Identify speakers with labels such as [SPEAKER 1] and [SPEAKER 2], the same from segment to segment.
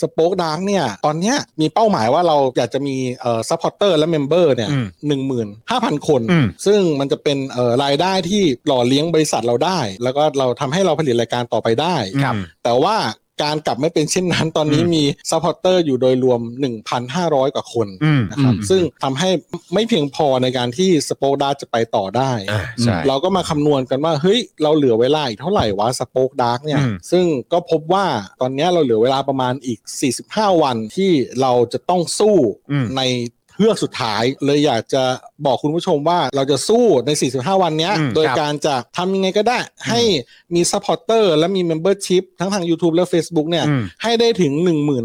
[SPEAKER 1] สป็อกดังเนี่ย ตอนเนี้ยมีเป้าหมายว่าเราอยากจะมีเอ่อซัพพอร์เตอร์และเมมเบอร์เนี่ย
[SPEAKER 2] อืม
[SPEAKER 1] หนึ่งหมื่นห้าพันคน
[SPEAKER 2] อืม
[SPEAKER 1] ซึ่งมันจะเป็นเอ่อรายได้ที่หล่อเลี้ยงบริษัทเราได้ แล้วก็เราทำให้เราผลิตรายการต่อไปได้
[SPEAKER 2] ครับ
[SPEAKER 1] แต่ว่าการกลับไม่เป็นเช่นนั้น ตอนนี้
[SPEAKER 2] อืม
[SPEAKER 1] มีซัพพอร์เตอร์อยู่โดยรวม 1,500 กว่าคน
[SPEAKER 2] อืม
[SPEAKER 1] นะครับ
[SPEAKER 3] อืม
[SPEAKER 1] ซึ่งทำให้ไม่เพียงพอในการที่สโปกดาร์กจะไปต่อได้
[SPEAKER 2] อ่าใช่
[SPEAKER 1] เราก็มาคำนวณกันว่า เฮ้ย เราเหลือเวลาอีกเท่าไหร่วะสป็อคดาร์กเนี่ย
[SPEAKER 2] อืม
[SPEAKER 1] ซึ่งก็พบว่าตอนเนี้ยเราเหลือเวลาประมาณอีก 45 วันที่เราจะต้องสู้
[SPEAKER 2] อืม
[SPEAKER 1] ในเฮือกสุดท้าย เลยอยากจะบอกคุณผู้ชมว่าเราจะสู้ใน 45 วันเนี้ย
[SPEAKER 2] อืม
[SPEAKER 1] โดย
[SPEAKER 2] ครับ
[SPEAKER 1] การจะทำยังไงก็ได้ ให้มีซัพพอร์เตอร์และมีเมมเบอร์ชิพทั้งทาง YouTube และ Facebook เนี่ย
[SPEAKER 2] อืม
[SPEAKER 1] ให้ได้ถึง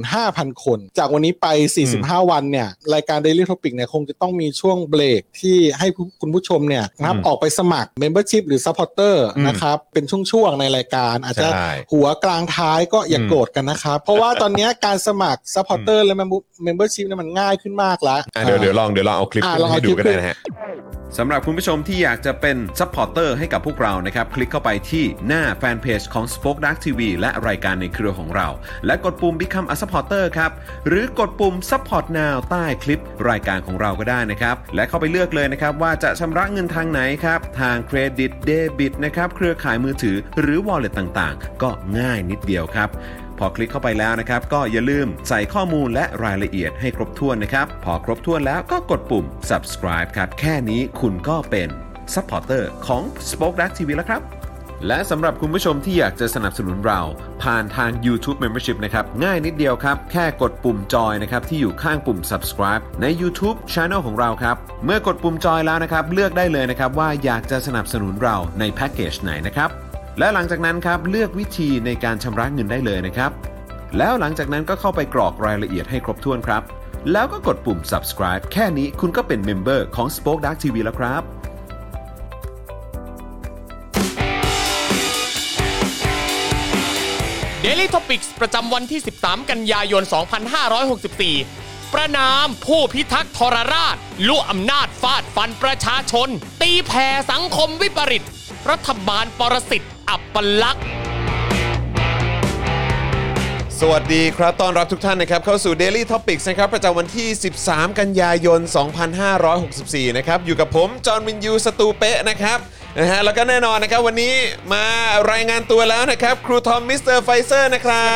[SPEAKER 1] 15,000 คน จากวันนี้ไป 45 วันเนี่ย รายการ Daily Topic เนี่ย คงจะต้องมีช่วงเบรกที่ให้ผู้คุณผู้ชมเนี่ยนะครับ
[SPEAKER 2] อืม
[SPEAKER 1] ออกไปสมัคร Membership หรือ Supporter
[SPEAKER 2] อืม
[SPEAKER 1] นะครับ เป็นช่วง ๆ ในรายการ อาจจะ
[SPEAKER 2] ใช่
[SPEAKER 1] หัวกลางท้ายก็อย่า
[SPEAKER 2] อืม
[SPEAKER 1] โกรธกันนะครับ เพราะว่าตอนเนี้ยการสมัคร Supporter และ Member- Membership เนี่ยมันง่ายขึ้นมากแล้ว
[SPEAKER 2] อ่ะเดี๋ยวเดี๋ยวลองเดี๋ยวลองเอาคลิป
[SPEAKER 1] อ่ะ
[SPEAKER 2] ขึ้น
[SPEAKER 1] ลองเอา
[SPEAKER 2] ให้ดู
[SPEAKER 1] คลิป
[SPEAKER 2] ก็ได้นะฮะ
[SPEAKER 3] สำหรับคุณผู้ชมที่อยากจะเป็นซัพพอร์เตอร์ให้กับพวกเรานะครับ คลิกเข้าไปที่หน้าแฟนเพจของ Spoke Dark TV และรายการในเครือของเรา และกดปุ่ม Become a supporter ครับ หรือกดปุ่ม Support Now ใต้คลิปรายการของเราก็ได้นะครับ และเข้าไปเลือกเลยนะครับว่าจะชำระเงินทางไหนครับ ทางเครดิตเดบิตนะครับ เครือข่ายมือถือหรือ Wallet ต่างๆ ก็ง่ายนิดเดียวครับ พอคลิกเข้าไปแล้วนะครับ ก็อย่าลืมใส่ข้อมูลและรายละเอียดให้ครบถ้วนนะครับ พอครบถ้วนแล้วก็กดปุ่ม subscribe ครับ แค่นี้คุณก็เป็น supporter ของ Spoke Dark TV แล้วครับ และสำหรับคุณผู้ชมที่อยากจะสนับสนุนเรา ผ่านทาง YouTube Membership นะครับ ง่ายนิดเดียวครับ แค่กดปุ่มจอยนะครับ ที่อยู่ข้างปุ่ม subscribe ใน YouTube Channel ของเราครับ เมื่อกดปุ่มจอยแล้วนะครับ เลือกได้เลยนะครับว่าอยากจะสนับสนุนเราในแพ็กเกจไหนนะครับ และหลังจากนั้นครับเลือกวิธีในการชำระเงินได้เลยนะครับ แล้วหลังจากนั้นก็เข้าไปกรอกรายละเอียดให้ครบถ้วนครับ แล้วก็กดปุ่ม subscribe แค่นี้คุณก็เป็นเมมเบอร์ของ Spoke Dark TV แล้วครับ
[SPEAKER 4] Daily Topics ประจำวันที่ 13 กันยายน 2564 ประนามผู้พิทักษ์ทรราชลุอำนาจฟาดฟันประชาชน ตีแผ่สังคมวิปริต รัฐบาลปรสิตอัปลักษณ์
[SPEAKER 2] สวัสดีครับ ต้อนรับทุกท่านนะครับ เข้าสู่ Daily Topics นะครับ ประจำวันที่ 13 กันยายน 2564 นะครับ อยู่กับผม จอห์นวินยู สตูเปะนะครับ นะฮะ แล้วก็แน่นอนนะครับ วันนี้มารายงานตัวแล้วนะครับ ครูทอม มิสเตอร์ไฟเซอร์ นะครั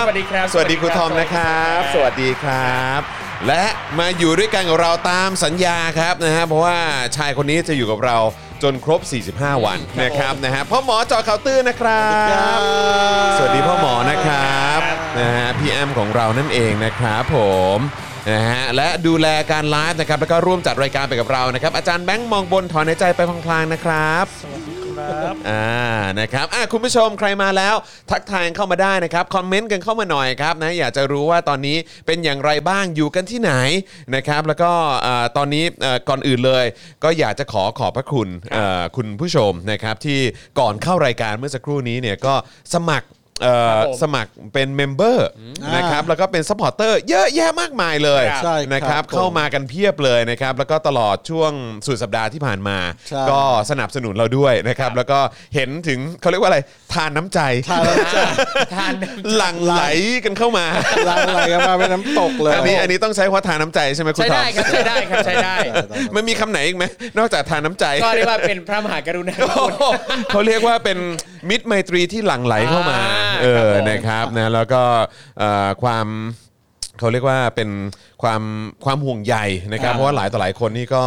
[SPEAKER 2] บ
[SPEAKER 4] สวัสดีครับ
[SPEAKER 2] สวัสดีครู
[SPEAKER 4] สวัสดีครับ
[SPEAKER 2] ทอมนะครับ ส
[SPEAKER 4] สวั
[SPEAKER 2] วัส
[SPEAKER 4] สดี
[SPEAKER 2] ดีค
[SPEAKER 4] ครั
[SPEAKER 2] รับ และมาอยู่ด้วยกันกับเราตามสัญญาครับนะฮะ เพราะว่าชายคนนี้จะอยู่กับเราจนครบ 45 วันนะครับนะฮะ พ่อหมอจอเคาน์เตอร์นะครับ สวัสดีพ่อหมอนะครับ นะฮะพี่แอมของเรานั่นเองนะครับผมนะฮะและดูแลการไลฟ์นะครับแล้วก็ร่วมจัดรายการไปกับเรานะครับอาจารย์แบงค์มองบนถอนในใจไปพลางๆนะครับครับอ่านะครับอ่ะคุณผู้ชมใครมาแล้วทักทายเข้ามาได้นะครับคอมเมนต์กันเข้ามาหน่อยครับนะอยากจะรู้ว่าตอนนี้เป็นอย่างไรบ้างอยู่กันที่ไหนนะครับแล้วก็เอ่อตอนนี้เอ่อก่อนอื่นเลย ก็อยากจะขอขอบพระคุณเอ่อคุณผู้ชมนะครับที่ก่อนเข้ารายการเมื่อสักครู่นี้เนี่ยก็สมัครเอ่อ
[SPEAKER 4] ครับผม
[SPEAKER 2] ส สมัครเป็นเมมเบอร์นะครับแล้วก็เป็นซัพพอร์เตอร์เยอะแยะมากมายเลย
[SPEAKER 1] ครับใช่ครับ
[SPEAKER 2] นะครับ
[SPEAKER 1] ผม
[SPEAKER 2] เข้ามากันเพียบเลยนะครับแล้วก็ตลอดช่วงสุดสัปดาห์ที่ผ่านมา
[SPEAKER 1] ใช่
[SPEAKER 2] ก็สนับสนุนเราด้วยนะครับแล้วก็เห็นถึงเขาเรียกว่าอะไรทานน้ำใจ
[SPEAKER 1] ถ้าเราจะ
[SPEAKER 4] ทาน
[SPEAKER 2] หลั่งไหลกันเข้ามา
[SPEAKER 1] ลาอะไรกันมาเป็นน้ำตกเลย
[SPEAKER 2] อันนี้อันนี้ต้องใช้คำว่าทานน้ำใจใช่ไหมคุณ
[SPEAKER 4] ใช้
[SPEAKER 2] ทอ
[SPEAKER 4] ได้
[SPEAKER 2] ม
[SPEAKER 4] ครับ ใช้ได้ครับ ใช้ได้
[SPEAKER 2] มันมีคำไหนอีกไหมนอกจากทานน้ำใจ
[SPEAKER 4] ก็เรียกว่าเป็นพระมหาก รุณาธิ
[SPEAKER 2] โอ้
[SPEAKER 4] คุณ
[SPEAKER 2] โห เขาเรียกว่าเป็นมิตรไมตรีที่หลั่งไหลเข้ามา
[SPEAKER 4] อ่า
[SPEAKER 2] เออ
[SPEAKER 4] ครับผม
[SPEAKER 2] นะครับนะแล้วก็เอ่อความเขาเรียกว่าเป็นความความห่วงใยนะครับ
[SPEAKER 4] อ่า
[SPEAKER 2] เพราะว่าหลายต่อหลายคนนี่ก็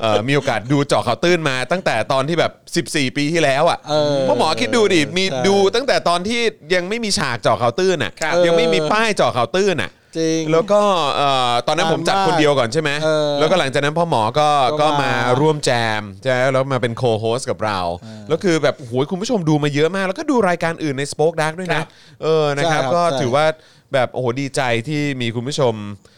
[SPEAKER 2] เอ่อ มีโอกาสดูเจาะข่าวตื้นมา ตั้งแต่ตอนที่แบบ 14 ปีที่แล้วอ่ะ
[SPEAKER 1] เออ
[SPEAKER 2] พ่อหมอคิดดูดิมีดูตั้งแต่ตอนที่ยังไม่มีฉากเจาะข่าวตื้นอ่ะ
[SPEAKER 4] ครับ
[SPEAKER 2] ยังไม่มีป้ายเจาะข่าวตื้นอ่ะ
[SPEAKER 1] จริง
[SPEAKER 2] แล้วก็เอ่อตอนนั้นผมจัดคนเดียวก่อนใช่ไหม
[SPEAKER 1] เออ
[SPEAKER 2] แล้วก็หลังจากนั้นพ่อหมอก็
[SPEAKER 1] ก็
[SPEAKER 2] ก็
[SPEAKER 1] มา
[SPEAKER 2] มาร่วมแจมใช่ไหมแล้วมาเป็นโคโฮสกับเรา แล้วคือแบบโหยคุณผู้ชมดูมาเยอะมาก แล้วก็ดูรายการอื่นใน Spoke Dark ด้วย
[SPEAKER 4] ค
[SPEAKER 2] นะ
[SPEAKER 4] รับ
[SPEAKER 2] เออนะครับ
[SPEAKER 1] ใช่ครับ
[SPEAKER 2] ก็
[SPEAKER 1] ใช่
[SPEAKER 2] ถือว่าแบบโอ้โหดีใจที่มีคุณผู้ชม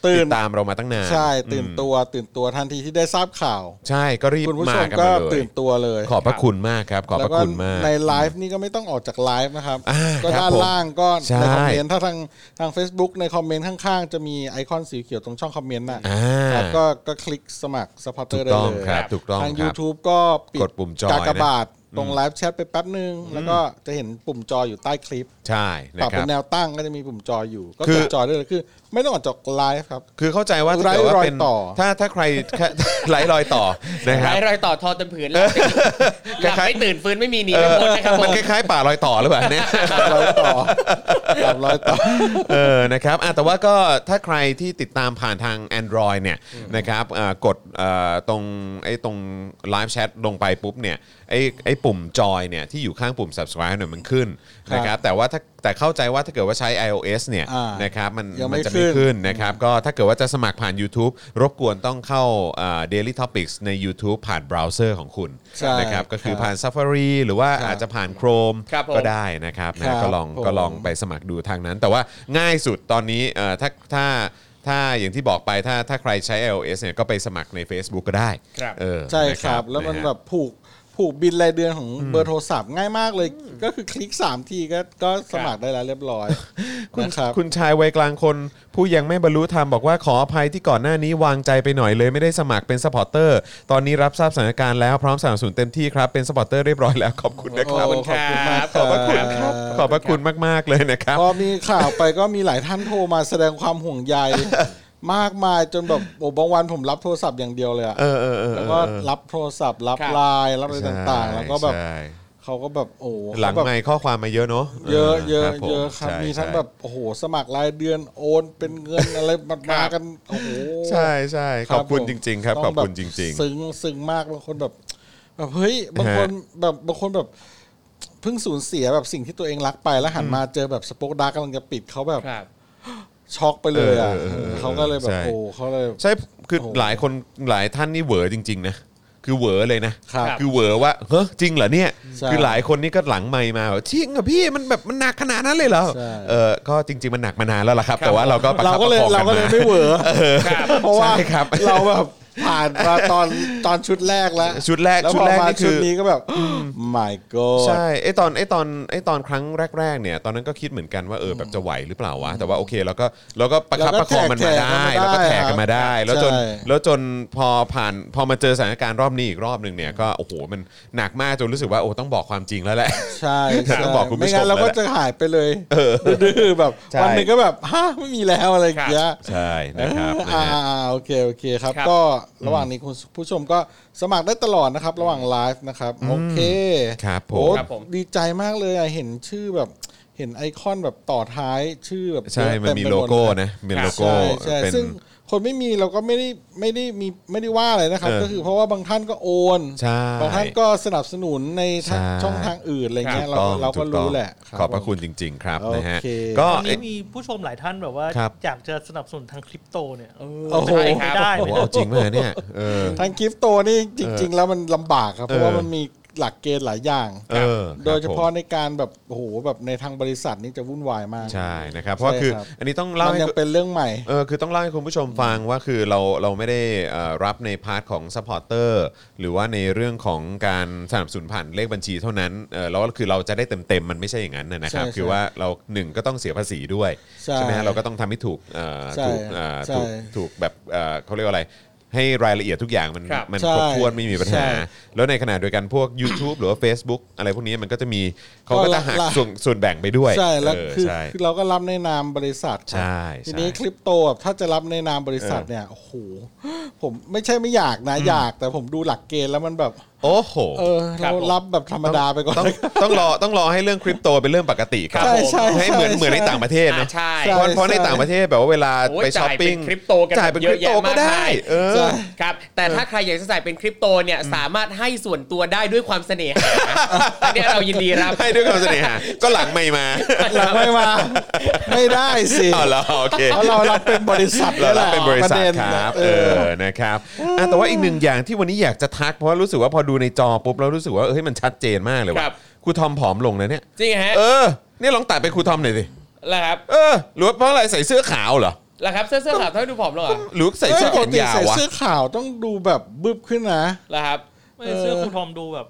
[SPEAKER 1] ตื่น
[SPEAKER 2] ติดตามเรามาตั้งนาน
[SPEAKER 1] ใช่ตื่น
[SPEAKER 2] อืม
[SPEAKER 1] ตัวตื่นตัวทันทีที่ได้ทราบข่าว
[SPEAKER 2] ใช่ก็รีบ
[SPEAKER 1] คุณผู้ช
[SPEAKER 2] มาม กัน
[SPEAKER 1] ก็
[SPEAKER 2] มาเล
[SPEAKER 1] ตื่
[SPEAKER 2] ย
[SPEAKER 1] นตัวเลย
[SPEAKER 2] ขอบพระคุณมากครับ ขอบพ
[SPEAKER 1] แล้ว
[SPEAKER 2] ระ
[SPEAKER 1] ก็
[SPEAKER 2] คุณมาก
[SPEAKER 1] ในไลฟ์นี่ก็ไม่ต้องออกจากไลฟ์นะครับ
[SPEAKER 2] อ่า
[SPEAKER 1] ก็
[SPEAKER 2] ครับ
[SPEAKER 1] ด้าน
[SPEAKER 2] ผม
[SPEAKER 1] ล่างก็
[SPEAKER 2] ใช่
[SPEAKER 1] ในคอมเมนต์ถ้าทางทาง Facebook ในคอมเมนต์ข้างๆ จะมีไอคอนสีเขียวตรงช่องคอมเมนต์น่ะ
[SPEAKER 2] อ่า
[SPEAKER 1] ครับก็ก็คลิกสมัคร s u p p อร์เตอร์ได้
[SPEAKER 2] ถูกต้อง
[SPEAKER 1] เลย
[SPEAKER 2] ครับถูกต้อง
[SPEAKER 1] ทาง
[SPEAKER 2] ครับ
[SPEAKER 1] YouTube ก็ปิ
[SPEAKER 2] กดปุ่มจอยนะ
[SPEAKER 1] กากบาท ตรงไลฟ์แชทไปแป๊บนึง แล้วก็จะเห็นปุ่มจออยู่ใต้คลิป
[SPEAKER 2] ใช่นะ
[SPEAKER 1] ปรับ
[SPEAKER 2] ค
[SPEAKER 1] เป็
[SPEAKER 2] รั
[SPEAKER 1] น
[SPEAKER 2] บ
[SPEAKER 1] แนวตั้งก็จะมีปุ่มจออยู่ ก็ก
[SPEAKER 2] คือ
[SPEAKER 1] ดจอได้เลยคือ ไม่ต้องออกจากไลฟ์ครับ
[SPEAKER 2] คือเข้าใจว่าถ้าเกิด
[SPEAKER 1] ไร้
[SPEAKER 2] ว่าเป็น
[SPEAKER 1] รอยต่อ
[SPEAKER 2] ถ้าถ้าใครถ้า ไร้รอยต่อนะครับ
[SPEAKER 4] ไร้รอยต่อทอเต็มผืนห ลับ
[SPEAKER 2] ค
[SPEAKER 4] หลั
[SPEAKER 2] ล้า
[SPEAKER 4] บ
[SPEAKER 2] ยๆ
[SPEAKER 4] ไม่ตื่นฟื้นไม่มีหนีไม่พ้นนะครับผ
[SPEAKER 2] มัน
[SPEAKER 4] ม
[SPEAKER 2] คล้ายๆป่ารอยต่อหรือเปล่าเนี่ย
[SPEAKER 1] ร้อยต่อสามร้อยต่อ
[SPEAKER 2] เออ นะครับอ่ะแต่ว่าก็ถ้าใครที่ติดตามผ่านทาง Android เนี่ยนะครับอ่ากดเอ่อตรงไอ้ตรงไลฟ์แชทลงไปปุ๊บเนี่ยไอ้ไอ้ปุ่มจอยเนี่ยที่อยู่ข้างปุ่ม subscribe เนี่ยมันขึ้น
[SPEAKER 1] ครับ
[SPEAKER 2] นะครับแต่ว่าถ้าแต่เข้าใจว่าถ้าเกิดว่าใช้ iOS เนี่ย
[SPEAKER 1] อ่าน
[SPEAKER 2] นะครับมัน
[SPEAKER 1] ยังไม่
[SPEAKER 2] มันจะไม่
[SPEAKER 1] ขึ้
[SPEAKER 2] ขึ้น
[SPEAKER 1] น
[SPEAKER 2] นะครับก็ถ้าเกิดว่าจะสมัครผ่าน YouTube รบกวนต้องเข้าเอ่อ Daily Topics ใน YouTube ผ่านเบราว์เซอร์ของคุณ
[SPEAKER 1] ใช่
[SPEAKER 2] นะครับก็คือ
[SPEAKER 1] รับ
[SPEAKER 2] ผ่าน Safari หรือว่า
[SPEAKER 1] ครับ
[SPEAKER 2] อาจจะผ่าน Chrome
[SPEAKER 4] ครับผม
[SPEAKER 2] ก็ได้นะครับ
[SPEAKER 1] ครั
[SPEAKER 2] นะ
[SPEAKER 1] บ
[SPEAKER 2] ก็ลอง
[SPEAKER 1] ผม
[SPEAKER 2] ก็ลอง ไปสมัครดูทางนั้น แต่ว่าง่ายสุดตอนนี้เอ่อถ้าถ้าถ้าอย่างที่บอกไปถ้าถ้าใครใช้ iOS เนี่ยก็ไปสมัครใน Facebook ก็ได้
[SPEAKER 4] ครับ
[SPEAKER 2] เออ
[SPEAKER 1] ใช่
[SPEAKER 2] นะ
[SPEAKER 1] ครับ แล้วมัน
[SPEAKER 2] นะฮะ
[SPEAKER 1] แบบผูกผูกบินรายเดือนของเบอร์โทรศัพท์ง่ายมากเลย ก็คือคลิก 3 ทีก็ก็สมัครได้แล้วเรียบร้อย
[SPEAKER 2] คุณ
[SPEAKER 1] นะครับ
[SPEAKER 2] คุณชายวัยกลางคนผู้ยังไม่บรรลุธรรมบอกว่าขออภัยที่ก่อนหน้านี้วางใจไปหน่อยเลยไม่ได้สมัครเป็นสปอร์เตอร์ ตอนนี้รับทราบสถานการณ์แล้วพร้อมสนับสนุนเต็มที่ครับ เป็นสปอร์เตอร์เรียบร้อยแล้วขอบคุณนะครับ
[SPEAKER 1] โอ้ขอบคุณมาก
[SPEAKER 2] ขอบพระคุณค
[SPEAKER 1] ครั
[SPEAKER 2] รับ
[SPEAKER 1] บ
[SPEAKER 2] ขอบพระคุณมาก ๆ เลยนะครับ
[SPEAKER 1] พอมีข่าวไปก็มีหลายท่านโทรมาแสดงความห่วงใย มากมายจนแบบโอ้บางวันผมรับโทรศัพท์อย่างเดียวเลยอะ
[SPEAKER 2] เออเออเออ
[SPEAKER 1] แล้วก็รับโทรศัพท์ รับ
[SPEAKER 4] ครับ
[SPEAKER 1] ไลน์รับอะไรต่างๆ แล้วก็แบบ
[SPEAKER 2] ใช่
[SPEAKER 1] เขาก็แบบโอ้
[SPEAKER 2] หลัง
[SPEAKER 1] เขาแบบ
[SPEAKER 2] ไมค์ข้อความมาเยอะเนาะ
[SPEAKER 1] เยอะเยอะ
[SPEAKER 2] ผม
[SPEAKER 1] เยอะครับ
[SPEAKER 2] ใช่
[SPEAKER 1] มีทั้ง
[SPEAKER 2] ใช่
[SPEAKER 1] แบบโอ้โหสมัครรายเดือนโอนเป็นเงิน อะไรมามากันโอ้โห
[SPEAKER 2] ใช่ใช่ขอบคุณ
[SPEAKER 1] ผม
[SPEAKER 2] จริง ๆ ครับ
[SPEAKER 1] ต้
[SPEAKER 2] ขอบคุณ
[SPEAKER 1] แ
[SPEAKER 2] จริง
[SPEAKER 1] ซึ้งซึ้งมากบางคนแบบแบบเฮ้ยบางคนแบบบางคนแบบเพิ่งสูญเสียแบบสิ่งที่ตัวเองรักไปแล้วหันมาเจอแบบสป็อกดาร์กกำลังจะปิดเขาแบบ
[SPEAKER 4] ครับ
[SPEAKER 1] ช็อกไปเลยอ่ะ
[SPEAKER 2] เออเออเออ
[SPEAKER 1] เขาก็เลยแบบ
[SPEAKER 2] ใช่
[SPEAKER 1] โอ้เขาเลย
[SPEAKER 2] ๆ ใช่คือ
[SPEAKER 1] โอ้
[SPEAKER 2] หลายคนหลายท่านนี่เหวอจริง ๆ นะ คือเหวอเลยนะครับ อเหวอว่าเฮ้ยจริงเหรอเนี่ย
[SPEAKER 1] ใช่
[SPEAKER 2] คือหลายคนนี่ก็หลังไมค์มาแบบจริงเหรอพี่มันแบบมันหนักขนาดนั้นเลยเหรอ
[SPEAKER 1] ใช่
[SPEAKER 2] เออก็จริง ๆ มันหนักมานานแล้วล่ะครับ
[SPEAKER 4] ครับ
[SPEAKER 2] แต่ว่าเราก็ประ
[SPEAKER 1] เรา
[SPEAKER 2] คับป
[SPEAKER 1] ก็
[SPEAKER 2] ระ
[SPEAKER 1] เลย
[SPEAKER 2] คอง
[SPEAKER 1] เรา
[SPEAKER 2] กัน
[SPEAKER 1] ก็เลย
[SPEAKER 2] มา
[SPEAKER 1] ไม่เหวอ
[SPEAKER 4] ครับ
[SPEAKER 1] เพราะว่า
[SPEAKER 2] ใช่ครับ
[SPEAKER 1] เราแบบผ่านมาตอนตอนชุดแรกแล้ว
[SPEAKER 2] ชุดแรก
[SPEAKER 1] แล้ว
[SPEAKER 2] ชุ
[SPEAKER 1] พ
[SPEAKER 2] ด
[SPEAKER 1] อ
[SPEAKER 2] แรก
[SPEAKER 1] มา
[SPEAKER 2] นี่
[SPEAKER 1] ชุ
[SPEAKER 2] คื
[SPEAKER 1] ด
[SPEAKER 2] อ
[SPEAKER 1] นี้ก็ แบบ my god
[SPEAKER 2] ใช่ไอตอนไอตอนไอตอนครั้งแรกๆเนี่ยตอนนั้นก็คิดเหมือนกันว่าเออแบบจะไหวหรือเปล่าวะแต่ว่าโอเคเราก็เราก็ประคับ
[SPEAKER 1] เราก็
[SPEAKER 2] ประคองมันมาได้
[SPEAKER 1] แทรกๆกันมาได้
[SPEAKER 2] แล้วก็แทรกกันมาได้ แล้วจน
[SPEAKER 1] ใช่
[SPEAKER 2] แล้วจนพอผ่านพอมาเจอสถานการณ์รอบนี้อีกรอบหนึ่งเนี่ยก็โอ้โหมันหนักมากจนรู้สึกว่าโอ้ต้องบอกความจริงแล้วแหละ
[SPEAKER 1] ใช่ใช่
[SPEAKER 2] ต้องบอกคุณผู้ชม
[SPEAKER 1] ไม่งั้นเราก็
[SPEAKER 2] แล้วแหละ
[SPEAKER 1] จะหายไปเลยดื้อๆแบบ
[SPEAKER 2] ใช่
[SPEAKER 1] วันหนึ่งก็แบบฮะไม่มีแล้วอะไรอย่างเงี้ย
[SPEAKER 2] ใช่นะครับนะ
[SPEAKER 1] อ่า
[SPEAKER 2] ฮะ
[SPEAKER 1] โอเคโอเคครับ
[SPEAKER 4] ครับ
[SPEAKER 1] ก็ระหว่างนี้คุณผู้ชมก็สมัครได้ตลอดนะครับ ระหว่างไลฟ์นะครับโอเค
[SPEAKER 2] ครับผม
[SPEAKER 1] โอ้
[SPEAKER 4] ครับผม
[SPEAKER 1] ดีใจมากเลยอะเห็นชื่อแบบเห็นไอคอนแบบต่อท้ายชื่อแบบ
[SPEAKER 2] ใช่
[SPEAKER 1] เยอะ
[SPEAKER 2] มันมี
[SPEAKER 1] เต็ไป
[SPEAKER 2] โล
[SPEAKER 1] หด
[SPEAKER 2] โก้
[SPEAKER 1] เลย
[SPEAKER 2] นะมี
[SPEAKER 4] ครับ
[SPEAKER 2] โลโก้
[SPEAKER 1] ใช่
[SPEAKER 2] เป็
[SPEAKER 1] ใช่
[SPEAKER 2] น
[SPEAKER 1] ซึ่งคนไม่มีเราก็ไม่ได้ไม่ได้มีไม่ได้ว่าอะไรนะครับ
[SPEAKER 2] เออ
[SPEAKER 1] ก็คือเพราะว่าบางท่านก็โอน
[SPEAKER 2] ใช่
[SPEAKER 1] บางท่านก็สนับสนุนในทาง
[SPEAKER 2] ใช่
[SPEAKER 1] ช่องทางอื่นอะไรเงี้ยเรา
[SPEAKER 2] ต้อง
[SPEAKER 1] เราก็
[SPEAKER 2] ถู
[SPEAKER 1] รู้
[SPEAKER 2] ต้อง
[SPEAKER 1] แหละ
[SPEAKER 2] ขอบพระคุ
[SPEAKER 1] ผม
[SPEAKER 2] ณจริง ๆ ครับ
[SPEAKER 1] โอเค
[SPEAKER 2] นะฮะก็
[SPEAKER 5] ตอน
[SPEAKER 2] เอ้
[SPEAKER 5] นี้
[SPEAKER 2] ย
[SPEAKER 5] มีผู้ชมหลายท่านแบบว่า
[SPEAKER 2] ครับ
[SPEAKER 5] อยากจะสนับสนุนทางคริปโตเนี่ยเออ
[SPEAKER 1] โอ้โห
[SPEAKER 4] ใช่
[SPEAKER 5] เป็
[SPEAKER 2] โอ้โห
[SPEAKER 4] ครับ
[SPEAKER 5] นไปได้
[SPEAKER 2] เอาจริงไหมเนี่ยเออ
[SPEAKER 1] ทางคริปโตนี่จริง ๆ แล้วมันลำบากครับเพราะว่า
[SPEAKER 2] เออ
[SPEAKER 1] มันมีหลักเกณฑ์หลายอย่าง
[SPEAKER 2] เออ
[SPEAKER 1] โดยเฉ
[SPEAKER 2] ครับผม
[SPEAKER 1] พาะในการแบบโอ้โหแบบในทางบริษัทนี่จะวุ่นวายมาก
[SPEAKER 2] ใช่นะครับ เพราะว่า
[SPEAKER 1] ใช่
[SPEAKER 2] คือ
[SPEAKER 1] ครับ
[SPEAKER 2] อันนี้ต้องเล่า
[SPEAKER 1] มัน
[SPEAKER 2] ให้
[SPEAKER 1] ยังเป็นเรื่องใหม่
[SPEAKER 2] เออคือต้องเล่าให้คุณผู้ชมฟังว่าคือเราเราไม่ได้เอ่อรับในพาร์ทของซัพพอร์เตอร์หรือว่าในเรื่องของการสนับสนุนผ่านเลขบัญชีเท่านั้นเออแล้วคือเราจะได้เต็มเต็มๆมันไม่ใช่อย่างนั้นนะนะครับ
[SPEAKER 1] ใช่
[SPEAKER 2] คือว่าเราหนึ่งก็ต้องเสียภาษีด้วย
[SPEAKER 1] ใช่
[SPEAKER 2] ไหมฮะเราก็ต้องทำให้ถูกเอ่อ
[SPEAKER 1] ใช่
[SPEAKER 2] ถูกเอ่อถูก
[SPEAKER 1] ใช่
[SPEAKER 2] ถูกแบบเอ่อเขาเรียกว่าอะไร ให้รายละเอียดทุกอย่างมัน
[SPEAKER 4] ครับ
[SPEAKER 2] มัน
[SPEAKER 1] ใช่
[SPEAKER 2] ครบถ้วนไม่มีปัญหา
[SPEAKER 1] ใช่
[SPEAKER 2] แล้วในขณะเดียวกันพวก YouTube หรือว่า Facebook อะไรพวกนี้มันก็จะมีเขาก็จะหัก
[SPEAKER 1] ก็ละ
[SPEAKER 2] ส่วนส่วนแบ่งไปด้วย
[SPEAKER 1] ใช่แล้ว
[SPEAKER 2] เออ
[SPEAKER 1] คือ
[SPEAKER 2] ใช่
[SPEAKER 1] คือเราก็รับในนามบริษัทครับ
[SPEAKER 2] ใช่ใช่
[SPEAKER 1] ทีนี้คริปโตแบบถ้าจะรับในนามบริษัทเนี่ยโอ้โหผมไม่ใช่ไม่อยากนะ อยากแต่ผมดูหลักเกณฑ์แล้วมันแบบ
[SPEAKER 2] โอ้โห
[SPEAKER 1] เออเรารับแบบธรรมดาไปก่อน
[SPEAKER 2] ต้องต้องรอต้องรอให้เรื่องคริปโตเป็นเรื่องปกติครับ
[SPEAKER 1] ใช่ใช่
[SPEAKER 2] ให้เหมือน
[SPEAKER 1] ใช่
[SPEAKER 2] เหมือนในต่างประเทศ
[SPEAKER 4] อ่า
[SPEAKER 2] นะ
[SPEAKER 4] ใช่
[SPEAKER 2] เพราะเพราะใน
[SPEAKER 1] ใช่
[SPEAKER 2] ต่างประเทศแบบว่าเวลา
[SPEAKER 4] โอ้ย
[SPEAKER 2] ไปช้อปปิ้ง
[SPEAKER 4] จ่ายเป็นคริปโตกัน
[SPEAKER 2] จ่ายเป็น
[SPEAKER 4] เย
[SPEAKER 2] ค
[SPEAKER 4] อะ
[SPEAKER 2] ริปโต
[SPEAKER 4] แยะมาก
[SPEAKER 2] ก็ได้
[SPEAKER 4] มาย
[SPEAKER 2] เออ
[SPEAKER 1] ใช่
[SPEAKER 4] ครับแต่ถ้าใครอยากจะใส่เป็นคริปโตเนี่ยสามารถให้ส่วนตัวได้ด้วยความเสน่หาอันเนี้ยเรายินดี รับ
[SPEAKER 2] ให้ด้วยความเสน่หาก็หลังไม่มา
[SPEAKER 1] หลังไม่มา ไม่ได้สิ
[SPEAKER 2] เอาละโอเค
[SPEAKER 1] เพราะเรารับเป็นบริษัท
[SPEAKER 2] เรา
[SPEAKER 1] แห
[SPEAKER 2] รั
[SPEAKER 1] ละ
[SPEAKER 2] บเป็นบริษัท
[SPEAKER 1] ะด็น
[SPEAKER 2] ครับ
[SPEAKER 1] เอ
[SPEAKER 2] เอ
[SPEAKER 1] อ
[SPEAKER 2] อนะครับอ่ะแต่ว่าอีกหนึ่งอย่างที่วันนี้อยากจะทักเพราะรู้สึกว่าพอดูในจอปุ๊บแล้วรู้สึกว่าเฮ้ยมันชัดเจนมากเลย
[SPEAKER 4] ครั
[SPEAKER 2] ว่า
[SPEAKER 4] บ
[SPEAKER 2] ครูทอมผอมลงนะเนี่ย
[SPEAKER 4] จริงฮะ
[SPEAKER 2] เออเนี่ยลองตัดไปครูทอมหน่อยสิ
[SPEAKER 4] แล้วครับ
[SPEAKER 2] เออหรือว่าเพราะอะไรใส่เสื้อขาวเหรอ
[SPEAKER 4] แล้วครับเสื้อเสื้อขาวเท่าที่ดูผอมลงเหรอ
[SPEAKER 2] หรือใส่เสื้อแขนยาว
[SPEAKER 1] ใส่
[SPEAKER 2] วะ
[SPEAKER 1] เสื้อขาวต้องดูแบบบึบขึ้นนะ
[SPEAKER 4] แล้วครับ
[SPEAKER 5] ไม่เสื้อครูทอมดูแบบ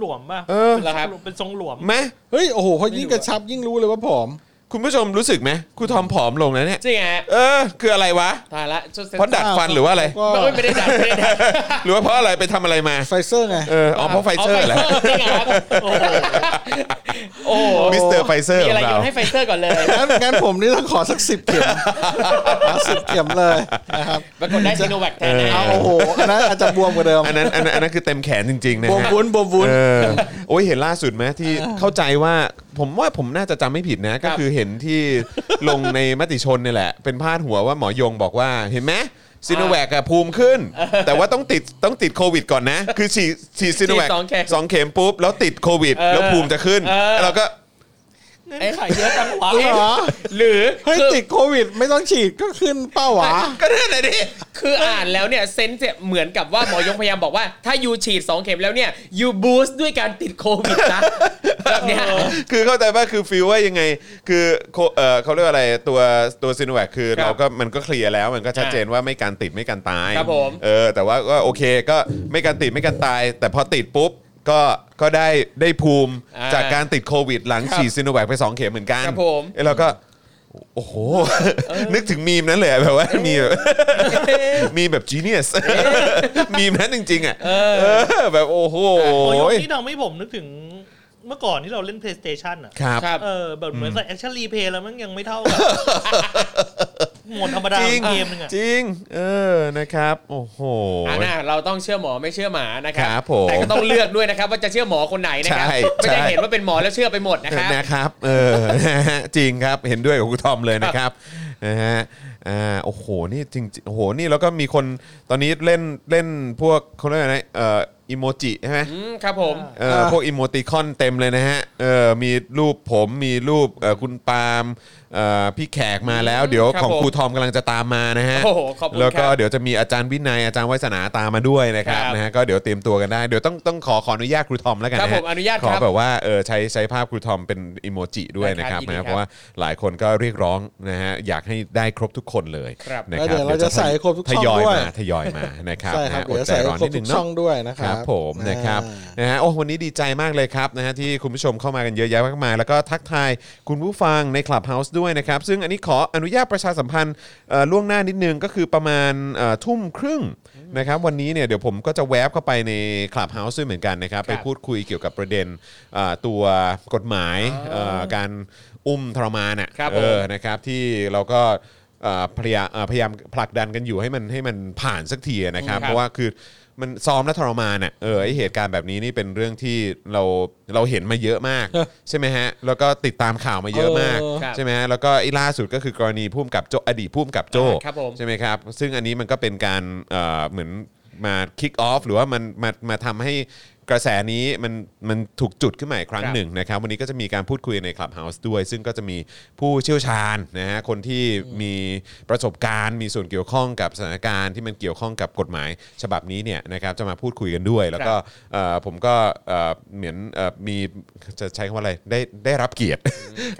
[SPEAKER 5] หลวมๆป่ะ
[SPEAKER 2] เออ
[SPEAKER 5] ป็นท
[SPEAKER 4] ครั
[SPEAKER 5] ร
[SPEAKER 4] บ
[SPEAKER 5] งหลวมเป็นทรงหลวม
[SPEAKER 2] ไหม
[SPEAKER 1] เฮ้ย โอ้โหพอยิ่งกระชับยิ่งรู้เลยว่าผอม
[SPEAKER 2] ค คุณผู้ชมรู้สึกไหมครูทอมผอมลงแล้วเนี่ย
[SPEAKER 4] จริงฮะ
[SPEAKER 2] เออ คืออะไรวะ
[SPEAKER 4] ตายละชุดเซ็น
[SPEAKER 2] เพราะดัดฟันหรือว่าอะไร
[SPEAKER 1] ก็
[SPEAKER 4] ไม่ไม่ได้ดัดไม่ได้ดัด
[SPEAKER 2] หรือว่าเพราะอะไรไปทำอะไรมา
[SPEAKER 1] ไฟเซอร์ไง
[SPEAKER 2] เอออ๋อเพราะไฟเซอร์แหละ
[SPEAKER 4] าไฟเซอนี่ไงครับโอ้โหโอ้โห
[SPEAKER 2] มิสเตอร์ไฟเซอร์ข
[SPEAKER 4] มีอะ
[SPEAKER 2] อ
[SPEAKER 4] ไรง โย
[SPEAKER 2] เรา
[SPEAKER 4] นให้ไฟเซอร์ก่อนเลย
[SPEAKER 1] งั้นงั้นผมนี่ต้องขอสักสิบเข็มสิบเข็มเลยนะครับ
[SPEAKER 4] ปรากฏได้ซีโนแวคแทนนะ
[SPEAKER 2] เอ
[SPEAKER 1] เอาโอ้โหอันนั้นอาจจะบวมกว่าเดิม
[SPEAKER 2] อันนั้นอันนั้นอันนั้นคือเต็มแขนจริงๆนะ
[SPEAKER 1] บวม
[SPEAKER 2] ฮะ
[SPEAKER 1] วุ้นบวมวุ้น
[SPEAKER 2] เออโอ้ยเห็นล่าสุดไหมที่เข้าใจว่าผมว่าผมน่าจะจำไม่ผิดนะ ก็คือเห็นที่ลงในมติชนเนี่ยแหละ เป็นพาดหัวว่าหมอยงบอกว่าเห็นไหมซีโนแวคอะภูมิ ขึ้น แต่ว่าต้องติดต้องติดโควิดก่อนนะ คือฉีดฉีดซีโนแวคสองเข็มปุ๊บ แล้วติดโควิด แล้วภูมิจะขึ้นแล้วก็
[SPEAKER 4] ไอ้ไข่เยอะจังวะ
[SPEAKER 1] เหรอ
[SPEAKER 4] หรือ
[SPEAKER 1] เฮ้ย
[SPEAKER 4] คือ
[SPEAKER 1] ติดโควิด ไม่ต้องฉีดก็ขึ้นเป้าหวะ
[SPEAKER 2] ก็นั่นแหละดิ
[SPEAKER 4] คืออ่านแล้วเนี่ย เซนส์เนี่ยเหมือนกับว่าหมอยงพยายามบอกว่า ถ้ายูฉีด 2 เข็มแล้วเนี่ยยูบูสต์ด้วยการติดโควิดนะแบบเนี้ย
[SPEAKER 2] คือเข้าใจว่าคือฟิลว่ายังไง คือโคเออเขาเรียกว่าอะไรตัวตัวซีโนแวคคือ
[SPEAKER 4] ครับ
[SPEAKER 2] เราก็มันก็เคลียร์แล้วมันก็ชัดเจนว่าไม่การติดไม่การตาย
[SPEAKER 4] ครับผม
[SPEAKER 2] เออแต่ว่าก็โอเคก็ไม่การติดไม่การตาย แต่พอติดปุ๊บก็ก็ได้ได้ภูมิ
[SPEAKER 4] อ่า
[SPEAKER 2] จากการติดโควิด หลัง
[SPEAKER 4] ครับ
[SPEAKER 2] ฉีดซีโนแวคไป 2 เข็มเหมือนกัน
[SPEAKER 4] ครับผม
[SPEAKER 2] เอ้ยเราก็ โอ้โห นึกถึงมีมนั้นเลยอะแบบว่ามีแบบ มีแบบ genius มีมนั้นจริง ๆ อ่ะเออแบบโอ้โห
[SPEAKER 5] โอ้ยที่ทำให้ผมนึกถึงเมื่อก่อนที่เราเล่น PlayStation อ่ะ
[SPEAKER 2] ครับ
[SPEAKER 4] ครับ
[SPEAKER 5] เออแบบเหมือนใส่แอคชั่นรีเพย์แล้วมันยังไม่เท่ากับ โหมดธรรมดา
[SPEAKER 2] จริง
[SPEAKER 5] ของเกมหนึงอ่ะ
[SPEAKER 2] จริง เออนะครับ โอ้โห
[SPEAKER 4] อ่านะเราต้องเชื่อหมอไม่เชื่อหมานะครั
[SPEAKER 2] ครับผม
[SPEAKER 4] แต่ก็ต้องเลือกด้วยนะครับ ว่าจะเชื่อหมอคนไหนนะครับ
[SPEAKER 2] ใช่
[SPEAKER 4] ไม่ได้
[SPEAKER 2] ใช่
[SPEAKER 4] เห็นว่าเป็นหมอแล้วเชื่อไปหมดนะครับ
[SPEAKER 2] นะครับเออ นะฮะจริงครับเห็นด้วยกับคุณทอมเลยนะครับนะฮะอ่าโอ้โหนี่จริงๆโอ้โหนี่แล้วก็มีคนตอนนี้เล่นเล่นพวกเขาเรียกอะไรเอ่ออิโมจิใช่ไหม
[SPEAKER 4] อืมครับผม
[SPEAKER 2] เออพวกอิโมติคอนเต็มเลยนะฮะเออมีรูปผมมีรูปเอ่อคุณปาล์มเอ่อพี่แขกมาแล้วเดี๋ยวของครูทอมกำลังจะตามมานะฮะ
[SPEAKER 4] โอ้โหขอบคุณ
[SPEAKER 2] แล้ว
[SPEAKER 4] ค
[SPEAKER 2] ก็
[SPEAKER 4] รับ
[SPEAKER 2] เดี๋ยวจะมีอาจารย์วินัยอาจารย์วัฒนาตามมาด้วยนะครับ
[SPEAKER 4] ครับ
[SPEAKER 2] นะฮะก็เดี๋ยวเตรียมตัวกันได้เดี๋ยวต้องต้องขอขออนุญาตครูทอมแล้วกัน
[SPEAKER 4] ครับ
[SPEAKER 2] นะฮะ
[SPEAKER 4] ผมอนุญาต
[SPEAKER 2] ข
[SPEAKER 4] ค
[SPEAKER 2] อ
[SPEAKER 4] รับ
[SPEAKER 2] แบบว่าเออใช้ใช้ภาพครูทอมเป็นอิโมจิด้วย
[SPEAKER 4] ได้
[SPEAKER 2] นะค
[SPEAKER 4] ครั
[SPEAKER 2] รับบ นะ
[SPEAKER 4] ยินดี
[SPEAKER 2] ฮะ
[SPEAKER 4] ครับ
[SPEAKER 2] เพราะว่าหลายคนก็เรียกร้องนะฮะอยากให้ได้ครบทุกคนเลย
[SPEAKER 4] ครับ
[SPEAKER 2] นะครับ
[SPEAKER 1] แล้วเดี๋ยวเราจะใส่ครบทุก
[SPEAKER 2] ท
[SPEAKER 1] ช่อง
[SPEAKER 2] ยอย
[SPEAKER 1] ด้วย
[SPEAKER 2] มาทยอยมานะครับ
[SPEAKER 1] ใช่
[SPEAKER 2] นะ
[SPEAKER 1] ครับ
[SPEAKER 2] ฮะอ
[SPEAKER 1] เดี๋
[SPEAKER 2] ด
[SPEAKER 1] ยว
[SPEAKER 2] ใจ
[SPEAKER 1] ใส่
[SPEAKER 2] รอ
[SPEAKER 1] คร
[SPEAKER 2] นิ
[SPEAKER 1] บ
[SPEAKER 2] ด
[SPEAKER 1] ทุ
[SPEAKER 2] นึ
[SPEAKER 1] กช่
[SPEAKER 2] งเนาะ
[SPEAKER 1] องด้วยนะค
[SPEAKER 2] ค
[SPEAKER 1] รั
[SPEAKER 2] รั
[SPEAKER 1] บบ
[SPEAKER 2] ผมนะครับ
[SPEAKER 1] อ่า
[SPEAKER 2] นะฮะโอ้วันนี้ดีใจมากเลยครับนะฮะที่คุณผู้ชมเข้ามากันเยอะแยะมากมายแล้วก็ทักทายคุณผู้ฟังใน Clubhouse ด้วยนะครับ ซึ่งอันนี้ขออนุญาตประชาสัมพันธ์เอ่อล่วงหน้านิดนึงก็คือประมาณเอ่อทุ่มครึ่งนะครับวันนี้เนี่ยเดี๋ยวผมก็จะแวบเข้าไปใน Clubhouse ด้วยเหมือนกันนะครับ ไปพูดคุยเกี่ยวกับประเด็นเอ่อตัวกฎหมายเอ่อการอุ้มทรมานอ่ะ
[SPEAKER 4] ครับผม
[SPEAKER 2] เออ นะครับที่เราก็เอ่อพยายามเอ่อพยายามผลักดันกันอยู่ให้มันให้มันผ่านสักทีนะครับ
[SPEAKER 4] อืมครับ
[SPEAKER 2] เพราะว่าคือมันซ้อมและทรมานอ่ะเออไอเหตุการณ์แบบนี้นี่เป็นเรื่องที่เราเราเห็นมาเยอะมาก ใช่ไหมฮะแล้วก็ติดตามข่าวมาเยอะมาก
[SPEAKER 4] เออครับ
[SPEAKER 2] ใช่ไหมฮะแล้วก็ไอ้ล่าสุดก็คือกรณีพุ่มกับโจอดีตพุ่มกับโจ
[SPEAKER 4] อ่าครับผม
[SPEAKER 2] ใช่ไหมครับ ซึ่งอันนี้มันก็เป็นการเอ่อเหมือนมาคิกออฟหรือว่ามันมามาทำให้กระแสนี้มันมันถูกจุดขึ้นมาอีกครั้ง
[SPEAKER 4] ครับ
[SPEAKER 2] หนึ่ง หนึ่งนะครับวันนี้ก็จะมีการพูดคุยใน Clubhouse ด้วย ซึ่งก็จะมีผู้เชี่ยวชาญนะฮะคนที่มีประสบการณ์ มีส่วนเกี่ยวข้องกับสถานการณ์ที่มันเกี่ยวข้องกับกฎหมายฉบับนี้เนี่ยนะครับจะมาพูดคุยกันด้วย แล้วก็เอ่อผมก็เอ่อเหมือนเอ่อมีจะใช้คำว่าอะไรได้ได้รับเกียรติ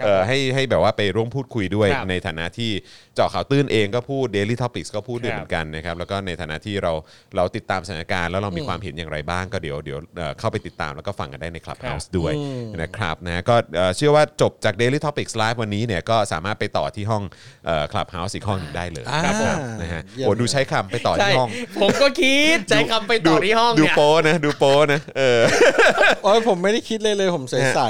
[SPEAKER 2] เอ่อให้ให้แบบว่าไปร่วมพูดคุยด้วย
[SPEAKER 4] ครับ
[SPEAKER 2] ในฐานะที่เจาะข่าวตื้นเองก็พูด Daily Topics ก็พูดด้วย
[SPEAKER 4] ครับ
[SPEAKER 2] เหมือนกันนะครับแล้วก็ในฐานะที่เราเราติดตามสถานการณ์แล้วเรามีความเห็นอย่างไรบ้างก็เดี๋ยวเดี๋ยวเอ่อเข้าไปติดตามแล้วก็ฟังกันได้ใน Clubhouse ด้วยนะครับนะก็เอ่อเชื่อว่าจบจาก Daily Topics Live วันนี้เนี่ยก็สามารถไปต่อที่ห้องเอ่อ Clubhouse อีกห้องหนึ่งได้เลย
[SPEAKER 1] ครับผม
[SPEAKER 2] นะฮะ
[SPEAKER 1] เยี่ยม
[SPEAKER 2] โอ้ดูใช้คำไปต่อ
[SPEAKER 4] ใช่
[SPEAKER 2] ที่ห้อง
[SPEAKER 4] ผมก็คิดใจคำไปต่อที่ห้อง
[SPEAKER 2] ดู
[SPEAKER 4] เนี่ย
[SPEAKER 2] โป้นะดูโป้นะเออ
[SPEAKER 1] โอ้ยผมไม่ได้คิดเลยเลยผมใส่ใส่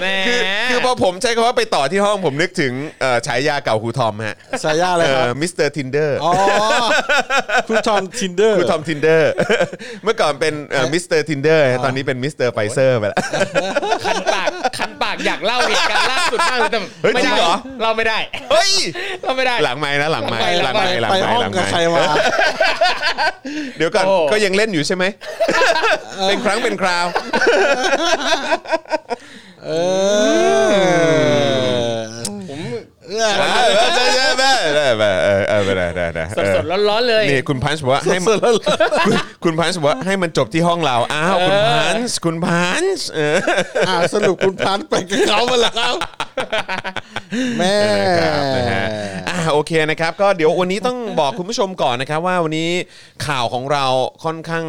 [SPEAKER 4] แหม
[SPEAKER 2] คือคือพอผมใช้คำว่าไปต่อที่ห้องผมนึกถึงเอ่อฉายาเก่าครูทอมฮะ
[SPEAKER 1] สายาอะไรครับ
[SPEAKER 2] มิสเตอร์ทินเดอร์
[SPEAKER 1] อ๋อคุณทอมทินเดอร์
[SPEAKER 2] ครูทอมทินเดอร์ เมื่อก่อนเป็นมิสเตอร์ทินเดอร์ตอนนี้เป็นมิสเตอร์ไฟเซอร์ไปแล้ว
[SPEAKER 4] คันปากคันปากอยากเล่าเหตุการณ์ล่าสุดมากเลยแต่
[SPEAKER 2] เฮ้ย
[SPEAKER 4] ไม่
[SPEAKER 2] จริ
[SPEAKER 4] ได้
[SPEAKER 2] งเหรอ
[SPEAKER 4] เล่าไม่ได้
[SPEAKER 2] เฮ้ย
[SPEAKER 4] เล่าไม่ได้
[SPEAKER 2] หลังไม้นะหลังไม้
[SPEAKER 4] ไป
[SPEAKER 2] ห
[SPEAKER 4] หลั
[SPEAKER 2] ลัง
[SPEAKER 4] งไม
[SPEAKER 2] ไม้
[SPEAKER 4] ค์
[SPEAKER 2] หลัง
[SPEAKER 1] ไป
[SPEAKER 2] ไม้
[SPEAKER 1] ห้อง
[SPEAKER 2] หลัง
[SPEAKER 1] กับใคร
[SPEAKER 2] ไม้
[SPEAKER 1] มา
[SPEAKER 2] เดี๋ยวก่อน
[SPEAKER 4] โอ้
[SPEAKER 2] ก็ยังเล่นอยู่ใช่ไหม เป็นครั้งเป็นคราว
[SPEAKER 1] เออ
[SPEAKER 4] ผม
[SPEAKER 2] เออเออเออเออเออเออเออเออได้ได้ได้
[SPEAKER 4] สดสดๆร้อนๆเลย
[SPEAKER 2] นี่คุณพันธ์บอกว่าให้มันคุณคุณพันธ์บอกว่าให้มันจบที่ห้องเรา อ้าวคุณพันธ์คุณพันธ์เออ
[SPEAKER 1] อ่าสรุปคุณพันธุ์ไปกับเขามาแล้วแม่
[SPEAKER 2] นะครับนะฮะอ่ะ อ่าโอเคนะครับก็เดี๋ยววันนี้ต้องบอกคุณผู้ชมก่อนนะครับว่าวันนี้ข่าวของเราค่อนข้าง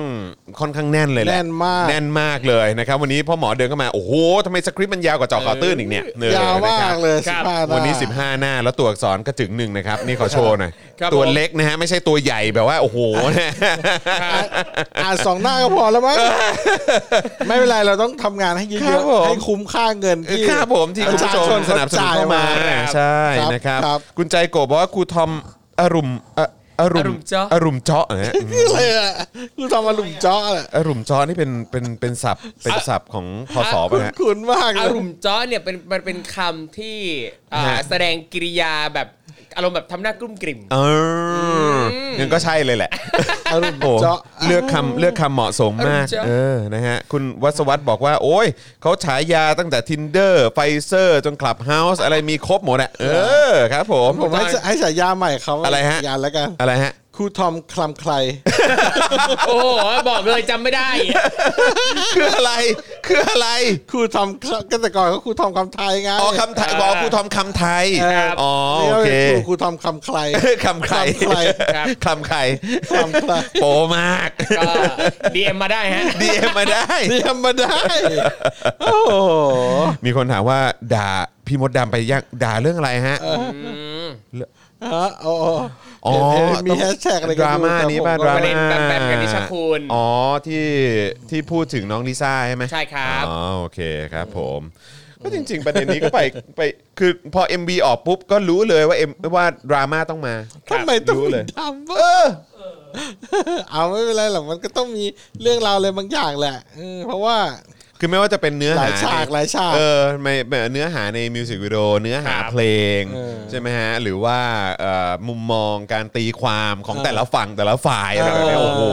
[SPEAKER 2] ค่อนข้างแน่นเลยแหละ
[SPEAKER 1] แน่นมาก
[SPEAKER 2] แน่นมากเลยนะครับวันนี้พ่อหมอเดินเข้ามาโอ้โหทำไมสคริปต์มันยาวกว่าเจอข่าวตื้นอีกเนี่ยเออย
[SPEAKER 1] าว
[SPEAKER 2] นะ
[SPEAKER 1] มา
[SPEAKER 2] ครั
[SPEAKER 1] ก
[SPEAKER 2] บ
[SPEAKER 1] เลย
[SPEAKER 4] ค
[SPEAKER 1] สิ
[SPEAKER 4] รั
[SPEAKER 1] บบ ห้าหน้า
[SPEAKER 2] วันนี้ 15 หน้าแล้วตัวอักษรก็จึงหนึ่งนะครับ นี่ขอโชว์หน่อย
[SPEAKER 4] ครับ
[SPEAKER 2] ตัว
[SPEAKER 4] ผม
[SPEAKER 2] เล็กนะฮะ ไม่ใช่ตัวใหญ่แบบว่า โอ้โห นะ
[SPEAKER 1] อ่ะอ่านสองหน้าก็พอแล้วมั้งไม่เป็นไรเราต้องทำงานให้เย
[SPEAKER 2] ครั
[SPEAKER 1] อะ
[SPEAKER 2] บผม
[SPEAKER 1] ๆให้คุ้มค่าเงินที่
[SPEAKER 2] ครับผมที่คุณผู้ชม
[SPEAKER 1] ประชาชน
[SPEAKER 2] สนับสนุนเข้ามา
[SPEAKER 1] จ่ายมา
[SPEAKER 2] ใช่
[SPEAKER 1] ครับ
[SPEAKER 2] นะครับ
[SPEAKER 1] ครับ
[SPEAKER 2] คุณใจโกบบอกว่าครูทอมอรุมอะอรุ
[SPEAKER 4] อรุ
[SPEAKER 2] ม
[SPEAKER 4] มเจาะ
[SPEAKER 2] อรุมเจาะนะฮะ
[SPEAKER 1] คืออะไรอ่ะกูทำมาหลุมเจ้อแหละ
[SPEAKER 2] อรุมเจาะนี่เป็นเป็นเป็นศัพท์เป็นศัพท์ของพศป่ะฮะ
[SPEAKER 1] คุ้นมากเล
[SPEAKER 6] อาย รุมจ้อเนี่ยเป็นมันเป็นคำที่อ่า
[SPEAKER 2] ฮะ
[SPEAKER 6] แสดงกิริยาแบบอารมณ์แบบทำหน้ากลุ้มกลิ่ม
[SPEAKER 2] เออยังก็ใช่เลยแหละ
[SPEAKER 1] อรุม
[SPEAKER 2] โอ้
[SPEAKER 1] เจาะ
[SPEAKER 2] เลือกคำเลือกคำเหมาะสมมาก
[SPEAKER 6] อรุมเจาะ
[SPEAKER 2] เออนะฮะ คุณวัศวัตรบอกว่า โอ้ยเขาฉายาตั้งแต่ Tinder ไฟเซอร์จน Clubhouse อะไรมีครบหมดอะเออครับผม
[SPEAKER 1] ผมให้สให้สายยาใหม่เขา
[SPEAKER 2] อะไรฮะ
[SPEAKER 1] ยานแล้วกัน
[SPEAKER 2] อะไรฮะ
[SPEAKER 1] ครูทอมคลำใคร
[SPEAKER 6] โอ้โหบอกเลยจำไม่ได้
[SPEAKER 2] คืออะไรคืออะไร
[SPEAKER 1] ครูทอมคลำก็แต่ก่อนก็ครูทอมคำไทยไง
[SPEAKER 2] อ๋อคำไทยบอกว่าครูทอมคำไทย
[SPEAKER 6] ครับ
[SPEAKER 2] อ๋อโอเค
[SPEAKER 1] นี่ก็ป็นรูครูทอมคำใคร
[SPEAKER 2] คำใคร
[SPEAKER 1] คำใคร
[SPEAKER 6] ครับ
[SPEAKER 2] คำใคร
[SPEAKER 1] คลำใคร
[SPEAKER 2] โปมาก
[SPEAKER 6] ก็ดีเอ็มมาได้ฮะ
[SPEAKER 2] ดีเอ็มมาได้
[SPEAKER 1] เรียมมาได้โอ้โห
[SPEAKER 2] มีคนถามว่าด่าพี่มดดำไปยังด่าเรื่องอะไรฮะ
[SPEAKER 1] ฮะโอ้โห
[SPEAKER 2] อ๋อ
[SPEAKER 1] เห็นเห็นมี
[SPEAKER 2] ต้อง
[SPEAKER 1] แฮชแท็กอะไร
[SPEAKER 2] ด
[SPEAKER 1] กัน
[SPEAKER 2] รา
[SPEAKER 1] อยู่
[SPEAKER 2] ม่า
[SPEAKER 1] แต่
[SPEAKER 2] นี้
[SPEAKER 1] ผก็
[SPEAKER 2] ป่ะดราม่า
[SPEAKER 6] ประเด็นแบมแบมกับนิชคุณ
[SPEAKER 2] อ๋อที่ที่พูดถึงน้องลิซ่าใช่ไหม
[SPEAKER 6] ใช่ครับ
[SPEAKER 2] อ๋อโอเคครับผม ก็จริง ๆ ประเด็นนี้ก็ไปไปคือพอ MB ออกปุ๊บก็รู้เลยว่า M ว่าดราม่าต้องมา
[SPEAKER 1] ทำไมต้อง
[SPEAKER 2] รู้เลย
[SPEAKER 1] ทำวะ เอาไม่เป็นไรหรอกมันก็ต้องมีเรื่องราวอะไรบางอย่างแหละเออเพราะว่า
[SPEAKER 2] คือไม่ว่าจะเป็นเนื้อ
[SPEAKER 1] ห
[SPEAKER 2] หา
[SPEAKER 1] ลายฉากหลายฉาก
[SPEAKER 2] เออไม่ไม่เนื้อหาในมิวสิกวิดีโอเนื้อหา
[SPEAKER 4] ครับ
[SPEAKER 2] เพลง
[SPEAKER 1] เออ
[SPEAKER 2] ใช่ไหมฮะ หรือว่าเอ่อมุมมองการตีความของแต่ละฝั่งแต่ละฝ่ายอะไรแบบเนี้ย
[SPEAKER 1] เออ
[SPEAKER 2] โอ้โห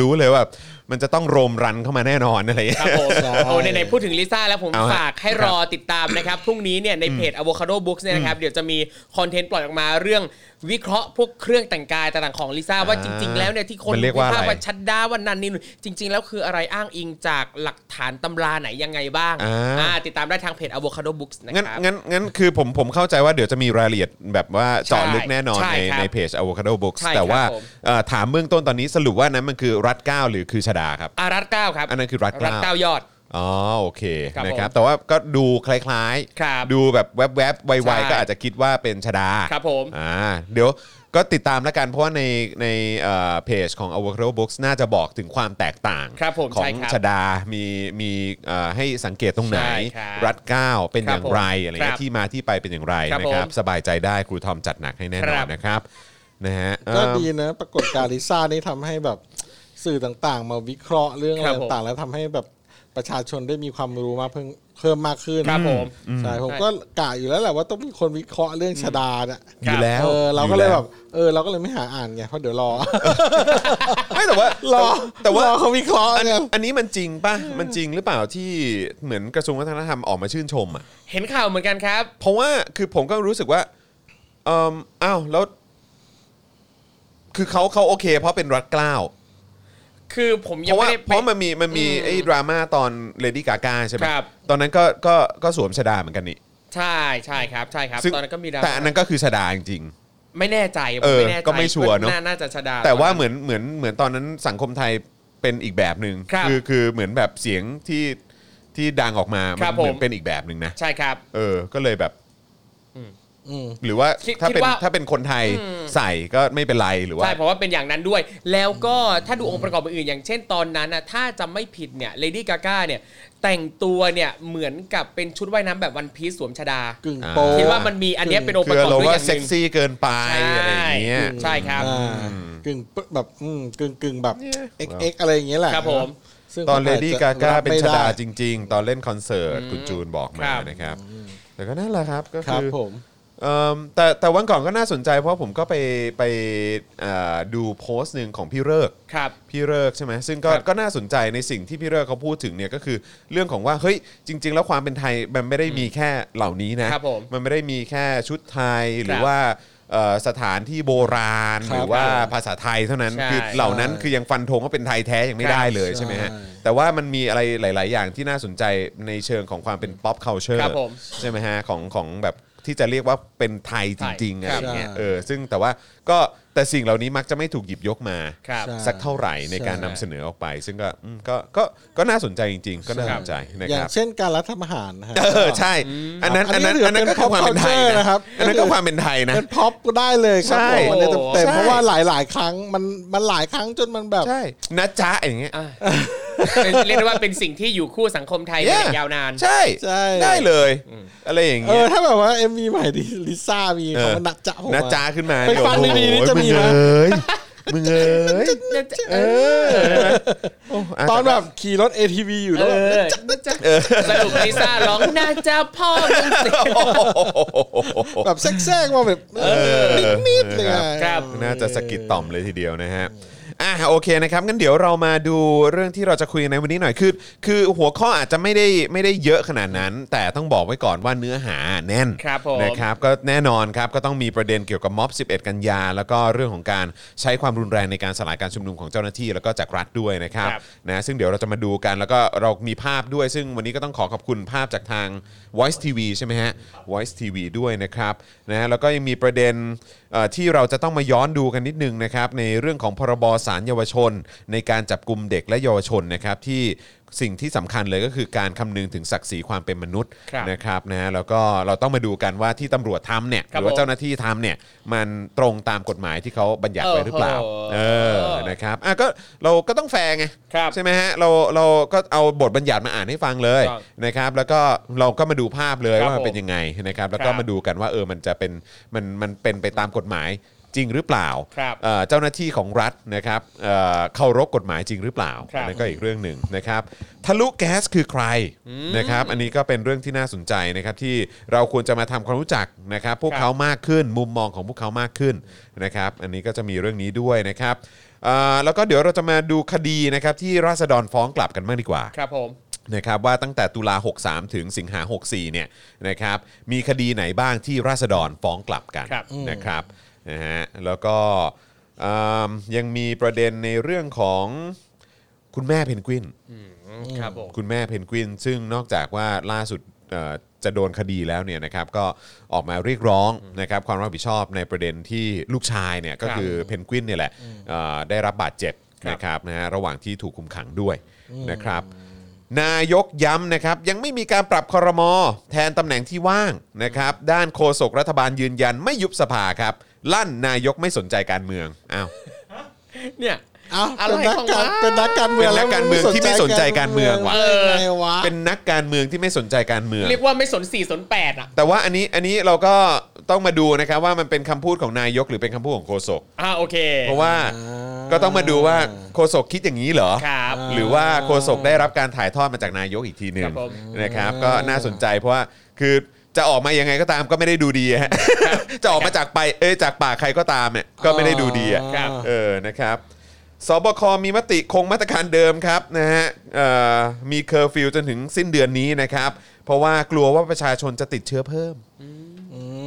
[SPEAKER 2] รู้เลยว่ามันจะต้องโรมรันเข้ามาแน่นอนอะไรอย่างเงี้ย
[SPEAKER 6] ครับผม
[SPEAKER 1] ใช่
[SPEAKER 6] โอ้ในในๆพูดถึงลิซ่าแล้วผม
[SPEAKER 2] เอาฮะ
[SPEAKER 6] ฝากให้รอติดตามนะครับ พรุ่งนี้เนี่ยในเพจ Avocado Books เนี่ยนะครับ เดี๋ยวจะมีคอนเทนต์ปล่อยออกมาเรื่องวิเคราะห์พวกเครื่องแต่งกายต่างๆของลิซ่าว่าจริง ๆ แล้วเนี่ยที่คน
[SPEAKER 2] มันเรียกว่าอะไร
[SPEAKER 6] พากษ์ว่าชัดด้าวันนั้นนี่จริง ๆ แล้วคืออะไรอ้างอิงจากหลักฐานตำราไหนยังไงบ้างอ่าติดตามได้ทางเพจ Avocado Books นะ
[SPEAKER 2] งั้น
[SPEAKER 6] ครับ
[SPEAKER 2] งั้นงั้นคือผมผมเข้าใจว่าเดี๋ยวจะมีรายละเอียดแบบว่าเจาะลึกแน่นอน
[SPEAKER 6] ใช่
[SPEAKER 2] ใน
[SPEAKER 6] ครับ
[SPEAKER 2] ในเพจ Avocado Books
[SPEAKER 6] ใช่ครับ
[SPEAKER 2] แต่ว่า
[SPEAKER 6] ผม
[SPEAKER 2] เอ่อถามเบื้องต้นตอนนี้สรุปว่านั้นมันคือรัฐเก้าหรือคือชดาครับ
[SPEAKER 6] อารัตเก้าครับ
[SPEAKER 2] อันนั้นคือรัฐเก้า
[SPEAKER 6] รัตเก้ายอด
[SPEAKER 2] อ๋อโอเค
[SPEAKER 6] ครับ
[SPEAKER 2] นะครับ
[SPEAKER 6] ผม
[SPEAKER 2] แต่ว่าก็ดูคล้าย
[SPEAKER 6] ครับ
[SPEAKER 2] ดูแบบแวบๆไว
[SPEAKER 6] ใช่
[SPEAKER 2] ๆก็อาจจะคิดว่าเป็นชดา
[SPEAKER 6] ครับผม
[SPEAKER 2] อ่าเดี๋ยวก็ติดตามแล้วกันเพราะว่าในในเอ่อเพจของ Avocado Books น่าจะบอกถึงความแตกต่าง
[SPEAKER 6] ครับผม
[SPEAKER 2] ของ
[SPEAKER 6] ใช่ครับ
[SPEAKER 2] ชดา มีมีเอ่อให้สังเกตตรงไหน
[SPEAKER 6] ใช่ครับ
[SPEAKER 2] รัดเก้าเป็นอย่างไร
[SPEAKER 6] ครับผม
[SPEAKER 2] อะไรเงี้
[SPEAKER 6] ครั
[SPEAKER 2] ย
[SPEAKER 6] บ
[SPEAKER 2] ที่มาที่ไปเป็นอย่างไร
[SPEAKER 6] ครับ
[SPEAKER 2] นะครับ
[SPEAKER 6] ผม
[SPEAKER 2] สบายใจได้ครูทอมจัดหนักให้แน่นอ
[SPEAKER 6] ครั
[SPEAKER 2] น
[SPEAKER 6] บ
[SPEAKER 2] นะครับนะฮะเอิ่ม
[SPEAKER 1] ก็ดีนะ ปรากฏการณ์ลิซ่านี่ทำให้แบบสื่อต่างๆ มาวิเคราะห์เรื่องอะไร
[SPEAKER 6] ครับผม
[SPEAKER 1] ต่างๆ แล้วทำให้แบบประชาชนได้มีความรู้มากเพิ่มเพิ่มมากขึ้น
[SPEAKER 6] ครับผม
[SPEAKER 1] ใช่ผมก็กะอยู่แล้วแหละว่าต้องมีคนวิเคราะห์เรื่องชดาเนี่ย
[SPEAKER 2] อยู่แล้ว
[SPEAKER 1] เออเรา
[SPEAKER 2] อยู่
[SPEAKER 1] ก็เลย
[SPEAKER 2] แล้ว
[SPEAKER 1] แบบเออเราก็เลยไม่หาอ่านไงเพราะเดี๋ยวรอ
[SPEAKER 2] ไม่แต่ว่าร
[SPEAKER 1] อ
[SPEAKER 2] แต่ว่าร
[SPEAKER 1] อเขาวิเค ราะห์
[SPEAKER 2] อัน
[SPEAKER 1] ไง
[SPEAKER 2] อันนี้มันจริงป่ะ มันจริงหรือเปล่าที่เหมือนกระทรวงวัฒนธรรมออกมาชื่นชมอ่ะ
[SPEAKER 6] เห็นข่าวเหมือนกันครับ
[SPEAKER 2] เพราะว่าคือผมก็รู้สึกว่าเอมอ้าวแล้ว คือเขาเขาโอเค เพราะเป็นรัดเกล้า
[SPEAKER 6] คือผม
[SPEAKER 2] เพ
[SPEAKER 6] ยัง
[SPEAKER 2] ราะว่า
[SPEAKER 6] ไม่ได้
[SPEAKER 2] เพราะ
[SPEAKER 6] ไป
[SPEAKER 2] มันมีมันมีไอ้ดราม่าตอนเลดี้กากใช่ไหม
[SPEAKER 6] ครับ
[SPEAKER 2] ตอนนั้นก็ก็ก็สวมชดาเหมือนกันนี่
[SPEAKER 6] ใช่ใช่ครับใช่ครับ
[SPEAKER 2] ซึ่ง
[SPEAKER 6] ตอนนั้นก็มีดรา
[SPEAKER 2] แต่
[SPEAKER 6] ม่า
[SPEAKER 2] อันนั้นก็คือชดาจริง
[SPEAKER 6] ไม่แน่ใจผ
[SPEAKER 2] เออ
[SPEAKER 6] มไม่แน่ใจ
[SPEAKER 2] ก็ไม่ชัวร์เนอะ
[SPEAKER 6] น่าจะชดา
[SPEAKER 2] ๆแต่ว่าเหมือนเหมือนเหมือนตอนนั้นสังคมไทยเป็นอีกแบบหนึ่ง
[SPEAKER 6] ครับ
[SPEAKER 2] อคือเหมือนแบบเสียงที่ที่ดังออกมา
[SPEAKER 6] ค
[SPEAKER 2] มั
[SPEAKER 6] รับ
[SPEAKER 2] เหมือ
[SPEAKER 6] ผ
[SPEAKER 2] น
[SPEAKER 6] ม
[SPEAKER 2] เป็นอีกแบบหนึ่งนะ
[SPEAKER 6] ใช่ครับ
[SPEAKER 2] เออ ก็เลยแบบ
[SPEAKER 1] อืม
[SPEAKER 2] หรือว่า
[SPEAKER 6] คิด
[SPEAKER 2] ถ้า
[SPEAKER 6] คิด
[SPEAKER 2] เป็น
[SPEAKER 6] ว่า
[SPEAKER 2] ถ้าเป็นคนไทยใส่ก็ไม่เป็นไรหรือว่า
[SPEAKER 6] ใช่เพราะว่าเป็นอย่างนั้นด้วย แล้วก็ถ้าดูองค์ประกอบอื่นๆอย่างเช่นตอนนั้นนะถ้าจำไม่ผิดเนี่ยเลดี้กาก้าเนี่ยแต่งตัวเนี่ยเหมือนกับเป็นชุดว่ายน้ำแบบวันพีซสวมชดาก
[SPEAKER 1] ึ่งโป
[SPEAKER 6] คิดว่ามันมีอันเนี้ยเป็นองค์ป
[SPEAKER 2] คื
[SPEAKER 6] ระ
[SPEAKER 2] อก
[SPEAKER 6] อบ
[SPEAKER 2] เรา
[SPEAKER 6] ด้วย
[SPEAKER 2] ว่า
[SPEAKER 6] อย่างห
[SPEAKER 2] เซ็
[SPEAKER 6] นึ่
[SPEAKER 2] ก
[SPEAKER 6] ง
[SPEAKER 2] ซี่เกินไป
[SPEAKER 6] ใช่
[SPEAKER 2] อะไรอย่างเงี้ย
[SPEAKER 6] ใช่ครับ
[SPEAKER 1] อ่ากึ่งปึ๊บแบบอืมกึ่งกึ่งแบบ XX อะไรอย่างเงี้ยแหละ
[SPEAKER 6] ครับผม
[SPEAKER 1] ซึ่ง
[SPEAKER 2] ตอนเลดี้กาก้าเป็นชดา
[SPEAKER 1] จริง
[SPEAKER 2] จริง ๆ ตอนเล่นคอนเสิร์ตคุณจูนบอกมา
[SPEAKER 6] ครับ
[SPEAKER 2] นะครับ แต่ก็นั่นแหละครับก็
[SPEAKER 1] ครับ
[SPEAKER 2] คือ
[SPEAKER 1] ผม
[SPEAKER 2] เอิ่มแต่แต่วันก่อนก็น่าสนใจเพราะผมก็ไปไปเอ่อดูโพสต์หนึ่งของพี่เลิกษ์
[SPEAKER 6] ครับ
[SPEAKER 2] พี่เลิกษ์ใช่ไหมซึ่งก็
[SPEAKER 6] ครับ
[SPEAKER 2] ก็น่าสนใจในสิ่งที่พี่เลิกษ์เขาพูดถึงเนี่ยก็คือเรื่องของว่าเฮ้ยจริง ๆ แล้วความเป็นไทยมันไม่ได้มีแค่เหล่านี้นะครับ
[SPEAKER 6] ผม
[SPEAKER 2] มันไม่ได้มีแค่ชุดไทยหรือ
[SPEAKER 6] ครับ
[SPEAKER 2] ว่าเอ่อสถานที่โบราณ
[SPEAKER 1] ครับ
[SPEAKER 2] หรือว่าภาษาไทยเท่านั้น
[SPEAKER 6] ใช่
[SPEAKER 2] คือเหล่านั้นคือยังฟันธงว่าเป็นไทยแท้ยังไม่ได้เลย
[SPEAKER 1] ครับ
[SPEAKER 2] ใช่ไหมฮะ แต่ว่ามันมีอะไรหลาย ๆ อย่างที่น่าสนใจในเชิงของความเป็น pop culture
[SPEAKER 6] ครับผม
[SPEAKER 2] ใช่ไหมฮะ ของของแบบ ที่จะเรียกว่าเป็นไทยจริงๆ
[SPEAKER 6] ไท
[SPEAKER 2] อะ
[SPEAKER 6] ย
[SPEAKER 2] ไรอย่างเงี้ย
[SPEAKER 1] ครับ
[SPEAKER 2] เออซึ่งแต่ว่าก็แต่สิ่งเหล่านี้มักจะไม่ถูกหยิบยกมา
[SPEAKER 6] ครับ
[SPEAKER 1] ใช่
[SPEAKER 2] สักเท่าไหร่ในการนำเสนอออกไป ซึ่งก็อืมก็ก็ก็น่าสนใจจริง ๆ ก็น่าสนใจนะ
[SPEAKER 1] อ
[SPEAKER 2] ค
[SPEAKER 1] ย่าง
[SPEAKER 2] รับ
[SPEAKER 1] เช่นการรัฐประหารนะฮะ
[SPEAKER 2] เออใช่ อันนั้น
[SPEAKER 1] อั
[SPEAKER 2] อัน
[SPEAKER 1] นนี้
[SPEAKER 2] นั้น
[SPEAKER 1] ถือ
[SPEAKER 2] อันนั้น
[SPEAKER 1] เป็
[SPEAKER 2] ก็
[SPEAKER 1] น
[SPEAKER 2] คือความเป็นไทย
[SPEAKER 1] culture
[SPEAKER 2] นะ
[SPEAKER 1] นะครับ
[SPEAKER 2] อันนั้นก็ความเป็นไทยนะ
[SPEAKER 1] เป็นพ็อปก็ได้เลยครับ
[SPEAKER 2] ใช่
[SPEAKER 1] ผมอันนี้เต็มๆ
[SPEAKER 2] ใช่
[SPEAKER 1] เพราะว่าหลาย ๆ ครั้งมันมันหลายครั้งจนมันแบบ
[SPEAKER 2] ใช่นะจ๊ะอย่างเงี้ย
[SPEAKER 6] อ่ะเป็นเรียกได้ว่าเป็นสิ่งที่อยู่คู่สังคมไทยมา
[SPEAKER 2] Yeah
[SPEAKER 6] อย่างยาวนาน
[SPEAKER 2] ใช่
[SPEAKER 1] ใช่
[SPEAKER 2] ได้เลย อะไรอย่าง
[SPEAKER 1] เอ
[SPEAKER 2] เงี้
[SPEAKER 1] อย ถ้าแบบว่าเอ็มวีใหม่ดิลิซ่ามี
[SPEAKER 2] เออ
[SPEAKER 1] คำว่านักจะผม
[SPEAKER 2] นะ
[SPEAKER 1] อะ
[SPEAKER 2] จ๊ะขึ้นมา
[SPEAKER 1] ไปฟัง
[SPEAKER 2] โอ้โห
[SPEAKER 1] ดีๆนี่จะมีไหม
[SPEAKER 2] งเอ้ยมึงเอ้ยเออโะ
[SPEAKER 1] ตอนแบบขี่รถ ATV อยู่
[SPEAKER 6] เอ
[SPEAKER 1] แล้วแบบ
[SPEAKER 6] อสรุปลิซ่าร้องน่าจะพ่อมึงสิ
[SPEAKER 2] โอ้โห
[SPEAKER 1] แบบแทรกๆมาแบบนิดๆเลยอะ
[SPEAKER 6] ครับ
[SPEAKER 2] น่าจะสะกิดต่อมเลยทีเดียวนะฮะ อ่ะโอเคนะครับงั้นเดี๋ยวเรามาดูเรื่องที่เราจะคุยในวันนี้หน่อยคือ คือหัวข้ออาจจะไม่ได้ไม่ได้เยอะขนาดนั้น แต่ต้องบอกไว้ก่อนว่าเนื้อหาแน่น
[SPEAKER 6] ครับผม
[SPEAKER 2] นะครับก็แน่นอนครับก็ต้องมีประเด็นเกี่ยวกับม็อบ 11 กันยา แล้วก็เรื่องของการใช้ความรุนแรงในการสลายการชุมนุมของเจ้าหน้าที่แล้วก็จากรัฐด้วยนะครับ
[SPEAKER 6] ครับ
[SPEAKER 2] นะซึ่งเดี๋ยวเราจะมาดูกันแล้วก็เรามีภาพด้วย ซึ่งวันนี้ก็ต้องขอขอบคุณภาพจากทาง Voice TV ใช่ไหมฮะ Voice TV ด้วยนะครับนะฮะแล้วก็ยังมีประเด็นเอ่อที่เราจะต้องมาย้อนดูกันนิดนึงนะครับในเรื่องของพรบสารเยาวชน ในการจับกลุ่มเด็กและเยาวชนนะครับที่สิ่งที่สำคัญเลยก็คือการคำนึงถึงศักดิ์ศรีความเป็นมนุษย์
[SPEAKER 6] ครับ
[SPEAKER 2] นะครับนะฮะแล้วก็เราต้องมาดูกันว่าที่ตำรวจทำเนี่ยห
[SPEAKER 6] ครับ
[SPEAKER 2] รือว่า
[SPEAKER 6] ผม
[SPEAKER 2] เจ้าหน้าที่ทำเนี่ยมันตรงตามกฎหมายที่เขาบัญญัติไว้หรือเปล่า
[SPEAKER 6] โอ้โห
[SPEAKER 2] เออนะครับอ่ะก็เราก็ต้องแฟร์ไง
[SPEAKER 6] ครับ
[SPEAKER 2] ใช่ไหมฮะเราเราก็เอาบทบัญญัติมาอ่านให้ฟังเลย
[SPEAKER 6] ครับ
[SPEAKER 2] นะครับแล้วก็เราก็มาดูภาพเลย
[SPEAKER 6] ครับ
[SPEAKER 2] ว่ามันเป็นยังไงนะครับแล้วก็
[SPEAKER 6] ครับ
[SPEAKER 2] มาดูกันว่าเออมันจะเป็นมันมันเป็นไปตามกฎหมายจริงหรือเปล่า
[SPEAKER 6] ครับ
[SPEAKER 2] เอ่อเจ้าหน้าที่ของรัฐนะครับเอ่อเคารพกฎหมายจริงหรือเปล่า
[SPEAKER 6] ครับ
[SPEAKER 2] อันนั่นก็อีกเรื่องหนึ่งนะครับทะลุแก๊สคือใครนะครับอันนี้ก็เป็นเรื่องที่น่าสนใจนะครับที่เราควรจะมาทำความรู้จักนะครับพวก
[SPEAKER 6] ครับ
[SPEAKER 2] เขามากขึ้น มุมมองของพวกเขามากขึ้นนะครับอันนี้ก็จะมีเรื่องนี้ด้วยนะครับ อ่าแล้วก็เดี๋ยวเราจะมาดูคดีนะครับที่ราษฎรฟ้องกลับกันบ้างดีกว่า
[SPEAKER 6] ครับผม
[SPEAKER 2] นะครับว่าตั้งแต่ตุลา 63 ถึงสิงหา 64 เนี่ยนะครับมีคดีไหนบ้างที่ราษฎรฟ้องกลับกัน
[SPEAKER 6] ครับ
[SPEAKER 2] นะครับนะฮะแล้วก็อ่ายังมีประเด็นในเรื่องของคุณแม่เพนกวิน
[SPEAKER 6] ครับผม
[SPEAKER 2] คุณแม่เพนกวิน ซึ่งนอกจากว่าล่าสุดเอ่อจะโดนคดีแล้วเนี่ยนะครับก็ออกมาเรียกร้องนะครับความรับผิดชอบในประเด็นที่ลูกชายเนี่ยก็
[SPEAKER 6] ครับ
[SPEAKER 2] คือเพนกวินเนี่ยแหละเอ่อได้รับบาดเจ็บ
[SPEAKER 6] ครับ
[SPEAKER 2] นะครับนะฮะระหว่างที่ถูกคุมขังด้วยนะครับ นายกย้ำนะครับยังไม่มีการปรับคอรมอแทนตำแหน่งที่ว่างนะครับด้านโฆษกรัฐบาลยืนยันไม่ยุบสภาครับ ลั่นนายกไม่สนใจการเมืองอ้าว
[SPEAKER 6] เนี่ย
[SPEAKER 1] เอ้า
[SPEAKER 6] อะไร
[SPEAKER 1] เป็นนัก
[SPEAKER 6] ของ
[SPEAKER 1] การ
[SPEAKER 6] วะ
[SPEAKER 1] เป็นนักการเมืองแล้ว
[SPEAKER 2] เป็นนักการเมืองที่ไม่สนใจการเมืองว่ะ
[SPEAKER 1] ได้ยังไงวะ
[SPEAKER 2] เป็นนักการเมืองที่ไม่สนใจการเมือง
[SPEAKER 6] เรียกว่าไม่สนสี่สนแปดอ่ะ
[SPEAKER 2] แต่ว่าอันนี้อันนี้เราก็ต้องมาดูนะครับว่ามันเป็นคำพูดของนายกหรือเป็นคำพูดของโฆษก
[SPEAKER 6] อ่าโอเค
[SPEAKER 2] เพราะว่าก็ต้องมาดูว่าโฆษกคิดอย่างนี้เหรอ
[SPEAKER 6] ครับ
[SPEAKER 2] หรือว่าโฆษกได้รับการถ่ายทอดมาจากนายกอีกทีหนึ่
[SPEAKER 6] ครั
[SPEAKER 2] ง
[SPEAKER 6] บผม
[SPEAKER 2] นะครับก็น่าสนใจเพราะว่าคือจะออกมายังไงก็ตามก็ไม่ได้ดูดีฮะ จะออกมาจากไปเอ้ยจากปากใครก็ตามเนี่ยก็ไม่ได้ดูดีอะ
[SPEAKER 6] ครับ
[SPEAKER 2] เออ นะครับ สบค มีมติคงมาตรการเดิมครับนะฮะเอ่อมีเคอร์ฟิวจนถึงสิ้นเดือนนี้นะครับ เพราะว่ากลัวว่าประชาชนจะติดเชื้อเพิ่ม
[SPEAKER 1] อื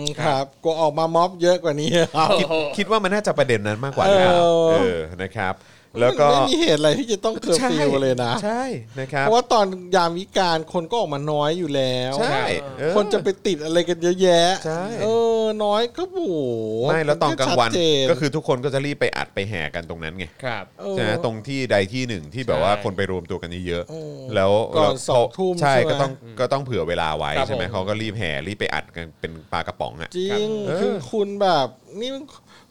[SPEAKER 1] มครับกลัวออกมาม็อบเยอะกว่านี้ครับ
[SPEAKER 6] โอ้โห
[SPEAKER 2] คิดว่ามันน่าจะประเด็นนั้นมากกว่าหรือเปล่า
[SPEAKER 1] เออ
[SPEAKER 2] เออ นะครับ แล้วก็
[SPEAKER 1] ไม่มีเหตุอะไรที่จะต้องเคอร์ฟิวเลยนะ
[SPEAKER 2] ใช่ นะครับ
[SPEAKER 1] เพราะว่าตอนยามวิการคนก็ออกมาน้อยอยู่แล้ว
[SPEAKER 2] ใช่เออ
[SPEAKER 1] คนจะไปติดอะไรกันเยอะแยะ
[SPEAKER 2] ใช่
[SPEAKER 1] เออน้อยก็โห
[SPEAKER 2] ไม่ แล้วตอนกลางวัน
[SPEAKER 1] มัชัดเจน
[SPEAKER 2] ก็คือทุกคนก็จะรีบไปอัดไปแห่กันตรงนั้นไง
[SPEAKER 6] ครับ
[SPEAKER 1] เออ
[SPEAKER 2] ใช่ไหมตรงที่ใดที่หนึ่งที่แบบว่า
[SPEAKER 6] ใช่
[SPEAKER 2] คนไปรวมตัวกันเยอะ
[SPEAKER 1] อืม
[SPEAKER 2] ๆแล้ว
[SPEAKER 1] ก่อน
[SPEAKER 2] แล้ว
[SPEAKER 1] สองทุ่ม
[SPEAKER 2] ใช่
[SPEAKER 1] ใช่ไหม
[SPEAKER 2] ก็ต้องก็ต้องเผื่อเวลาไว้
[SPEAKER 6] ครับ
[SPEAKER 2] ใช่ไหม
[SPEAKER 6] ผม
[SPEAKER 2] เขาก็รีบแห่รีบไปอัดกันเป็นปลากระป๋องอ่ะ
[SPEAKER 1] จริง
[SPEAKER 2] ครับ
[SPEAKER 1] คือ
[SPEAKER 2] เออ
[SPEAKER 1] คุณแบบนี่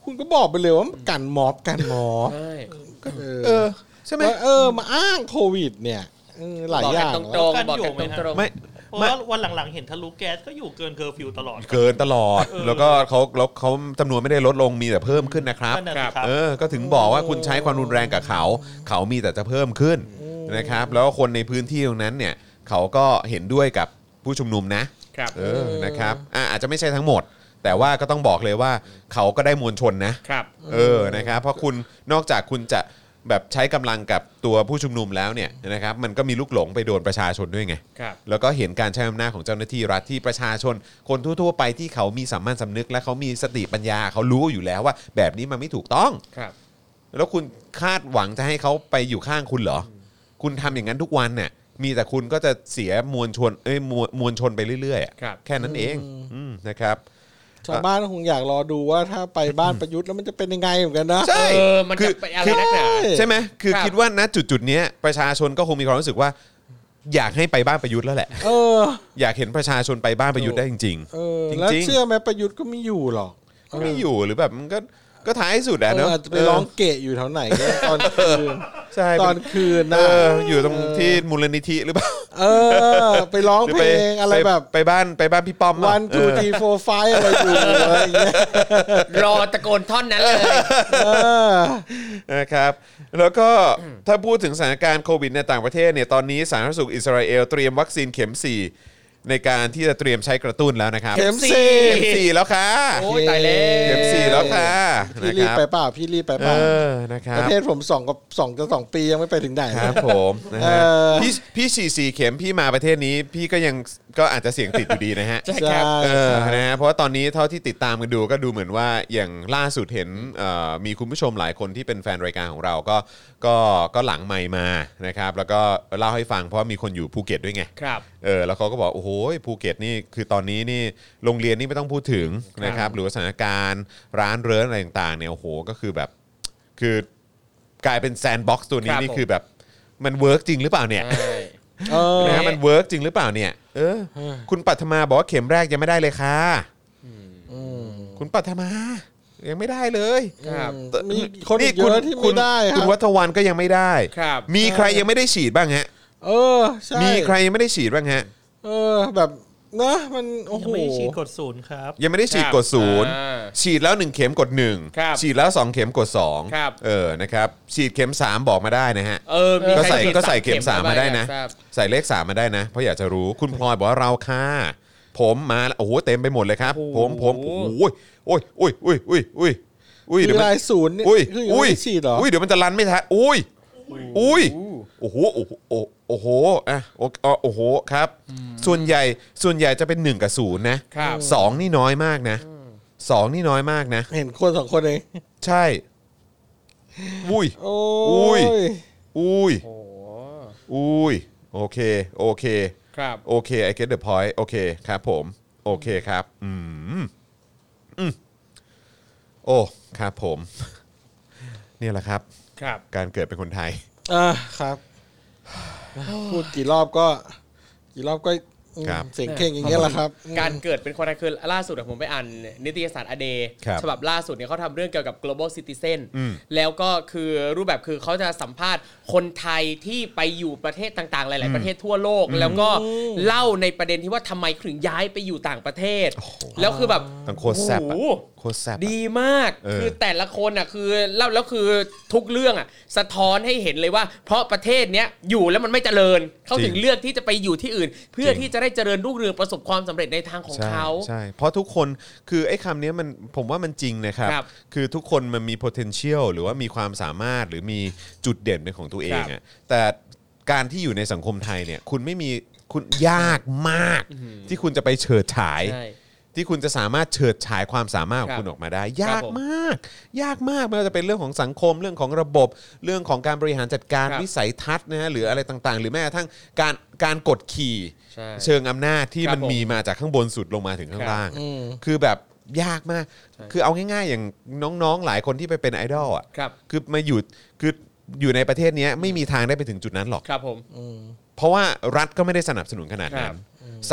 [SPEAKER 1] คุณก็บอกไปเลยว่ากันม็อบกันม็อบ
[SPEAKER 6] ใช่
[SPEAKER 1] เอ
[SPEAKER 2] เอ
[SPEAKER 1] อ
[SPEAKER 2] อใช่ไหม
[SPEAKER 1] แล้วเออมาอ้างโควิด เนี่ยเออหลาย
[SPEAKER 6] บอ
[SPEAKER 1] อ
[SPEAKER 6] กกัน
[SPEAKER 1] ย่าง
[SPEAKER 6] ตรง
[SPEAKER 1] แล้ว
[SPEAKER 6] ๆบอกกันตรงๆ
[SPEAKER 2] ไม่
[SPEAKER 5] เพราะ
[SPEAKER 2] ไม่
[SPEAKER 5] ว่าวันหลังๆ เห็นทะลุแก๊สก็อยู่เกินเคอร์ฟิวตลอด
[SPEAKER 2] เกินตลอดแล้วก็เขาแล้วเขาจำนวนไม่ได้ลดลงมีแต่เพิ่มขึ้นนะครับ
[SPEAKER 5] นั่นน่ะสิครับ
[SPEAKER 2] เออ ก็ถึงบอกว่าคุณใช้ความรุนแรงกับเขา เขามีแต่จะเพิ่มขึ้นนะครับ แล้วคนในพื้นที่ตรงนั้นเนี่ยเขาก็เห็นด้วยกับผู้ชุมนุมนะ
[SPEAKER 6] ครับ
[SPEAKER 2] เออ นะครับอ่ะอาจจะไม่ใช่ทั้งหมด แต่ว่าก็ต้องบอกเลยว่าเขาก็ได้มวลชนนะ
[SPEAKER 6] ครับ
[SPEAKER 2] เออ นะครับ เพราะคุณ นอกจากคุณจะแบบใช้กำลังกับตัวผู้ชุมนุมแล้วเนี่ยนะครับ มันก็มีลูกหลงไปโดนประชาชนด้วยไง
[SPEAKER 6] ครับ
[SPEAKER 2] แล้วก็เห็นการใช้อำนาจของเจ้าหน้าที่รัฐที่ประชาชน คนทั่วๆไปที่เขามีสัมมาสำนึก และเขามีสติปัญญาเขารู้อยู่แล้วว่า แบบนี้มันไม่ถูกต้อง
[SPEAKER 6] ครับ
[SPEAKER 2] แล้วคุณคาดหวังจะให้เขาไปอยู่ข้างคุณเหรอ คุณทำอย่างนั้นทุกวันเนี่ย มีแต่คุณก็จะเสียมวลชนเอ้ยมวลมวลชนไปเรื่อยๆอะ
[SPEAKER 6] ครับ
[SPEAKER 2] แค่นั้นเองอืมนะครับ
[SPEAKER 1] ชาวบ้านก็คงอยากรอดูว่าถ้าไปบ้านประยุทธ์แล้วมันจะเป็นยังไงเหมือนกันนะ
[SPEAKER 2] ใช่
[SPEAKER 6] เออมันจะ
[SPEAKER 2] คือ
[SPEAKER 6] ไปอะไร
[SPEAKER 2] คือ
[SPEAKER 6] นักหนา
[SPEAKER 2] ใช่ไหมคือ
[SPEAKER 6] ครับ
[SPEAKER 2] คิดว่าณจุดจุดๆเนี้ยประชาชนก็คงมีความรู้สึกว่า อยากให้ไปบ้านประยุทธ์แล้วแหละ
[SPEAKER 1] เออ
[SPEAKER 2] อยากเห็นประชาชนไปบ้านประยุทธ์ได้จริง
[SPEAKER 1] เออ
[SPEAKER 2] จริงๆ
[SPEAKER 1] แล้วเชื่อไหมประยุทธ์ก็ไม่อยู่หรอก
[SPEAKER 2] ๆก็ไม่อยู่หรือแบบมันก็ก็ท้ายสุดอะ
[SPEAKER 1] เอ
[SPEAKER 2] เนาะ
[SPEAKER 1] ออาจจะไปร้องเกะอยู่แถวไหนก็ได้ตอนคืน
[SPEAKER 2] ใช่
[SPEAKER 1] ตอนคืน
[SPEAKER 2] เอ
[SPEAKER 1] นะ
[SPEAKER 2] ออยู่ตรงที่มูลนิธิหรือเปล่า
[SPEAKER 1] เออ ไปร้อง
[SPEAKER 2] หรือ
[SPEAKER 1] เพลงอะไรแบบ
[SPEAKER 2] ไปบ้านไปบ้านพี่ป้อมอะ
[SPEAKER 1] วัน
[SPEAKER 2] เอ
[SPEAKER 1] ทู
[SPEAKER 2] อ
[SPEAKER 1] ทีโฟไฟอะไรอยู่อะไรอย่างเงี้ย
[SPEAKER 6] รอตะโกนท่อนนั้นเลย
[SPEAKER 1] เออ
[SPEAKER 2] นะครับ แล้วก็ถ้าพูดถึงสถานการณ์โควิดในต่างประเทศเนี่ยตอนนี้สาธารณสุขอิสราเอลเตรียมวัคซีนเข็ม 4 ในการที่จะเตรียมใช้กระตุ้นแล้วนะครับ
[SPEAKER 1] เข็มสี่
[SPEAKER 2] เข็มสี่แล้วค่ะ
[SPEAKER 6] โอ้ยตายแล้ว
[SPEAKER 2] เข็มสี่แล้วค่ะ
[SPEAKER 1] พี่
[SPEAKER 2] นะ
[SPEAKER 1] รีบ
[SPEAKER 2] ครับ
[SPEAKER 1] ไปเปล่าพี่รีบไป
[SPEAKER 2] เอ
[SPEAKER 1] เปล่า
[SPEAKER 2] อนะครับ
[SPEAKER 1] ประเทศผมสองกับสองจะสองปียังไม่ไปถึงไหน
[SPEAKER 2] ครับผมนะฮะ
[SPEAKER 1] เออ
[SPEAKER 2] พี่พี่ฉีดสี่เข็มพี่มาประเทศนี้ พี่ก็ยังก็อาจจะเสี่ยงติดอยู่ดีนะฮะ
[SPEAKER 1] ใช่ครับ
[SPEAKER 2] เออนะฮะเพราะว่าตอนนี้เท่าที่ติดตามกันดูก็ดูเหมือนว่าอย่างล่าสุดเห็นเอ่อมีคุณผู้ชมหลายคนที่เป็นแฟนรายการของเราก็ก็ก็หลังไมค์มานะครับ แล้วก็เล่าให้ฟังเพราะว่ามีคนอยู่ภูเก็ตด้วยไง
[SPEAKER 6] ครับ
[SPEAKER 2] เออแล้วเขาก็บอกโอ้โหภูเก็ตนี่คือตอนนี้นี่โรงเรียนนี่ไม่ต้องพูดถึงนะครับหรือว่าสถานการณ์ร้านเรื้อนอะไรต่างๆเนี่ยโอ้โหก็คือแบบคือกลายเป็นแซนด์บ็อกซ์ตัวนี้
[SPEAKER 6] ครับ
[SPEAKER 2] นี่
[SPEAKER 6] ผม
[SPEAKER 2] คือแบบมันเวิร์กจริงหรือเปล่าเนี่ย
[SPEAKER 6] ใช่
[SPEAKER 1] เออ
[SPEAKER 2] นะฮะมันเวิร์กจริงหรือเปล่าเนี่ยเออคุณปัทมาบอกว่าเข็มแรกยังไม่ได้เลยค่ะคุณปัทมายังไม่ได้เลย
[SPEAKER 6] ครับ
[SPEAKER 1] แต่มีคนอีกเยอะที่ไม่ได้ค
[SPEAKER 2] คุ
[SPEAKER 1] รั
[SPEAKER 2] ณ
[SPEAKER 1] บ
[SPEAKER 2] วัฒวันก็ยังไม่ได้
[SPEAKER 6] ครับ
[SPEAKER 2] มีใครยังไม่ได้ฉีดบ้างฮะ
[SPEAKER 1] เออใช่
[SPEAKER 2] มีใครยังไม่ได้ฉีดบ้างฮะ
[SPEAKER 1] เออแบบนะมันโอ้
[SPEAKER 5] ยั
[SPEAKER 1] โห
[SPEAKER 5] งไม่ได้ฉีดกดศูนย์ครับ
[SPEAKER 2] ยังไม่ได้ฉีด
[SPEAKER 6] ครับ
[SPEAKER 2] กดศูนย์
[SPEAKER 6] อ่า
[SPEAKER 2] ฉีดแล้ว 1 เข็มกด
[SPEAKER 6] ครับ
[SPEAKER 2] 1 ฉีดแล้ว 2 เข็มกด2
[SPEAKER 6] ครับ
[SPEAKER 2] เออนะครับฉีดเข็ม 3 บอกมาได้นะฮะ
[SPEAKER 6] เออมี
[SPEAKER 2] ก็
[SPEAKER 6] คร
[SPEAKER 2] ใส่
[SPEAKER 6] ฉีด
[SPEAKER 2] ก็ใส่เข็ม 3 มาได้นะ
[SPEAKER 6] ครับ
[SPEAKER 2] ใส่เลข 3 มาได้นะ เพราะอยากจะรู้คุณพลอยบอกว่าเราค่ะ ผมมาโอ้โหเต็มไปหมดเลยครับ ผมผมโอ้ยโอ้ยโอ้ยโอ้ยโอ้ยโอ้ยโอ้ย
[SPEAKER 1] มี
[SPEAKER 2] เดี๋ยวมัน
[SPEAKER 1] รายศูนย์นี่
[SPEAKER 2] อุ้ย
[SPEAKER 1] คือ
[SPEAKER 2] อุ้ย
[SPEAKER 1] ยังไม่ได้ฉีดเหรอ
[SPEAKER 2] อุ้ยเดี๋ยวมันจะรันไม่ทันอุ้ยอุ้ยโอ้โหโอ้โหโอ้โหโอ้โหอ่ะโออ่ะโอ้โหครับ ส่วนใหญ่ส่วนใหญ่จะเป็น 1 กับ 0 นะครับ สองนี่น้อยมากนะสองนี่น้อยมากนะ
[SPEAKER 1] เห็นคนสองคนเอง
[SPEAKER 2] ใช่อุ้ย
[SPEAKER 1] โอ้
[SPEAKER 2] อุ้ย
[SPEAKER 1] ย
[SPEAKER 2] อุ้ย
[SPEAKER 6] โอ้โห
[SPEAKER 2] อุ้ยโอเคโอเค
[SPEAKER 6] ครับ
[SPEAKER 2] โอเค I get the point โอเคครับผม โอเคครับ อืมอืมโอ้ครับผม เนี่ยแหละครับ
[SPEAKER 6] ครับ
[SPEAKER 2] การเกิดเป็นคนไทย
[SPEAKER 1] อ่ะครับ พูดกี่รอบก็กี่รอบก็อืม
[SPEAKER 2] ครับ
[SPEAKER 1] เสียงเข่งอย่างเงี้ยแหละครับ
[SPEAKER 6] การเกิดเป็นคนไทยคือล่าสุดอะผมไปอ่านนิตยสารอเดย์
[SPEAKER 2] ครับ
[SPEAKER 6] ฉบับล่าสุดเนี่ยเขาทำเรื่องเกี่ยวกับ global citizen
[SPEAKER 2] อืม
[SPEAKER 6] แล้วก็คือรูปแบบคือเขาจะสัมภาษณ์คนไทยที่ไปอยู่ประเทศต่างๆ หลาย ๆ ประเทศทั่วโลก แล้วก็เล่าในประเด็นที่ว่าทำไมถึงย้ายไปอยู่ต่างประเทศ แล้วคือแบบ
[SPEAKER 2] ต้องโคตรแซ่บอะ
[SPEAKER 6] โอ้โห
[SPEAKER 2] โคตรแซ่บอะ
[SPEAKER 6] ดีมาก
[SPEAKER 2] เออ
[SPEAKER 6] คือแต่ละคนอ่ะคือเล่าแล้วคือทุกเรื่องอ่ะสะท้อนให้เห็นเลยว่า เพราะประเทศเนี้ยอยู่แล้วมันไม่เจริญ เขาถึ
[SPEAKER 2] จ
[SPEAKER 6] ง
[SPEAKER 2] ริง
[SPEAKER 6] เลือกที่จะไปอยู่ที่อื่น เพื่อ
[SPEAKER 2] จริง
[SPEAKER 6] ที่จะได้เจริญรุ่งเรืองประสบความสำเร็จในทางของ
[SPEAKER 2] ใช่
[SPEAKER 6] เขา
[SPEAKER 2] ใช่ เพราะทุกคนคือไอ้คำเนี้ยมันผมว่ามันจริงนะครับ
[SPEAKER 6] ครับ
[SPEAKER 2] คือทุกคนมันมี potential หรือว่ามีความสามารถหรือมีจุดเด่นเป็นของตัวเอง
[SPEAKER 6] ครับ
[SPEAKER 2] อะแต่การที่อยู่ในสังคมไทยเนี่ย คุณไม่มีคุณยากมาก ที่คุณจะไปเฉิดฉาย
[SPEAKER 6] ใช่
[SPEAKER 2] ที่คุณจะสามารถเฉิดฉายความสามารถขอ
[SPEAKER 6] ครั
[SPEAKER 2] ง
[SPEAKER 6] บ
[SPEAKER 2] คุณออกมาได้ ยาก
[SPEAKER 6] ผม
[SPEAKER 2] มาก ยากมากไม่ว่าจะเป็นเรื่องของสังคมเรื่องของระบบ เรื่องของการบริหารจัดการ
[SPEAKER 6] ครับ
[SPEAKER 2] วิสัยทัศน์นะฮะหรืออะไรต่างๆ หรือแม้กระทั่งการการกดขี่
[SPEAKER 6] ใช่
[SPEAKER 2] เชิงอำนาจที่
[SPEAKER 6] ครับ
[SPEAKER 2] มัน
[SPEAKER 6] ผม
[SPEAKER 2] มี มาจากข้างบนสุดลงมาถึงข้างล่างอะคือแบบยากมาก คือเอาง่าย ๆ อย่างน้องๆ หลายคนที่ไปเป็นไอดอลอ่ะ
[SPEAKER 6] ครับ
[SPEAKER 2] คือมาอยู่ คืออยู่ในประเทศเนี้ยไม่มีทางได้ไปถึงจุดนั้นหรอก
[SPEAKER 6] ครับผม
[SPEAKER 2] เพราะว่ารัฐก็ไม่ได้สนับสนุนขนาดนั้
[SPEAKER 6] ครั
[SPEAKER 2] น
[SPEAKER 6] บ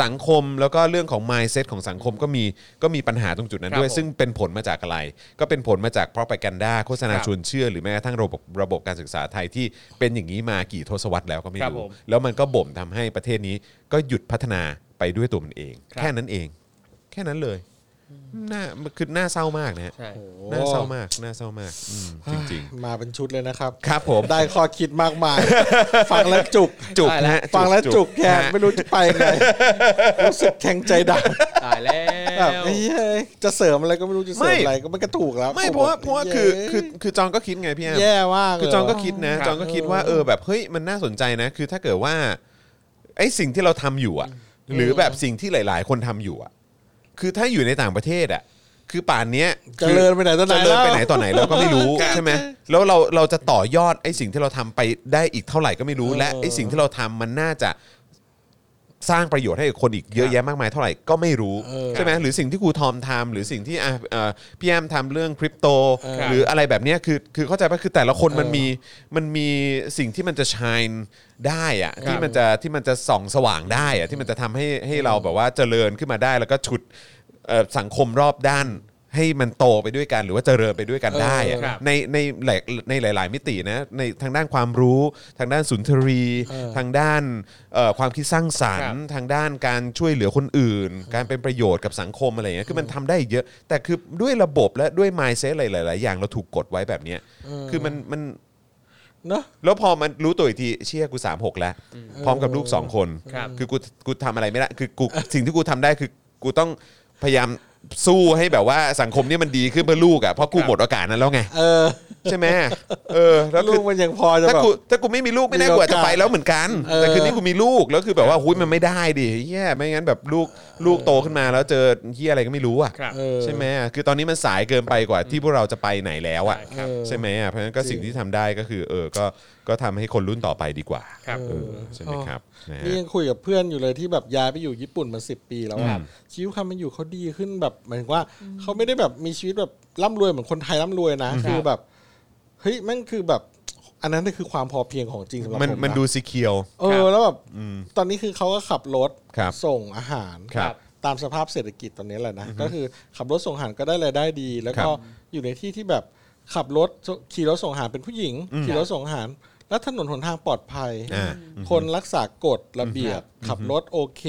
[SPEAKER 2] สังคมแล้วก็เรื่องของ mindset ของสังคมก็มีก็มีปัญหาตรงจุดนั้น
[SPEAKER 6] ครับ
[SPEAKER 2] ด้วย
[SPEAKER 6] ผม
[SPEAKER 2] ซึ่งเป็นผลมาจากอะไร ก็เป็นผลมาจาก propaganda โฆษณา
[SPEAKER 6] ครับ
[SPEAKER 2] ชวนเชื่อ หรือแม้กระทั่งระบบระบบการศึกษาไทยที่เป็นอย่างนี้มากี่ทศวรรษแล้วก็ไม่
[SPEAKER 6] ครับ
[SPEAKER 2] รู้
[SPEAKER 6] ผม
[SPEAKER 2] แล้วมันก็บ่มทำให้ประเทศนี้ก็หยุดพัฒนาไปด้วยตัวมันเอง
[SPEAKER 6] ครับ
[SPEAKER 2] แค่นั้นเอง แค่นั้นเลยน่าคือน่าเศร้ามากนะฮะ
[SPEAKER 6] ใช่
[SPEAKER 2] น่าเศร้ามากน่าเศร้ามากอืมจริง
[SPEAKER 1] มาเป็นชุดเลยนะครับ
[SPEAKER 2] ๆ ครับผม
[SPEAKER 1] ได้ข้อคิดมากมาย ฟังแล้วจุก
[SPEAKER 2] จุกนะฮะ
[SPEAKER 1] ฟังแล้วจุกแขน
[SPEAKER 2] นะฮะ
[SPEAKER 1] ไม่รู้จะไป ไงรู้สึกแทงใจดำ
[SPEAKER 6] ตายแล้
[SPEAKER 1] แบบ
[SPEAKER 6] ว
[SPEAKER 1] เฮ้ยจะเสริมอะไรก็ไม่รู้จะเสริม
[SPEAKER 2] ไม่
[SPEAKER 1] อะไรก็มันก็ถูกแล้ว
[SPEAKER 2] ไม่เพราะว่าเพราะว่าคือ
[SPEAKER 1] เย้
[SPEAKER 2] คือคือจองก็คิดไงพี่แอม
[SPEAKER 1] แย่มากเลย
[SPEAKER 2] คือจองก็คิดนะ
[SPEAKER 6] ครับ
[SPEAKER 2] จองก็คิดว่าเออแบบเฮ้ยมันน่าสนใจนะ คือถ้าเกิดว่าไอ้สิ่งที่เราทำอยู่อ่ะ หรือแบบสิ่งที่หลาย ๆ คนทำอยู่อ่ะ คือถ้าอยู่ในต่างประเทศอ่ะ คือป่านเนี้ย
[SPEAKER 1] เจริญไปไหนตอนไหน
[SPEAKER 2] เจริญไปไหน
[SPEAKER 1] แล้ว
[SPEAKER 2] ตอนไหนเราก็ไม่รู้ ใช่ไหมแล้วเราเราจะต่อยอดไอ้สิ่งที่เราทำไปได้อีกเท่าไหร่ก็ไม่รู้ และไอ้สิ่งที่เราทำมันน่าจะสร้างประโยชน์ให้กับคนอีกเยอะแยะมากมายเท่าไหร่ก็ไม่รู้ใช่ไหมหรือสิ่งที่ครูทอมทำหรือสิ่งที่อ่ะเอ่อพี่แอมทำเรื่องคริปโต หรืออะไรแบบเนี้ยคือคือเข้าใจป่ะคือแต่ละคนมันมีมันมีสิ่งที่มันจะชายได้อะที่มันจะที่มันจะส่องสว่างได้อะที่มันจะทำให้ให้เราแบบว่าเจริญขึ้นมาได้แล้วก็ฉุด เอ่อสังคมรอบด้านให้มันโตไปด้วยกันหรือว่าเจริญไปด้วยกันได้อะ
[SPEAKER 6] ครับ
[SPEAKER 2] ในในหลายในหลาย ๆ มิตินะในทางด้านความรู้ทางด้านสุนทรี ทางด้านเอ่อความคิดสร้างสรรค์ ทางด้านการช่วยเหลือคนอื่น การเป็นประโยชน์กับสังคมอะไรอย่างเงี้ยคือมันทำได้อีกเยอะ แต่คือด้วยระบบและด้วย mindset หลาย ๆ อย่างเราถูกกดไว้แบบเนี้ยคือมันมัน
[SPEAKER 1] เนอะ
[SPEAKER 2] แล้วพอมันรู้ตัวอีกทีเชี่ยกูสามหกแล้ว พร้อมกับลูกสองคน
[SPEAKER 6] ครับ
[SPEAKER 2] อกูกูทำอะไรไม่ได้คือกูสิ่งที่กูทำได้คือกูต้องพยายามสู้ให้แบบว่าสังคมเนี่ยมันดีขึ้นเพื่อลูกอ่ะเพราะกู
[SPEAKER 6] ครับ
[SPEAKER 2] หมดโอกาสนั้นแล้วไง
[SPEAKER 1] เออ
[SPEAKER 2] ใช่ไหมเออแล้ว
[SPEAKER 1] ลู
[SPEAKER 2] คื
[SPEAKER 1] ก
[SPEAKER 2] อ
[SPEAKER 1] มันยังพอจะ
[SPEAKER 2] ถ้า
[SPEAKER 1] แบบ
[SPEAKER 2] กูถ้ากูไม่มีลูกไม่แน่
[SPEAKER 1] มีโอกาส
[SPEAKER 2] กว่าจะไปแล้วเหมือนกัน
[SPEAKER 1] เออ
[SPEAKER 2] แต่คืนนี้กูมีลูกแล้วคือแบบว่าหุ้ยมันไม่ได้ดิแย่ไม่งั้นแบบลูกลูกโตขึ้นมาแล้วเจอที่อะไรก็ไม่รู้อ่ะ
[SPEAKER 6] ครับ
[SPEAKER 1] เออ
[SPEAKER 2] ใช่ไหมอ่ะคือตอนนี้มันสายเกินไปกว่าที่พวกเราจะไปไหนแล้วอ่ะ
[SPEAKER 1] ครับ
[SPEAKER 2] ใช่ไหมอ่ะเพราะฉะนั้นก็สิ่งที่ทำได้ก็คือ เออก็ก็ทำให้คนรุ่นต่อไปดีกว่า
[SPEAKER 6] ครับ
[SPEAKER 2] เออใช่ไหมครับนะฮะ
[SPEAKER 1] นี่ยังคุยกับเพื่อนอยู่เลยที่แบบย้ายไปอยู่ญี่ปุ่นมาสิบปีแล้วอะ
[SPEAKER 2] ครับ
[SPEAKER 1] ชีวิตความเป็นอยู่เขาดีขึ้นแบบหมายถึงว่าเขาไม่ได้แบบมีชีวิตแบบร่ำรวยเหมือนคนไทยร่ำรวยนะคือแบบเฮ้ยแม่งคือแบบ อันนั้นน่ะคือความพอเพียงของจริงสำหรับ
[SPEAKER 2] มัน
[SPEAKER 1] ผม
[SPEAKER 2] มันดู
[SPEAKER 1] ะ
[SPEAKER 2] ซีเคียว
[SPEAKER 1] เออแล้วแบบตอนนี้คือเขาก็ขับรถ
[SPEAKER 2] ครับ
[SPEAKER 1] ส่งอาหาร
[SPEAKER 2] ครับ
[SPEAKER 1] ตามสภาพเศรษฐกิจตอนนี้แหละนะก็คือขับรถส่งอาหารก็ได้รายได้ดี แล้วก็อยู่ในที่ที่แบบขับรถขี่รถส่งอาหารเป็นผู้หญิงขี่รถส่งอาหาร และถนนหนทางปลอดภัย
[SPEAKER 2] อ่า
[SPEAKER 1] คนรักษากฎระเบียบ ขับรถโอเค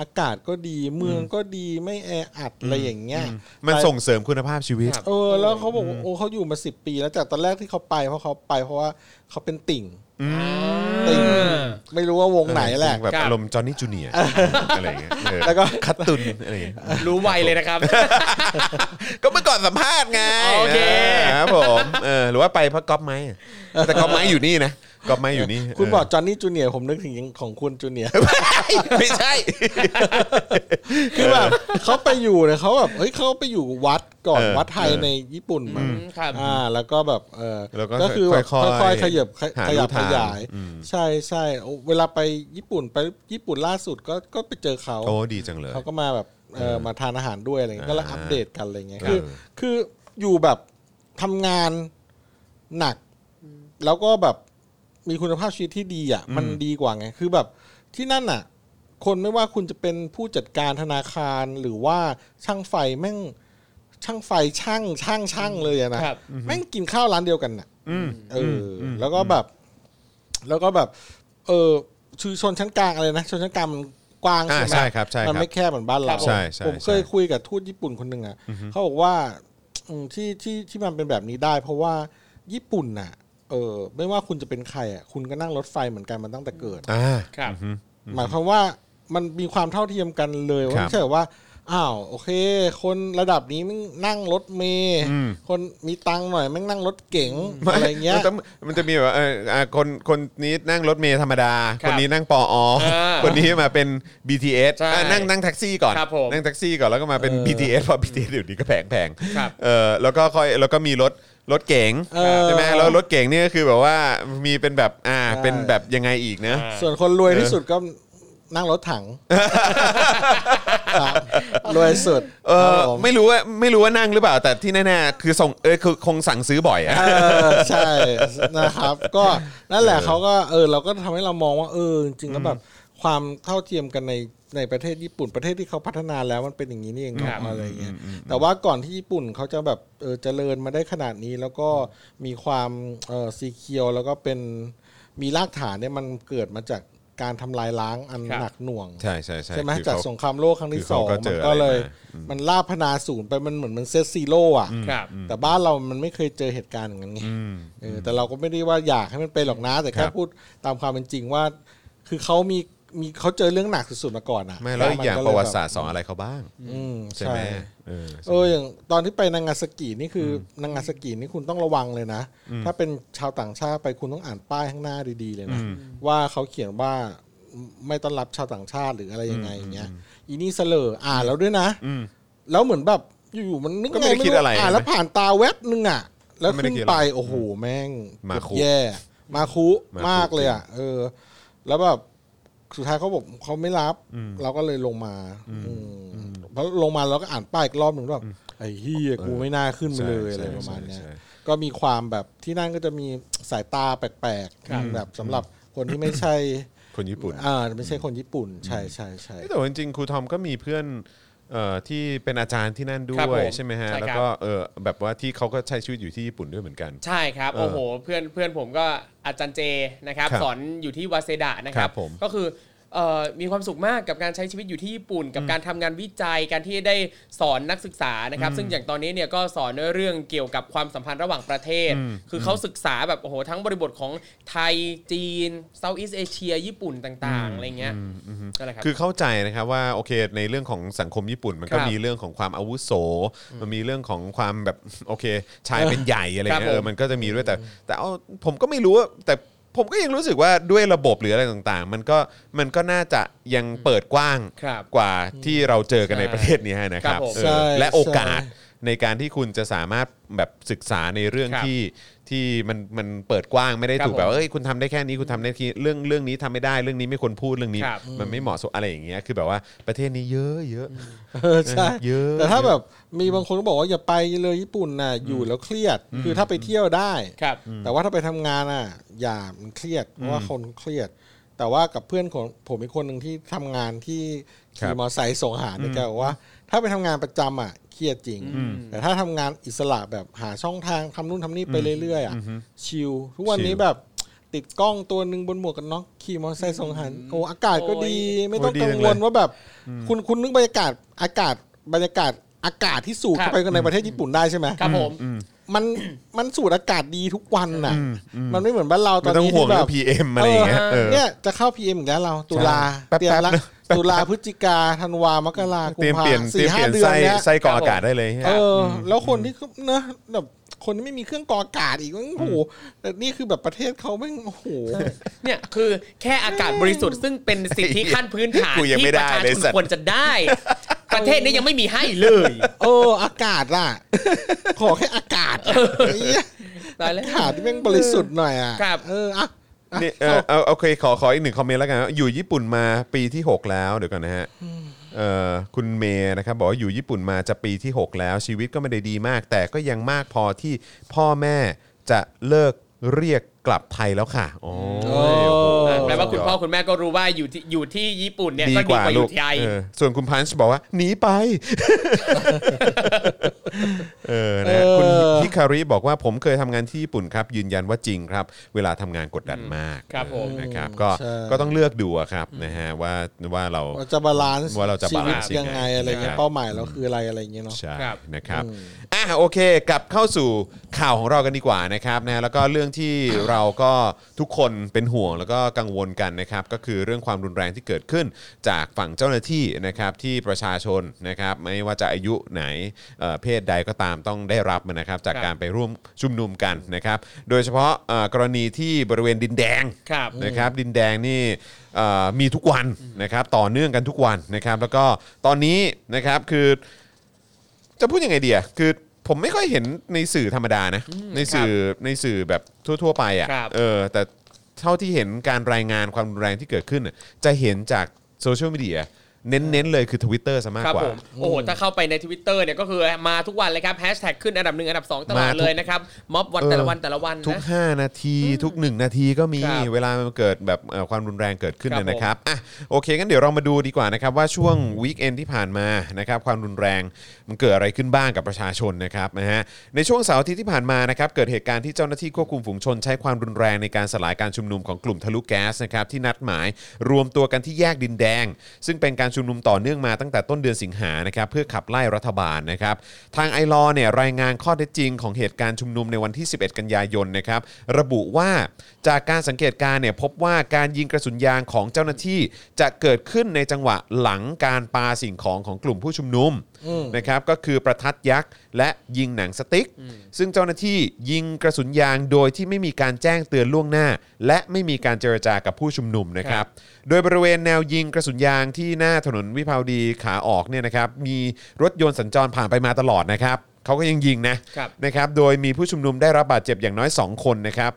[SPEAKER 1] อากาศก็ดีเมืองก็ดีไม่แออัดอะไรอย่างเงี้ย
[SPEAKER 2] มัน
[SPEAKER 1] ไป
[SPEAKER 2] ส่งเสริมคุณภาพชีวิต
[SPEAKER 1] เออแล้วเขาบอกว่าโอ้เขาอยู่มาสิบปี แล้วจากตอนแรกที่เขาไปเพราะเขาไปเพราะว่าเขาเป็นติ่งติ่งไม่รู้ว่าวงไหนแหละ
[SPEAKER 2] แบบ
[SPEAKER 6] ครับ
[SPEAKER 2] อารมณ์จอห์นนี่จูเนียอะไรอย่างเงี้ยเออ
[SPEAKER 1] แล้วก็
[SPEAKER 2] คัตตุนอะไรอย่างเงี้ย
[SPEAKER 6] รู้ไวเลยนะครับ
[SPEAKER 2] ก็เมื่อก่อนสัมภาษณ์ไง
[SPEAKER 6] โอเค
[SPEAKER 2] ครับผมเออหรือว่าไปเพราะก๊อปไม้อะแต่ก๊อปไม้อยู่นี่นะก๊อปไม้อยู่นี่
[SPEAKER 1] คุณบอกจอห์นนี่จูเนียร์ผมนึกถึงของคุณจูเนียร์
[SPEAKER 2] ไม่ใช่
[SPEAKER 1] คือแบบเขาไปอยู่เนี่ยเขาแบบเฮ้ยเขาไปอยู่วัดก่อน
[SPEAKER 2] เออ
[SPEAKER 1] วัดไทย
[SPEAKER 2] เออ
[SPEAKER 1] ในญี่ปุ่นมา
[SPEAKER 6] อืมครับ
[SPEAKER 1] อ่า แล้วก็แบบเออ
[SPEAKER 2] แล้วก็
[SPEAKER 1] คือแบบ
[SPEAKER 2] ค่อยๆ
[SPEAKER 1] ค่อยๆขยับขย
[SPEAKER 2] หา
[SPEAKER 1] ข
[SPEAKER 2] ลู่
[SPEAKER 1] ยับข
[SPEAKER 2] ทาง
[SPEAKER 1] ยาย
[SPEAKER 2] อืม
[SPEAKER 1] ใช่ใช่โอ้เวลาไปญี่ปุ่นไปญี่ปุ่นล่าสุดก็ก็ไปเจอเขา
[SPEAKER 2] โอ้ดีจังเลย
[SPEAKER 1] เขาก็มาแบบเออมาทานอาหารด้วยอะไรเงี้ย
[SPEAKER 2] อ่า
[SPEAKER 1] ก็เลยอัปเดตกันอะไรเงี้ย
[SPEAKER 2] ครับ
[SPEAKER 1] คือคืออยู่แบบทำงานหนัก แล้วก็แบบมีคุณภาพชีวิตที่ดีอ่ะ มันดีกว่าไง คือแบบที่นั่นอ่ะ คนไม่ว่าคุณจะเป็นผู้จัดการธนาคารหรือว่าช่างไฟแม่งช่างไฟช่างช่างช่างเลยอะนะครับ แม่งกินข้าวร้านเดียวกันน่ะ
[SPEAKER 2] อืม
[SPEAKER 1] เอออ
[SPEAKER 2] ม
[SPEAKER 1] แล้วก็แบบ แล้วก็แบบ เออชื่อชนชั้นกลางอะไรนะชนชั้นกลางมันกว้าง
[SPEAKER 2] อ่า
[SPEAKER 1] ใช่ไหม
[SPEAKER 2] ใช่ครับใช่ค
[SPEAKER 1] มั
[SPEAKER 2] รั
[SPEAKER 1] น
[SPEAKER 2] บ
[SPEAKER 1] ไม่แค่เหมือนบ้าน
[SPEAKER 6] ครั
[SPEAKER 1] เรา
[SPEAKER 6] บผม
[SPEAKER 2] ใช่ใช่
[SPEAKER 1] ผมเคยคุยกับทูตญี่ปุ่นคนหนึ่งอ่ะเขาบอกว่าอืมที่ที่ที่มันเป็นแบบนี้ได้ เพราะว่าญี่ปุ่นน่ะ เออไม่ว่าคุณจะเป็นใครอ่ะคุณก็นั่งรถไฟเหมือนกันมาตั้งแต่เกิด
[SPEAKER 2] อ่า
[SPEAKER 6] ครับ
[SPEAKER 1] หมายความว่ามันมีความเท่าเทียมกันเลยว่า
[SPEAKER 2] ครับ
[SPEAKER 1] ไม่ใช่แบบว่าอ้าวโอเค คนระดับนี้แม่งนั่งรถเมย์
[SPEAKER 2] อืม
[SPEAKER 1] คนมีตังค์หน่อยแม่งนั่งรถเก๋งอะไรเงี้ย
[SPEAKER 2] มันจะมันจะมีแบบว่าเอออ่าคนคนนี้นั่งรถเมล์ธรรมดา
[SPEAKER 6] ค
[SPEAKER 2] ค
[SPEAKER 6] รับ
[SPEAKER 2] นนี้นั่งปออ
[SPEAKER 6] อ่า
[SPEAKER 2] คนนี้มาเป็น BTS
[SPEAKER 6] ใช่
[SPEAKER 2] อ่านั่งนั่งแท็กซี่ก่อน
[SPEAKER 6] ครับผม
[SPEAKER 2] นั่งแท็กซี่ก่อนแล้วก็มาเป็น BTS เพราะ BTS เดี๋ยวนี้ก็แพงแพงๆ
[SPEAKER 6] ครับ
[SPEAKER 2] เออแล้วก็ค่อยแล้วก็มีรถรถเก๋ง
[SPEAKER 1] เออ
[SPEAKER 2] ใช่ไหมแล้วรถเก๋งนี่ก็คือแบบว่ามีเป็นแบบอ่าเป็นแบบยังไงอีกนะ
[SPEAKER 6] า
[SPEAKER 1] ส่วนคนรวยที่สุดก็นั่งรถถังครับรวยสุด
[SPEAKER 2] เออ
[SPEAKER 1] ครับผม
[SPEAKER 2] ไม่รู้ว่าไม่รู้ว่านั่งหรือเปล่า แต่ที่แน่ๆคือส่งเออคือคงสั่งซื้อบ่อยอะ
[SPEAKER 1] เออใช่นะครับ ก็นั่นแหละเขาก็เออเราก็ทำให้เรามองว่าเออจริงๆแล้วแบบความเท่าเทียมกันในในประเทศญี่ปุ่นประเทศที่เขาพัฒนาแล้วมันเป็นอย่างนี้นี่เองเน
[SPEAKER 6] ครั
[SPEAKER 1] อะ
[SPEAKER 6] บ
[SPEAKER 1] อะไรเงี้ยแต่ว่าก่อนที่ญี่ปุ่นเขาจะแบบเออเจริญมาได้ขนาดนี้ แล้วก็มีความเออซีเคียวแล้วก็เป็นมีรากฐานเนี่ยมันเกิดมาจากการทำลายล้างอันหนักหน่วง
[SPEAKER 2] ใช่ใช่ใช่
[SPEAKER 1] ใช่ไหม
[SPEAKER 2] คือ
[SPEAKER 1] จาก
[SPEAKER 2] เข
[SPEAKER 1] สงครามโลกครั้งที่
[SPEAKER 2] คือ
[SPEAKER 1] สอง
[SPEAKER 2] เขาก็เจ
[SPEAKER 1] มั
[SPEAKER 2] อน
[SPEAKER 1] ก็
[SPEAKER 2] อะไร
[SPEAKER 1] เลย
[SPEAKER 2] มาอืม
[SPEAKER 1] มันล่าพนาศูนย์ไปมันเหมือนมันเซตซีโร่อะ
[SPEAKER 6] ครับ
[SPEAKER 1] แต่บ้านเรามันไม่เคยเจอเหตุการณ์อย่างนั้นไงเออแต่เราก็ไม่ได้ว่าอยากให้มันเป็นหรอกนะ แต่
[SPEAKER 2] ครั
[SPEAKER 1] แค่
[SPEAKER 2] บ
[SPEAKER 1] พูดตามความเป็นจริงว่า คือเขามีมีเขาเจอเรื่องหนักสุดๆมาก่อนนะ
[SPEAKER 2] ไม่แล้วอีกอย่าง
[SPEAKER 1] น
[SPEAKER 2] ป
[SPEAKER 1] เล
[SPEAKER 2] ระ
[SPEAKER 1] แบ
[SPEAKER 2] วั
[SPEAKER 1] บ
[SPEAKER 2] ติศาสตร์สอนอะไรเขาบ้าง
[SPEAKER 1] อืม
[SPEAKER 2] ใช่ไหมเออ
[SPEAKER 1] เอออย่างตอนที่ไปนางาซากินี่คือนางาซากินี่คุณต้องระวังเลยนะ ถ้าเป็นชาวต่างชาติไปคุณต้องอ่านป้ายข้างหน้าดีๆเลยนะว่าเขาเขียนว่าไม่ต้อนรับชาวต่างชาติหรืออะไรยังไงอย่างเงี้ยอีนี่เสลออ่านแล้วด้วยนะ แล้วเหมือนแบบ อยู่ๆมันนึก
[SPEAKER 2] ก็ไม่ได้คิดอะไร
[SPEAKER 1] านแล้วผ่านตาแวบนึงอ่ะ แล้ว
[SPEAKER 2] ไม่ได้
[SPEAKER 1] ขึ้น
[SPEAKER 2] คิดอะไร
[SPEAKER 1] ไปโอ้โหแม่ง
[SPEAKER 2] มาคุ
[SPEAKER 1] แย่ มาคุ
[SPEAKER 2] มาคุ
[SPEAKER 1] มากเลยอ่ะ เออ แล้วแบบสุดท้ายเขาบอกเขาไม่รับ เราก็เลยลงมาอืมเพราะลงมาเราก็อ่านป้ายอีกรอบหนึ่งแบบไอ้เฮียกูไม่น่าขึ้นไปเลยอะไรประมาณเนี้ย
[SPEAKER 2] ใช่ใช่ใช่
[SPEAKER 1] ก็มีความแบบที่นั่นก็จะมีสายตาแปลกๆแบบสำหรับคนที่ไม่ใช่
[SPEAKER 2] คนญี่ปุ่น
[SPEAKER 1] อ่าไม่ใช่คนญี่ปุ่น ใช่ใช่ใช่
[SPEAKER 2] แต่ว่าจริงๆครูทอมก็มีเพื่อนเอ่อที่เป็นอาจารย์ที่นั่นด้
[SPEAKER 6] ครับ
[SPEAKER 2] วย
[SPEAKER 6] ผม
[SPEAKER 2] ใช่ไหมฮะ
[SPEAKER 6] ใช่ครับ
[SPEAKER 2] แล้วก็เออแบบว่าที่เขาก็ใช้ชีวิตอยู่ที่ญี่ปุ่นด้วยเหมือนกัน
[SPEAKER 6] ใช่ครับ โอ้โห เพื่อนเพื่อนผมก็อาจารย์เจนะครับ
[SPEAKER 2] ครับ
[SPEAKER 6] สอนอยู่ที่วาเซดะนะค
[SPEAKER 2] ครั
[SPEAKER 6] รับบ
[SPEAKER 2] ผม
[SPEAKER 6] ก็คือเอ่อมีความสุขมากกับการใช้ชีวิตอยู่ที่ญี่ปุ่น กับการทำงานวิจัยการที่ได้สอนนักศึกษานะครับ ซึ่งอย่างตอนนี้เนี่ยก็สอนเรื่องเกี่ยวกับความสัมพันธ์ระหว่างประเทศ คือเขาศึกษาแบบโอ้โหทั้งบริบทของไทยจีนเซาท์อีสเอเชีย ญี่ปุ่นต่าง ๆ อะไรเงี้ยนั่นแหละครับ
[SPEAKER 2] คือเข้าใจนะครับว่าโอเคในเรื่องของสังคมญี่ปุ่น มันก็
[SPEAKER 6] ครับ
[SPEAKER 2] มีเรื่องของความอาวุโส มันมีเรื่องของความแบบ โอเคชายเป็นใหญ่อะไร
[SPEAKER 6] ครับ
[SPEAKER 2] เงี้ยเอ
[SPEAKER 6] ผ
[SPEAKER 2] อ
[SPEAKER 6] ม
[SPEAKER 2] มันก็จะมีด้วยแต่ แต่เอาผมก็ไม่รู้ว่าแต่ผมก็ยังรู้สึกว่าด้วยระบบหรืออะไรต่างๆ มันก็มันก็น่าจะยังเปิดกว้าง
[SPEAKER 6] ครับ
[SPEAKER 2] กว่าที่เราเจอกัน
[SPEAKER 6] ใช่
[SPEAKER 2] ในประเทศนี้นะค
[SPEAKER 6] ครั
[SPEAKER 2] รับบ
[SPEAKER 6] ผม
[SPEAKER 2] เออ
[SPEAKER 1] ใช่
[SPEAKER 2] และ
[SPEAKER 1] ใช่
[SPEAKER 2] โอกาสในการที่คุณจะสามารถแบบศึกษาในเรื่อง
[SPEAKER 6] ครับ
[SPEAKER 2] ที่ที่มันมันเปิดกว้างไม่ได้
[SPEAKER 6] ครับ
[SPEAKER 2] ถูกแบบ
[SPEAKER 6] ผม
[SPEAKER 2] เอ้ยคุณทำได้แค่นี้คุณทำได้ที่เรื่องเรื่องนี้ทำไม่ได้เรื่องนี้ไม่ควรพูดเรื่องนี้
[SPEAKER 6] ครับ
[SPEAKER 2] มันไม่เหมาะสมอะไรอย่างเงี้ย คือแบบว่าประเทศนี้เยอะเยอะ
[SPEAKER 1] เออใช่
[SPEAKER 2] เยอะ
[SPEAKER 1] แต่ถ้าแบบมีบางคนก็บอกว่าอย่าไปเลยญี่ปุ่นน่ะอยู่แล้วเครียด คือถ้าไปเที่ยวได้
[SPEAKER 6] ครับ
[SPEAKER 1] แต่ว่าถ้าไปทำงานอ่ะ อย่ามันเครียดเพราะว่าคนเครียด แต่ว่ากับเพื่อนของผมอีกคนหนึ่งที่ทำงานที่
[SPEAKER 2] ครั
[SPEAKER 1] ขี่
[SPEAKER 2] บ
[SPEAKER 1] มอไซค์ส่งอาหารเนี่ยแกบอกว่า ถ้าไปทำงานประจำอ่ะเครียดจริง แต่ถ้าทำงานอิสระแบบหาช่องทางทำนู่นทำนี่ไปเรื่อยๆอ่ะชิลทุกวันนี้แบบติดกล้องตัวหนึ่งบนหมวกกันน็อกขี่มอเตอร์ไซค์ส่งอาหารโอ้อากาศก็
[SPEAKER 6] โอ้ย
[SPEAKER 1] ดีไม่ต้อง
[SPEAKER 2] โอ้ย
[SPEAKER 1] กั
[SPEAKER 2] ดีจั
[SPEAKER 1] ง
[SPEAKER 2] ง
[SPEAKER 1] ว
[SPEAKER 2] เล
[SPEAKER 1] ล
[SPEAKER 2] ย
[SPEAKER 1] ว่าแบบคุณคุณนึกบรรยากาศอากาศบรรยากาศอากาศที่สูด
[SPEAKER 6] ครับ
[SPEAKER 1] เข้าไปในประเทศญี่ปุ่นได้ใช่ไหม
[SPEAKER 6] ครับผม
[SPEAKER 1] มัน มันสูดอากาศดีทุกวันน่ะ มันไม่เหมือนบ้านเราตอ
[SPEAKER 2] ไม่
[SPEAKER 1] น
[SPEAKER 2] ต้อง
[SPEAKER 1] นี้
[SPEAKER 2] ห่วง
[SPEAKER 1] ที่แบ
[SPEAKER 2] เรื่อบ งพีเอ็มอะไรอย่างเงี้ยเออ
[SPEAKER 1] เนี่ยจะเข้าพีเอ็มอีกแล้วเราตุลา
[SPEAKER 2] แป๊บๆ
[SPEAKER 1] เตรียมละ
[SPEAKER 2] นะ
[SPEAKER 1] ตุลาพฤศจิกาธันวามกรากุ
[SPEAKER 2] เตรีย
[SPEAKER 1] ม
[SPEAKER 2] ม
[SPEAKER 1] ภา
[SPEAKER 2] เปลี่ยนเตรี
[SPEAKER 1] สี่
[SPEAKER 2] ยมเป
[SPEAKER 1] ห้า
[SPEAKER 2] ลี่ยน
[SPEAKER 1] เดือน
[SPEAKER 2] ไส้
[SPEAKER 1] เนี้ย
[SPEAKER 2] ไส้กรองอากาศได้เลยฮะ
[SPEAKER 1] เออ แล้วคนที่เขาเนอะแบบคนที่ไม่มีเครื่องกรองอากาศอีกโอ้โหแต่นี่คือแบบประเทศเขาแม่งโอ้ โห
[SPEAKER 6] เนี่ยคือแค่อากาศบริสุทธิ์ซึ่งเป็นสิทธิขั้นพื้นฐาน
[SPEAKER 2] กูยัง
[SPEAKER 6] ที่
[SPEAKER 2] ไม่
[SPEAKER 6] ประ
[SPEAKER 2] ได้
[SPEAKER 6] ชา
[SPEAKER 2] เลย
[SPEAKER 6] ชน
[SPEAKER 2] สัต
[SPEAKER 6] ควร
[SPEAKER 2] ว์
[SPEAKER 6] จะได้ ประเทศนี้ยังไม่มีให้เลย
[SPEAKER 1] เอออากาศล่ะ ขอแค่อากาศอะไอ้เหี้ย
[SPEAKER 6] ตายแล้ว
[SPEAKER 1] ขาดที่แม่งบริสุทธิ์หน่อยอ่ะ
[SPEAKER 6] ครับ
[SPEAKER 1] เอออ่ะอ่ะ
[SPEAKER 2] นี่เออเอาโอเคขอขออีกหนึ่งคอมเมนต์แล้วกันนะอยู่ญี่ปุ่นมาปีที่ 6 แล้วเดี๋ยวก่อนนะฮะเอ่อคุณเมย์นะครับบอกว่าอยู่ญี่ปุ่นมาจะปีที่ 6 แล้ว ชีวิตก็ไม่ได้ดีมาก แต่ก็ยังมากพอที่พ่อแม่จะเลิกเรียกกลับไทยแล้วค่ะโอ้ยโอ้โห
[SPEAKER 6] แปลว่าคุณพ่อคุณแม่ก็รู้ว่าอยู่ที่อยู่ที่ญี่ปุ่นเนี่ย
[SPEAKER 2] ดี
[SPEAKER 6] ก็
[SPEAKER 2] ก
[SPEAKER 6] ดี
[SPEAKER 2] ว่าก
[SPEAKER 6] ว่าอ
[SPEAKER 2] ลู
[SPEAKER 6] ยู่
[SPEAKER 2] ก
[SPEAKER 6] ไทย
[SPEAKER 2] เออส่วนคุณพันช์บอกว่าหนี ไป เออนะฮะคุณฮิคาริบอกว่าผมเคยทำงานที่ญี่ปุ่นครับ ยืนยันว่าจริงครับ เวลาทำงานกดดันมาก
[SPEAKER 6] ครับผม
[SPEAKER 2] นะครับก็ก็ต้องเลือกดูอะครับนะฮะว่าว่าเรา
[SPEAKER 1] เราจะบาลานซ์
[SPEAKER 2] ว่าเราจะ
[SPEAKER 1] ชีวิต
[SPEAKER 2] balance
[SPEAKER 1] ยังไง
[SPEAKER 2] ยังไง
[SPEAKER 1] อะไรเงี้
[SPEAKER 2] ครั
[SPEAKER 1] ย
[SPEAKER 2] บ
[SPEAKER 1] เป้าหมายเราคืออะไรอะไรเงี้ยเนาะ
[SPEAKER 2] ใช่
[SPEAKER 6] ครับ
[SPEAKER 2] นะครับอ่ะโอเคกลับเข้าสู่ข่าวของเรากันดีกว่านะครับนะแล้วก็เรื่องที่เราก็ทุกคนเป็นห่วงแล้วก็กังวลกันนะครับก็คือเรื่องความรุนแรงที่เกิดขึ้นจากฝั่งเจ้าหน้าที่นะครับที่ประชาชนนะครับไม่ว่าจะอายุไหนเอ่อเพศใดก็ตามต้องได้รับนะครับจาก
[SPEAKER 6] ครับ
[SPEAKER 2] การไปร่วมชุมนุมกันนะครับโดยเฉพาะเอ่อกรณีที่บริเวณดินแดง
[SPEAKER 6] ครับ
[SPEAKER 2] นะครับดินแดงนี่เอ่อมีทุกวันนะครับต่อเนื่องกันทุกวันนะครับแล้วก็ตอนนี้นะครับคือจะพูดยังไงเดียคือผมไม่ค่อยเห็นในสื่อธรรมดานะในสื่อในสื่อแบบทั่ว ๆ ไป
[SPEAKER 6] ครั
[SPEAKER 2] อะ่ะ
[SPEAKER 6] บ
[SPEAKER 2] เออแต่เท่าที่เห็นการรายงานความรุนแรงที่เกิดขึ้นน่ะจะเห็นจากโซเชียลมีเดียเน้น ๆ เลยคือ Twitter ซะมาก
[SPEAKER 6] ครับ
[SPEAKER 2] กว่า
[SPEAKER 6] ผมโอ้โหถ้าเข้าไปในทวิตเตอร์เนี่ยก็คือมาทุกวันเลยครับแฮชแท็กขึ้นอันดับหนึ่งอันดับสองตลอ
[SPEAKER 2] มา
[SPEAKER 6] ด
[SPEAKER 2] ทุก
[SPEAKER 6] เลยนะครับม็อบวันแต่ละวันแต่ละวัน
[SPEAKER 2] ทุก
[SPEAKER 6] นะ
[SPEAKER 2] 5 นาทีทุก 1 นาทีก็มี
[SPEAKER 6] ครับ
[SPEAKER 2] เวลามันเกิดแบบเอ่อความรุนแรงเกิดขึ้น
[SPEAKER 6] ครับ
[SPEAKER 2] เนี่ยนะครับอ่ะโอเคงั้นเดี๋ยวเรามาดูดีกว่านะครับว่าช่วงวีคเอนที่ผ่านมานะครับความรุนแรงมันเกิดอะไรขึ้นบ้างกับประชาชนนะครับนะฮะในช่วงเสาร์อาทิตย์ที่ผ่านมานะครับเกิดเหตุการณ์ที่เจ้าหน้าที่ควบคุมฝูงชน ใช้ความรุนแรงในการสลายการชุมนุมของกลุ่มทะลุแก๊สนะครับที่นัดหมายรวมตัวกันที่แยกดินแดง ซึ่งเป็นการชุมนุมต่อเนื่องมาตั้งแต่ต้นเดือนสิงหานะครับเพื่อขับไล่รัฐบาลนะครับทางไอรอเนี่ยรายงานข้อเท็จจริงของเหตุการณ์ชุมนุมในวันที่ 11 กันยายนนะครับ ระบุว่าจากการสังเกตการณ์เนี่ยพบว่าการยิงกระสุนยางของเจ้าหน้าที่จะเกิดขึ้นในจังหวะหลังการปาสิ่งของของกลุ่มผู้ชุมนุม นะครับก็คือประทัดยักษ์และยิงหนังสติ๊ก ซึ่งเจ้าหน้าที่ยิงกระสุนยางโดยที่ไม่มีการแจ้งเตือนล่วงหน้า และไม่มีการเจรจากับผู้ชุมนุมนะครับ โดยบริเวณแนวยิงกระสุนยางที่หน้าถนนวิภาวดีขาออกเนี่ยนะครับมีรถยนต์สัญจรผ่านไปมาตลอดนะครับเขาก็ยังยิงนะครับ นะครับโดยมีผู้ชุมนุมได้รับบาดเจ็บอย่างน้อย 2 คนนะครับ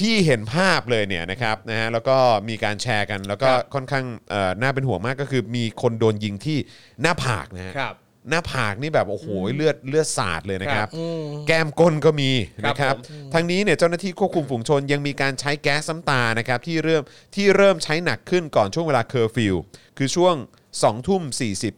[SPEAKER 2] ที่เห็นภาพเลยเนี่ยนะครับนะฮะแล้วก็มีการแชร์กัน แล้วก็ค่อนข้างเอ่อน่าเป็นห่วงมากก็คือมีคนโดนยิงที่หน้าผากนะฮะ
[SPEAKER 6] ครับ
[SPEAKER 2] หน้าผากนี่แบบโอ้โหเลือดเลือดสาดเลยนะครับ
[SPEAKER 1] อืม
[SPEAKER 2] แก้มก้นก็มี
[SPEAKER 6] ครับ
[SPEAKER 2] นะครับ
[SPEAKER 6] ผม
[SPEAKER 2] ทั้งนี้เนี่ยเจ้าหน้าที่ควบคุมฝูงชนยังมีการใช้แก๊สซ้ำตานะครับที่เริ่มที่เริ่มใช้หนักขึ้นก่อนช่วงเวลาเคอร์ฟิวคือช่วง2ทุ่ม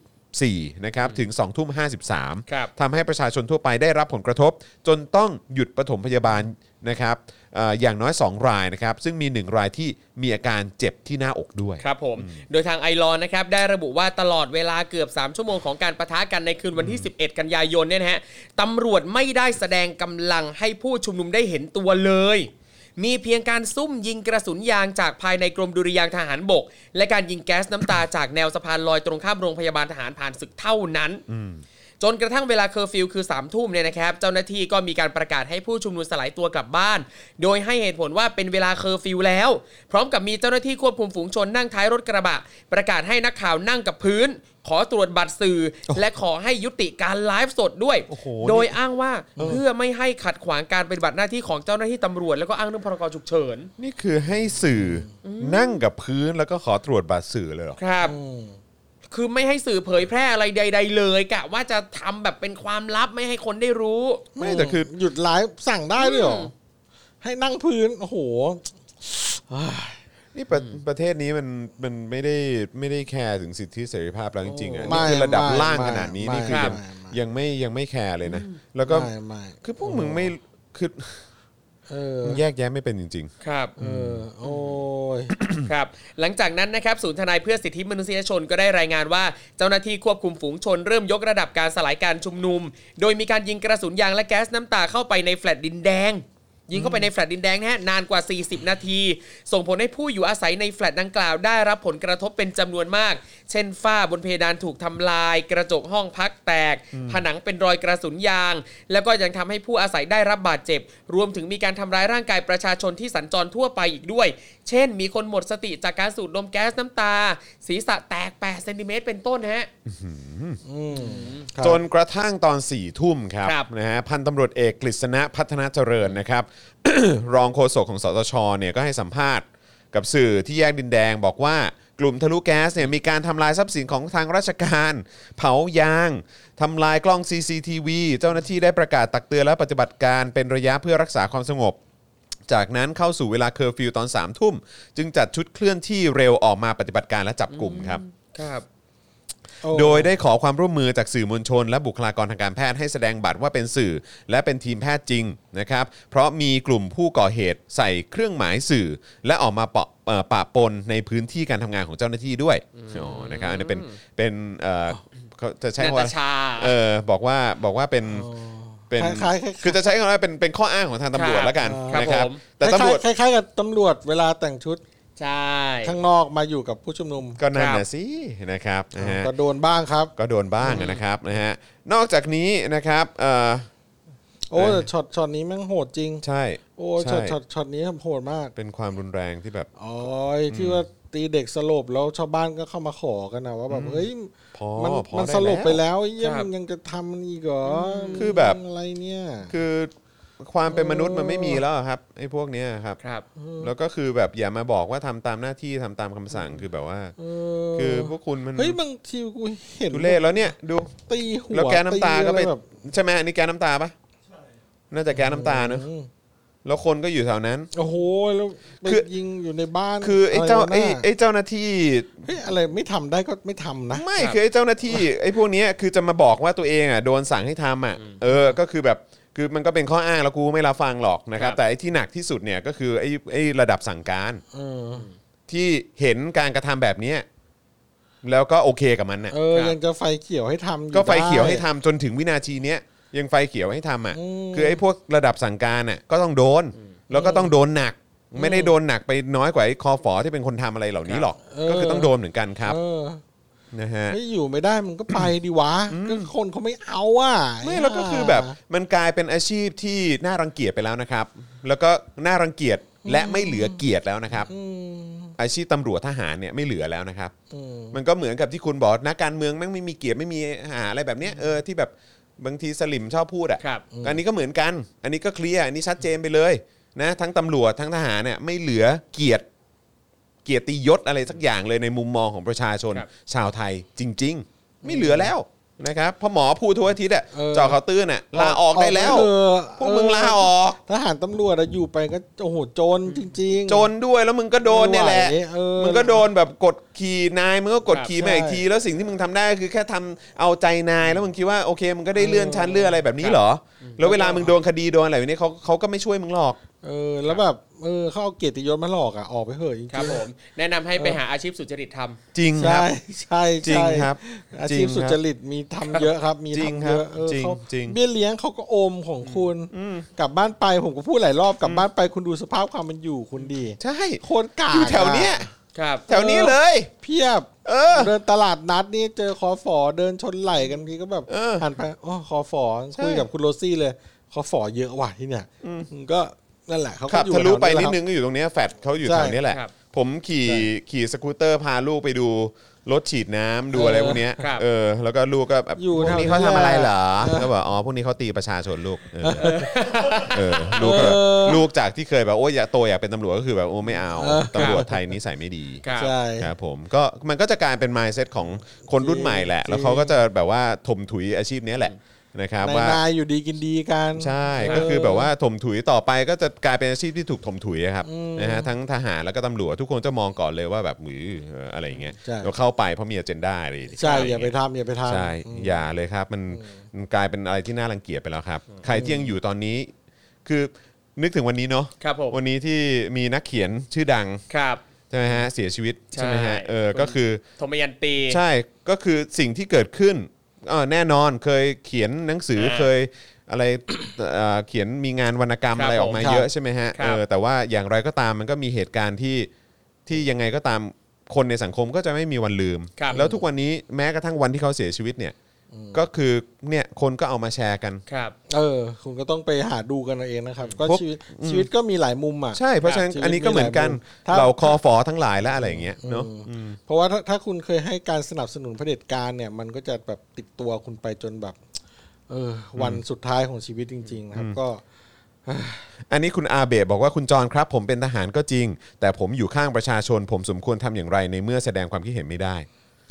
[SPEAKER 2] 44นะครับถึง2ทุ่ม53
[SPEAKER 6] ครับ
[SPEAKER 2] ทำให้ประชาชนทั่วไปได้รับผลกระทบ จนต้องหยุดปฐมพยาบาลนะครับเอ่ออย่างน้อย 2 รายนะครับซึ่งมี 1 รายที่มีอาการเจ็บที่หน้าอกด้วย
[SPEAKER 6] ครับผม โดยทางไอรอนนะครับได้ระบุว่าตลอดเวลาเกือบ 3 ชั่วโมงของการประทะกันในคืนวันที่ 11 กันยายนเนี่ยนะฮะตำรวจไม่ได้แสดงกำลังให้ผู้ชุมนุมได้เห็นตัวเลย มีเพียงการซุ่มยิงกระสุนยางจากภายในกรมดุริยางค์ทหารบก และการยิงแก๊สน้ำตาจากแนวสะพานลอยตรงข้ามโรงพยาบาลทหารผ่านศึกเท่านั้น จนกระทั่งเวลาเคอร์ฟิวคือ3ามทุ่มเนี่ยนะครับ เจ้าหน้าที่ก็มีการประกาศให้ผู้ชุมนุมสลายตัวกลับบ้าน โดยให้เหตุผลว่าเป็นเวลาเคอร์ฟิวแล้ว พร้อมกับมีเจ้าหน้าที่ควบคุมฝูงชนนั่งท้ายรถกระบะ ประกาศให้นักข่าวนั่งกับพื้น ขอตรวจบัตรสื่อ และขอให้ยุติการไลฟ์สดด้วย
[SPEAKER 2] โอ้โห
[SPEAKER 6] โดยอ้างว่าเพื่อไม่ให้ขัดขวางการปฏิบัติหน้าที่ของเจ้าหน้าที่ตำรวจแล้วก็อ้างเรื่องพรกฉุกเฉิน
[SPEAKER 2] นี่คือให้สื่ออนั่งกับพื้นแล้วก็ขอตรวจบัตรสื่อเลยเหรอ
[SPEAKER 6] ครับ คือไม่ให้สื่อเผยแพร่อะไรใด ๆ เลยกะว่าจะทำแบบเป็นความลับไม่ให้คนได้รู้
[SPEAKER 2] ไม่แต่คือ
[SPEAKER 1] หยุดไลฟ์สั่งได้ด้วยเหรอ ให้นั่งพื้น โอ้โห
[SPEAKER 2] นี่ประประเทศนี้มันมันไม่ได้ไม่ได้แคร์ถึงสิทธิเสรีภาพแล้วจริงๆอ่ะ
[SPEAKER 1] โอ้
[SPEAKER 2] นี่คือ
[SPEAKER 1] ไม่
[SPEAKER 2] ระดับ
[SPEAKER 1] ไม่
[SPEAKER 2] ล่างขนาดนี้
[SPEAKER 1] ไม่
[SPEAKER 2] นี่คือ
[SPEAKER 1] ไม่
[SPEAKER 2] ยัง
[SPEAKER 1] ไม่
[SPEAKER 2] ยังไม่ยังไม่แคร์เลยนะ แล้วก็
[SPEAKER 1] ไม่ไม่
[SPEAKER 2] คือพวกมึงไม่คือ
[SPEAKER 1] เออ
[SPEAKER 2] มึงแยกแยะไม่เป็นจริง
[SPEAKER 6] ครับ
[SPEAKER 1] เออ โอ้ย
[SPEAKER 6] ครับหลังจากนั้นนะครับศูนย์ทนายเพื่อสิทธิมนุษยชนก็ได้รายงานว่าเจ้าหน้าที่ควบคุมฝูงชนเริ่มยกระดับการสลายการชุมนุม โดยมีการยิงกระสุนยางและแก๊สน้ำตาเข้าไปในแฟลตดินแดง ยิงเข้าไปในแฟลตดินแดงนะฮะนานกว่า 40 นาที ส่งผลให้ผู้อยู่อาศัยในแฟลตดังกล่าวได้รับผลกระทบเป็นจำนวนมาก เช่นฝ้าบนเพดานถูกทำลาย กระจกห้องพักแตก ผนังเป็นรอยกระสุนยาง แล้วก็ยังทำให้ผู้อาศัยได้รับบาดเจ็บ รวมถึงมีการทำร้ายร่างกายประชาชนที่สัญจรทั่วไปอีกด้วย เช่น มีคนหมดสติจากการสูดดมแก๊สน้ำตา ศีรษะแตก8เซนติเมตรเป็นต้นฮะ
[SPEAKER 1] อืมครับ
[SPEAKER 2] ๆ จนกระทั่งตอน4ี่ทุ่มครับ
[SPEAKER 6] ครับ
[SPEAKER 2] นะฮะพันตำรวจเอกกฤษณะพัฒนาเจริญนะครับ รองโฆษกของสตชเนี่ยก็ให้สัมภาษณ์กับสื่อที่แยกดินแดงบอกว่ากลุ่มทะลุแก๊สเนี่ยมีการทำลายทรัพย์สินของทางราชการ เผายางทำลายกล้อง CCTV เจ้าหน้าที่ได้ประกาศตักเตือนและปฏิบัติการเป็นระยะเพื่อรักษาความสงบ จากนั้นเข้าสู่เวลาเคอร์ฟิวตอน3ามทุ่ม จึงจัดชุดเคลื่อนที่เร็วออกมาปฏิบัติการและจับกลุ่มครับ
[SPEAKER 6] ครับ
[SPEAKER 1] โอ้
[SPEAKER 2] โดยได้ขอความร่วมมือจากสื่อมวลชน และบุคลากรทางการแพทย์ให้แสดงบัตรว่าเป็นสื่อ และเป็นทีมแพทย์จริงนะครับ เพราะมีกลุ่มผู้ก่อเหตุใส่เครื่องหมายสื่อ และออกมาปะเอ่อปะปนในพื้นที่การทำงานของเจ้าหน้าที่ด้วยอ๋อนะครับอันนี้เป็นเป็นเอ่อเขาจะใช้คำว่า
[SPEAKER 6] นาตาชา
[SPEAKER 2] เออบอกว่าบอกว่าเป็นเป็น
[SPEAKER 1] คล้ายๆคล้ายๆ
[SPEAKER 2] คือจะใช้คำว่าเป็นเป็นข้ออ้างของทางตำรวจแล้วกัน
[SPEAKER 6] ครับ
[SPEAKER 2] นะครับ
[SPEAKER 6] ผม
[SPEAKER 2] แต่ตำรวจ
[SPEAKER 1] คล้ายๆคล้ายๆกับตำรวจเวลาแต่งชุด
[SPEAKER 6] ใช่
[SPEAKER 1] ข้างนอกมาอยู่กับผู้ชุมนุม
[SPEAKER 2] ก็นั่นนะสินะครับนะฮะ
[SPEAKER 1] ก็โดนบ้างครับ
[SPEAKER 2] ก็โดนบ้างนะครับนะฮะนอกจากนี้นะครับเอ่อ
[SPEAKER 1] โอ้แต่ช็อตช็อตนี้แม่งโหดจริง
[SPEAKER 2] ใช่
[SPEAKER 1] โอ้ช็
[SPEAKER 2] ใช่
[SPEAKER 1] อตช็อตช็อตนี้โหดมาก
[SPEAKER 2] เป็นความรุนแรงที่แบบ
[SPEAKER 1] อ๋อไอ้ที่ว่าตีเด็กสลบแล้วชาวบ้านก็เข้ามาขอกันนะว่าแบบเฮ้ย
[SPEAKER 2] พอ
[SPEAKER 1] มัน
[SPEAKER 2] พอ
[SPEAKER 1] มัน
[SPEAKER 2] ได้
[SPEAKER 1] สลบไป
[SPEAKER 2] แล้ว
[SPEAKER 1] แล้วเหี้ยมันยังจะทำมันอีกเหรอ
[SPEAKER 2] คือแบบ
[SPEAKER 1] อะไรเนี่ย
[SPEAKER 2] คือความเป็นมนุษย์มันไม่มีแล้วอะครับไอ้พวกเนี้ยครับ
[SPEAKER 6] ครับ
[SPEAKER 2] แล้วก็คือแบบอย่ามาบอกว่าทำตามหน้าที่ทำตามคำสั่งคือแบบว่า คือพวกคุณมัน
[SPEAKER 1] เฮ้ยบางทีกูเห็น
[SPEAKER 2] ทุเล่แล้วเนี่ยดู
[SPEAKER 1] ตีหัว
[SPEAKER 2] แล้วแกสน้ำตาก็ไป
[SPEAKER 1] อะไรแบบ
[SPEAKER 2] ใช่ไหมอันนี้แกสน้ำตาปะน่าจะแกสน้ำตาเนอะแล้วคนก็อยู่แถวนั้น
[SPEAKER 1] โอ้โหแล้วไป
[SPEAKER 2] คือ
[SPEAKER 1] ยิงอยู่ในบ้าน
[SPEAKER 2] คือไอ้เจ้า
[SPEAKER 1] ะรวะ
[SPEAKER 2] ไอ้
[SPEAKER 1] น่ะ
[SPEAKER 2] ไอ้เจ้าหน้าที่
[SPEAKER 1] เฮ้ยอะไรไม่ทำได้ก็ไม่ทำนะ
[SPEAKER 2] ไม่
[SPEAKER 6] ครับ
[SPEAKER 2] คือไอ้เจ้าหน้าที่ ไอ้พวกเนี้ยคือจะมาบอกว่าตัวเองอ่ะโดนสั่งให้ทำอ่ะเออก็คือแบบคือมันก็เป็นข้ออ้างแล้วกูไม่รับฟังหรอกนะครับ
[SPEAKER 6] ครับ
[SPEAKER 2] แต่ไอ้ที่หนักที่สุดเนี่ยก็คือไอ้ไอ้ระดับสั่งการ
[SPEAKER 1] เออ
[SPEAKER 2] ที่เห็นการกระทำแบบเนี้ยแล้วก็โอเคกับมันน่ะ
[SPEAKER 1] เออ
[SPEAKER 6] ครับ
[SPEAKER 1] ยังจะไฟเขียวให้ทำอยู่
[SPEAKER 2] ก็ไฟเขียวให้
[SPEAKER 1] ด้
[SPEAKER 2] ทำจนถึงวินาทีเนี้ยยังไฟเขียวให้ทำอ่ะ
[SPEAKER 1] อืม
[SPEAKER 2] คือไอ้พวกระดับสั่งการน่ะก็ต้องโดน แล้วก็ต้องโดนหนัก ไม่ได้โดนหนักไปน้อยกว่าไอ้คอฝอที่เป็นคนทำอะไรเหล่านี้หรอก ก็คือต้องโดนเหมือนกันครับ
[SPEAKER 1] เออ
[SPEAKER 2] นะฮะ
[SPEAKER 1] ไม่อยู่ไม่ได้มันก็ไปดีวะก็คนเขาไม่เอาอ่ะ
[SPEAKER 2] ไม่แล้วก็คือแบบมันกลายเป็นอาชีพที่น่ารังเกียจไปแล้วนะครับ แล้วก็น่ารังเกียจและไม่เหลือเกียรติแล้วนะครับ
[SPEAKER 1] อืม
[SPEAKER 2] อาชีพตำรวจทหารเนี่ยไม่เหลือแล้วนะครับ
[SPEAKER 1] อืม
[SPEAKER 2] มันก็เหมือนกับที่คุณบอกนักการเมืองแม่งไม่มีเกียรติไม่มีหาอะไรแบบเนี้ยเออที่แบบบางทีสลิมชอบพูดอ่ะ
[SPEAKER 6] ครับ
[SPEAKER 2] อันนี้ก็เหมือนกัน อันนี้ก็เคลียร์อันนี้ชัดเจนไปเลยนะทั้งตำรวจทั้งทหารเนี่ยไม่เหลือเกียรติเกียรติยศอะไรสักอย่างเลยในมุมมองของประชาชน
[SPEAKER 6] ครับ
[SPEAKER 2] ชาวไทยจริง ๆ ไม่เหลือแล้วนะครับพอหมอพูดทุกอาทิตย์อ่ะเจอเขาน์เตื้นอ่ะลาออกได้แล้ว
[SPEAKER 1] เถอะ
[SPEAKER 2] พวกมึงลาออก
[SPEAKER 1] ทหารตำรวจอะอยู่ไปก็โอ้โหโจรจริงๆ
[SPEAKER 2] จนด้วยแล้วมึงก็โดนเนี่ยแหละ
[SPEAKER 1] ไม่ไหวเออ
[SPEAKER 2] มึงก็โดนแบบกดขี่นายมึงก็กดขี่
[SPEAKER 1] ครับ
[SPEAKER 2] มาอีก
[SPEAKER 1] ใช่
[SPEAKER 2] ที แล้วสิ่งที่มึงทำได้ก็คือแค่ทำเอาใจนายแล้วมึงคิดว่าโอเคมึงก็ได้เลื่อนชั้นเลื่อนอะไรแบบนี้เหรอ แล้วเวลามึงโดนคดีโดนอะไรแบบนี้เขาเขาก็ไม่ช่วยมึงหรอก
[SPEAKER 1] เออแล้วแบบเออเขาเอาเกียรติยศมาหลอกอ่ะออกไปเถอะจริงๆ
[SPEAKER 6] ครับผม แนะนำให้ไปหาอาชีพสุจริตทำ
[SPEAKER 2] จริงครั
[SPEAKER 1] ใช่
[SPEAKER 2] บ
[SPEAKER 1] ใช่
[SPEAKER 2] จริง
[SPEAKER 1] ใช่
[SPEAKER 2] ครับ
[SPEAKER 1] อา
[SPEAKER 2] จริ
[SPEAKER 1] ชีพ
[SPEAKER 2] งครับ
[SPEAKER 1] สุจริตมีทำเยอะครับมี
[SPEAKER 2] จริง
[SPEAKER 1] ทำ
[SPEAKER 2] ครั
[SPEAKER 1] เย
[SPEAKER 2] บ
[SPEAKER 1] อะเออ
[SPEAKER 2] จริง
[SPEAKER 1] เขา
[SPEAKER 2] จริง
[SPEAKER 1] เบี้ยเลี้ยงเขาก็โอมของคุณกลับบ้านไปผมก็พูดหลายรอบกลับบ้านไปคุณดูสภาพความมันอยู่คุณดี
[SPEAKER 2] ใช่
[SPEAKER 1] โคตรกาก
[SPEAKER 2] อยู่แถวเนี้ย
[SPEAKER 1] อะ
[SPEAKER 6] ครับ
[SPEAKER 2] แถวนี้เลย
[SPEAKER 1] เพียบ
[SPEAKER 2] เออ
[SPEAKER 1] เดินตลาดนัดนี่เจอคอฝอเดินชนไหลกันทีก็แบบ
[SPEAKER 2] เออ
[SPEAKER 1] หันไปอ๋อคอฝอ
[SPEAKER 2] ใช่
[SPEAKER 1] คุยกับคุณโรซี่เลยคอฝอเยอะว่ะที่เนี่ยก็นั่นแหละเขาก็
[SPEAKER 2] ขับ
[SPEAKER 1] อยู่
[SPEAKER 2] ทะลุไป
[SPEAKER 1] แถว
[SPEAKER 2] นิด
[SPEAKER 1] แหละ
[SPEAKER 2] นึงก็อยู่ตรงเนี้ยแฟดเขาอยู่
[SPEAKER 1] ใช่
[SPEAKER 2] แถวเนี้ยแหละ
[SPEAKER 6] ครับ
[SPEAKER 2] ผมขี่ขี่สกูตเตอร์พาลูกไปดูรถฉีดน้ำดูอะไรพวกเนี้ย
[SPEAKER 6] ครับ
[SPEAKER 2] เออ แล้วก็ลูกก็แบบ
[SPEAKER 1] อยู่
[SPEAKER 2] พวกนี้
[SPEAKER 1] แถว
[SPEAKER 2] เขาทำอะไรเหรอ
[SPEAKER 1] เออ
[SPEAKER 2] ก็บอกอ๋อพวกนี้เขาตีประชาชนลูกเออ เออลูกก็
[SPEAKER 1] เออ
[SPEAKER 2] ลูกจากที่เคยแบบโอ้ยอยากโตอยากเป็นตำรวจก็คือแบบโอ้ไม่เอา
[SPEAKER 1] เออ
[SPEAKER 2] ตำรวจไทยนิสัยไม่ดี
[SPEAKER 6] ครับ
[SPEAKER 1] ใช่
[SPEAKER 2] ครับผมก็มันก็จะกลายเป็น mindset ของคนรุ่นใหม่แหละ
[SPEAKER 1] จริง
[SPEAKER 2] แล้วเขาก็จะแบบว่าถมถุยอาชีพเนี้ยแหละนะครับ
[SPEAKER 1] นาย
[SPEAKER 2] ว่า
[SPEAKER 1] นายอยู่ดีกินดีกัน
[SPEAKER 2] ใช่
[SPEAKER 1] เออ
[SPEAKER 2] ก็คือแบบว่าถมถุยต่อไปก็จะกลายเป็นอาชีพที่ถูกถมถุยอะครับ
[SPEAKER 1] อืม
[SPEAKER 2] นะฮะทั้งทหารแล้วก็ตำรวจทุกคนจะมองก่อนเลยว่าแบบหมือเอออะไรอย่างเงี้ย
[SPEAKER 1] ใช่
[SPEAKER 2] เราเข้าไปเพราะมี agenda อะไรอย่างเจนด้
[SPEAKER 1] ใช่ อย่าไปทำอย่าไปทำ
[SPEAKER 2] ใช่
[SPEAKER 1] อืม
[SPEAKER 2] อย่าเลยครับมันมันกลายเป็นอะไรที่น่ารังเกียจไปแล้วครับ ใครที่ยังอยู่ตอนนี้ คือนึกถึงวันนี้เนาะ
[SPEAKER 6] ครับผม
[SPEAKER 2] วันนี้ที่มีนักเขียนชื่อดัง
[SPEAKER 6] ครับ
[SPEAKER 2] ใช่ไหมฮะเสียชีวิต
[SPEAKER 6] ใช่
[SPEAKER 2] ใช่ไหมฮะเออก็คือ
[SPEAKER 6] ธมยันตี
[SPEAKER 2] ใช่ก็คือสิ่งที่เกิดขึ้นเอ่อแน่นอนเคยเขียนหนังสือ
[SPEAKER 6] อ่า
[SPEAKER 2] เคยอะไรเอ่อเขียนมีงานวรรณกรรม
[SPEAKER 6] ครับ
[SPEAKER 2] อะไรออก
[SPEAKER 1] ผ
[SPEAKER 2] มา
[SPEAKER 1] มครับ
[SPEAKER 2] เยอะใช่ไหมฮะ
[SPEAKER 6] ครั
[SPEAKER 2] เอบ อแต่ว่าอย่างไรก็ตามมันก็มีเหตุการณ์ที่ที่ยังไงก็ตามคนในสังคมก็จะไม่มีวันลืม
[SPEAKER 6] ครับ
[SPEAKER 2] แล้วทุกวันนี้แม้กระทั่งวันที่เขาเสียชีวิตเนี่ยก็คือเนี่ยคนก็เอามาแชร์กัน
[SPEAKER 6] ครับ
[SPEAKER 1] เออ คุณก็ต้องไปหาดูกันเอาเองนะครับ ก็
[SPEAKER 2] พวก
[SPEAKER 1] ชีวิตชีวิตก็มีหลายมุมอ่ะ
[SPEAKER 2] ใช่เพราะฉะนั้น
[SPEAKER 1] ชีวิต
[SPEAKER 2] อันนี้ก็เหมือนกัน
[SPEAKER 1] มีหลายมุมถ้า
[SPEAKER 2] เราคอฟอทั้งหลายและอะไรอย่างเงี้ยเนาะอืม
[SPEAKER 1] เพราะว่าถ้าถ้าคุณเคยให้การสนับสนุนเผด็จการเนี่ย มันก็จะแบบติดตัวคุณไปจนแบบ เออ วันสุดท้ายของชีวิตจริง ๆ นะครับ ก็
[SPEAKER 2] อันนี้คุณอาเบะบอกว่าคุณจรครับผมเป็นทหารก็จริง แต่ผมอยู่ข้างประชาชน ผมสมควรทำอย่างไรในเมื่อแสดงความคิดเห็นไม่ได้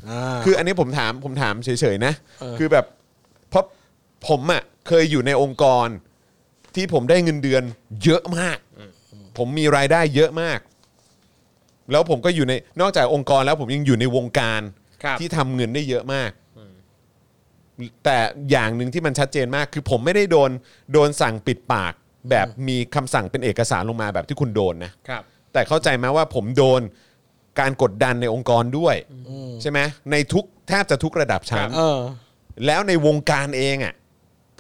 [SPEAKER 1] อ่า
[SPEAKER 2] คืออันนี้ผมถามผมถามเฉยๆนะ
[SPEAKER 1] เออ
[SPEAKER 2] คือแบบเพราะผมอะ่ะเคยอยู่ในองค์กร ที่ผมได้เงินเดือนเยอะมาก ผมมีรายได้เยอะมาก แล้วผมก็อยู่ในนอกจากองค์กรแล้วผมยังอยู่ในวงการ
[SPEAKER 6] ครับ
[SPEAKER 2] ที่ทำเงินได้เยอะมาก แต่อย่างหนึ่งที่มันชัดเจนมาก คือผมไม่ได้โดนโดนสั่งปิดปาก แบบมีคำสั่งเป็นเอกสารลงมาแบบที่คุณโดนนะ
[SPEAKER 6] ครับ
[SPEAKER 2] แต่เข้าใจไหมว่าผมโดนการกดดันในองค์กรด้วย ใช่ไหมในทุกแทบจะทุกระดับชั้น
[SPEAKER 1] เออ
[SPEAKER 2] แล้วในวงการเองอ่ะ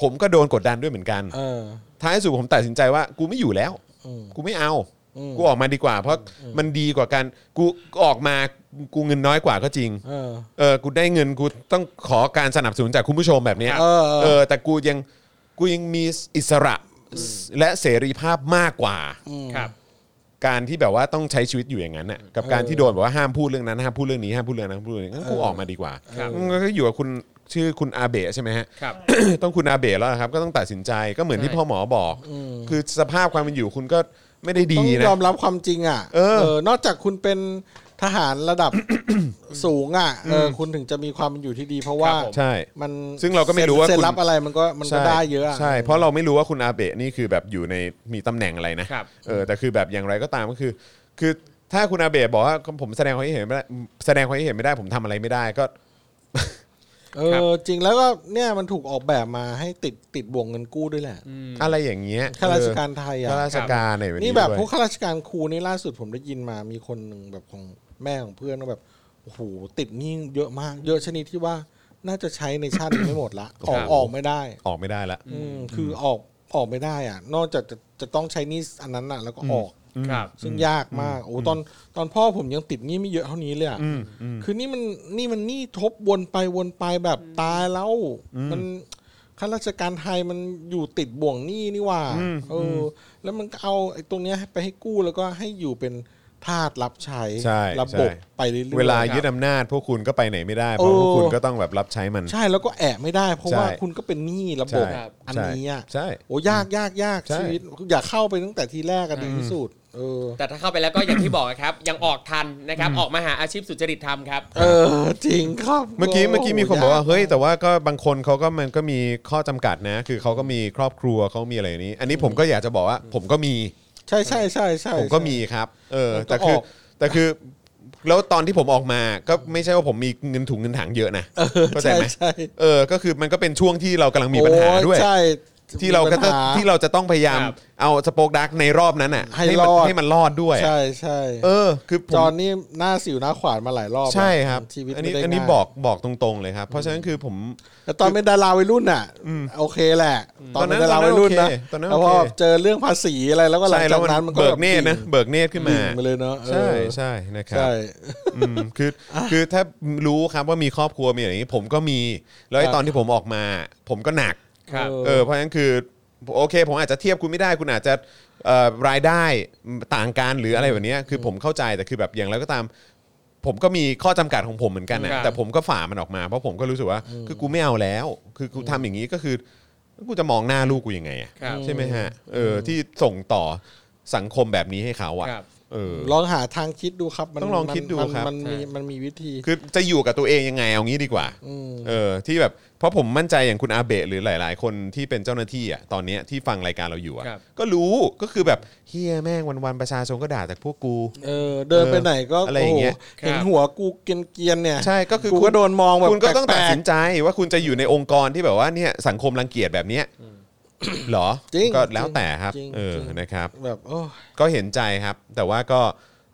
[SPEAKER 2] ผมก็โดนกดดันด้วยเหมือนกัน
[SPEAKER 1] เออ
[SPEAKER 2] ท้ายสุดผมตัดสินใจว่ากูไม่อยู่แล้ว
[SPEAKER 1] อืม
[SPEAKER 2] กูไม่เอา
[SPEAKER 1] อืม
[SPEAKER 2] กูออกมาดีกว่า เพราะมันดีกว่าการกูออกมากูเงินน้อยกว่าก็จริง
[SPEAKER 1] เออ
[SPEAKER 2] เออกูได้เงินกูต้องขอการสนับสนุนจากคุณผู้ชมแบบเนี้ย
[SPEAKER 1] เออเออ
[SPEAKER 2] เออ แต่กูยังกูยังมีอิสระและเสรีภาพมากกว่า
[SPEAKER 6] ครับ
[SPEAKER 2] การที่แบบว่าต้องใช้ชีวิตอยู่อย่างนั้นน่ะกับการที่โดนแบบว่าห้ามพูดเรื่องนั้นห้ามพูดเรื่องนี้ห้ามพูดเรื่องนั้นห้ามพูดเรื่องนี้งั้นกูออกมาดีกว่า
[SPEAKER 6] ครับ
[SPEAKER 2] งั้นก็อยู่กับคุณชื่อคุณอาเบะใช่ไหม ฮะ
[SPEAKER 6] ครับ
[SPEAKER 2] ต้องคุณอาเบะแล้วนะครับ ก็ต้องตัดสินใจก็เหมือนที่
[SPEAKER 6] ใช่
[SPEAKER 2] พ่อหมอบอก คือสภาพความเป็นอยู่คุณก็ไม่ได้ดี
[SPEAKER 1] ต้อง
[SPEAKER 2] นะ
[SPEAKER 1] ยอมรับความจริงอ่ะ
[SPEAKER 2] เออ
[SPEAKER 1] นอกจากคุณเป็นทหารระดับ สูงอ่ะ เออ คุณถึงจะมีความเป็นอยู่ที่ดี เพราะว่า
[SPEAKER 6] ครับผม
[SPEAKER 2] ใช่
[SPEAKER 1] มัน
[SPEAKER 2] ซึ่งเราก็ไม่รู้ว่า
[SPEAKER 1] เซ็
[SPEAKER 2] คุณ
[SPEAKER 1] นรับอะไรมันก็มันก็
[SPEAKER 2] ใช่
[SPEAKER 1] ได้เยอะอะ
[SPEAKER 2] ใช่เพราะเราไม่รู้ว่าคุณอาเบะนี่คือแบบอยู่ในมีตำแหน่งอะไรนะครับ เออแต่คือแบบอย่างไรก็ตามก็คือ คือถ้าคุณอาเบะบอกว่าผมแสดงความคิดเห็นไม่ได้แสดงความคิดเห็นไม่ได้ผมทำอะไรไม่ได้ก็
[SPEAKER 1] เออจริงแล้วก็เนี่ยมันถูกออกแบบมาให้ติดติดบ่วงเงินกู้ด้วยแหละ
[SPEAKER 2] อะไรอย่างเงี้ย
[SPEAKER 1] ข้าราชการไทยอ่ะ
[SPEAKER 2] ข้าราชการเนี่ย
[SPEAKER 1] นี่แบบ
[SPEAKER 2] ด้วย
[SPEAKER 1] พวกข้าราชการครูนี่ล่าสุดผมได้ยินมามีคนหนึ่งแบบของแม่ของเพื่อนว่าแบบโอ้โหติดหนี้เยอะมาก เยอะชนิดที่ว่าน่าจะใช้ในชาตินี้ ไม่หมดละออก
[SPEAKER 2] ครับ
[SPEAKER 1] ออกไม่ได้
[SPEAKER 2] ออกไม่ได้ละ
[SPEAKER 1] อืมคือออกออกไม่ได้อ่ะ นอกจากจะจะต้องใช้หนี้อันนั้นอ่ะ แล้วก็ออก
[SPEAKER 6] ครับ
[SPEAKER 1] ซึ่งยากมาก โอ้ตอนตอนพ่อผมยังติดหนี้ไม่เยอะเท่านี้เลยอะ
[SPEAKER 2] อืมอืม
[SPEAKER 1] คือนี่มันนี่มันหนี้ทบวนไปวนไปแบบตายแล้ว มันข้าราชการไทยมันอยู่ติดบ่วงหนี้นี่หว่า
[SPEAKER 2] อืม
[SPEAKER 1] เอออ แล้วมันก็เอาไอ้ตรงเนี้ยไปให้กู้แล้วก็ให้อยู่เป็นทาสรับใช้
[SPEAKER 2] ใช่
[SPEAKER 1] ระ
[SPEAKER 2] ใช่
[SPEAKER 1] บบไปเรื่อยๆ
[SPEAKER 2] เวลายึดอำนาจพวกคุณก็ไปไหนไม่ได้ เพราะพวกคุณ
[SPEAKER 1] เออ
[SPEAKER 2] ก็ต้องแบบรับใช้มัน
[SPEAKER 1] ใช่แล้วก็แอบไม่ได้เพราะ
[SPEAKER 2] ใช่
[SPEAKER 1] ว่าคุณก็เป็นหนี้ระบ
[SPEAKER 2] ใช่
[SPEAKER 1] บ
[SPEAKER 6] ครับ
[SPEAKER 1] อันนี้อะ
[SPEAKER 2] ใช่
[SPEAKER 1] โอ้ยากยากยาก
[SPEAKER 2] ใช่
[SPEAKER 1] ชีวิตอย่าเข้าไปตั้งแต่ทีแรกกันดีที่สุดเออ
[SPEAKER 6] แต่ถ้าเข้าไปแล้วก็อย่างที่บอกครับ ยังออกทันนะครับ ออกมาหาอาชีพสุจริตทำครับ
[SPEAKER 1] เออ จริงครับ
[SPEAKER 2] เมื่อกี้เมื่อกี้มีคนบอกว่าเฮ้ยแต่ว่าก็บางคนเขาก็มันก็มีข้อจำกัดนะ คือเขาก็มีครอบครัวเขามีอะไรอย่างนี้ อันนี้ผมก็อยากจะบอกว่า ผมก็มี
[SPEAKER 1] ใช่ใช่ใช่ใช่
[SPEAKER 2] ผมก็มีครับ เออ
[SPEAKER 1] มันก็
[SPEAKER 2] แต่คือ
[SPEAKER 1] ออก
[SPEAKER 2] แต่คือแล้วตอนที่ผมออกมาก็ไม่ใช่ว่าผมมีเงินถุงเงินถังเยอะนะเข้าใจไหม
[SPEAKER 1] ใช่ใช่
[SPEAKER 2] เออ ก็คือมันก็เป็นช่วงที่เรากำลังมีปัญหาด้วย
[SPEAKER 1] โอ้ใช่
[SPEAKER 2] ที่เราก็จะ
[SPEAKER 1] มีปัญห
[SPEAKER 2] ที่เราจะต้องพยายาม
[SPEAKER 6] ครับ
[SPEAKER 2] เอาสโปกดักในรอบนั้นอ่ะ
[SPEAKER 1] ให้
[SPEAKER 2] มัน
[SPEAKER 1] รอด
[SPEAKER 2] ให้มันรอดด้วย
[SPEAKER 1] ใช่ใช่
[SPEAKER 2] เออ คือผม
[SPEAKER 1] จอนนี่หน้าสิวหน้าขวานมาหลายรอบ
[SPEAKER 2] ใช่ครับ
[SPEAKER 1] ชีวิต
[SPEAKER 2] อัน
[SPEAKER 1] ไม่
[SPEAKER 2] นี้
[SPEAKER 1] ได้
[SPEAKER 2] อันนี้
[SPEAKER 1] ง่าย
[SPEAKER 2] บอกบอกตรงๆเลยครับ เพราะฉะนั้นคือผม
[SPEAKER 1] แต่ตอนเป็นดาราวัยรุ่นอ่ะโอเคแหละ ตอนเป็น
[SPEAKER 2] ตอนนั้น
[SPEAKER 1] ดาราวัยรุ่นนะ
[SPEAKER 2] โอเคตอนนั้น
[SPEAKER 1] แล้วพอ
[SPEAKER 2] โอเค
[SPEAKER 1] เจอเรื่องภาษีอะไรแล้วก็หลัง
[SPEAKER 2] ใช่แล้
[SPEAKER 1] จาว ก
[SPEAKER 2] มัน
[SPEAKER 1] นั้นมันก็
[SPEAKER 2] เบิ
[SPEAKER 1] แบ
[SPEAKER 2] ก
[SPEAKER 1] บ
[SPEAKER 2] เนตรนะเบิกเนตรขึ้นมา
[SPEAKER 1] ดิ่งไปเลยเนอะเออ
[SPEAKER 2] ใช่ใช่นะครับ
[SPEAKER 1] ใช่
[SPEAKER 2] อืมคือคือถ้ารู้ครับว่ามีครอบครัวมีอะไรอย่างนี้ ผมก็มีแล้ว
[SPEAKER 1] ค
[SPEAKER 2] ไอ้
[SPEAKER 1] รับ
[SPEAKER 2] ตอนที่ผมออกมา ผมก็หนัก
[SPEAKER 6] ครับ
[SPEAKER 1] เออ
[SPEAKER 2] เออเพราะฉะนั้นคือโอเค ผมอาจจะเทียบคุณไม่ได้คุณอาจจะเอ่อรายได้ต่างกันหรืออะไรแบบเนี้ยคือผมเข้าใจแต่คือแบบอย่างไรก็ตาม ผมก็มีข้อจำกัดของผมเหมือนกันนะครับ แต่ผมก็ฝ่ามันออกมาเพราะผมก็รู้สึกว่า คือกูไม่เอาแล้ว คือกูทำอย่างนี้ก็คือกูจะมองหน้าลูกกูยังไงอะ
[SPEAKER 6] ครับ
[SPEAKER 2] ใช่ไหมฮะเออที่ส่งต่อสังคมแบบนี้ให้เขาอะ
[SPEAKER 6] ครับ
[SPEAKER 2] เออ
[SPEAKER 1] ลองหาทางคิดดูครับมัน
[SPEAKER 2] ต้องลองคิดดู
[SPEAKER 1] มัน
[SPEAKER 2] ครับ
[SPEAKER 1] มันมี
[SPEAKER 6] ใช่
[SPEAKER 1] มันมีวิธี
[SPEAKER 2] คือจะอยู่กับตัวเองยังไงเอางี้ดีกว่า
[SPEAKER 1] อืม
[SPEAKER 2] เออที่แบบเพราะผมมั่นใจอย่างคุณอาเบะหรือหลาย ๆ คนที่เป็นเจ้าหน้าที่อ่ะตอนเนี้ยที่ฟังรายการเราอยู่อ่ะ
[SPEAKER 6] ครับ
[SPEAKER 2] ก็รู้ก็คือแบบเฮียแม่งวันๆประชาชนก็ด่าจากพวก กู
[SPEAKER 1] เออเดินไปไหนก็
[SPEAKER 2] อะไรอย่างเงี้ย
[SPEAKER 1] โโหเห็นหัวกูเกรียนๆเนี่ย
[SPEAKER 2] ใช่ก็คือ
[SPEAKER 1] กู
[SPEAKER 2] คุ
[SPEAKER 1] ก็
[SPEAKER 2] ณ
[SPEAKER 1] โดนมองแบบ
[SPEAKER 2] คุณก็ต้องตัดสิน
[SPEAKER 1] แปลก
[SPEAKER 2] ใจว่าคุณจะอยู่ในองค์กรที่แบบว่าเนี่ยสังคมรังเกียจแบบเนี้ยเหรอ
[SPEAKER 1] จริง
[SPEAKER 2] ก็แล้วแต่ครับ
[SPEAKER 1] จริง
[SPEAKER 2] เออ
[SPEAKER 1] จริง
[SPEAKER 2] นะครับ
[SPEAKER 1] ๆแบบโอ้ย
[SPEAKER 2] ก็เห็นใจครับ แต่ว่าก็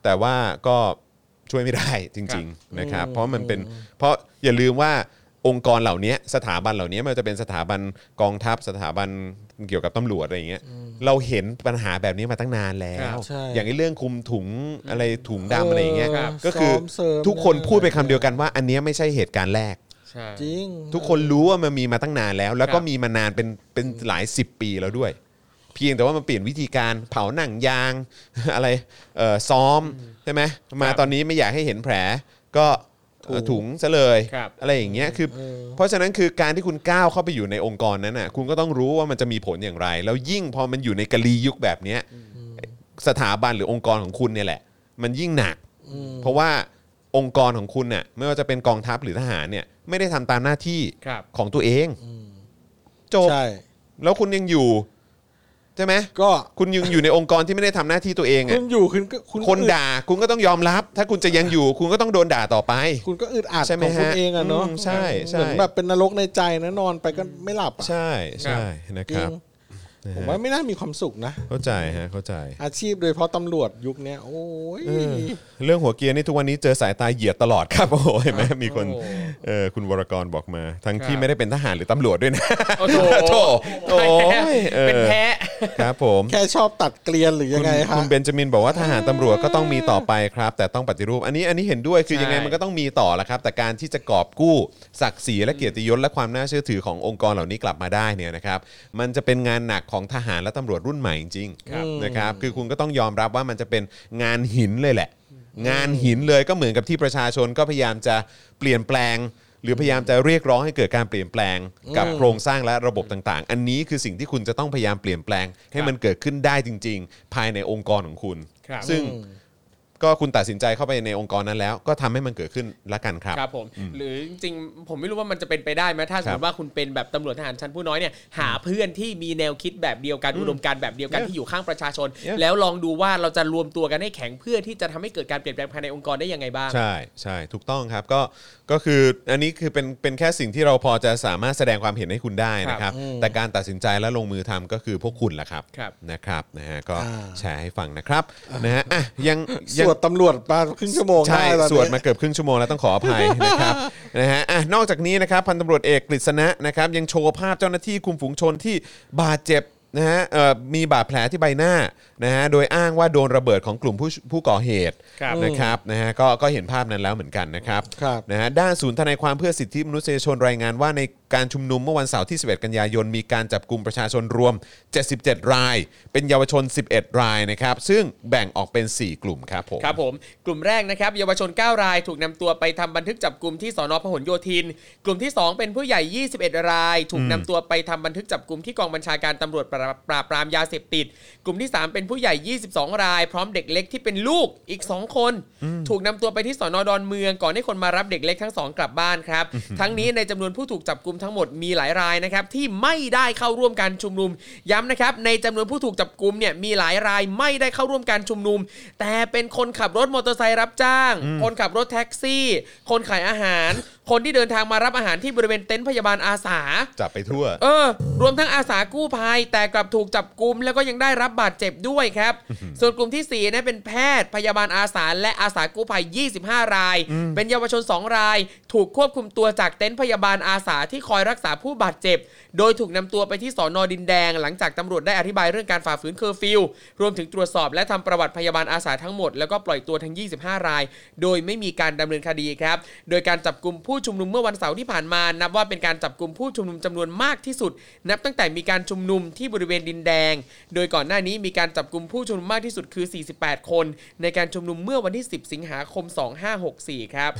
[SPEAKER 2] แต่ว่าก็ช่วยไม่ได้ จริง ๆนะครับ เพราะมันเป็นเพราะอย่าลืมว่าองค์กรเหล่านี้สถาบันเหล่านี้ไมันจะเป็นสถาบันกองทัพสถาบันเกี่ยวกับตำรวจอะไรอย่างเงี้ยเราเห็นปัญหาแบบนี้มาตั้งนานแล้
[SPEAKER 6] ค
[SPEAKER 2] ว
[SPEAKER 6] รับ
[SPEAKER 1] ใช่
[SPEAKER 2] อย่างไอ้เรื่องคุมถุงอะไรถุงดำอะไรอย่างเงี้ย
[SPEAKER 1] เออ
[SPEAKER 2] ก็คือ
[SPEAKER 1] ซ้อมเสริม
[SPEAKER 2] ทุกคนพูดไปนคำเดียวกันว่า อันเนี้ยไม่ใช่เหตุการณ์แรก
[SPEAKER 1] จริง
[SPEAKER 2] ทุกคนรู้ว่ามันมีมาตั้งนานแล้ว แล้วก็
[SPEAKER 6] ครับ
[SPEAKER 2] มีมานานเป็นเป็นหลายสิบปีแล้วด้วย เพียงแต่ว่ามันเปลี่ยนวิธีการเผาหนังยาง อะไรเอ่อซ้อมใช่ไหมมาตอนนี้ไม่อยากให้เห็นแผลก็เอ่อถุงซะเลย
[SPEAKER 6] ครับ
[SPEAKER 2] อะไรอย่างเงี้ยคือ เพราะฉะนั้นคือการที่คุณก้าวเข้าไปอยู่ในองค์กรนั้นน่ะคุณก็ต้องรู้ว่ามันจะมีผลอย่างไร แล้วยิ่งพอมันอยู่ในกะลียุคแบบเนี้ยสถาบันหรือองค์กรของคุณเนี่ยแหละ มันยิ่งหนัก เพราะว่าองค์กรของคุณเนี่ยไม่ว่าจะเป็นกองทัพหรือทหารเนี่ยไม่ได้ทำตามหน้าที่
[SPEAKER 6] ครับ
[SPEAKER 2] ของตัวเองจบ
[SPEAKER 1] ใช่
[SPEAKER 2] แล้วคุณยังอยู่ใช่ไหม
[SPEAKER 1] ก็
[SPEAKER 2] คุณยังอยู่ในองค์กรที่ไม่ได้ทำหน้าที่ตัวเอง
[SPEAKER 1] คุ
[SPEAKER 2] อ่ะ
[SPEAKER 1] ณอยู่คุณก็คุณ
[SPEAKER 2] คนด่าคุณก็ต้องยอมรับ ถ้าคุณจะยังอยู่ คุณก็ต้องโดนด่าต่อไป
[SPEAKER 1] คุณก็อึดอัด
[SPEAKER 2] ใช่ไหม
[SPEAKER 1] ของคุณ
[SPEAKER 2] ฮะ
[SPEAKER 1] เองอะเนาะ
[SPEAKER 2] อืมใช่ใช่
[SPEAKER 1] เหมือนแบบเป็นนรกในใจนะนอนไปก็ไม่หลับอะ
[SPEAKER 2] ใช่ใช่นะ
[SPEAKER 1] จ
[SPEAKER 2] ค
[SPEAKER 1] ริ
[SPEAKER 2] รั
[SPEAKER 1] ง
[SPEAKER 2] บ
[SPEAKER 1] ผมว่าไม่น่ามีความสุขนะ
[SPEAKER 2] เข้าใจฮะเข้าใจ
[SPEAKER 1] อาชีพโดยเฉพาะตำรวจยุคเนี้ยโอ้ย
[SPEAKER 2] เรื่องหัวเกียร์นี่ทุกวันนี้เจอสายตาเหยียดตลอดครับโอ้โหเห็นไหมมีคน
[SPEAKER 6] โอ้โห
[SPEAKER 2] เออคุณวรกรบอกมา ทั้งที่
[SPEAKER 6] ครับ
[SPEAKER 2] ไม่ได้เป็นทหารหรือตำรวจด้วยนะ
[SPEAKER 6] โอ้โห
[SPEAKER 2] โถโอ้ยเออ
[SPEAKER 6] เป็นแพ้
[SPEAKER 2] ครับผม
[SPEAKER 1] แค่ชอบตัดเกลียนหรือยังไง
[SPEAKER 2] คุณ
[SPEAKER 1] ฮะ
[SPEAKER 2] คุณเบนจามินบอกว่าทหารตำรวจก็ต้องมีต่อไปครับ แต่ต้องปฏิรูป อันนี้อันนี้เห็นด้วยคือยังไงมันก็ต้องมีต่อละครับ แต่การที่จะกอบกู้ศักดิ์ศรีและเกียรติยศและความน่าเชื่อถือขององค์กรเหล่านี้กลับมาได้เนี่ยนะครับมันจะเป็นงานหนักของทหารและตำรวจรุ่นใหม่จริงๆนะครับคือคุณก็ต้องยอมรับว่ามันจะเป็นงานหินเลยแหละ งานหินเลยก็เหมือนกับที่ประชาชนก็พยายามจะเปลี่ยนแปลง หรือพยายามจะเรียกร้องให้เกิดการเปลี่ยนแปลงกับโครงสร้างและระบบต่างๆ อันนี้คือสิ่งที่คุณจะต้องพยายามเปลี่ยนแปลง ให้มันเกิดขึ้นได้จริง ๆ ภายในองค์กรของคุณ
[SPEAKER 6] ครับ
[SPEAKER 2] ซึ่งก็คุณตัดสินใจเข้าไปในองค์กรนั้นแล้ว ก็ทำให้มันเกิดขึ้นละกันครับ
[SPEAKER 6] ครับผมหรือจริงๆผมไม่รู้ว่ามันจะเป็นไปได้ไหมถ้าสมม
[SPEAKER 2] ครับ
[SPEAKER 6] ติว่าคุณเป็นแบบตำรวจทหารชั้นผู้น้อยเนี่ยหาเพื่อนที่มีแนวคิดแบบเดียวกันอุดมการณ์แบบเดียวกันที่อยู่ข้างประชาชน
[SPEAKER 2] Yeah.
[SPEAKER 6] แล้วลองดูว่าเราจะรวมตัวกันให้แข็งเพื่อที่จะทำให้เกิดการเปลี่ยนแปลงภายในองค์กรได้ยังไงบ้าง
[SPEAKER 2] ใช่ใช่ถูกต้องครับก็ก็คืออันนี้คือเป็นเป็นแค่สิ่งที่เราพอจะสามารถแสดงความเห็นให้คุณได้นะครับ แต่การตัดสินใจและลงมือทำก็คือพวกคุณแหละครับ
[SPEAKER 6] ครับ
[SPEAKER 2] นะครับนะฮะก็
[SPEAKER 1] อ่า
[SPEAKER 2] แชร์ให้ฟังนะครับนะฮะอ่ะยัง
[SPEAKER 1] ส
[SPEAKER 2] ยัง
[SPEAKER 1] วดตำรวจมาครึ่งชั่วโมง
[SPEAKER 2] ใช่
[SPEAKER 1] ได้ตอนนี้
[SPEAKER 2] สวดมาเกือบครึ่งชั่วโมงแล้วต้องขออภัย นะครับนะฮะอ่ะนอกจากนี้นะครับพันตำรวจเอกกฤษณะนะครับยังโชว์ภาพเจ้าหน้าที่คุมฝูงชนที่บาดเจ็บ นะฮะเอ่อมีบาดแผลที่ใบหน้านะฮะโดยอ้างว่าโดนระเบิดของกลุ่มผู้ผู้ก่อเหตุ
[SPEAKER 4] ครับ
[SPEAKER 2] นะครับนะฮะก็ก็เห็นภาพนั้นแล้วเหมือนกันนะครับ
[SPEAKER 1] ครับ
[SPEAKER 2] นะฮะด้านศูนย์ทนายความเพื่อสิทธิมนุษยชนรายงานว่าในการชุมนุมเมื่อวันเสาร์ที่ 11 กันยายน มีการจับกลุ่มประชาชนรวม 77 ราย เป็นเยาวชน 11 รายนะครับ ซึ่งแบ่งออกเป็น 4 กลุ่มครับผม
[SPEAKER 6] ครับผมกลุ่มแรกนะครับเยาวชน 9 รายถูกนำตัวไปทำบันทึกจับกลุ่มที่สนพหลโยธิน กลุ่มที่ 2 เป็นผู้ใหญ่ 21 ราย ถูกนำตัวไปทำบันทึกจับกลุ่มที่กองบัญชาการตำรวจปราบปราบปรามยาเสพติด กลุ่มที่ 3 เป็นผู้ใหญ่ 22 ราย พร้อมเด็กเล็กที่เป็นลูกอีก 2 คน ถูกนำตัวไปที่สนดอนเมือง ก่อนให้คนมารับเด็กเล็กทั้งสองกลับบ้านครับทั้งนี้ในจำนวนผู้ถูกจับกลุ่มทั้งหมดมีหลายรายนะครับที่ไม่ได้เข้าร่วมการชุมนุม ย้ำนะครับในจำนวนผู้ถูกจับกลุ่มเนี่ยมีหลายรายไม่ได้เข้าร่วมการชุมนุม แต่เป็นคนขับรถมอเตอร์ไซค์รับจ้าง คนขับรถแท็กซี่ คนขายอาหาร คนที่เดินทางมารับอาหารที่บริเวณเต็นท์พยาบาลอาสา
[SPEAKER 2] จับไปทั่ว
[SPEAKER 6] เออ รวมทั้งอาสากู้ภัย แต่กลับถูกจับกลุมแล้วก็ยังได้รับบาดเจ็บด้วยครับ ส่วนกลุ่มที่ 4นะเป็นแพทย์พยาบาลอาสาและอาสากู้ภัย 25 ราย เป็นเยาวชน 2 ราย ถูกควบคุมตัวจากเต็นท์พยาบาลอาสาที่คอยรักษาผู้บาดเจ็บ โดยถูกนำตัวไปที่สอนอดินแดง หลังจากตำรวจได้อธิบายเรื่องการฝ่าฝืนเคอร์ฟิวรวมถึงตรวจสอบและทำประวัติพยาบาลอาสาทั้งหมดแล้วก็ปล่อยตัวทั้ง 25 ราย โดยไม่มีการดำเนินคดีครับ โดยการจับกลุ่มผู้ชุมนุมเมื่อวันเสาร์ที่ผ่านมา นับว่าเป็นการจับกลุ่มผู้ชุมนุมจำนวนมากที่สุด นับตั้งแต่มีการชุมนุมที่บริเวณดินแดง โดยก่อนหน้านี้มีการจับกลุ่มผู้ชุมนุมมากที่สุดคือ 48 คน ในการชุมนุมเมื่อวันที่ 10 สิงหาคม 2564 ครับ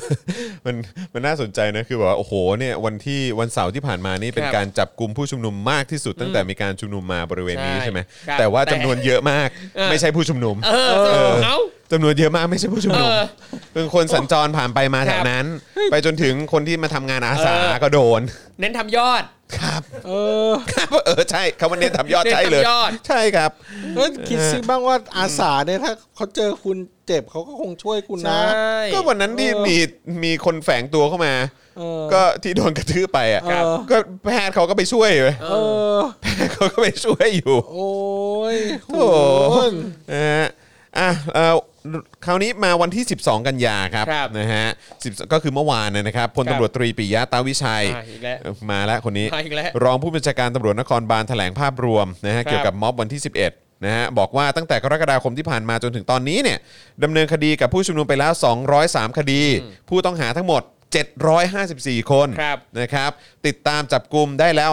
[SPEAKER 2] มันมันน่าสนใจนะ คือแบบว่าโอ้โหเนี่ยวันที่วันเสาร์ที่ผ่านมานี่เป็น
[SPEAKER 6] ครับ
[SPEAKER 2] การจับกลุ่มผู้ชุมนุมมากที่สุด ตั้งแต่มีการชุมนุมมาบริเวณนี้
[SPEAKER 6] ใช่
[SPEAKER 2] ใช่ไหม
[SPEAKER 6] ครับ
[SPEAKER 2] แต่ว่า
[SPEAKER 6] แต่
[SPEAKER 2] จำนวนเยอะมาก
[SPEAKER 6] เออ
[SPEAKER 2] ไม่ใช่ผู้ชุมนุม
[SPEAKER 6] เออเอ้า
[SPEAKER 2] จำนวนเยอะมากไม่ใช่ผู้ชุมนุม
[SPEAKER 6] เออ
[SPEAKER 2] เป็นคนสัญจรผ่านไปมาแถ
[SPEAKER 6] คว รับ
[SPEAKER 2] นั้น ไปจนถึงคนที่มาทำงานอาสา
[SPEAKER 6] เออ
[SPEAKER 2] ก็โดน
[SPEAKER 6] เน้นทำยอด
[SPEAKER 2] ครับ
[SPEAKER 1] เออ
[SPEAKER 2] ครับเออใช่คำว่าเน้นทำยอด
[SPEAKER 6] เน้น
[SPEAKER 2] ใช่เลย
[SPEAKER 6] ทำยอด
[SPEAKER 2] ใช่ครับ
[SPEAKER 1] เออคิดซิบ้างว่าอาสาเนี่ยถ้าเขาเจอคุณเจ็บเขาก็คงช่วยคุณนะ
[SPEAKER 6] ใช่
[SPEAKER 2] ก็วันนั้นที่
[SPEAKER 1] เออ
[SPEAKER 2] มีมีคนแฝงตัวเข้ามา
[SPEAKER 1] เออ
[SPEAKER 2] ก็ที่โดนกระทืบไปอ่ะ
[SPEAKER 1] ครับ
[SPEAKER 2] ก็แพทย์เขาก็ไปช่วยเว้ย
[SPEAKER 1] เออ
[SPEAKER 2] แพทย์เขาก็ไปช่วยอยู่
[SPEAKER 1] โอ้ย
[SPEAKER 2] โอ้โห
[SPEAKER 1] คุณ
[SPEAKER 2] นะฮะอ่ะเอ่อคราวนี้มาวันที่ 12 กันยาครับ
[SPEAKER 6] ครับ
[SPEAKER 2] นะฮะ10ก็คือเมื่อวานนะครับพล
[SPEAKER 6] ครับ
[SPEAKER 2] ตำรวจตรีปิยะตาวิชัย
[SPEAKER 6] อ่ะอีกแล้ว
[SPEAKER 2] มาแล้วคนนี้
[SPEAKER 6] มาอีกแล้ว
[SPEAKER 2] รองผู้บัญชาการตำรวจนครบาลแถลงภาพรวมนะฮะเกี่ยวกับม็อบวันที่ 11นะฮะบอกว่าตั้งแต่กรกฎาคมที่ผ่านมาจนถึงตอนนี้เนี่ยดำเนินคดีกับผู้ชุมนุมไปแล้ว 203 คดี ผู้ต้องหาทั้งหมด 754 คน
[SPEAKER 6] ครับ
[SPEAKER 2] นะครับติดตามจับกลุ่มได้แล้ว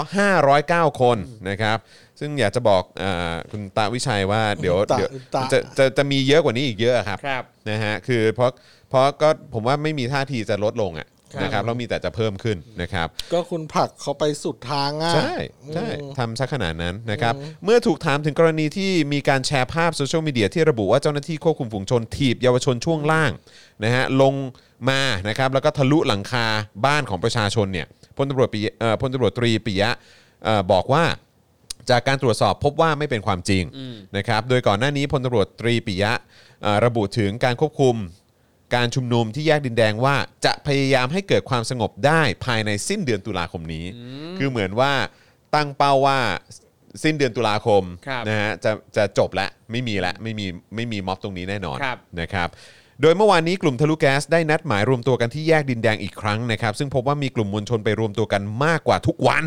[SPEAKER 2] 509 คนนะครับซึ่งอยากจะบอกอาคุณตาวิชัยว่าเดี๋ยว
[SPEAKER 1] ตา
[SPEAKER 2] เดี๋ยว
[SPEAKER 1] ตา
[SPEAKER 2] จะจะจะมีเยอะกว่านี้อีกเยอะครับ
[SPEAKER 6] ครับ
[SPEAKER 2] นะฮะคือเพราะเพราะก็ผมว่าไม่มีท่าทีจะลดลงอ่ะ
[SPEAKER 6] ครับ
[SPEAKER 2] นะครับแล้วมีแต่จะเพิ่มขึ้นนะครับ
[SPEAKER 1] ก็คุณผลักเขาไปสุดทางอ่ะ
[SPEAKER 2] ใช่ใช่
[SPEAKER 1] อืม
[SPEAKER 2] ทำซะขนาดนั้นนะครับ เมื่อถูกถามถึงกรณีที่มีการแชร์ภาพโซเชียลมีเดียที่ระบุว่าเจ้าหน้าที่ควบคุมฝูงชน ถีบเยาวชนช่วงล่างนะฮะลงมานะครับแล้วก็ทะลุหลังคาบ้านของประชาชนเนี่ยพลตำรวจปิยะเอ่อพลตำรวจตรีปิยะเอ่อบอกว่า จากการตรวจสอบพบว่าไม่เป็นความจริงนะครับ โดยก่อนหน้านี้พลตำรวจตรีปิยะเอ่อระบุถึงการควบคุมการชุมนุมที่แยกดินแดงว่าจะพยายามให้เกิดความสงบได้ภายในสิ้นเดือนตุลาคมนี้ คือเหมือนว่าตั้งเป้าว่าสิ้นเดือนตุลาคม
[SPEAKER 6] ครับ
[SPEAKER 2] นะฮะจะจะจบแล้วไม่มีแล้วไม่มีไม่มีม็อบตรงนี้แน่นอน
[SPEAKER 6] ครับ
[SPEAKER 2] นะครับ โดยเมื่อวานนี้กลุ่มทะลุแก๊สได้นัดหมายรวมตัวกันที่แยกดินแดงอีกครั้งนะครับ ซึ่งพบว่ามีกลุ่มมวลชนไปรวมตัวกันมากกว่าทุกวัน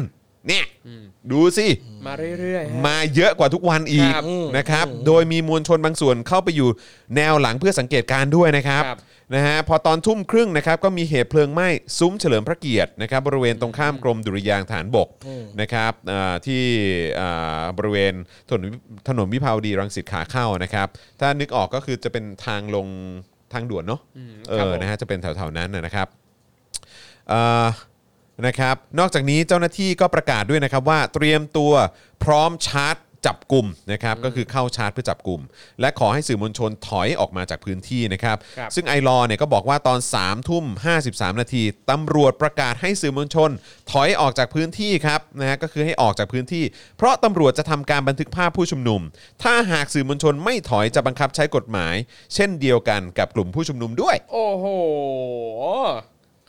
[SPEAKER 2] เนี่ย ดูสิ
[SPEAKER 6] มาเรื่อยๆฮะ
[SPEAKER 2] มาเยอะกว่าทุกวันอีก
[SPEAKER 6] ครับ
[SPEAKER 2] นะครับ โดยมีมวลชนบางส่วนเข้าไปอยู่แนวหลังเพื่อสังเกตการณ์ด้วยนะครับ
[SPEAKER 6] ครับ
[SPEAKER 2] นะฮะพอตอนทุ่มครึ่งนะครับก็มีเหตุเพลิงไหม้ซุ้มเฉลิมพระเกียรตินะครับบริเวณตรงข้ามกรมดุริยางค์ฐานบกนะครับอ่าที่อ่าบริเวณถนนถนนวิภาวดีรังสิตขาเข้านะครับ ถ้านึกออกก็คือจะเป็นทางลงทางด่วนเนาะเอ
[SPEAKER 6] ครับ
[SPEAKER 2] อ
[SPEAKER 6] ผม
[SPEAKER 2] นะฮะจะเป็นแถวๆนั้นนะนะครับ เอ่อนะครับ นอกจากนี้เจ้าหน้าที่ก็ประกาศด้วยนะครับว่าเตรียมตัวพร้อมชาร์จจับกลุ่มนะครับก็คือเข้าชาร์จเพื่อจับกลุ่ม และขอให้สื่อมวลชนถอยออกมาจากพื้นที่นะครับ
[SPEAKER 6] ครับ
[SPEAKER 2] ซึ่งไอรอว์เนี่ยก็บอกว่าตอน3ามทุ่ม 53 นาทีตำรวจประกาศให้สื่อมวลชน ถอยออกจากพื้นที่ครับนะฮะก็คือให้ออกจากพื้นที่ เพราะตำรวจจะทำการบันทึกภาพผู้ชุมนุม ถ้าหากสื่อมวลชนไม่ถอยจะบังคับใช้กฎหมาย เช่นเดียวกันกับกลุ่มผู้ชุมนุมด้วย
[SPEAKER 6] โอ้โห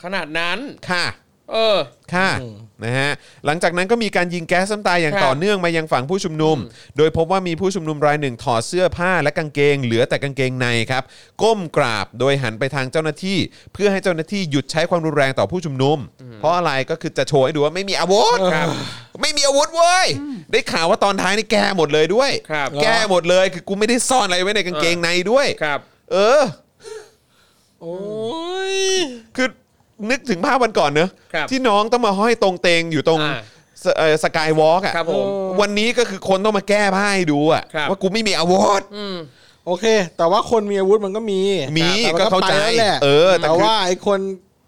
[SPEAKER 6] ขนาดนั้น
[SPEAKER 2] ค่ะ
[SPEAKER 6] เ เออ
[SPEAKER 2] ค่ะนะฮะหลังจากนั้นก็มีการยิงแก๊สซ้ำตายอย่าง
[SPEAKER 6] ครับ
[SPEAKER 2] ต่อเนื่องมายังฝั่งผู้ชุมนุม โดยพบว่ามีผู้ชุมนุมรายหนึ่งถอดเสื้อผ้าและกางเกง เหลือแต่กางเกงในครับ ก้มกราบโดยหันไปทางเจ้าหน้าที่ เพื่อให้เจ้าหน้าที่หยุดใช้ความรุนแรงต่อผู้ชุมนุม เพราะอะไรก็คือจะโชว์ให้ดูว่าไม่มีอาวุธครับ ไม่มีอาวุธเว้ยได้ข่าวว่าตอนท้ายนี่แก้หมดเลยด้วย
[SPEAKER 6] ครับ
[SPEAKER 2] แก้หมดเลยคือกูไม่ได้ซ่อนอะไรไว้ในกางเกงในด้วย
[SPEAKER 6] ครับ
[SPEAKER 2] เออ
[SPEAKER 1] โอ้ย
[SPEAKER 2] คือนึกถึงภาพวันก่อนเนอะ
[SPEAKER 6] ครับ
[SPEAKER 2] ที่น้องต้องมาห้อยตรงเตงอยู่ตรง
[SPEAKER 6] อ่า
[SPEAKER 2] สกายวอล์กอะ
[SPEAKER 6] ครับผม
[SPEAKER 2] วันนี้ก็คือคนต้องมาแก้ผ้าให้ดูอะ
[SPEAKER 6] ครับ
[SPEAKER 2] ว่ากูไม่มีอาวุธ
[SPEAKER 1] โอเค แต่ว่าคนมีอาวุธมันก็มี
[SPEAKER 2] มี
[SPEAKER 1] แต่น
[SPEAKER 2] ก็เข้าใจ
[SPEAKER 1] ไปแล้วแหละ
[SPEAKER 2] เออ แต่
[SPEAKER 1] แต่
[SPEAKER 2] คือ
[SPEAKER 1] ว่าไอ้คน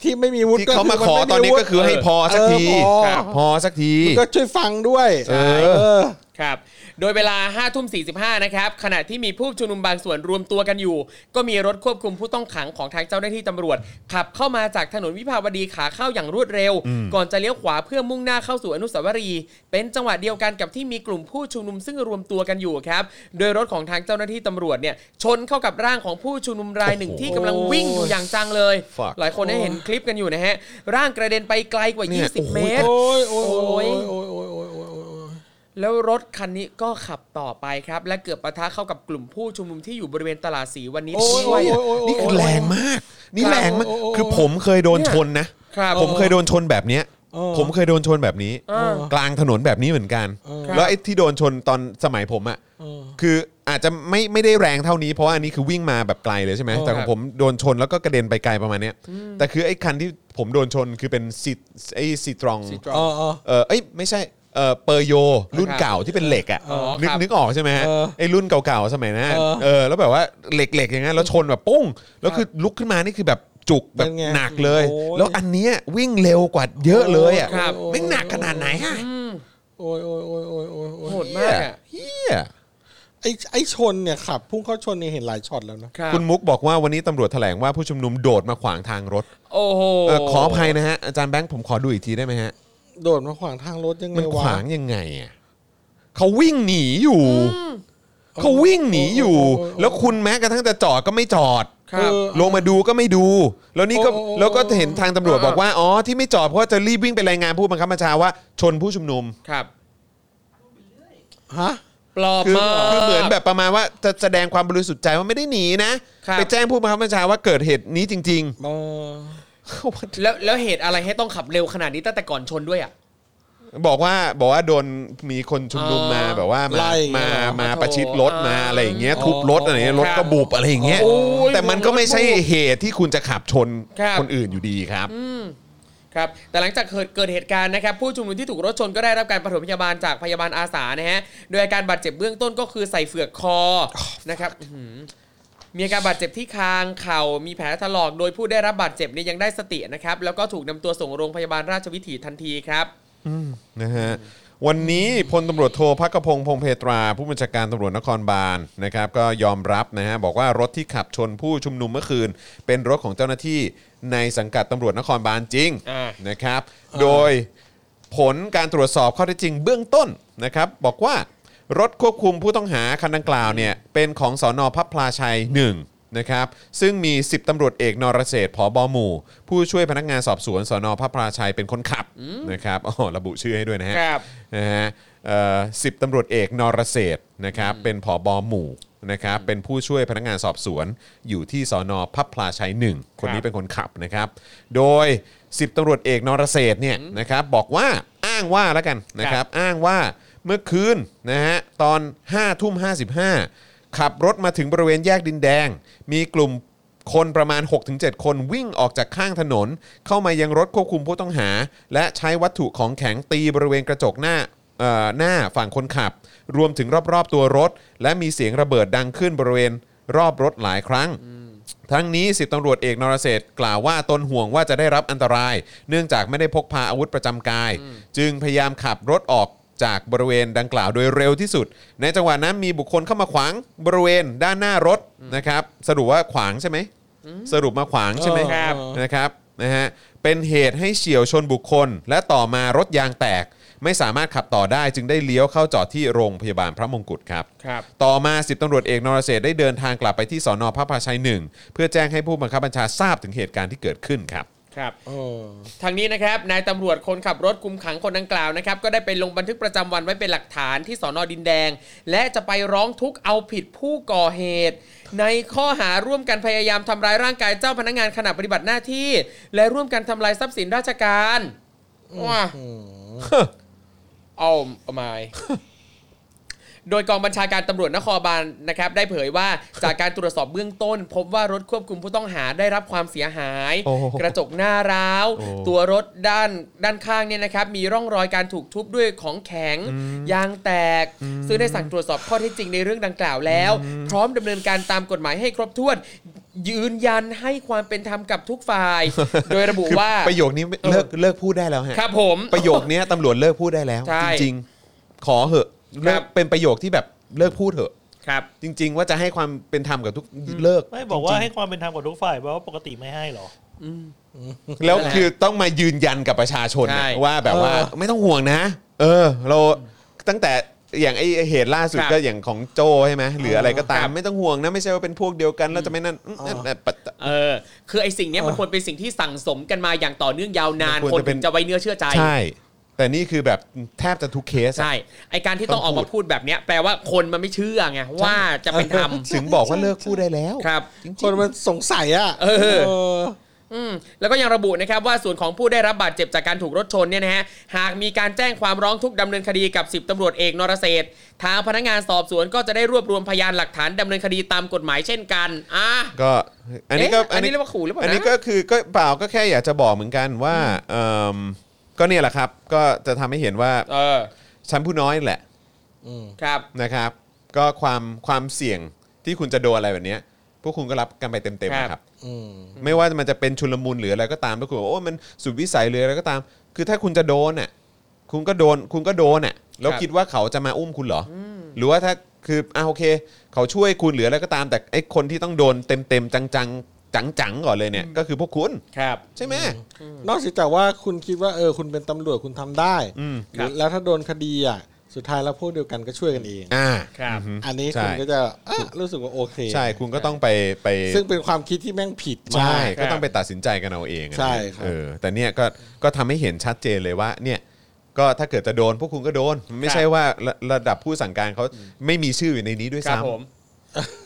[SPEAKER 1] ที่ไม่มีอาวุธ
[SPEAKER 2] ที่
[SPEAKER 1] ก็
[SPEAKER 2] เขามาขอ
[SPEAKER 1] คื
[SPEAKER 2] ตอนนี้ก็คือให้พอสักที
[SPEAKER 1] เออพอ
[SPEAKER 2] พอสักที
[SPEAKER 1] ก็ช่วยฟังด้วย
[SPEAKER 2] เออ
[SPEAKER 1] เออ
[SPEAKER 6] ครับ โดยเวลา5ทุ่ม45นะครับ ขณะที่มีผู้ชุมนุมบางส่วนรวมตัวกันอยู่ ก็มีรถควบคุมผู้ต้องขังของทางเจ้าหน้าที่ตำรวจ ขับเข้ามาจากถนนวิภาวดีขาเข้าอย่างรวดเร็ว ก่อนจะเลี้ยวขวาเพื่อมุ่งหน้าเข้าสู่อนุสาวรีย์ เป็นจังหวะเดียวกันกับที่มีกลุ่มผู้ชุมนุมซึ่งรวมตัวกันอยู่ครับ โดยรถของทางเจ้าหน้าที่ตำรวจเนี่ยชนเข้ากับร่างของผู้ชุมนุมรายหนึ่งที่กำลังวิ่งอยู่อย่างจังเลย
[SPEAKER 2] Fuck
[SPEAKER 6] หลายคนได้เห็นคลิปกันอยู่นะฮะ ร่างกระเด็นไปไกลกว่า
[SPEAKER 2] เนี่ย
[SPEAKER 6] 20 เมตร
[SPEAKER 1] โอ้ยโอ้ย
[SPEAKER 6] โอ้
[SPEAKER 1] โอ้
[SPEAKER 6] ย
[SPEAKER 1] ยโอ้ยโอ้ยโอ้ยโอ้ยโอ้ย
[SPEAKER 6] แล้วรถคันนี้ก็ขับต่อไปครับ และเกือบปะทะเข้ากับกลุ่มผู้ชุมนุมที่อยู่บริเวณตลาดสีวันนี้ด้วย
[SPEAKER 2] นี่คือแรงมาก นี่แรงมาก คือผมเคยโดนชนนะ
[SPEAKER 6] ครับ
[SPEAKER 2] ผมเคยโดนชนแบบเนี้ย ผมเคยโดนชนแบบนี้
[SPEAKER 6] อ่า
[SPEAKER 2] กลางถนนแบบนี้เหมือนกัน
[SPEAKER 6] ครับ
[SPEAKER 2] แล้วไอ้ที่โดนชนตอนสมัยผมอะ
[SPEAKER 1] เออ
[SPEAKER 2] คืออาจจะไม่ไม่ได้แรงเท่านี้เพราะว่าอันนี้คือวิ่งมาแบบไกลเลยใช่ไหม
[SPEAKER 1] เออ
[SPEAKER 2] แต่ของผมโดนชนแล้วก็กระเด็นไปไกลประมาณเนี้ยแต่คือไอ้คันที่ผมโดนชนคือเป็นซีไอ้ซีตรอง
[SPEAKER 1] เออเออ
[SPEAKER 2] เออเอ้ยไม่ใช่เออเปอร์โยรุ่นเก่าที่เป็นเหล็กอ่ะ
[SPEAKER 6] อ๋อ
[SPEAKER 2] นึก
[SPEAKER 6] ครับ
[SPEAKER 2] นึกออกใช่ไหมฮะ
[SPEAKER 1] เออ
[SPEAKER 2] ไอ้รุ่นเก่าๆสมัยนะ
[SPEAKER 1] เออ
[SPEAKER 2] เออแล้วแบบว่าเหล็กๆอย่างนั้นแล้วชนแบบปุ้ง แล้วคือลุกขึ้นมานี่คือแบบจุกแบ
[SPEAKER 1] เป็
[SPEAKER 2] บ
[SPEAKER 1] นไง
[SPEAKER 2] หนักเลย
[SPEAKER 1] โอ้ย
[SPEAKER 2] แล้วอันเนี้ยวิ่งเร็วกว่าเยอะเลยอ่ะ
[SPEAKER 6] ครับ
[SPEAKER 2] ไม่งหนักขนาดไหนฮะ
[SPEAKER 1] โอ้ยโอ้ยโอ้ยโอ้ยโอ้ยโอ้ย
[SPEAKER 6] โหดมากอะ
[SPEAKER 2] เฮีย
[SPEAKER 1] ไอไอชนเนี่ยขับพุ่งเข้าชนเนี่ยเห็นหลายช็อตแล้วนะ
[SPEAKER 6] ครับ
[SPEAKER 2] คุณมุกบอกว่าวันนี้ตำรวจแถลงว่าผู้ชุมนุมโดดมาขวางทางรถ
[SPEAKER 6] โอ้โห
[SPEAKER 2] เออขออภัยนะฮะ อาจารย์แบงค์ผมขอดูอีกทีได้ไหมฮะ
[SPEAKER 1] โดดมาขวางทางรถยังไง
[SPEAKER 2] มันข
[SPEAKER 1] วะ
[SPEAKER 2] วางยังไงอ่ะเขาวิ่งหนีอยู่ เขาวิ่งหนีอยู่ แล้วคุณแม้กระทั่งจะจอดก็ไม่จอด
[SPEAKER 6] ครับ
[SPEAKER 2] ลงมาดูก็ไม่ดู แล้วนี่ก็
[SPEAKER 1] โอ้โอ้
[SPEAKER 2] แล้วก็เห็นทางตำรวจบอกว่าอ๋อที่ไม่จอดเพราะว่าจะรีบวิ่งไปรายงานผู้บังคับบัญชาว่าชนผู้ชุมนุม
[SPEAKER 6] ครับ
[SPEAKER 1] ฮะ
[SPEAKER 6] ปลอบ
[SPEAKER 2] คือ
[SPEAKER 6] มาก
[SPEAKER 2] คือเหมือนแบบประมาณว่าจะแสดงความบริสุทธิ์ใจว่าไม่ได้หนีนะครับ ไปแจ้งผู้บังคับบัญชาว่าเกิดเหตุนี้จริง
[SPEAKER 1] เออ
[SPEAKER 2] ๆ
[SPEAKER 6] แล้วแล้วเหตุอะไรให้ต้องขับเร็วขนาดนี้ตั้งแต่ก่อนชนด้วยอ่ะ
[SPEAKER 2] บอกว่าบอกว่าโดนมีคนชุมนุมมา
[SPEAKER 6] อ๋อ
[SPEAKER 2] แบบว่า
[SPEAKER 1] ไล่
[SPEAKER 2] มา
[SPEAKER 1] อย่างเงี้
[SPEAKER 2] มาย
[SPEAKER 1] เหรอ
[SPEAKER 2] มา
[SPEAKER 6] โอ้โห
[SPEAKER 2] ประชิดรถมาอะไรอย่างเงี้ย
[SPEAKER 6] อ๋อ
[SPEAKER 2] ทุบรถอะไรเงี้ยรถ
[SPEAKER 6] ครับ
[SPEAKER 2] ก็บุบอะไรอย่างเงี้ย
[SPEAKER 6] โอ้ย
[SPEAKER 2] แต่มันก็ไม่ใช่
[SPEAKER 6] รถบุบ
[SPEAKER 2] เหตุที่คุณจะขับชน
[SPEAKER 6] ครับ
[SPEAKER 2] คนอื่นอยู่ดีครับ
[SPEAKER 6] ครับแต่หลังจากเกิดเกิดเหตุการณ์นะครับ ผู้ชุมนุมที่ถูกรถชนก็ได้รับการปฐมพยาบาลจากพยาบาลอาสานะฮะโดยอาการบาดเจ็บเบื้องต้นก็คือใส่เฟือกคอนะครับอื้อหือมีอาการบาดเจ็บที่คางเข่ามีแผลถลอก โดยผู้ได้รับบาดเจ็บเนี่ยยังได้สตินะครับแล้วก็ถูกนำตัวส่งโรงพยาบาลราชวิถีทันทีครับ
[SPEAKER 2] นะฮะวันนี้พลตำรวจโทพักกระพงษ์พงเพตรา ผู้บัญชาการตำรวจนครบาลนะครับ ก็ยอมรับนะฮะบอกว่ารถที่ขับชนผู้ชุมนุมเมื่อคืน เป็นรถของเจ้าหน้าที่ในสังกัดตำรวจนครบาลจริง
[SPEAKER 6] อ่า
[SPEAKER 2] นะครับ โดยผลการตรวจสอบข้อเท็จจริงเบื้องต้นนะครับ บอกว่ารถควบคุมผู้ต้องหาคันดังกล่าวเนี่ยเป็นของสอนอพับพลาชัย 1 นะครับซึ่งมี 10ตำรวจเอกนรเศรษฐ์ผบหมู่ ผู้ช่วยพนักงานสอบสวนสนพระพลาชัยเป็นคนขับนะครับอ๋อระบุชื่อให้ด้วยนะฮะ
[SPEAKER 6] ครับ
[SPEAKER 2] นะฮะสิบตำรวจเอกนรเศรษฐ์นะครับเป็นผบหมู่นะครับเป็นผู้ช่วยพนักงานสอบสวนอยู่ที่สนพับพลาชัยหนึ่งคนนี้เป็นคนขับนะครับ โดย 10ตำรวจเอกนรเศรษฐ์เนี่ยนะครับบอกว่าอ้างว่าแล้วกันนะค
[SPEAKER 6] ครั
[SPEAKER 2] รับ
[SPEAKER 6] บ
[SPEAKER 2] อ้างว่าเมื่อคืนนะฮะตอน5ทุ่ม55 ขับรถมาถึงบริเวณแยกดินแดง มีกลุ่มคนประมาณ 6-7 คนวิ่งออกจากข้างถนน เข้ามายังรถควบคุมผู้ต้องหา และใช้วัตถุของแข็งตีบริเวณกระจกหน้าเอ่อหน้าฝั่งคนขับ รวมถึงรอบๆตัวรถ และมีเสียงระเบิดดังขึ้นบริเวณรอบรถหลายครั้ง ทั้งนี้สิบตำรวจเอกนรเศรษฐ์กล่าวว่าตนห่วงว่าจะได้รับอันตราย เนื่องจากไม่ได้พกพาอาวุธประจำกาย จึงพยายามขับรถออกจากบริเวณดังกล่าวโดยเร็วที่สุด ในจังหวะนั้นมีบุคคลเข้ามาขวางบริเวณด้านหน้ารถนะครับสรุปว่าขวางใช่ไหมสรุปมาขวางใช่ไหม
[SPEAKER 1] เออครับ
[SPEAKER 2] นะครับนะฮะเป็นเหตุให้เฉียวชนบุคคล และต่อมารถยางแตก ไม่สามารถขับต่อได้จึงได้เลี้ยวเข้าจอดที่โรงพยาบาลพระมงกุฎครับ
[SPEAKER 6] ครับ
[SPEAKER 2] ต่อมา 10ตำรวจเอกนรเศรษฐ์ได้เดินทางกลับไปที่สอนอพระพลาชัยหนึ่งเพื่อแจ้งให้ผู้บังคับบัญชาทราบถึงเหตุการณ์ที่เกิดขึ้นครับ
[SPEAKER 6] ครับ
[SPEAKER 1] เออ
[SPEAKER 6] ทางนี้นะครับนายตำรวจคนขับรถคุมขังคนดังกล่าวนะครับก็ได้ไปลงบันทึกประจำวันไว้เป็นหลักฐานที่สอนอดินแดง และจะไปร้องทุกข์เอาผิดผู้ก่อเหตุ ในข้อหาร่วมกันพยายามทำร้ายร่างกายเจ้าพนักงานขณะปฏิบัติหน้าที่ และร่วมกันทำลายทรัพย์สินราชการว้า เอาเอามา โดยกองบัญชาการตำรวจนครบาลนะครับ ได้เผยว่าจากการตรวจสอบเบื้องต้น พบว่ารถควบคุมผู้ต้องหาได้รับความเสียหาย
[SPEAKER 2] โอ้โห
[SPEAKER 6] กระจกหน้าร้าว
[SPEAKER 2] โอ้
[SPEAKER 6] ตัวรถด้านด้านข้างเนี่ยนะครับ มีร่องรอยการถูกทุบด้วยของแข็ง ยางแตก ซึ่งได้สั่งตรวจสอบข้อเท็จจริงในเรื่องดังกล่าวแล้ว พร้อมดำเนินการตามกฎหมายให้ครบถ้วน ยืนยันให้ความเป็นธรรมกับทุก ฝ่าย โดยระบุ
[SPEAKER 2] คือ
[SPEAKER 6] ว่า
[SPEAKER 2] ประโยคนี้เลิกเลิกพูดได้แล้วฮะ
[SPEAKER 6] ครับผม
[SPEAKER 2] ประโยคเนี้ยตำรวจเลิกพูดได้แล้ว
[SPEAKER 6] ใช่
[SPEAKER 2] จริงๆ ขอเหอะเลิ
[SPEAKER 6] ครั
[SPEAKER 2] ก
[SPEAKER 6] บ
[SPEAKER 2] เป็นประโยคที่แบบเลิกพูดเถอะ
[SPEAKER 6] ครับ
[SPEAKER 2] จริง ๆ ว่าจะให้ความเป็นธรรมกับทุกเลิก
[SPEAKER 5] ไม่บอกว่า
[SPEAKER 2] จริ
[SPEAKER 5] ให้
[SPEAKER 2] ง
[SPEAKER 5] ความเป็นธรรมกับทุกฝ่ายเพราะว่าปกติไม่ให้หรอ
[SPEAKER 2] ๆแล้วคือต้องมายืนยันกับประชาชนนะ
[SPEAKER 6] ใช่
[SPEAKER 2] ว่าแบบว่า
[SPEAKER 1] เออ
[SPEAKER 2] ไม่ต้องห่วงนะ เออ เราตั้งแต่อย่างไอ้เหตุล่าสุด
[SPEAKER 6] ครับ
[SPEAKER 2] ก็อย่างของโจใช่ไหมหรืออะไรก็ตา
[SPEAKER 6] ค
[SPEAKER 2] ม
[SPEAKER 6] รับ
[SPEAKER 2] ไม่ต้องห่วงนะไม่ใช่ว่าเป็นพวกเดียวกันแล้วจะไม่นั่นอืมนั่นนั่นปัด
[SPEAKER 6] เออคือไอ้สิ่งเนี้ยมันควรเป็นสิ่งที่สั่งสมกันมาอย่างต่อเนื่องยาวนาน
[SPEAKER 2] มันค
[SPEAKER 6] คว
[SPEAKER 2] ร
[SPEAKER 6] น
[SPEAKER 2] จะเป็น
[SPEAKER 6] ถึงจะไว้เนื้อเชื่อใจ
[SPEAKER 2] ใช่ แต่นี่คือแบบแทบจะทุกเคสอะ
[SPEAKER 6] ใช่ไอการที่ต้องออกมาพูดแบบเนี้ยแปลว่าคนมันไม่เชื่อไงว่าจะเป็นธรรม
[SPEAKER 2] ถึงบอกว่าเลิกพูดได้แล้ว
[SPEAKER 6] ครับ
[SPEAKER 1] คนมันสงสัยอ่ะ
[SPEAKER 6] เออ
[SPEAKER 1] เออ
[SPEAKER 6] อืมแล้วก็ยังระบุนะครับว่าส่วนของผู้ได้รับบาดเจ็บจากการถูกรถชนเนี่ยนะฮะหากมีการแจ้งความร้องทุกข์ดำเนินคดีกับ 10ตำรวจเอกนรเศรษฐ์ทางพนักงานสอบสวนก็จะได้รวบรวมพยานหลักฐานดำเนินคดีตามกฎหมายเช่นกันอ่ะ
[SPEAKER 2] ก็อันนี้ก็
[SPEAKER 6] เอ๊ะอันนี้เรียกว่าขู่หรือเปล่านะ
[SPEAKER 2] อันนี้ก็คือก็เปล่าก็แค่อยากจะบอกเหมือนกันว่าเอิ่มก็เนี่ยแหละครับ ก็จะทำให้เห็นว่า
[SPEAKER 6] เออ
[SPEAKER 2] ชั้นผู้น้อยแหละ
[SPEAKER 6] ครับ
[SPEAKER 2] นะครับ ก็ความความเสี่ยงที่คุณจะโดนอะไรแบบเนี้ยพวกคุณก็รับกันไปเต็มๆ
[SPEAKER 6] ครับ
[SPEAKER 2] นะครับ ไม่ว่ามันจะเป็นชุลมุนหรืออะไรก็ตามถ้าคุณบอกว่าโอ้ยมันสุดวิสัยหรืออะไรก็ตาม คือถ้าคุณจะโดนน่ะคุณก็โดนคุณก็โดนน่ะแล้ว
[SPEAKER 6] ครับ
[SPEAKER 2] คิดว่าเขาจะมาอุ้มคุณเหรออหรือว่าถ้าคืออ่ะโอเค เขาช่วยคุณหรืออะไรก็ตาม แต่ไอ้คนที่ต้องโดนเต็มเต็มๆจังจังจังจังๆก่อนเลยเนี่ยก็คือพวกคุณ
[SPEAKER 6] ครับ
[SPEAKER 2] ใช่ไหม
[SPEAKER 1] นอกจากว่าคุณคิดว่าเออคุณเป็นตำรวจคุณทำได้
[SPEAKER 2] อืม
[SPEAKER 1] หรือแล้วถ้าโดนคดีอ่ะสุดท้ายแล้วพวกเดียวกันก็ช่วยกันเอง
[SPEAKER 2] อ่า
[SPEAKER 6] ครับ
[SPEAKER 2] อืม
[SPEAKER 1] อันนี้
[SPEAKER 2] ใช่
[SPEAKER 1] คุณก็จะอ่ะรู้สึกว่าโอเค
[SPEAKER 2] ใช่คุณก็ต้องไปไป
[SPEAKER 1] ซึ่งเป็นความคิดที่แม่งผิด
[SPEAKER 2] ใช่
[SPEAKER 1] มาก
[SPEAKER 2] ก็ต้องไปตัดสินใจกันเอาเองอะนะ
[SPEAKER 1] ใช่ครับ
[SPEAKER 2] เออแต่เนี่ยก็ก็ทำให้เห็นชัดเจนเลยว่าเนี่ยก็ถ้าเกิดจะโดนพวกคุณก็โดน ไม่ใช่ว่าระระดับผู้สั่งการเขาไม่มีชื่ออยู่ในนี้ด้วย
[SPEAKER 6] ครับ
[SPEAKER 2] ซ้ำ
[SPEAKER 6] ผม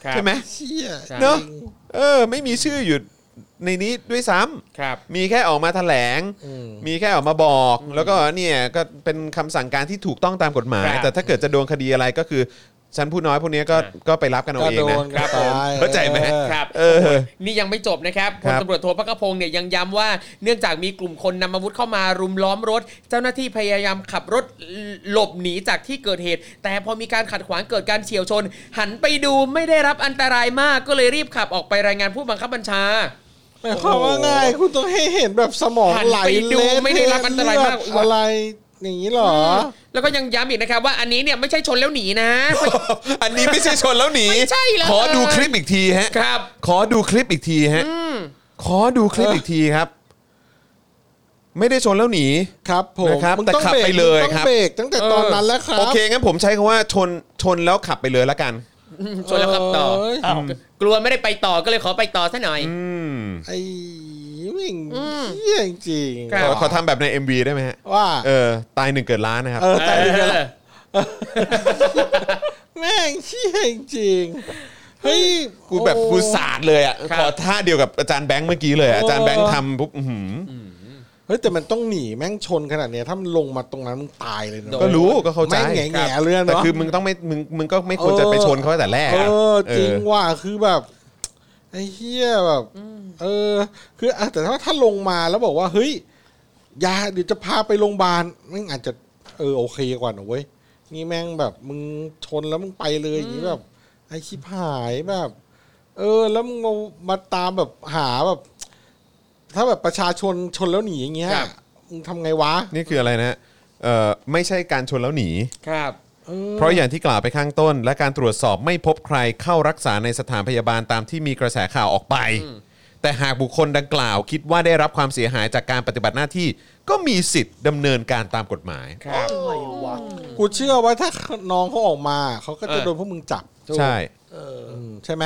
[SPEAKER 6] ครับ
[SPEAKER 2] ใช่ไหม
[SPEAKER 1] เชี่ย
[SPEAKER 6] ใช่
[SPEAKER 2] เนอะเออ ไม่มีชื่ออยู่ในนี้ด้วยซ้ำ
[SPEAKER 6] ครับ
[SPEAKER 2] มีแค่ออกมาแถลง
[SPEAKER 1] อืม
[SPEAKER 2] มีแค่ออกมาบอก แล้วก็เนี่ยก็เป็นคำสั่งการที่ถูกต้องตามกฎหมาย
[SPEAKER 6] ครับ
[SPEAKER 2] แต่ถ้าเกิดจะโดนคดีอะไรก็คือชั้นผู้น้อยพวกเนี้ยก็
[SPEAKER 6] ครับ
[SPEAKER 2] ก็ไปรับกันเอา
[SPEAKER 1] ก็
[SPEAKER 2] เอ
[SPEAKER 1] โด
[SPEAKER 2] ง
[SPEAKER 1] น
[SPEAKER 2] นะ
[SPEAKER 1] ก็ตาย
[SPEAKER 2] เข้าใจไหม
[SPEAKER 1] ออ
[SPEAKER 6] ครับ
[SPEAKER 2] เออ
[SPEAKER 6] นี่ยังไม่จบนะครับพ
[SPEAKER 2] ครั
[SPEAKER 6] ล
[SPEAKER 2] บ
[SPEAKER 6] ตำรวจโทพักกระพงศ์เนี่ยยังย้ำว่าเนื่องจากมีกลุ่มคนนำอาวุธเข้ามารุมล้อมรถ เจ้าหน้าที่พยายามขับรถหลบหนีจากที่เกิดเหตุ แต่พอมีการขัดขวางเกิดการเฉียวชน หันไปดูไม่ได้รับอันตรายมากก็เลยรีบขับออกไปรายงานผู้บังคับบัญชา
[SPEAKER 1] หมายความว่าไง่ายคุณต้องให้เห็นแบบสมอง
[SPEAKER 6] หันไป
[SPEAKER 1] ไหล
[SPEAKER 6] ดู
[SPEAKER 1] เละ
[SPEAKER 6] ไม่ได้รับอันตรายมาก
[SPEAKER 1] เลือดอะไรอย่างนี้เหรอ
[SPEAKER 6] แล้วก็ยังย้ำอีกนะครับว่าอันนี้เนี่ยไม่ใช่ชนแล้วหนีนะ
[SPEAKER 2] อันนี้ไม่ใช่ชนแล้วหนี
[SPEAKER 6] ไม่ใช่เลย
[SPEAKER 2] ขอดูคลิปอีกทีฮะ
[SPEAKER 6] ครับ
[SPEAKER 2] ขอดูคลิปอีกทีฮะขอดูคลิปอีกทีครับ ไม่ได้ชนแล้วหนี
[SPEAKER 1] ครับผม
[SPEAKER 2] นะครับ
[SPEAKER 1] มึง
[SPEAKER 2] แต่
[SPEAKER 1] ต้อง
[SPEAKER 2] ขับ
[SPEAKER 1] เบร
[SPEAKER 2] ไป
[SPEAKER 1] ก
[SPEAKER 2] เลย
[SPEAKER 1] มึงต้อง
[SPEAKER 2] ครับ
[SPEAKER 1] เบรกตั้งแต่ตอนนั้นแล้วครับ
[SPEAKER 2] โอเคงั้นผมใช้คำว่าชนชนแล้วขับไปเลยละกัน
[SPEAKER 6] ชนแล้วขับต่อ
[SPEAKER 1] เย
[SPEAKER 5] อ้าว
[SPEAKER 6] กลัวไม่ได้ไปต่อก็เลยขอไปต่อซะหน่อย
[SPEAKER 2] อืม
[SPEAKER 1] ไอ้วิ่งเหี้ยจริงๆ
[SPEAKER 6] ครับ
[SPEAKER 2] ขอขอทำแบบใน MV ได้ไหมฮะ
[SPEAKER 1] ว่า
[SPEAKER 2] เออตายหนึ่งเกิดล้านนะครับ
[SPEAKER 1] เออแต่
[SPEAKER 6] เออ
[SPEAKER 1] แม่งเชี่ยจริงๆเฮ้ย
[SPEAKER 2] กูแบบ
[SPEAKER 1] โอ้
[SPEAKER 2] กูสาดเลยอ่ะ
[SPEAKER 6] ครับ
[SPEAKER 2] ขอท่าเดียวกับอาจารย์แบงค์เมื่อกี้เลยอะ
[SPEAKER 1] โอ้
[SPEAKER 2] อาจารย์แบงค์ทำปุ๊บอื้อหือ
[SPEAKER 1] เฮ้ยแต่มันต้องหนีแม่งชนขนาดเนี้ยถ้ามันลงมาตรงนั้นมึงตายเลยเนอะ
[SPEAKER 2] ก็รู้ก็เข้าใจ
[SPEAKER 1] แม่งแง่แง่เรื่อง
[SPEAKER 2] แต่
[SPEAKER 1] เนาะ
[SPEAKER 2] คือมึงต้องไม่มึงมึงก็ไม่ควรจะไปชนเขาตั้งแต่แรก
[SPEAKER 1] เอ
[SPEAKER 2] อะ
[SPEAKER 1] อจริง
[SPEAKER 2] เออ
[SPEAKER 1] ว่ะคือแบบไอ้เฮียแบบเออ คืออ่ะแต่ถ้าถ้าลงมาแล้วบอกว่าเฮ้ยยาเดี๋ยวจะพาไปโรงพยาบาลแม่งอาจจะเออโอเคกว่าหน่อยเว้ยนี่แม่งแบบมึงชนแล้วมึงไปเลยอย่างนี้แบบ ไอ้ชิบหายแบบ เออ แล้วมึงมามาตามแบบหาแบบ ถ้าแบบประชาชนชนแล้วหนีอย่างเงี้ย
[SPEAKER 6] ครับ
[SPEAKER 1] มึงทำไงวะ
[SPEAKER 2] นี่คืออะไรนะเออไม่ใช่การชนแล้วหนี
[SPEAKER 6] ครับ
[SPEAKER 1] เออ
[SPEAKER 2] เพราะอย่างที่กล่าวไปข้างต้น และการตรวจสอบไม่พบใครเข้ารักษาในสถานพยาบาลตามที่มีกระแสข่าวออกไป แต่หากบุคคลดังกล่าวคิดว่าได้รับความเสียหายจากการปฏิบัติหน้าที่ ก็มีสิทธิ์ดำเนินการตามกฎหมาย
[SPEAKER 6] ครับ
[SPEAKER 5] อะไรวะ
[SPEAKER 1] กูเชื่อว่าถ้าน้องเขาออกมาเขาก็จะ
[SPEAKER 6] เออ
[SPEAKER 1] โดนพวกมึงจับ
[SPEAKER 2] ใช่
[SPEAKER 1] อืมใช่ไหม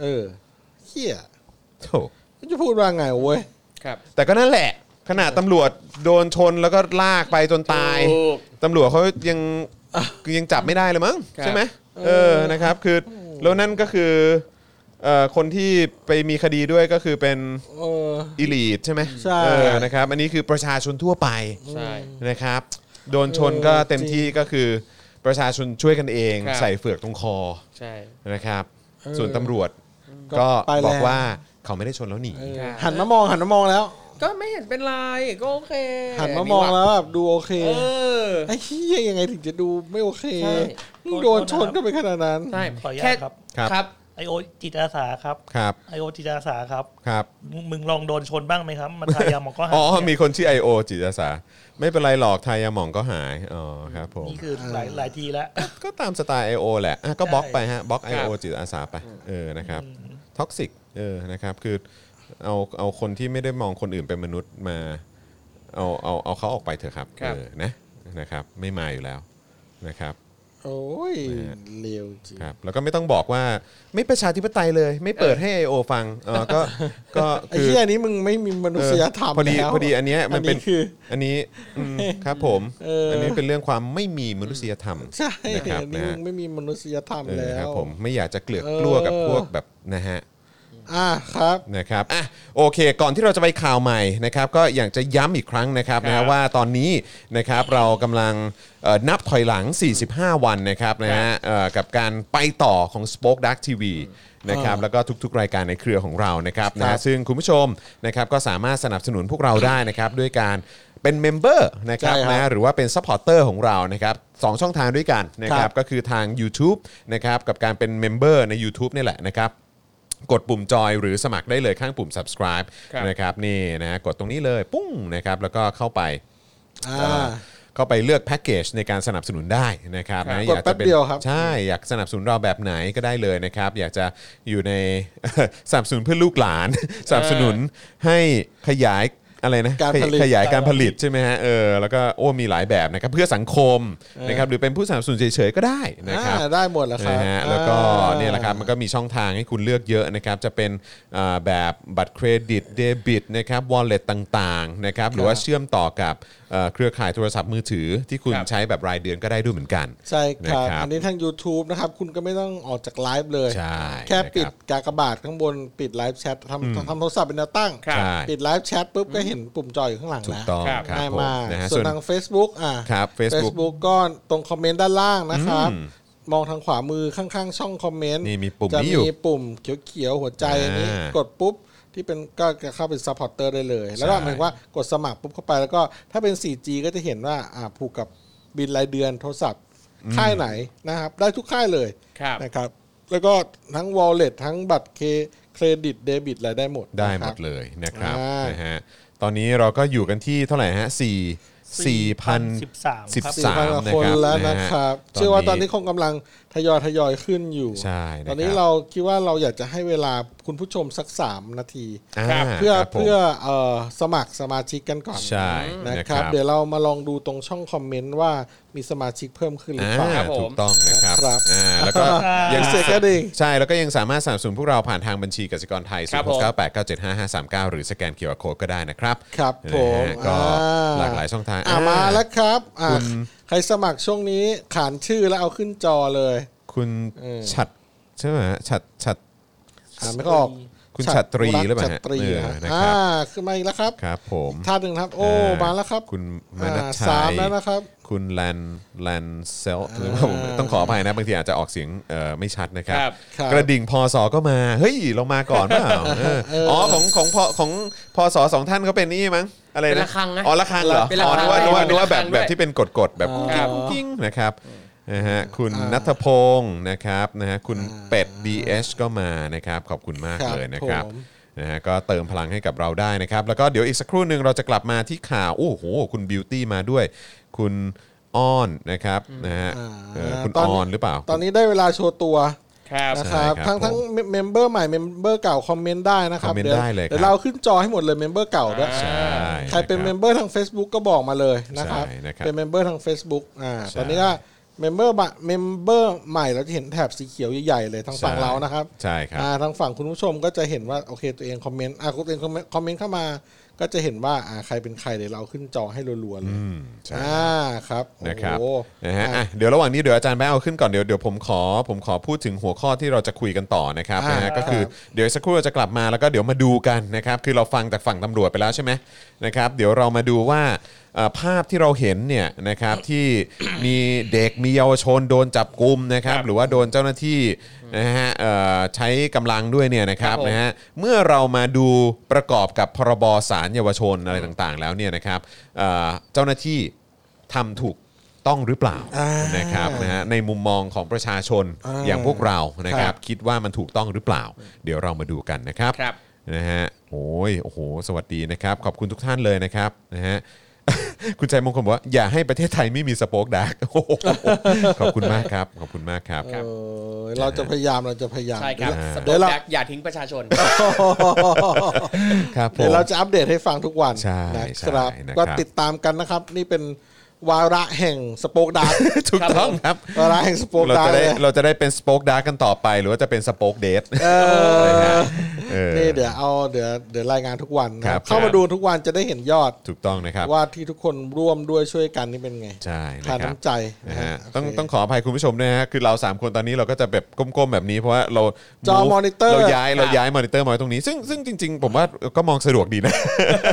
[SPEAKER 1] เออเฮีย
[SPEAKER 2] โถ
[SPEAKER 1] จะพูดว่าไงเว้ย
[SPEAKER 6] ครับ
[SPEAKER 2] แต่ก็นั่นแหละ ขนาดตำรวจโดนชนแล้วก็ลากไปจนตาย
[SPEAKER 6] ถูก
[SPEAKER 2] ตำรวจเขายังยังจับไม่ได้เลยมั้ง
[SPEAKER 6] ครับ
[SPEAKER 2] ใช่ไหมเออนะครับคือแล้วนั่นก็คือเอ่อคนที่ไปมีคดีด้วยก็คือเป็น
[SPEAKER 1] เออ
[SPEAKER 2] อ l ลี e ใช่ไหม
[SPEAKER 1] ใช่
[SPEAKER 2] เออนะครับอันนี้คือประชาชนทั่วไป
[SPEAKER 6] ใช่
[SPEAKER 2] นะครับโดนชนก็เต็มที่ก็คือประชาชนช่วยกันเอง
[SPEAKER 6] ครับ
[SPEAKER 2] ใส่เฟือกตรงคอ
[SPEAKER 6] ใช่
[SPEAKER 2] นะครับ
[SPEAKER 1] เออ
[SPEAKER 2] ส่วนตำรวจ
[SPEAKER 1] ก็
[SPEAKER 2] ก็
[SPEAKER 1] ไปแล้ว
[SPEAKER 2] บอกว่าเขาไม่ได้ชนแล้วหนี
[SPEAKER 1] เออ
[SPEAKER 6] ครับ
[SPEAKER 1] หันมามองหันมามองแล้ว
[SPEAKER 6] ก็ไม่เห็นเป็นไรก็โอเค
[SPEAKER 1] หันมามองแล้วแบบดูโอเค
[SPEAKER 6] เออ
[SPEAKER 1] ไอ้เฮียยังไงถึงจะดูไม่โอเค
[SPEAKER 6] ใช่
[SPEAKER 1] มึงโดนชนก็ไปขนาดนั้น
[SPEAKER 6] ใช่
[SPEAKER 5] ขออนุญาต
[SPEAKER 6] แค่
[SPEAKER 5] ครับ
[SPEAKER 2] ครับ
[SPEAKER 6] ครับ
[SPEAKER 5] ไอโอจิตอาสาครับ
[SPEAKER 2] ครับ
[SPEAKER 5] ไอโอจิตอาสาครับ
[SPEAKER 2] ครับ
[SPEAKER 5] มึงลองโดนชนบ้างไหมครับมาทายาหมองก็หาย
[SPEAKER 2] อ๋อมีคนชื่อ I.O. จิตอาสาไม่เป็นไรหรอกทายาหม่องก็หายอ๋อครับผม
[SPEAKER 5] นี่คือหลายหลายทีแล้ว
[SPEAKER 2] ก็ตามสไตล์ I.O. แหละอ่ะก็บล็อกไปฮะบล็อก
[SPEAKER 6] ครับ
[SPEAKER 2] I.O. จิตอาสาไปเออนะครับท็อกซิกเออนะครับคือเอาเอาคนที่ไม่ได้มองคนอื่นเป็นมนุษย์มาเอาเอาเอาเขาออกไปเถอะครับ
[SPEAKER 6] ครับ
[SPEAKER 2] เออนะนะครับไม่มาอยู่แล้วนะครับ
[SPEAKER 1] โอ้ยเลวจริง
[SPEAKER 2] ครับแล้วก็ไม่ต้องบอกว่าไม่ประชาธิปไตยเลย ไม่เปิดให้ IO ฟังเออก็ ก็
[SPEAKER 1] ไอ้
[SPEAKER 2] คือ
[SPEAKER 1] เหี้ยนี้มึงไม่มีมนุษยธรรม
[SPEAKER 2] เออพอดี
[SPEAKER 1] แล้ว
[SPEAKER 2] พอดีอันเนี้ยมันเป็น
[SPEAKER 1] คือ
[SPEAKER 2] อันนี้อืมครับผม
[SPEAKER 1] เอออั
[SPEAKER 2] นนี้เป็นเรื่องความไม่มีมนุษยธรรม
[SPEAKER 1] ใช่
[SPEAKER 2] นะครับ
[SPEAKER 1] อันนี้มึ
[SPEAKER 2] นะฮะ
[SPEAKER 1] งไม่มีมนุษยธรรม
[SPEAKER 2] เออ
[SPEAKER 1] แล้
[SPEAKER 2] ครั
[SPEAKER 1] ว
[SPEAKER 2] บผมไม่อยากจะเกลือก
[SPEAKER 1] เออ
[SPEAKER 2] กลัวกับพวกแบบนะฮะ
[SPEAKER 1] อ่ะครับ
[SPEAKER 2] นะครับอ่ะโอเค ก่อนที่เราจะไปข่าวใหม่นะครับ ก็อยากจะย้ำอีกครั้งนะครับนะฮะว่าตอนนี้นะครับเรากำลังเอ่อนับถอยหลัง 45 วันนะครับนะฮะเอ่อกับการไปต่อของ Spoke Dark TV นะครับแล้วก็ทุกๆ รายการในเครือของเรานะครับนะฮะซึ่งคุณผู้ชมนะครับก็สามารถสนับสนุนพวกเราได้นะครับด้วยการเป็นเมมเบอร์นะครับ
[SPEAKER 1] ใช่ครับ
[SPEAKER 2] นะฮะหรือว่าเป็นซัพพอร์เตอร์ของเรานะครับสองช่องทางด้วยกันนะครับ ก็คือทาง YouTube นะครับกับการเป็นเมมเบอร์ใน YouTube นี่แหละนะครับ กดปุ่มจอยหรือสมัครได้เลยข้างปุ่ม subscribe
[SPEAKER 6] ครับ
[SPEAKER 2] นะครับนี่นะกดตรงนี้เลยปุ้งนะครับแล้วก็เข้าไป
[SPEAKER 1] อ่
[SPEAKER 2] เอ่อา เข้าไปเลือกแพ็กเกจในการสนับสนุนได้นะครับ
[SPEAKER 1] ครับ
[SPEAKER 2] นะ
[SPEAKER 1] กดแป๊บเดียวครับ
[SPEAKER 2] ใช่ อยากสนับสนุนเราแบบไหนก็ได้เลยนะครับ อยากจะอยู่ใน สนับสนุนเพื่อลูกหลาน สนับสนุนให้ขยายอะไรนะ
[SPEAKER 1] การผลิต
[SPEAKER 2] ขยายการผลิตใช่ไหมฮะเออแล้วก็โอ้มีหลายแบบนะครับเพื่อสังคมนะครับหรือเป็นผู้สนับสนุนเฉยๆก็ได้นะครับ
[SPEAKER 1] อ่าได้หมดแล้วครับ
[SPEAKER 2] นะฮะแล้วก็
[SPEAKER 1] อ่า
[SPEAKER 2] เนี่ยแหละครับมันก็มีช่องทางให้คุณเลือกเยอะนะครับจะเป็นอ่าแบบบัตรเครดิตเดบิตนะครับวอลเล็ตต่างๆนะครับหรือว่าเชื่อมต่อกับเอ่อเครือข่ายโทรศัพท์มือถือ ที่คุณ
[SPEAKER 6] ครับ
[SPEAKER 2] ใช้แบบรายเดือนก็ได้ด้วยเหมือนกัน
[SPEAKER 1] ใช่ครับ
[SPEAKER 2] นะครับ
[SPEAKER 1] อันนี้ทาง YouTube นะครับ คุณก็ไม่ต้องออกจากไลฟ์เลย
[SPEAKER 2] ใช่
[SPEAKER 1] แค่ปิด
[SPEAKER 2] นะครับ
[SPEAKER 1] กากบาทข้างบนปิดไลฟ์แชททำทำโทรศัพท์เป็นแนวตั้ง
[SPEAKER 2] ครับใช่
[SPEAKER 1] ปิดไลฟ์แชทปุ๊บก็เห็นปุ่มจอยอยู่ข้างหลัง
[SPEAKER 2] ถูก
[SPEAKER 1] แล้ว
[SPEAKER 2] ต้อง
[SPEAKER 6] ครับ
[SPEAKER 2] ครับ
[SPEAKER 1] ง่าย
[SPEAKER 2] ผม
[SPEAKER 1] มาก
[SPEAKER 2] นะฮะ
[SPEAKER 1] ส่ว
[SPEAKER 2] ส่วน น
[SPEAKER 1] ทาง Facebook อ่ะ
[SPEAKER 2] ครับ Facebook
[SPEAKER 1] Facebook ก็ตรงคอมเมนต์ด้านล่างนะครับ มองทางขวามือข้างๆ ช่องคอมเมนต์
[SPEAKER 2] นี่มีปุ่ม
[SPEAKER 1] จะ
[SPEAKER 2] นี้อยู่
[SPEAKER 1] มีปุ่มเขียวๆหัวใจอันนี้
[SPEAKER 2] อ่าก
[SPEAKER 1] ดปุ๊บที่เป็นก็จะเข้าเป็นซัพพอร์เตอร์ได้เลย แล้วก็
[SPEAKER 2] ใช่
[SPEAKER 1] หมายความว่ากดสมัครปุ๊บเข้าไปแล้วก็ถ้าเป็น 4G ก็จะเห็นว่าอ่าผูกกับบินรายเดือนโทรศัพท์ค่ายไหนนะครับ ได้ทุกค่ายเลย
[SPEAKER 6] ครับ
[SPEAKER 1] นะครับ แล้วก็ทั้ง Wallet ทั้งบัตรเคเครดิตเดบิตอะไรได้หมด
[SPEAKER 2] ได้
[SPEAKER 1] นะ
[SPEAKER 2] ห
[SPEAKER 1] ค
[SPEAKER 2] ม
[SPEAKER 1] รับ
[SPEAKER 2] ดเลยนะครับ
[SPEAKER 1] อ่าน
[SPEAKER 2] นะฮะตอนนี้เราก็อยู่กันที่เท่าไหร่ฮะสี่สี่พัน
[SPEAKER 5] สิบสามครับ
[SPEAKER 1] สี่พันกว่าคนแล้วนะครับ เชื่อว่าตอนนี้คงกำลังทยอยทยอยขึ้นอยู่
[SPEAKER 2] ใช่ะคบ
[SPEAKER 1] ตอนนี้เราคิดว่าเราอยากจะให้เวลาคุณผู้ชมสักสามนาที
[SPEAKER 2] า
[SPEAKER 6] ครับ
[SPEAKER 1] เพื่อ
[SPEAKER 2] ครับผม
[SPEAKER 1] เพื่อเอ่อสมัครสมาชิกกันก่อน
[SPEAKER 2] ใช่
[SPEAKER 1] นะ
[SPEAKER 2] นะ
[SPEAKER 1] ค
[SPEAKER 2] ครั
[SPEAKER 1] รับ บ เดี๋ยวเรามาลองดูตรงช่องคอมเมนต์ว่ามีสมาชิกเพิ่มขึ้นหรือเปล่า
[SPEAKER 2] อ่า
[SPEAKER 6] ครับผม
[SPEAKER 2] ถูกต้องนะครับ
[SPEAKER 1] ครับ
[SPEAKER 2] อ่าแล้วก็ยัง
[SPEAKER 1] เสกกระดิ่ง
[SPEAKER 2] ใช่แล้วก็ยังสามารถสนับสนุนพวกเราผ่านทางบัญชีกสิกรไทย
[SPEAKER 6] ครับผม
[SPEAKER 2] 0698975539 หรือสแกนเคอร์โคดก็ได้นะครับ
[SPEAKER 1] ครับผม
[SPEAKER 2] นะฮะก็
[SPEAKER 1] อ่า
[SPEAKER 2] หลากหลายช่องทาง
[SPEAKER 1] อ่ะ
[SPEAKER 2] อ่
[SPEAKER 1] มาแล้วครับอ่ะใครสมัครช่วงนี้ขานชื่อแล้วเอาขึ้นจอเลย
[SPEAKER 2] คุณฉัดใช่ไหมฮะฉัดฉัด
[SPEAKER 1] อ่านไม่ออก
[SPEAKER 2] คุณฉัตรีหรือเปล่า
[SPEAKER 1] ฉั
[SPEAKER 2] ฮะ
[SPEAKER 1] ตรี
[SPEAKER 2] เออ
[SPEAKER 1] ฮะ
[SPEAKER 2] นะครับ
[SPEAKER 1] อ่าขึ้นมาอีกแล้วครับ
[SPEAKER 2] ครับผม
[SPEAKER 1] ท่าหนึ่งครับ โอ้
[SPEAKER 2] อ่
[SPEAKER 1] มาแล้วครับ
[SPEAKER 2] คุณมานัช
[SPEAKER 1] อ่
[SPEAKER 2] ชัย
[SPEAKER 1] สามแล้วนะครับ
[SPEAKER 2] คุณแลนแลนเซลหรือว่าผมต้องขออภัยนะบางทีอาจจะออกเสียงเอ่อไม่ชัดนะครับ
[SPEAKER 6] ครับ
[SPEAKER 1] ครับ
[SPEAKER 2] กระดิ่งพอสอก็มา เฮ้ยลงมาก่อนเปล่า เอออ๋อของของพอของพอสอสองท่านเขาเป็นนี่มั้งอะไร
[SPEAKER 6] เป็น
[SPEAKER 2] นะ
[SPEAKER 6] ระฆังนะ
[SPEAKER 2] อ๋อระฆังเหรอ
[SPEAKER 6] เป็นระ
[SPEAKER 2] อ๋อ
[SPEAKER 6] ฆัง
[SPEAKER 2] นึกว่านึกว่านึกว่า
[SPEAKER 6] เป็
[SPEAKER 2] แบบ
[SPEAKER 6] นระฆัง
[SPEAKER 2] แบบที่เป็นกดกดๆแบบ
[SPEAKER 6] ครั
[SPEAKER 2] กิ้
[SPEAKER 6] บ
[SPEAKER 2] งกิ้งนะครับนะฮะคุณนัทพงศ์นะครับนะฮะคุณเป็ด DH ก็มานะครับขอบคุณมาก
[SPEAKER 1] ครับ
[SPEAKER 2] เลยนะครับ
[SPEAKER 1] ผม
[SPEAKER 2] นะฮะก็เติมพลังให้กับเราได้นะครับ แล้วก็เดี๋ยวอีกสักครู่หนึ่งเราจะกลับมาที่ข่าวโอ้โหคุณบิวตี้มาด้วย คุณอ้อนนะครับนะฮะเออคุณออนหรือเปล่า
[SPEAKER 1] ตอนนี้ได้เวลาโชว์ตัว
[SPEAKER 6] ครับ
[SPEAKER 1] นะครับ
[SPEAKER 2] ใช่ครับ
[SPEAKER 1] ทั้งทั้ง
[SPEAKER 2] ผม
[SPEAKER 1] เมมเบอร์ใหม่เมมเบอร์เก่าคอมเมนต์ได้นะครับ
[SPEAKER 2] คอมเมนต์
[SPEAKER 1] ยว
[SPEAKER 2] ได้เลยครับ
[SPEAKER 1] เดี๋ยวเราขึ้นจอให้หมดเลยเมมเบอร์เก่าด้วย
[SPEAKER 2] ใช่
[SPEAKER 1] ใครเป็น
[SPEAKER 2] นะบ
[SPEAKER 1] เมมเบอร์ทาง Facebook ก็บอกมาเลยนะครับ
[SPEAKER 2] ใช่นะครับ
[SPEAKER 1] เป็นเมมเบอร์ทาง Facebook อ่า
[SPEAKER 2] ใช่
[SPEAKER 1] ตอนนี้ก็เมมเบอร์เมมเบอร์ใหม่เราจะเห็นแถบสีเขียวใหญ่ๆเลยทางฝั่งเรานะครับ
[SPEAKER 2] ใช่ครับ
[SPEAKER 1] อ่าทางฝั่งคุณผู้ชมก็จะเห็นว่าโอเคตัวเองคอมเมนต์อ่ะคุณตัวเองคอมเมนต์เข้ามา ก็จะเห็นว่าอ่าใครเป็นใครเดี๋ยวเราขึ้นจอให้รัวๆเลย
[SPEAKER 2] อืมใช่
[SPEAKER 1] อ่าครับโอ้โห
[SPEAKER 2] นะครับนะฮะ
[SPEAKER 1] อ่ะ
[SPEAKER 2] อ่ะเดี๋ยวระหว่างนี้เดี๋ยวอาจารย์แป๊ะเอาขึ้นก่อนเดี๋ยวเดี๋ยวผมขอผมขอพูดถึงหัวข้อที่เราจะคุยกันต่อนะครับ
[SPEAKER 1] อ่าน
[SPEAKER 2] นะฮะก็คือ
[SPEAKER 1] ครับ
[SPEAKER 2] เดี๋ยวสักครู่เราจะกลับมาแล้วก็เดี๋ยวมาดูกันนะครับคือเราฟังจากฝั่งตำรวจไปแล้วใช่ไหมนะครับเดี๋ยวเรามาดูว่าเอ่อภาพที่เราเห็นเนี่ยนะครับที่ มีเด็กมีเยาวชนโดนจับกุมนะครับหรือว่าโดนเจ้าหน้าที่นะฮะเอ่อใช้กำลังด้วยเนี่ยนะครับ
[SPEAKER 6] ครับผม
[SPEAKER 2] นะฮะเมื่อเรามาดูประกอบกับพรบสารเยาวชนอะไรต่างๆ แล้วเนี่ยนะครับเอ่อเจ้าหน้าที่ ทำถูกต้องหรือเปล่า
[SPEAKER 1] อ่าน
[SPEAKER 2] นะครับนะฮะในมุมมองของประชาชน
[SPEAKER 1] อ่า
[SPEAKER 2] อย่างพวกเรานะค
[SPEAKER 1] ครั
[SPEAKER 2] รับบ คิดว่ามันถูกต้องหรือเปล่า เดี๋ยวเรามาดูกันนะครับ
[SPEAKER 6] ครับ
[SPEAKER 2] นะฮะโอ้ยโอ้โห สวัสดีนะครับ ขอบคุณทุกท่านเลยนะครับนะ ฮะ คุณชัยมงคลบอกว่าอย่าให้ประเทศไทยไม่มีสโป๊กดาร์ก โอ้โหขอบคุณมากครับ ขอบคุณมากครับ
[SPEAKER 1] เออเราจะพยายามเราจะพยายาม
[SPEAKER 6] ใช่ครับ
[SPEAKER 2] อ่า
[SPEAKER 6] ส
[SPEAKER 1] เดี๋ย
[SPEAKER 6] ต็อ
[SPEAKER 1] ว
[SPEAKER 6] ป
[SPEAKER 1] เรา
[SPEAKER 6] แบ็กอย่าทิ้งประชาชน
[SPEAKER 2] ครับผม
[SPEAKER 1] เดี๋ยวเราจะอัปเดตให้ฟังทุกวัน
[SPEAKER 2] ใช่
[SPEAKER 1] นะครับ
[SPEAKER 2] ใช่นะครับ
[SPEAKER 1] ก็ติดตามกันนะครับ นี่เป็นวาระแห่งสป o กดาร์
[SPEAKER 2] ถูกต้องครับ
[SPEAKER 1] วาระแห่งสป o ก
[SPEAKER 2] เรา
[SPEAKER 1] ดา
[SPEAKER 2] จะ
[SPEAKER 1] ร์
[SPEAKER 2] ได้
[SPEAKER 1] เลย
[SPEAKER 2] เราจะได้เป็นสโป๊กดาร์กกันต่อไป หรือว่าจะเป็นสโป๊กเดท
[SPEAKER 1] เออ
[SPEAKER 2] นะฮะเออ
[SPEAKER 1] นี่เดี๋ยวเอาเดี๋ยวเดี๋ยวรายงานทุกวันนะค
[SPEAKER 2] ครั
[SPEAKER 1] รั
[SPEAKER 2] บบ
[SPEAKER 1] เข้า
[SPEAKER 2] ครั
[SPEAKER 1] มา
[SPEAKER 2] บ
[SPEAKER 1] ดูทุกวันจะได้เห็นยอด
[SPEAKER 2] ถูกต้องนะครับ
[SPEAKER 1] ว่าที่ทุกคนร่วมด้วยช่วยกันนี่เป็นไง
[SPEAKER 2] ใช่นะ
[SPEAKER 1] ทาน
[SPEAKER 2] ครับ
[SPEAKER 1] น้ำใจ
[SPEAKER 2] นะฮะ
[SPEAKER 1] โเค
[SPEAKER 2] ต้องต้องขออภัยคุณผู้ชมด้วยนะฮะคือเราสามคนตอนนี้เราก็จะแบบก้มๆแบบนี้เพราะว่าเรา
[SPEAKER 1] จอ
[SPEAKER 2] move
[SPEAKER 1] monitor
[SPEAKER 2] เราย้ายเราย้ายมอนิเตอร์มาไว้ตรงนี้ซึ่งซึ่งจริง ๆ ผมว่าก็มองสะดวกดีนะ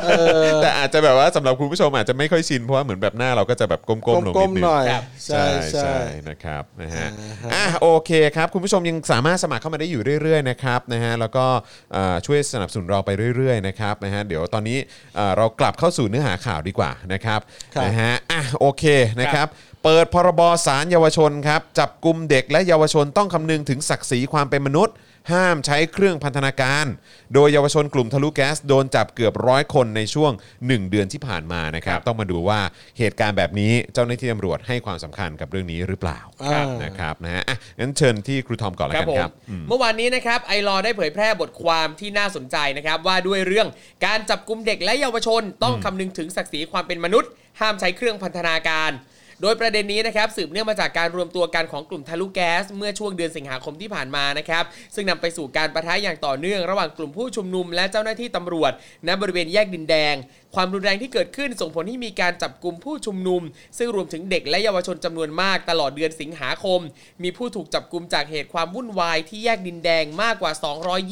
[SPEAKER 2] แต่อาจจะแบบว่าสำหรับคุณผู้ชมอาจจะไม่ค่อยชินเพราะว่าเหมือนแบบหน้าเราก็จะแบบก้มๆลง
[SPEAKER 1] กล
[SPEAKER 2] นิ
[SPEAKER 1] ม
[SPEAKER 2] ด
[SPEAKER 1] ๆ
[SPEAKER 2] นึง
[SPEAKER 1] หน่อย
[SPEAKER 6] ครับ
[SPEAKER 1] ใช่ใช่
[SPEAKER 2] นะครับนะฮะอ่ะโอเคครับ คุณผู้ชมยังสามารถสมัครเข้ามาได้อยู่เรื่อยๆนะครับนะฮะแล้วก็เอ่อช่วยสนับสนุนเราไปเรื่อยๆนะครับนะฮะเดี๋ยวตอนนี้เอ่อเรากลับเข้าสู่เนื้อหาข่าวดีกว่านะครับ
[SPEAKER 1] ครับ
[SPEAKER 2] นะฮะอ่ะโอเคนะครับ เปิดพรบสารเยาวชนครับ จับกลุ่มเด็กและเยาวชนต้องคำนึงถึงศักดิ์ศรีความเป็นมนุษย์ ห้ามใช้เครื่องพันธนาการ โดยเยาวชนกลุ่มทะลุแก๊สโดนจับเกือบร้อยคนในช่วง 1 เดือนที่ผ่านมานะครับ ต้องมาดูว่าเหตุการณ์แบบนี้เจ้าหน้าที่ตำรวจให้ความสำคัญกับเรื่องนี้หรือเปล่า
[SPEAKER 1] ครับ
[SPEAKER 2] นะครับนะฮะอ่ะงั้นเชิญที่ครูทอมก่อนแล้วกัน
[SPEAKER 6] ผม
[SPEAKER 2] ครับ
[SPEAKER 6] เมื่อวานนี้นะครับไอรอได้เผยแพร่บทความที่น่าสนใจนะครับว่าด้วยเรื่องการจับกลุ่มเด็กและเยาวชน ต้องคำนึงถึงศักดิ์ศรีความเป็นมนุษย์ ห้ามใช้เครื่องพันธนาการ โดยประเด็นนี้นะครับสืบเนื่องมาจากการรวมตัวกันของกลุ่มทะลุแก๊ส เมื่อช่วงเดือนสิงหาคมที่ผ่านมานะครับซึ่งนำไปสู่การประทะอย่างต่อเนื่องระหว่างกลุ่มผู้ชุมนุมและเจ้าหน้าที่ตำรวจณบริเวณแยกดินแดง ความรุนแรงที่เกิดขึ้นส่งผลให้มีการจับกลุ่มผู้ชุมนุม ซึ่งรวมถึงเด็กและเยาวชนจำนวนมากตลอดเดือนสิงหาคม มีผู้ถูกจับกลุ่มจากเหตุความวุ่นวายที่แยกดินแดงมากกว่า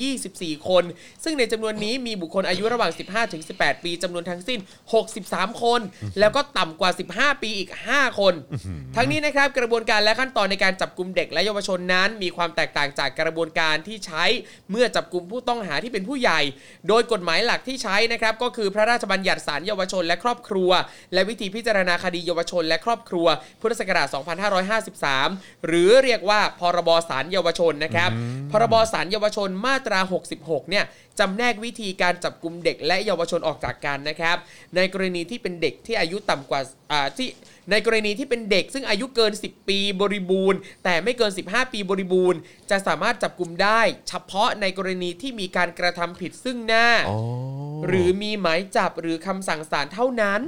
[SPEAKER 6] 224 คน ซึ่งในจำนวนนี้มีบุคคลอายุระหว่าง 15-18 ปีจำนวนทั้งสิ้น 63 คน แล้วก็ต่ำกว่า 15 ปีอีก 5 คน ทั้งนี้นะครับกระบวนการและขั้นตอนในการจับกลุ่มเด็กและเยาวชนนั้น มีความแตกต่างจากกระบวนการที่ใช้เมื่อจับกลุ่มผู้ต้องหาที่เป็นผู้ใหญ่ โดยกฎหมายหลักที่ใช้นะครับก็คือพระราชบัญญัติสารเยาวชนและครอบครัว และวิธีพิจารณาคดีเยาวชนและครอบครัว พุทธศักราช 2553 หรือเรียกว่าพรบสารเยาวชนนะครับ พรบสารเยาวชนมาตรา 66 เนี่ยจำแนกวิธีการจับกลุ่มเด็กและเยาวชนออกจากกันนะครับ ในกรณีที่เป็นเด็กที่อายุต่ำกว่าอ่าที่ ในกรณีที่เป็นเด็กซึ่งอายุเกิน 10 ปีบริบูรณ์ แต่ไม่เกิน 15 ปีบริบูรณ์ จะสามารถจับกลุ่มได้ เฉพาะในกรณีที่มีการกระทำผิดซึ่งหน้า หรือมีหมายจับหรือคำสั่งศาลเท่านั้น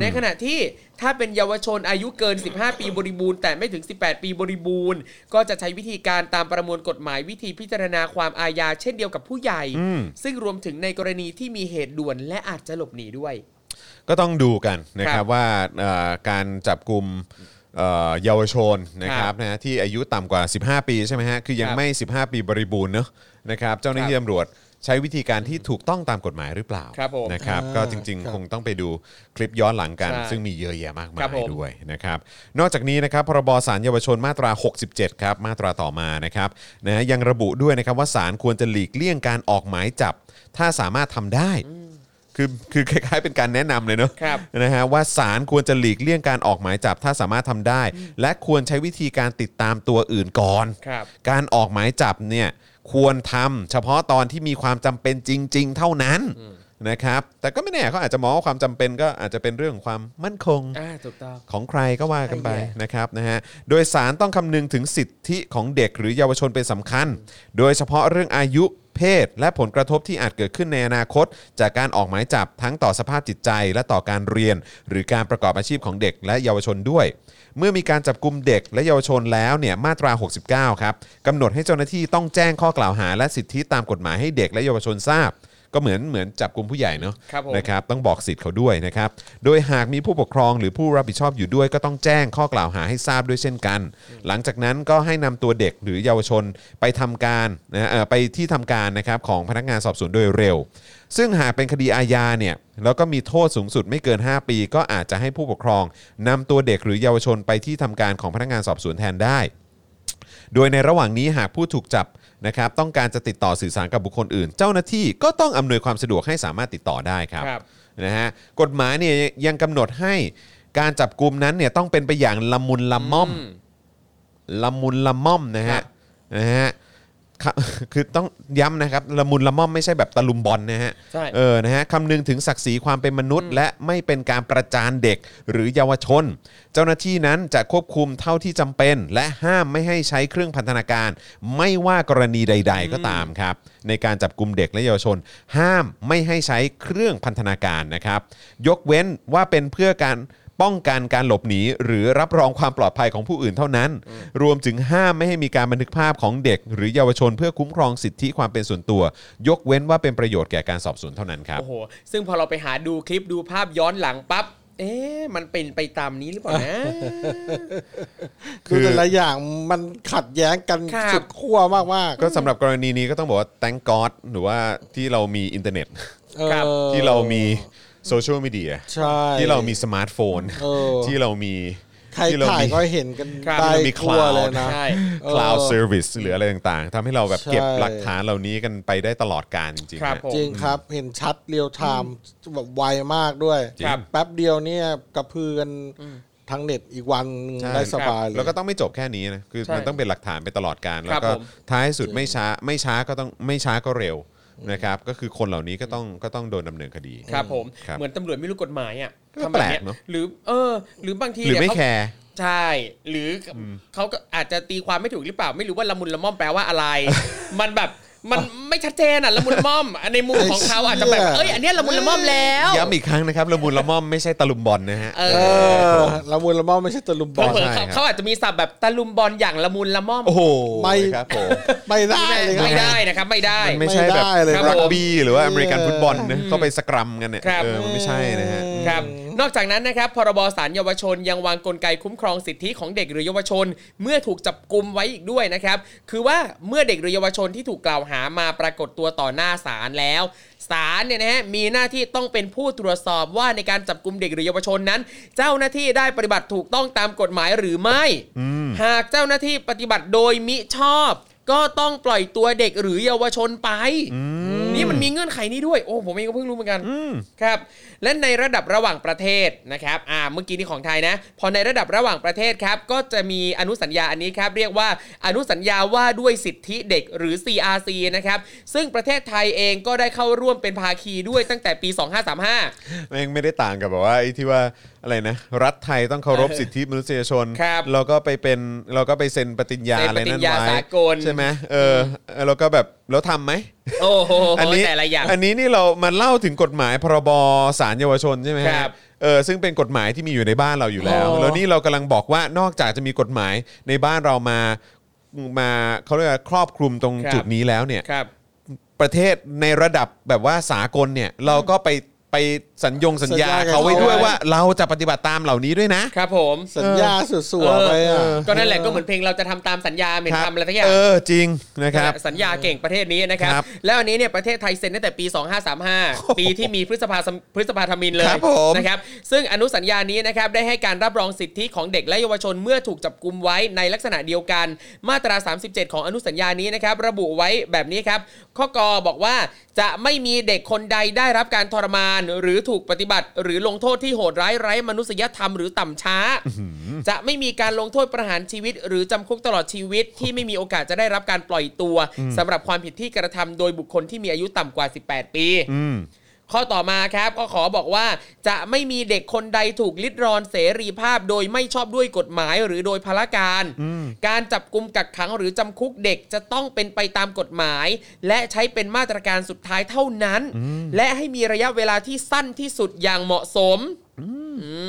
[SPEAKER 6] ในขณะที่ถ้าเป็นเยาวชนอายุเกิน 15 ปีบริบูรณ์แต่ไม่ถึง 18 ปีบริบูรณ์ ก็จะใช้วิธีการตามประมวลกฎหมายวิธีพิจารณาความอาญาเช่นเดียวกับผู้ใหญ่
[SPEAKER 2] อืม
[SPEAKER 6] ซึ่งรวมถึงในกรณีที่มีเหตุด่วนและอาจจะหลบหนีด้วย
[SPEAKER 2] ก็ต้องดูกันนะค
[SPEAKER 6] ครั
[SPEAKER 2] รับบ ว่าเอ่อการจับกลุ่มเอ่อเยาวชนนะครับนะฮะที่อายุต่ำกว่า 15 ปีใช่ไหมฮะคือยัง
[SPEAKER 6] ครับ
[SPEAKER 2] ไม่ 15 ปีบริบูรณ์เนอะนะครับเจ้าหน้าที่ตำรวจใช้วิธีการที่ถูกต้องตามกฎหมายหรือเปล่า
[SPEAKER 6] ครับผม
[SPEAKER 2] นะครับ
[SPEAKER 1] อ่า
[SPEAKER 2] ก็จริง
[SPEAKER 1] ครับ
[SPEAKER 2] ๆ คงต้องไปดูคลิปย้อนหลังกัน
[SPEAKER 6] ใช่
[SPEAKER 2] ซึ่งมีเยอะแยะมากมา
[SPEAKER 6] ครั
[SPEAKER 2] ย
[SPEAKER 6] บผ
[SPEAKER 2] ด้
[SPEAKER 6] ม
[SPEAKER 2] วย ด้วยนะครับนอกจากนี้นะครับพรบสารเยาวชนมาตรา 67 ครับ มาตราต่อมานะครับนะฮะยังระบุด้วยนะครับว่าสารควรจะหลีกเลี่ยงการออกหมายจับ ถ้าสามารถทำได้ คือคือค ล้ายๆเป็นการแนะนำเลยเนอะ
[SPEAKER 6] ครับ
[SPEAKER 2] นะฮะว่าสารควรจะหลีกเลี่ยงการออกหมายจับ ถ้าสามารถทำได้ และควรใช้วิธีการติดตามตัวอื่นก่อน
[SPEAKER 6] ครับ
[SPEAKER 2] การออกหมายจับเนี่ยควรทำเฉพาะตอนที่มีความจำเป็นจริง ๆ เท่านั้นนะครับแต่ก็ไม่แน่เขาอาจจะมองว่าความจำเป็นก็อาจจะเป็นเรื่องของความมั่นคง
[SPEAKER 6] อ่าถูกต้อง
[SPEAKER 2] ของใครก็ว่ากันไป
[SPEAKER 6] ไอ้แย่
[SPEAKER 2] นะครับนะฮะ โดยสารต้องคำนึงถึงสิทธิของเด็กหรือเยาวชนเป็นสำคัญ โดยเฉพาะเรื่องอายุเพศ และผลกระทบที่อาจเกิดขึ้นในอนาคต จากการออกหมายจับทั้งต่อสภาพจิตใจ และต่อการเรียน หรือการประกอบอาชีพของเด็กและเยาวชนด้วย เมื่อมีการจับกลุ่มเด็กและเยาวชนแล้วเนี่ยมาตรา 69 ครับกำหนดให้เจ้าหน้าที่ต้องแจ้งข้อกล่าวหา และสิทธิตามกฎหมายให้เด็กและเยาวชนทราบ ก็เหมือนเหมือนจับกลุ่มผู้ใหญ่เนอะ
[SPEAKER 6] ครับผม
[SPEAKER 2] นะครับต้องบอกสิทธิ์เขาด้วยนะครับ โดยหากมีผู้ปกครองหรือผู้รับผิดชอบอยู่ด้วย ก็ต้องแจ้งข้อกล่าวหาให้ทราบด้วยเช่นกัน หลังจากนั้นก็ให้นำตัวเด็กหรือเยาวชนไปทำการนะฮะเอ่อไปที่ทำการนะครับของพนักงานสอบสวนโดยเร็ว ซึ่งหากเป็นคดีอาญาเนี่ยแล้วก็มีโทษสูงสุดไม่เกิน 5 ปี ก็อาจจะให้ผู้ปกครองนำตัวเด็กหรือเยาวชนไปที่ทำการของพนักงานสอบสวนแทนได้ โดยในระหว่างนี้หากผู้ถูกจับนะครับต้องการจะติดต่อสื่อสารกับบุคคลอื่น เจ้าหน้าที่ก็ต้องอำนวยความสะดวกให้สามารถติดต่อได้ครับ
[SPEAKER 6] ครับ
[SPEAKER 2] นะฮะกฎหมายเนี่ยยังกำหนดให้การจับกลุ่มนั้นเนี่ยต้องเป็นไปอย่างละมุนละม่อม ละมุนละม่อมนะ
[SPEAKER 6] ครั
[SPEAKER 2] ฮะ
[SPEAKER 6] บ
[SPEAKER 2] นะฮะครับ คือต้องย้ำนะครับละมุนละม่อมไม่ใช่แบบตะลุมบอลนะฮะ
[SPEAKER 6] ใช่
[SPEAKER 2] เออ นะฮะคำนึงถึงศักดิ์ศรีความเป็นมนุษย์ และไม่เป็นการประจานเด็กหรือเยาวชน เจ้าหน้าที่นั้นจะควบคุมเท่าที่จำเป็น และห้ามไม่ให้ใช้เครื่องพันธนาการ ไม่ว่ากรณีใด ๆ ก็ตามครับ ในการจับกลุ่มเด็กและเยาวชน ห้ามไม่ให้ใช้เครื่องพันธนาการนะครับ ยกเว้นว่าเป็นเพื่อการป้องกันการหลบหนีหรือรับรองความปลอดภัยของผู้อื่นเท่านั้น รวมถึงห้ามไม่ให้มีการบันทึกภาพของเด็ก หรือเยาวชนเพื่อคุ้มครองสิทธิความเป็นส่วนตัว ยกเว้นว่าเป็นประโยชน์แก่การสอบสวนเท่านั้นครับ
[SPEAKER 6] โอ้โห ซึ่งพอเราไปหาดูคลิปดูภาพย้อนหลังปั๊บ เอ๊ะ มันเป็นไปตามนี้หรือเปล่านะ
[SPEAKER 2] คื
[SPEAKER 1] คือ อแต่ละอย่างมันขัดแย้งกัน
[SPEAKER 6] ครับ
[SPEAKER 1] สุดขั้วมากมาก
[SPEAKER 2] ก็สำหรับกรณีนี้ก็ต้องบอกว่า thank god หรือว่าที่เรามีอินเทอร์เน็ต
[SPEAKER 1] ๆเออ
[SPEAKER 2] ที่เรามีโซเชียลมีเดีย
[SPEAKER 1] ใช่
[SPEAKER 2] ที่เรามีสมาร์ทโฟน
[SPEAKER 1] เออ
[SPEAKER 2] ที่เรามี
[SPEAKER 1] ใคร
[SPEAKER 2] ที่เรา
[SPEAKER 1] ถ่าย
[SPEAKER 2] มี
[SPEAKER 1] ก็เห็นกัน
[SPEAKER 6] ครับ
[SPEAKER 1] ได้
[SPEAKER 2] เรามี
[SPEAKER 1] ทั่ว
[SPEAKER 2] cloud
[SPEAKER 1] เลยนะ
[SPEAKER 6] ใช่
[SPEAKER 1] เออ
[SPEAKER 2] cloud service หรืออะไรต่างๆทำให้เราแบบเก็บ
[SPEAKER 1] ใช่
[SPEAKER 2] หลักฐานเหล่านี้กันไปได้ตลอดการจริงๆ
[SPEAKER 6] ครับ
[SPEAKER 2] นะ
[SPEAKER 6] ผม
[SPEAKER 1] จริงครับ เห็นชัดเรียวไทม์แบบไวมากด้วย
[SPEAKER 2] จริงครับ
[SPEAKER 1] แป๊บเดียวเนี่ยกระพือกันทางเน็ตอีกวันหนึ่ง
[SPEAKER 2] ใช่
[SPEAKER 1] ได้สบายเลย
[SPEAKER 2] แล้วก็ต้องไม่จบแค่นี้นะคือ
[SPEAKER 6] ใช่
[SPEAKER 2] มันต้องเป็นหลักฐานไปตลอดการ
[SPEAKER 6] ค
[SPEAKER 2] แล้
[SPEAKER 6] รั
[SPEAKER 2] ว
[SPEAKER 6] บ
[SPEAKER 2] ก็
[SPEAKER 6] ผม
[SPEAKER 2] ท้ายสุดไม่ช้าไม่ช้าก็ต้องไม่ช้าก็เร็วนะครับก็คือคนเหล่านี้ก็ต้องก็ต้องโดนดำเนินคดี
[SPEAKER 6] ครับผม
[SPEAKER 2] ครับ
[SPEAKER 6] เหมือนตำรวจไม่รู้กฎหมายอ่ะ
[SPEAKER 2] ก็
[SPEAKER 6] ทำแบบเนี้ย
[SPEAKER 2] แปลกเนอะ
[SPEAKER 6] หรือ เออ หรือบางที
[SPEAKER 2] หรือ
[SPEAKER 6] เนี่ย
[SPEAKER 2] ไม่
[SPEAKER 6] เขา
[SPEAKER 2] แคร์
[SPEAKER 6] ใช่ หรืออเขาก็อาจจะตีความไม่ถูกหรือเปล่า ไม่รู้ว่าละมุนละม่อมแปลว่าอะไร มันแบบ มันไม่ชัดเจนอ่ะ ละมุนละม่อ ม ในมุมของเขาอาจจะแบบ เอ้ย อันเนี้ยละมุนละม่อมแล้ว
[SPEAKER 2] ย้ำอีกครั้งนะครับละมุนละม่อมไม่ใช่ตะลุมบอลนะฮะ
[SPEAKER 6] เอ
[SPEAKER 1] เออละมุนละม่อมไม่ใช่ตะลุมบอล
[SPEAKER 6] เผลอ
[SPEAKER 2] ใช่ครับ
[SPEAKER 6] ๆเขาอาจจะมีศัพท์แบบตะลุมบอลอย่างละมุนละม่อม
[SPEAKER 2] โอ้โห
[SPEAKER 1] ไม่
[SPEAKER 2] ครับผม
[SPEAKER 1] ไม่ได้เลยครับ
[SPEAKER 6] ไม่ได้นะครับ ไม่ได้
[SPEAKER 2] มันไม่ใช่แบบ
[SPEAKER 1] ไม่ได้เลย
[SPEAKER 6] ครับ
[SPEAKER 2] รักบี้หรือว่าอเมริกันฟุตบอลนะเข้าไปสกรัมกันเนี่ย
[SPEAKER 6] ครับ
[SPEAKER 2] เออมันไม่ใช่นะฮะ
[SPEAKER 6] ครับนอกจากนั้นนะครับ พรบสารเยาวชนยังวางกลไกคุ้มครองสิทธิของเด็กหรือเยาวชน เมื่อถูกจับกลุมไว้อีกด้วยนะครับ คือว่าเมื่อเด็กหรือเยาวชนที่ถูกกล่าวหามาปรากฏตัวต่อหน้าศาลแล้วศาลเนี่ยนะฮะมีหน้าที่ต้องเป็นผู้ตรวจสอบว่าในการจับกลุมเด็กหรือเยาวชนนั้น เจ้าหน้าที่ได้ปฏิบัติถูกต้องตามกฎหมายหรือไม่ หากเจ้าหน้าที่ปฏิบัติโดยมิชอบ ก็ต้องปล่อยตัวเด็กหรือเยาวชนไป นี่มันมีเงื่อนไขนี้ด้วย โอ้ผมเองก็เพิ่งรู้เหมือนกัน ครับ และในระดับระหว่างประเทศนะครับ อ่า เมื่อกี้นี่ของไทยนะ พอในระดับระหว่างประเทศครับ ก็จะมีอนุสัญญาอันนี้ครับ เรียกว่าอนุสัญญาว่าด้วยสิทธิเด็กหรือ CRC นะครับ ซึ่งประเทศไทยเองก็ได้เข้าร่วมเป็นภาคีด้วยตั้งแต่ปี 2535
[SPEAKER 2] แม่งไม่ได้ต่างกับแบบว่าไอ้ที่ว่าอะไรนะ รัฐไทยต้องเคารพสิทธิมนุษยชน
[SPEAKER 6] ครับ
[SPEAKER 2] เราก็ไปเป็นเราก็ไปเซ็นปฏิญญา
[SPEAKER 6] เซ็น
[SPEAKER 2] อะไรนั่น
[SPEAKER 6] ปฏิญญา
[SPEAKER 2] ไว้
[SPEAKER 6] สากล
[SPEAKER 2] ใช่ไหมเออเออแล้วก็แบบแล้วทำไหม
[SPEAKER 6] โอ้โห
[SPEAKER 2] อันี้
[SPEAKER 6] แต่ละอย่าง
[SPEAKER 2] นนี้นี่เรามาเล่าถึงกฎหมายพรบสารเยาวชนใช่ไหมฮะ
[SPEAKER 6] ครับ
[SPEAKER 2] เออซึ่งเป็นกฎหมายที่มีอยู่ในบ้านเราอยู่แล้ว
[SPEAKER 6] โอ้
[SPEAKER 2] แล้วนี่เรากำลังบอกว่านอกจากจะมีกฎหมายในบ้านเรามามาเขาเรียกว่าครอบคลุมตรงจุดนี้แล้วเนี่ย
[SPEAKER 6] ครับ
[SPEAKER 2] ประเทศในระดับแบบว่าสากลเนี่ย เราก็ไปไปสัญญงสัญญา
[SPEAKER 1] สัญญากับ
[SPEAKER 2] เขาไว้
[SPEAKER 1] เขา
[SPEAKER 2] ด้วย
[SPEAKER 1] ไว้
[SPEAKER 2] ว่าเราจะปฏิบัติตามเหล่านี้ด้วยนะ
[SPEAKER 6] ครับผม
[SPEAKER 1] สัญญาสุดสว
[SPEAKER 6] เออ
[SPEAKER 1] ไปอ่ะ
[SPEAKER 6] ก็นั่นแหละก็เหมือนเพลงเราจะทำตามสัญญาเหมือน
[SPEAKER 2] คบ
[SPEAKER 6] ทำอะไรทั้งอย่าง
[SPEAKER 2] เออจริงนะครับ
[SPEAKER 6] สัญญาเก่งประเทศนี้นะครับ
[SPEAKER 2] ครับ
[SPEAKER 6] แล้วอันนี้เนี่ยประเทศไทยเซ็นตั้งแต่ปี 2535 ปีที่มีพฤษภาสมพฤษภาธมินเลย
[SPEAKER 2] ครับผม
[SPEAKER 6] นะครับ ซึ่งอนุสัญญานี้นะครับได้ให้การรับรองสิทธิของเด็กและเยาวชนเมื่อถูกจับกลุมไว้ในลักษณะเดียวกัน มาตรา 37 ของอนุสัญญานี้นะครับระบุไว้แบบนี้ครับ ข้อกอบอกว่าจะไม่มีเด็กคนใดได้รับการทรมาน หรือถูกปฏิบัติ หรือลงโทษที่โหดร้ายไร้มนุษยธรรมหรือต่ำช้า จะไม่มีการลงโทษประหารชีวิต หรือจำคุกตลอดชีวิต ที่ไม่มีโอกาสจะได้รับการปล่อยตัวสำหรับความผิดที่กระทำโดยบุคคลที่มีอายุต่ำกว่า 18 ปี ข้อต่อมาครับก็ขอบอกว่า จะไม่มีเด็กคนใดถูกลิดรอนเสรีภาพ โดยไม่ชอบด้วยกฎหมายหรือโดยพละการ การจับกุมกักขังหรือจำคุกเด็กจะต้องเป็นไปตามกฎหมาย และใช้เป็นมาตรการสุดท้ายเท่านั้น และให้มีระยะเวลาที่สั้นที่สุดอย่างเหมาะสม อื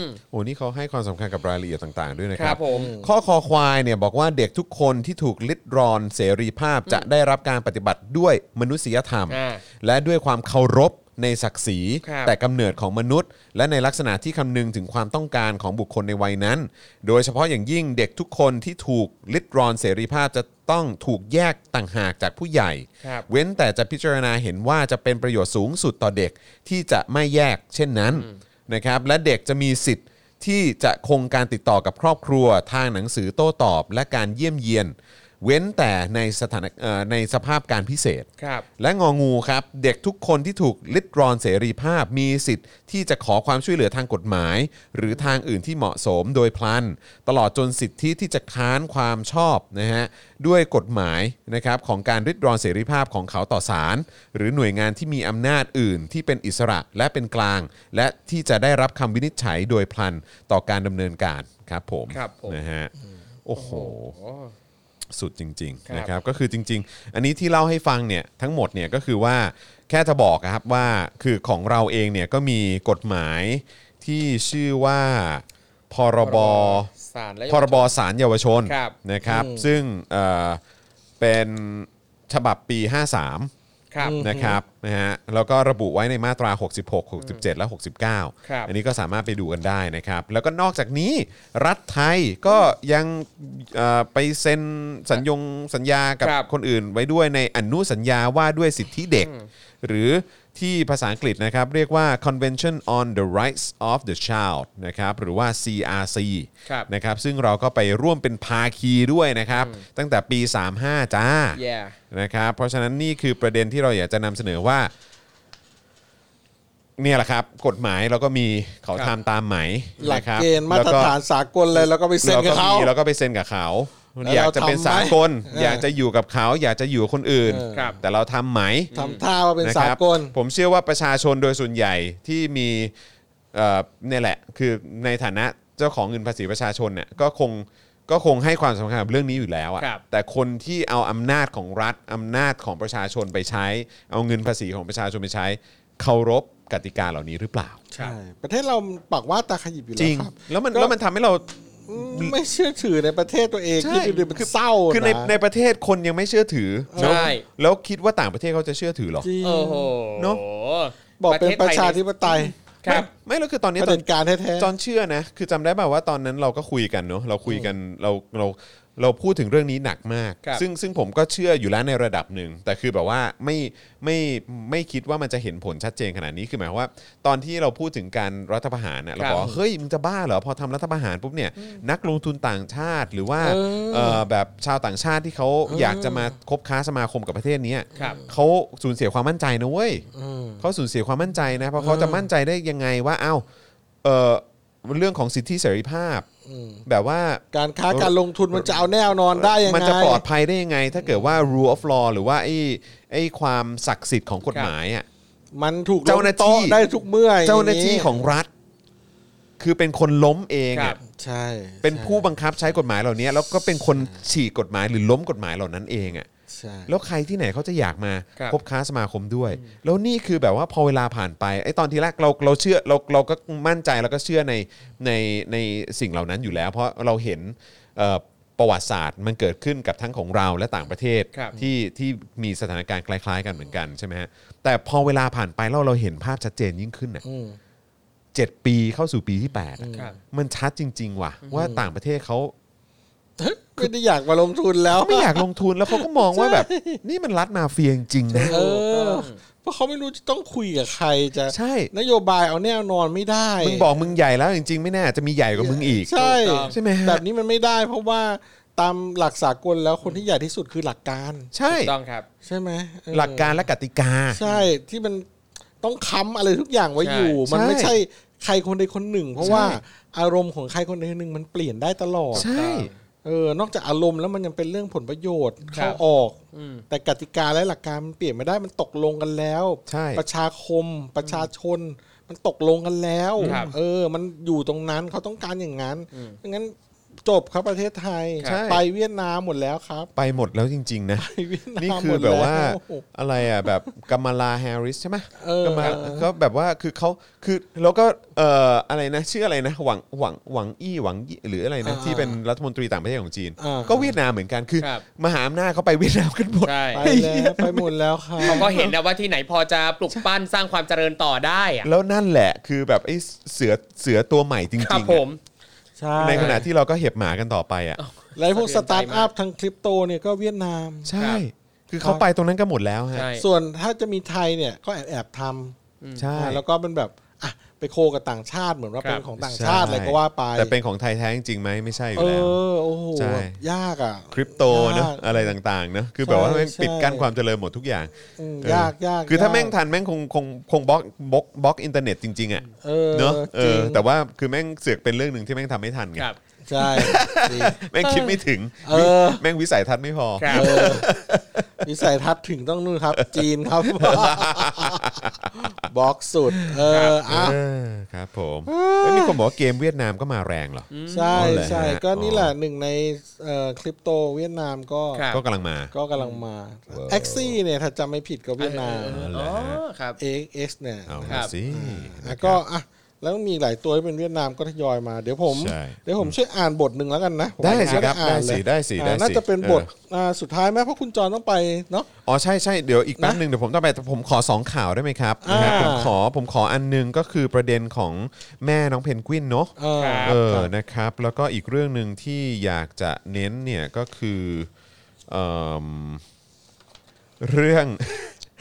[SPEAKER 6] ม
[SPEAKER 2] โอ้นี่เขาให้ความสำคัญกับรายละเอียดต่างๆด้วยนะ
[SPEAKER 6] ค
[SPEAKER 2] ค
[SPEAKER 6] รั
[SPEAKER 2] รั
[SPEAKER 6] บบ ผม
[SPEAKER 2] ข้อคอควายเนี่ยบอกว่าเด็กทุกคนที่ถูกลิดรอนเสรีภาพจะได้รับการปฏิบัติด้วยมนุษยธรรม
[SPEAKER 6] อ่า
[SPEAKER 2] และด้วยความเคารพในศักดิ์ศรี
[SPEAKER 6] ครับ
[SPEAKER 2] แต่กำเนิดของมนุษย์ และในลักษณะที่คำนึงถึงความต้องการของบุคคลในวัยนั้น โดยเฉพาะอย่างยิ่งเด็กทุกคนที่ถูกลิดรอนเสรีภาพจะต้องถูกแยกต่างหากจากผู้ใหญ่
[SPEAKER 6] ครับ
[SPEAKER 2] เว้นแต่จะพิจารณาเห็นว่าจะเป็นประโยชน์สูงสุดต่อเด็กที่จะไม่แยกเช่นนั้นนะครับและเด็กจะมีสิทธิ์ที่จะคงการติดต่อกับครอบครัว ทางหนังสือโต้ตอบ และการเยี่ยมเยียน เว้นแต่ในสถานเอ่อในสภาพการพิเศษ
[SPEAKER 6] ครับ
[SPEAKER 2] และงองูครับ เด็กทุกคนที่ถูกลิดรอนเสรีภาพมีสิทธิ์ที่จะขอความช่วยเหลือทางกฎหมาย หรือทางอื่นที่เหมาะสมโดยพลัน ตลอดจนสิทธิที่จะค้านความชอบนะฮะด้วยกฎหมายนะครับของการริดรอนเสรีภาพของเขาต่อศาลหรือหน่วยงานที่มีอำนาจอื่นที่เป็นอิสระและเป็นกลาง และที่จะได้รับคำวินิจฉัยโดยพลันต่อการดำเนินการครับผม
[SPEAKER 6] ครับผม
[SPEAKER 2] นะฮะโอ้โห
[SPEAKER 6] โอ้
[SPEAKER 2] สุดจริง
[SPEAKER 6] ค
[SPEAKER 2] ๆ
[SPEAKER 6] รับ
[SPEAKER 2] นะครับก็คือจริง ๆ อันนี้ที่เล่าให้ฟังเนี่ยทั้งหมดเนี่ยก็คือว่าแค่จะบอกนะครับว่าคือของเราเองเนี่ยก็มีกฎหมายที่ชื่อว่าพรบ
[SPEAKER 6] พรบศาลและเยาวชน
[SPEAKER 2] พรบสารเยาวชน
[SPEAKER 6] ครับ
[SPEAKER 2] นะครับ
[SPEAKER 1] อืม
[SPEAKER 2] ซึ่งเอ่อเป็นฉบับปี
[SPEAKER 6] ครับ
[SPEAKER 2] 53นะครับนะฮะแล้วก็ระบุไว้ในมาตรา 66 67 และ 69
[SPEAKER 6] ครับ
[SPEAKER 2] อันนี้ก็สามารถไปดูกันได้นะครับ แล้วก็นอกจากนี้รัฐไทยก็ยังเอ่อไปเซ็นสัญญงสัญญากับ
[SPEAKER 6] ครับ
[SPEAKER 2] คนอื่นไว้ด้วยในอนุสัญญาว่าด้วยสิทธิเด็ก หรือที่ภาษาอังกฤษนะครับ เรียกว่า Convention on the Rights of the Child นะครับหรือว่า CRC
[SPEAKER 6] ครับ
[SPEAKER 2] นะครับซึ่งเราก็ไปร่วมเป็นภาคีด้วยนะครับ ตั้งแต่ปี 35 จ้า
[SPEAKER 6] Yeah
[SPEAKER 2] นะครับเพราะฉะนั้นนี่คือประเด็นที่เราอยากจะนำเสนอว่า เนี่ยแหละครับ กฎหมายเราก็มีเขา
[SPEAKER 6] ครับ
[SPEAKER 2] ทำตามไหม
[SPEAKER 1] หลัก
[SPEAKER 2] นะครับ
[SPEAKER 1] เกณฑ์มาตรฐานสากลเลยแล้วก็ไปเซ็น
[SPEAKER 2] แล้ว
[SPEAKER 1] กับ
[SPEAKER 2] ก็
[SPEAKER 1] เขา
[SPEAKER 2] มีแล้วก็ไปเซ็นกับเขา
[SPEAKER 1] แล้ว
[SPEAKER 2] อยากจะเป็น
[SPEAKER 1] เราทำไหม
[SPEAKER 2] สากล
[SPEAKER 1] เออ
[SPEAKER 2] อ
[SPEAKER 1] อ
[SPEAKER 2] ยากจะอยู่กับเขา อยากจะอยู่กับคนอื่น
[SPEAKER 6] ครับ
[SPEAKER 2] แต่เราทำไหม
[SPEAKER 1] ทำท่าว่าเป็น
[SPEAKER 2] นะ
[SPEAKER 1] สา
[SPEAKER 2] ครับ
[SPEAKER 1] กล
[SPEAKER 2] ผมเชื่อว่าประชาชนโดยส่วนใหญ่ที่มีเอ่อเนี่ยแหละ คือในฐานะเจ้าของเงินภาษีประชาชนเนี่ยก็คงก็คงให้ความสำคัญกับเรื่องนี้อยู่แล้วอะ
[SPEAKER 6] ครับ
[SPEAKER 2] แต่คนที่เอาอำนาจของรัฐอำนาจของประชาชนไปใช้ เอาเงินภาษีของประชาชนไปใช้ เคารพกติกาเหล่านี้หรือเปล่า
[SPEAKER 1] ใช่ ประเทศเราปากว่าตาขยิบอยู่
[SPEAKER 2] จ
[SPEAKER 1] แล้
[SPEAKER 2] ริ
[SPEAKER 1] ว
[SPEAKER 2] ง
[SPEAKER 1] ครับ
[SPEAKER 2] แล้วมัน
[SPEAKER 1] ก็
[SPEAKER 2] แล้วมันทำให้เรา
[SPEAKER 1] อืมไม่เชื่อถือในประเทศตัวเอง
[SPEAKER 2] ใช่
[SPEAKER 1] คิดดูดิมันเศร้า
[SPEAKER 2] คือในใน
[SPEAKER 1] นะ
[SPEAKER 2] ประเทศคนยังไม่เชื่อถือแล้
[SPEAKER 6] ใช่
[SPEAKER 2] วแล้วคิดว่าต่างประเทศเขาจะเชื่อถือเหรอ
[SPEAKER 1] จริง
[SPEAKER 6] โอ้โห
[SPEAKER 2] เนอะ
[SPEAKER 1] บอกเป็นประชาธิ
[SPEAKER 6] ปไทย
[SPEAKER 1] ปไตย
[SPEAKER 6] เนี่ยครับ
[SPEAKER 2] ไม่ไม่แล้วคือตอนนี้
[SPEAKER 1] เผ
[SPEAKER 2] ต
[SPEAKER 1] ด็
[SPEAKER 2] อน
[SPEAKER 1] จการแท้
[SPEAKER 2] จอนเชื่อนะ คือจำได้ป่าวว่าตอนนั้นเราก็คุยกันเนาะเราคุยกันเราเราเราพูดถึงเรื่องนี้หนักมาก
[SPEAKER 6] ครับ
[SPEAKER 2] ซึ่งซึ่งผมก็เชื่ออยู่แล้วในระดับหนึ่ง แต่คือแบบว่าไม่ไม่ไม่คิดว่ามันจะเห็นผลชัดเจนขนาดนี้คือหมายความว่า ตอนที่เราพูดถึงการรัฐประหารเนี่ยเราบอกว่าเฮ้ยมึงจะบ้าเหรอพอทำรัฐประหารปุ๊บเนี่ยนักลงทุนต่างชาติหรือว่าเอ่อแบบชาวต่างชาติที่เขาอยากจะมาคบค้าสมาคมกับประเทศเนี้ย
[SPEAKER 6] ครับ
[SPEAKER 2] เขาสูญเสียความมั่นใจนะเว้ย
[SPEAKER 1] ๆอืม
[SPEAKER 2] เขาสูญเสียความมั่นใจนะ เพราะเขาจะมั่นใจได้ยังไงว่าเอ้าเออเรื่องของสิทธิเสรีภาพ
[SPEAKER 1] อืม
[SPEAKER 2] แบบว่า
[SPEAKER 1] การค้าการลงทุนมันจะเอาแน่เอานอนได้ยังไง
[SPEAKER 2] มันจะปลอดภัยได้ยังไง ถ้าเกิดว่า rule of law หรือว่าไอ้ไอ้ความศักดิ์สิทธิ์ของกฎหมายอ่ะ
[SPEAKER 1] มันถูก
[SPEAKER 2] เจ้าหน้าที่
[SPEAKER 1] ล้มโต๊ะได้ทุกเมื่อ
[SPEAKER 2] เจ้าหน้าที่ของรัฐ คือเป็นคนล้มเอง
[SPEAKER 6] ครั
[SPEAKER 2] อ่ะ
[SPEAKER 6] บ
[SPEAKER 1] ใช่
[SPEAKER 2] เป็นผู้บังคับใช้กฎหมายเหล่านี้แล้วก็เป็นคนฉีกกฎหมายหรือล้มกฎหมายเหล่านั้นเองอ่ะ
[SPEAKER 1] ใช่
[SPEAKER 2] แล้วใครที่ไหนเขาจะอยากมา
[SPEAKER 6] ครับ
[SPEAKER 2] บค้าสมาคมด้วย แล้วนี่คือแบบว่าพอเวลาผ่านไปไอ้ตอนที่แรกเราเราเชื่อเราเราก็มั่นใจแล้วก็เชื่อในในในสิ่งเหล่านั้นอยู่แล้ว เพราะเราเห็นเอ่อประวัติศาสตร์มันเกิดขึ้นกับทั้งของเราและต่างประเทศ
[SPEAKER 6] ครับ
[SPEAKER 2] ที่ที่มีสถานการณ์คล้าย ๆ กันเหมือนกันใช่ไหมฮะแต่พอเวลาผ่านไปแล้วเราเห็นภาพชัดเจนยิ่งขึ้นน่ะ
[SPEAKER 1] อืม
[SPEAKER 2] เจ็ดปีเข้าสู่ปีที่แปดอะ
[SPEAKER 6] ครับ
[SPEAKER 2] มันชัดจริง ๆ ว่ะ ว่าต่างประเทศเขา
[SPEAKER 1] ไม่ได้อยากมาลงทุนแล้ว
[SPEAKER 2] ไม่อยากลงทุนแล้วเขาก็มองว่าแบบ นี่มันรัฐมาเฟียจริงๆนะ
[SPEAKER 1] เออ เพราะเขาไม่รู้จะต้องคุยกับใครจะ
[SPEAKER 2] ใช่
[SPEAKER 1] นโยบายเอาแน่นอนไม่ได้
[SPEAKER 2] มึงบอกมึงใหญ่แล้วจริงๆ ไม่แน่จะมีใหญ่กว่ามึงอีก
[SPEAKER 1] ใช่
[SPEAKER 6] ถูกต้อง
[SPEAKER 2] ใช่ไหมฮะ
[SPEAKER 1] แบบนี้มันไม่ได้เพราะว่าตามหลักสากลแล้วคนที่ใหญ่ที่สุดคือหลักการ
[SPEAKER 2] ใช่
[SPEAKER 6] ถูกต้องครับ
[SPEAKER 1] ใช่ไหมเออ
[SPEAKER 2] หลักการและกติกา
[SPEAKER 1] ใช่ที่มันต้องค้ำอะไรทุกอย่างไว้
[SPEAKER 6] ใช่
[SPEAKER 1] อยู่ มัน
[SPEAKER 2] ใช่
[SPEAKER 1] ไม่ใช่ใครคนใดคนหนึ่ง เพราะ
[SPEAKER 2] ใช่
[SPEAKER 1] ว่าอารมณ์ของใครคนใดคนหนึ่งมันเปลี่ยนได้ตลอด
[SPEAKER 2] ใช่
[SPEAKER 1] เออนอกจากอารมณ์แล้วมันยังเป็นเรื่องผลประโยชน์
[SPEAKER 6] ครั
[SPEAKER 1] เข้า
[SPEAKER 6] บ
[SPEAKER 1] ออก
[SPEAKER 6] อืม
[SPEAKER 1] แต่กติกาและหลักการมันเปลี่ยนไม่ได้มันตกลงกันแล้ว
[SPEAKER 2] ใช่
[SPEAKER 1] ประชาคมประชาชน มันตกลงกันแล้ว
[SPEAKER 6] ครับ
[SPEAKER 1] เออ มันอยู่ตรงนั้นเขาต้องการอย่างนั้น
[SPEAKER 6] อืม
[SPEAKER 1] ดังนั้น จบครับประเทศไทย
[SPEAKER 2] ใช่
[SPEAKER 1] ไปเวียดนามหมดแล้วครับ
[SPEAKER 2] ไปหมดแล้วจริง ๆ นะ
[SPEAKER 1] ไปเวียดนาม
[SPEAKER 2] นี่คือ
[SPEAKER 1] หมด
[SPEAKER 2] แบ
[SPEAKER 1] ล้
[SPEAKER 2] บว่าอะไรอ่ะแบบกัมมาลาแฮร์ริสใช่ไหม
[SPEAKER 1] เออ
[SPEAKER 2] กัมมา
[SPEAKER 1] เออ
[SPEAKER 2] ก็แบบว่าคือเขาคือแล้วก็เอ่ออะไรนะชื่ออะไรนะหวังหวังหวังอี้หวังยี่หรืออะไรนะที่เป็นรัฐมนตรีต่างประเทศของจีน
[SPEAKER 1] อ่า
[SPEAKER 2] ก็เวียดนามเหมือนกันคือ
[SPEAKER 6] ครับ
[SPEAKER 2] มหาอำนาจเขาไปเวียดนามกันหมด
[SPEAKER 6] ใช่
[SPEAKER 1] ไปแล้วไปหมดแล้วครับ
[SPEAKER 6] ก็เห็นนะว่าที่ไหนพอจะปลุกปั้นสร้างความเจริญต่อได้อะ
[SPEAKER 2] แล้วนั่นแหละคือแบบไอ้เสือเสือตัวใหม่จริง
[SPEAKER 6] ครับ
[SPEAKER 2] ๆ
[SPEAKER 6] ผ
[SPEAKER 2] อะ
[SPEAKER 6] ม
[SPEAKER 1] ใช่
[SPEAKER 2] ในขณะที่เราก็เห็บหมากันต่อไปอ่ะ
[SPEAKER 1] ไรพวกสตาร์ทอัพทางคริปโตเนี่ยก็เวียดนาม
[SPEAKER 2] ใช่
[SPEAKER 6] ครับ
[SPEAKER 2] คือเขาไปตรงนั้นก็หมดแล้วฮะ
[SPEAKER 6] ใช่
[SPEAKER 1] ส่วนถ้าจะมีไทยเนี่ยก็แอบแอบๆท
[SPEAKER 2] ใช่
[SPEAKER 1] ำอ่าแล้วก็เป็นแบบอ่ะไปโคกับต่างชาติเหมือนว่า
[SPEAKER 6] ครับ
[SPEAKER 1] เป็นของต่างชาติ
[SPEAKER 2] ใช่
[SPEAKER 1] อะไรก็ว่าไป
[SPEAKER 2] แต่เป็นของไทยแท้จริงๆไหมไม่ใช่อยู่
[SPEAKER 1] เอ
[SPEAKER 2] แล้ว
[SPEAKER 1] อโอ้โห
[SPEAKER 2] ใช่
[SPEAKER 1] ยากอ่ะ
[SPEAKER 2] คริปโตเนอะ
[SPEAKER 1] ยาก
[SPEAKER 2] อะไรต่างๆเนอะคือ
[SPEAKER 1] ใช่
[SPEAKER 2] แบบว่าแม่ง
[SPEAKER 1] ใช่
[SPEAKER 2] ปิดกั้นความเจริญหมดทุกอย่าง
[SPEAKER 1] อืม
[SPEAKER 2] เออ
[SPEAKER 1] ยากยาก
[SPEAKER 2] คือถ้าย
[SPEAKER 1] ก
[SPEAKER 2] แม่งทันแม่งคงคงคงบล็อกบล็อกบล็อกอินเทอร์เน็ตจริงๆอ่ะ
[SPEAKER 1] เออ
[SPEAKER 2] เนอะเอ
[SPEAKER 1] จริ
[SPEAKER 2] อง แต่ว่าคือแม่งเสือกเป็นเรื่องหนึ่งที่แม่งทำไม่ทันไง
[SPEAKER 6] ครับ
[SPEAKER 1] ใช่จริง
[SPEAKER 2] แม่งคิดไม่ถึง
[SPEAKER 1] เออ
[SPEAKER 2] แม่งวิสัยทัศน์ไม่พอ
[SPEAKER 6] ครับ
[SPEAKER 1] เออวิสัยทัศน์ถึงต้องนู่นครับ จีน ครับบล็อกสุด เอออ่ะ
[SPEAKER 2] เออครับผมแล้วมีคนบอกว่าเกมเวียดนามก็มาแรงเหรอ
[SPEAKER 1] ใช่
[SPEAKER 2] อ๋อเหรอ
[SPEAKER 1] ใช่
[SPEAKER 2] ฮะ
[SPEAKER 1] ก็นี่แหละ
[SPEAKER 2] อ๋อ
[SPEAKER 1] หนึ่งในเอ่อคริปโตเวียดนามก็
[SPEAKER 6] ครับ
[SPEAKER 2] ก็กำลังมา
[SPEAKER 1] ก็กำลังมาแอ็กซี่เนี่ยถ้าจำไม่ผิดก็เวียดนาม
[SPEAKER 2] เหร
[SPEAKER 6] อ๋
[SPEAKER 2] อ
[SPEAKER 6] อ
[SPEAKER 2] ฮะ
[SPEAKER 6] ครับ
[SPEAKER 1] AX เนี่ย
[SPEAKER 2] เอา
[SPEAKER 6] ครับ
[SPEAKER 2] สิ
[SPEAKER 1] แล้วก็อ่ะแล้วมีหลายตัวที่เป็นเวียดนามก็ทยอยมา เดี๋ยวผม
[SPEAKER 2] ใช่
[SPEAKER 1] เดี๋ยวผมช่วยอ่านบทหนึ่งแล้วกันนะผม
[SPEAKER 2] ได้สิครับ
[SPEAKER 1] อ่า
[SPEAKER 2] ได้
[SPEAKER 1] นเล
[SPEAKER 2] สิ
[SPEAKER 1] ย
[SPEAKER 2] ได้สิได้
[SPEAKER 1] อ่า
[SPEAKER 2] สิ
[SPEAKER 1] น่าจะเป็นบท
[SPEAKER 2] ออา
[SPEAKER 1] สุดท้ายไหมเพราะคุณจอนต้องไปเนาะ
[SPEAKER 2] อ๋อใช่ใช่เดี๋ยวอีกแป๊บหนึ่งเดี๋ยวผมต้องไปแต่ผมขอสองข่าวได้ไหมครับ
[SPEAKER 1] อ่า
[SPEAKER 2] นะครับผมขอผมขออันหนึงก็คือประเด็นของแม่น้องเพนกวินเนาะ
[SPEAKER 1] เออ
[SPEAKER 2] เออนะครับ แล้วก็อีกเรื่องหนึ่งที่อยากจะเน้นเนี่ยก็คือเอิ่มเรื่อง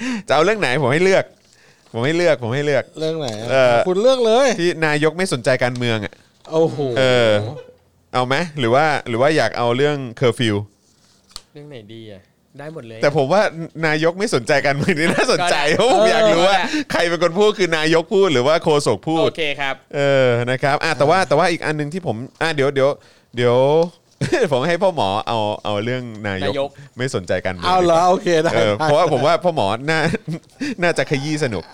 [SPEAKER 2] จะเอาเรื่องไหนผมให้เลือก ผมให้เลือกผมให้เลือก
[SPEAKER 1] เรื่องไหนอ่ะ
[SPEAKER 2] เออ
[SPEAKER 1] คุณเลือกเลย
[SPEAKER 2] ที่นายกไม่สนใจการเมืองอ่ะ
[SPEAKER 1] โอ้โห
[SPEAKER 2] เออ เอาไหมหรือว่าหรือว่าอยากเอาเรื่องเคอร์ฟิว
[SPEAKER 6] เรื่องไหนดีอ่ะได้หมดเลย
[SPEAKER 2] แต่ผมว่านายกไม่สนใจการเมือง นี่น่าสนใจ
[SPEAKER 6] ก็ได้
[SPEAKER 2] เพราะผมอยากรู้ว่า
[SPEAKER 6] เออ
[SPEAKER 2] ใครเป็นคนพูดคือนายกพูดหรือว่าโคศกพูด
[SPEAKER 6] โอเคครับ
[SPEAKER 2] เออนะครับอ่ะแต่ว่าแต่ว่าอีกอันหนึงที่ผมอ่ะเดี๋ยวเดี๋ยวเดี๋ยว ผมให้พ่อหมอเอาเอาเรื่องนาย
[SPEAKER 6] นาย
[SPEAKER 2] ก
[SPEAKER 6] ก
[SPEAKER 2] ไม่สนใจการเมือง
[SPEAKER 1] เอาเหรอโอเคได้
[SPEAKER 2] เออ
[SPEAKER 1] ได้
[SPEAKER 2] เพราะว่าผมว่าพ่อหมอน่าน่าจะขยี้สนุก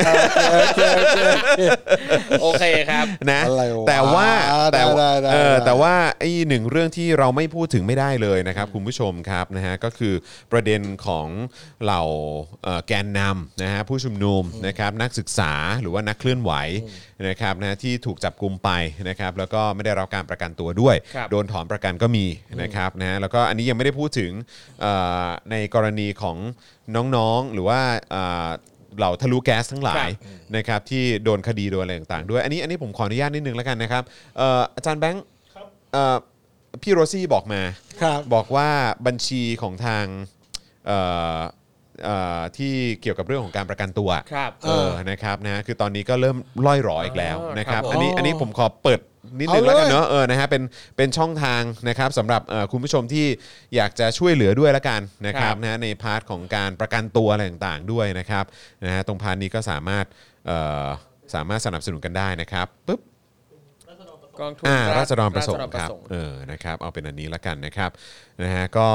[SPEAKER 6] โอเคครับ
[SPEAKER 2] นะ
[SPEAKER 1] อะไรวะ
[SPEAKER 2] แต่ว่า
[SPEAKER 1] อ่า
[SPEAKER 2] แต่ว่า
[SPEAKER 1] ได้ได้ได้
[SPEAKER 2] เออ
[SPEAKER 1] ได้
[SPEAKER 2] แต่ว่าไอ้หนึ่งเรื่องที่เราไม่พูดถึงไม่ได้เลยนะครับ คุณผู้ชมครับนะฮะก็คือประเด็นของเหล่าเอ่อแกนนำนะฮะผู้ชุมนุมนะครับนักศึกษาหรือว่านักเคลื่อนไหวนะครับนะที่ถูกจับกลุมไปนะครับแล้วก็ไม่ได้รับการประกันตัวด้วย
[SPEAKER 6] ครับ
[SPEAKER 2] โดนถอนประกันก็มีนะครับนะแล้วก็อันนี้ยังไม่ได้พูดถึงเอ่อในกรณีของน้องๆหรือว่าเอ่อเหล่าทะลุแก๊สทั้งหลาย นะครับที่โดนคดีโดนอะไรต่างๆด้วย อันนี้อันนี้ผมขออนุญาตนิดนึงแล้วกันนะครับเอ่ออาจารย์แบงค์เอ่อพี่โรซี่บอกมา
[SPEAKER 1] ครับ
[SPEAKER 2] บอกว่าบัญชีของทางเอ่อเอ่อที่เกี่ยวกับเรื่องของการประกันตัว
[SPEAKER 6] ครับ
[SPEAKER 2] เออนะครับนะคือตอนนี้ก็เริ่มล่อยหรออีกแล้วนะครับ
[SPEAKER 6] อ๋อครับผม
[SPEAKER 2] อันนี้อันนี้ผมขอเปิดนิดนึง
[SPEAKER 1] เอาเลย
[SPEAKER 2] แล้วกันเนอะเออนะฮะเป็นเป็นช่องทางนะครับสำหรับเอ่อคุณผู้ชมที่อยากจะช่วยเหลือด้วยละกันนะครับนะฮะในพาร์ทของการประกันตัวอะไรต่างๆด้วยนะครับนะฮะตรงพาร์ทนี้ก็สามารถเอ่อสามารถสนับสนุนกันได้นะครับปึ๊บ
[SPEAKER 6] กองทุน
[SPEAKER 2] อ่าราษฎรประสงค์
[SPEAKER 6] าษ
[SPEAKER 2] ครับ
[SPEAKER 6] ฎ
[SPEAKER 2] เออนะครับเอาเป็นอันนี้ละกันนะครับนะฮะก็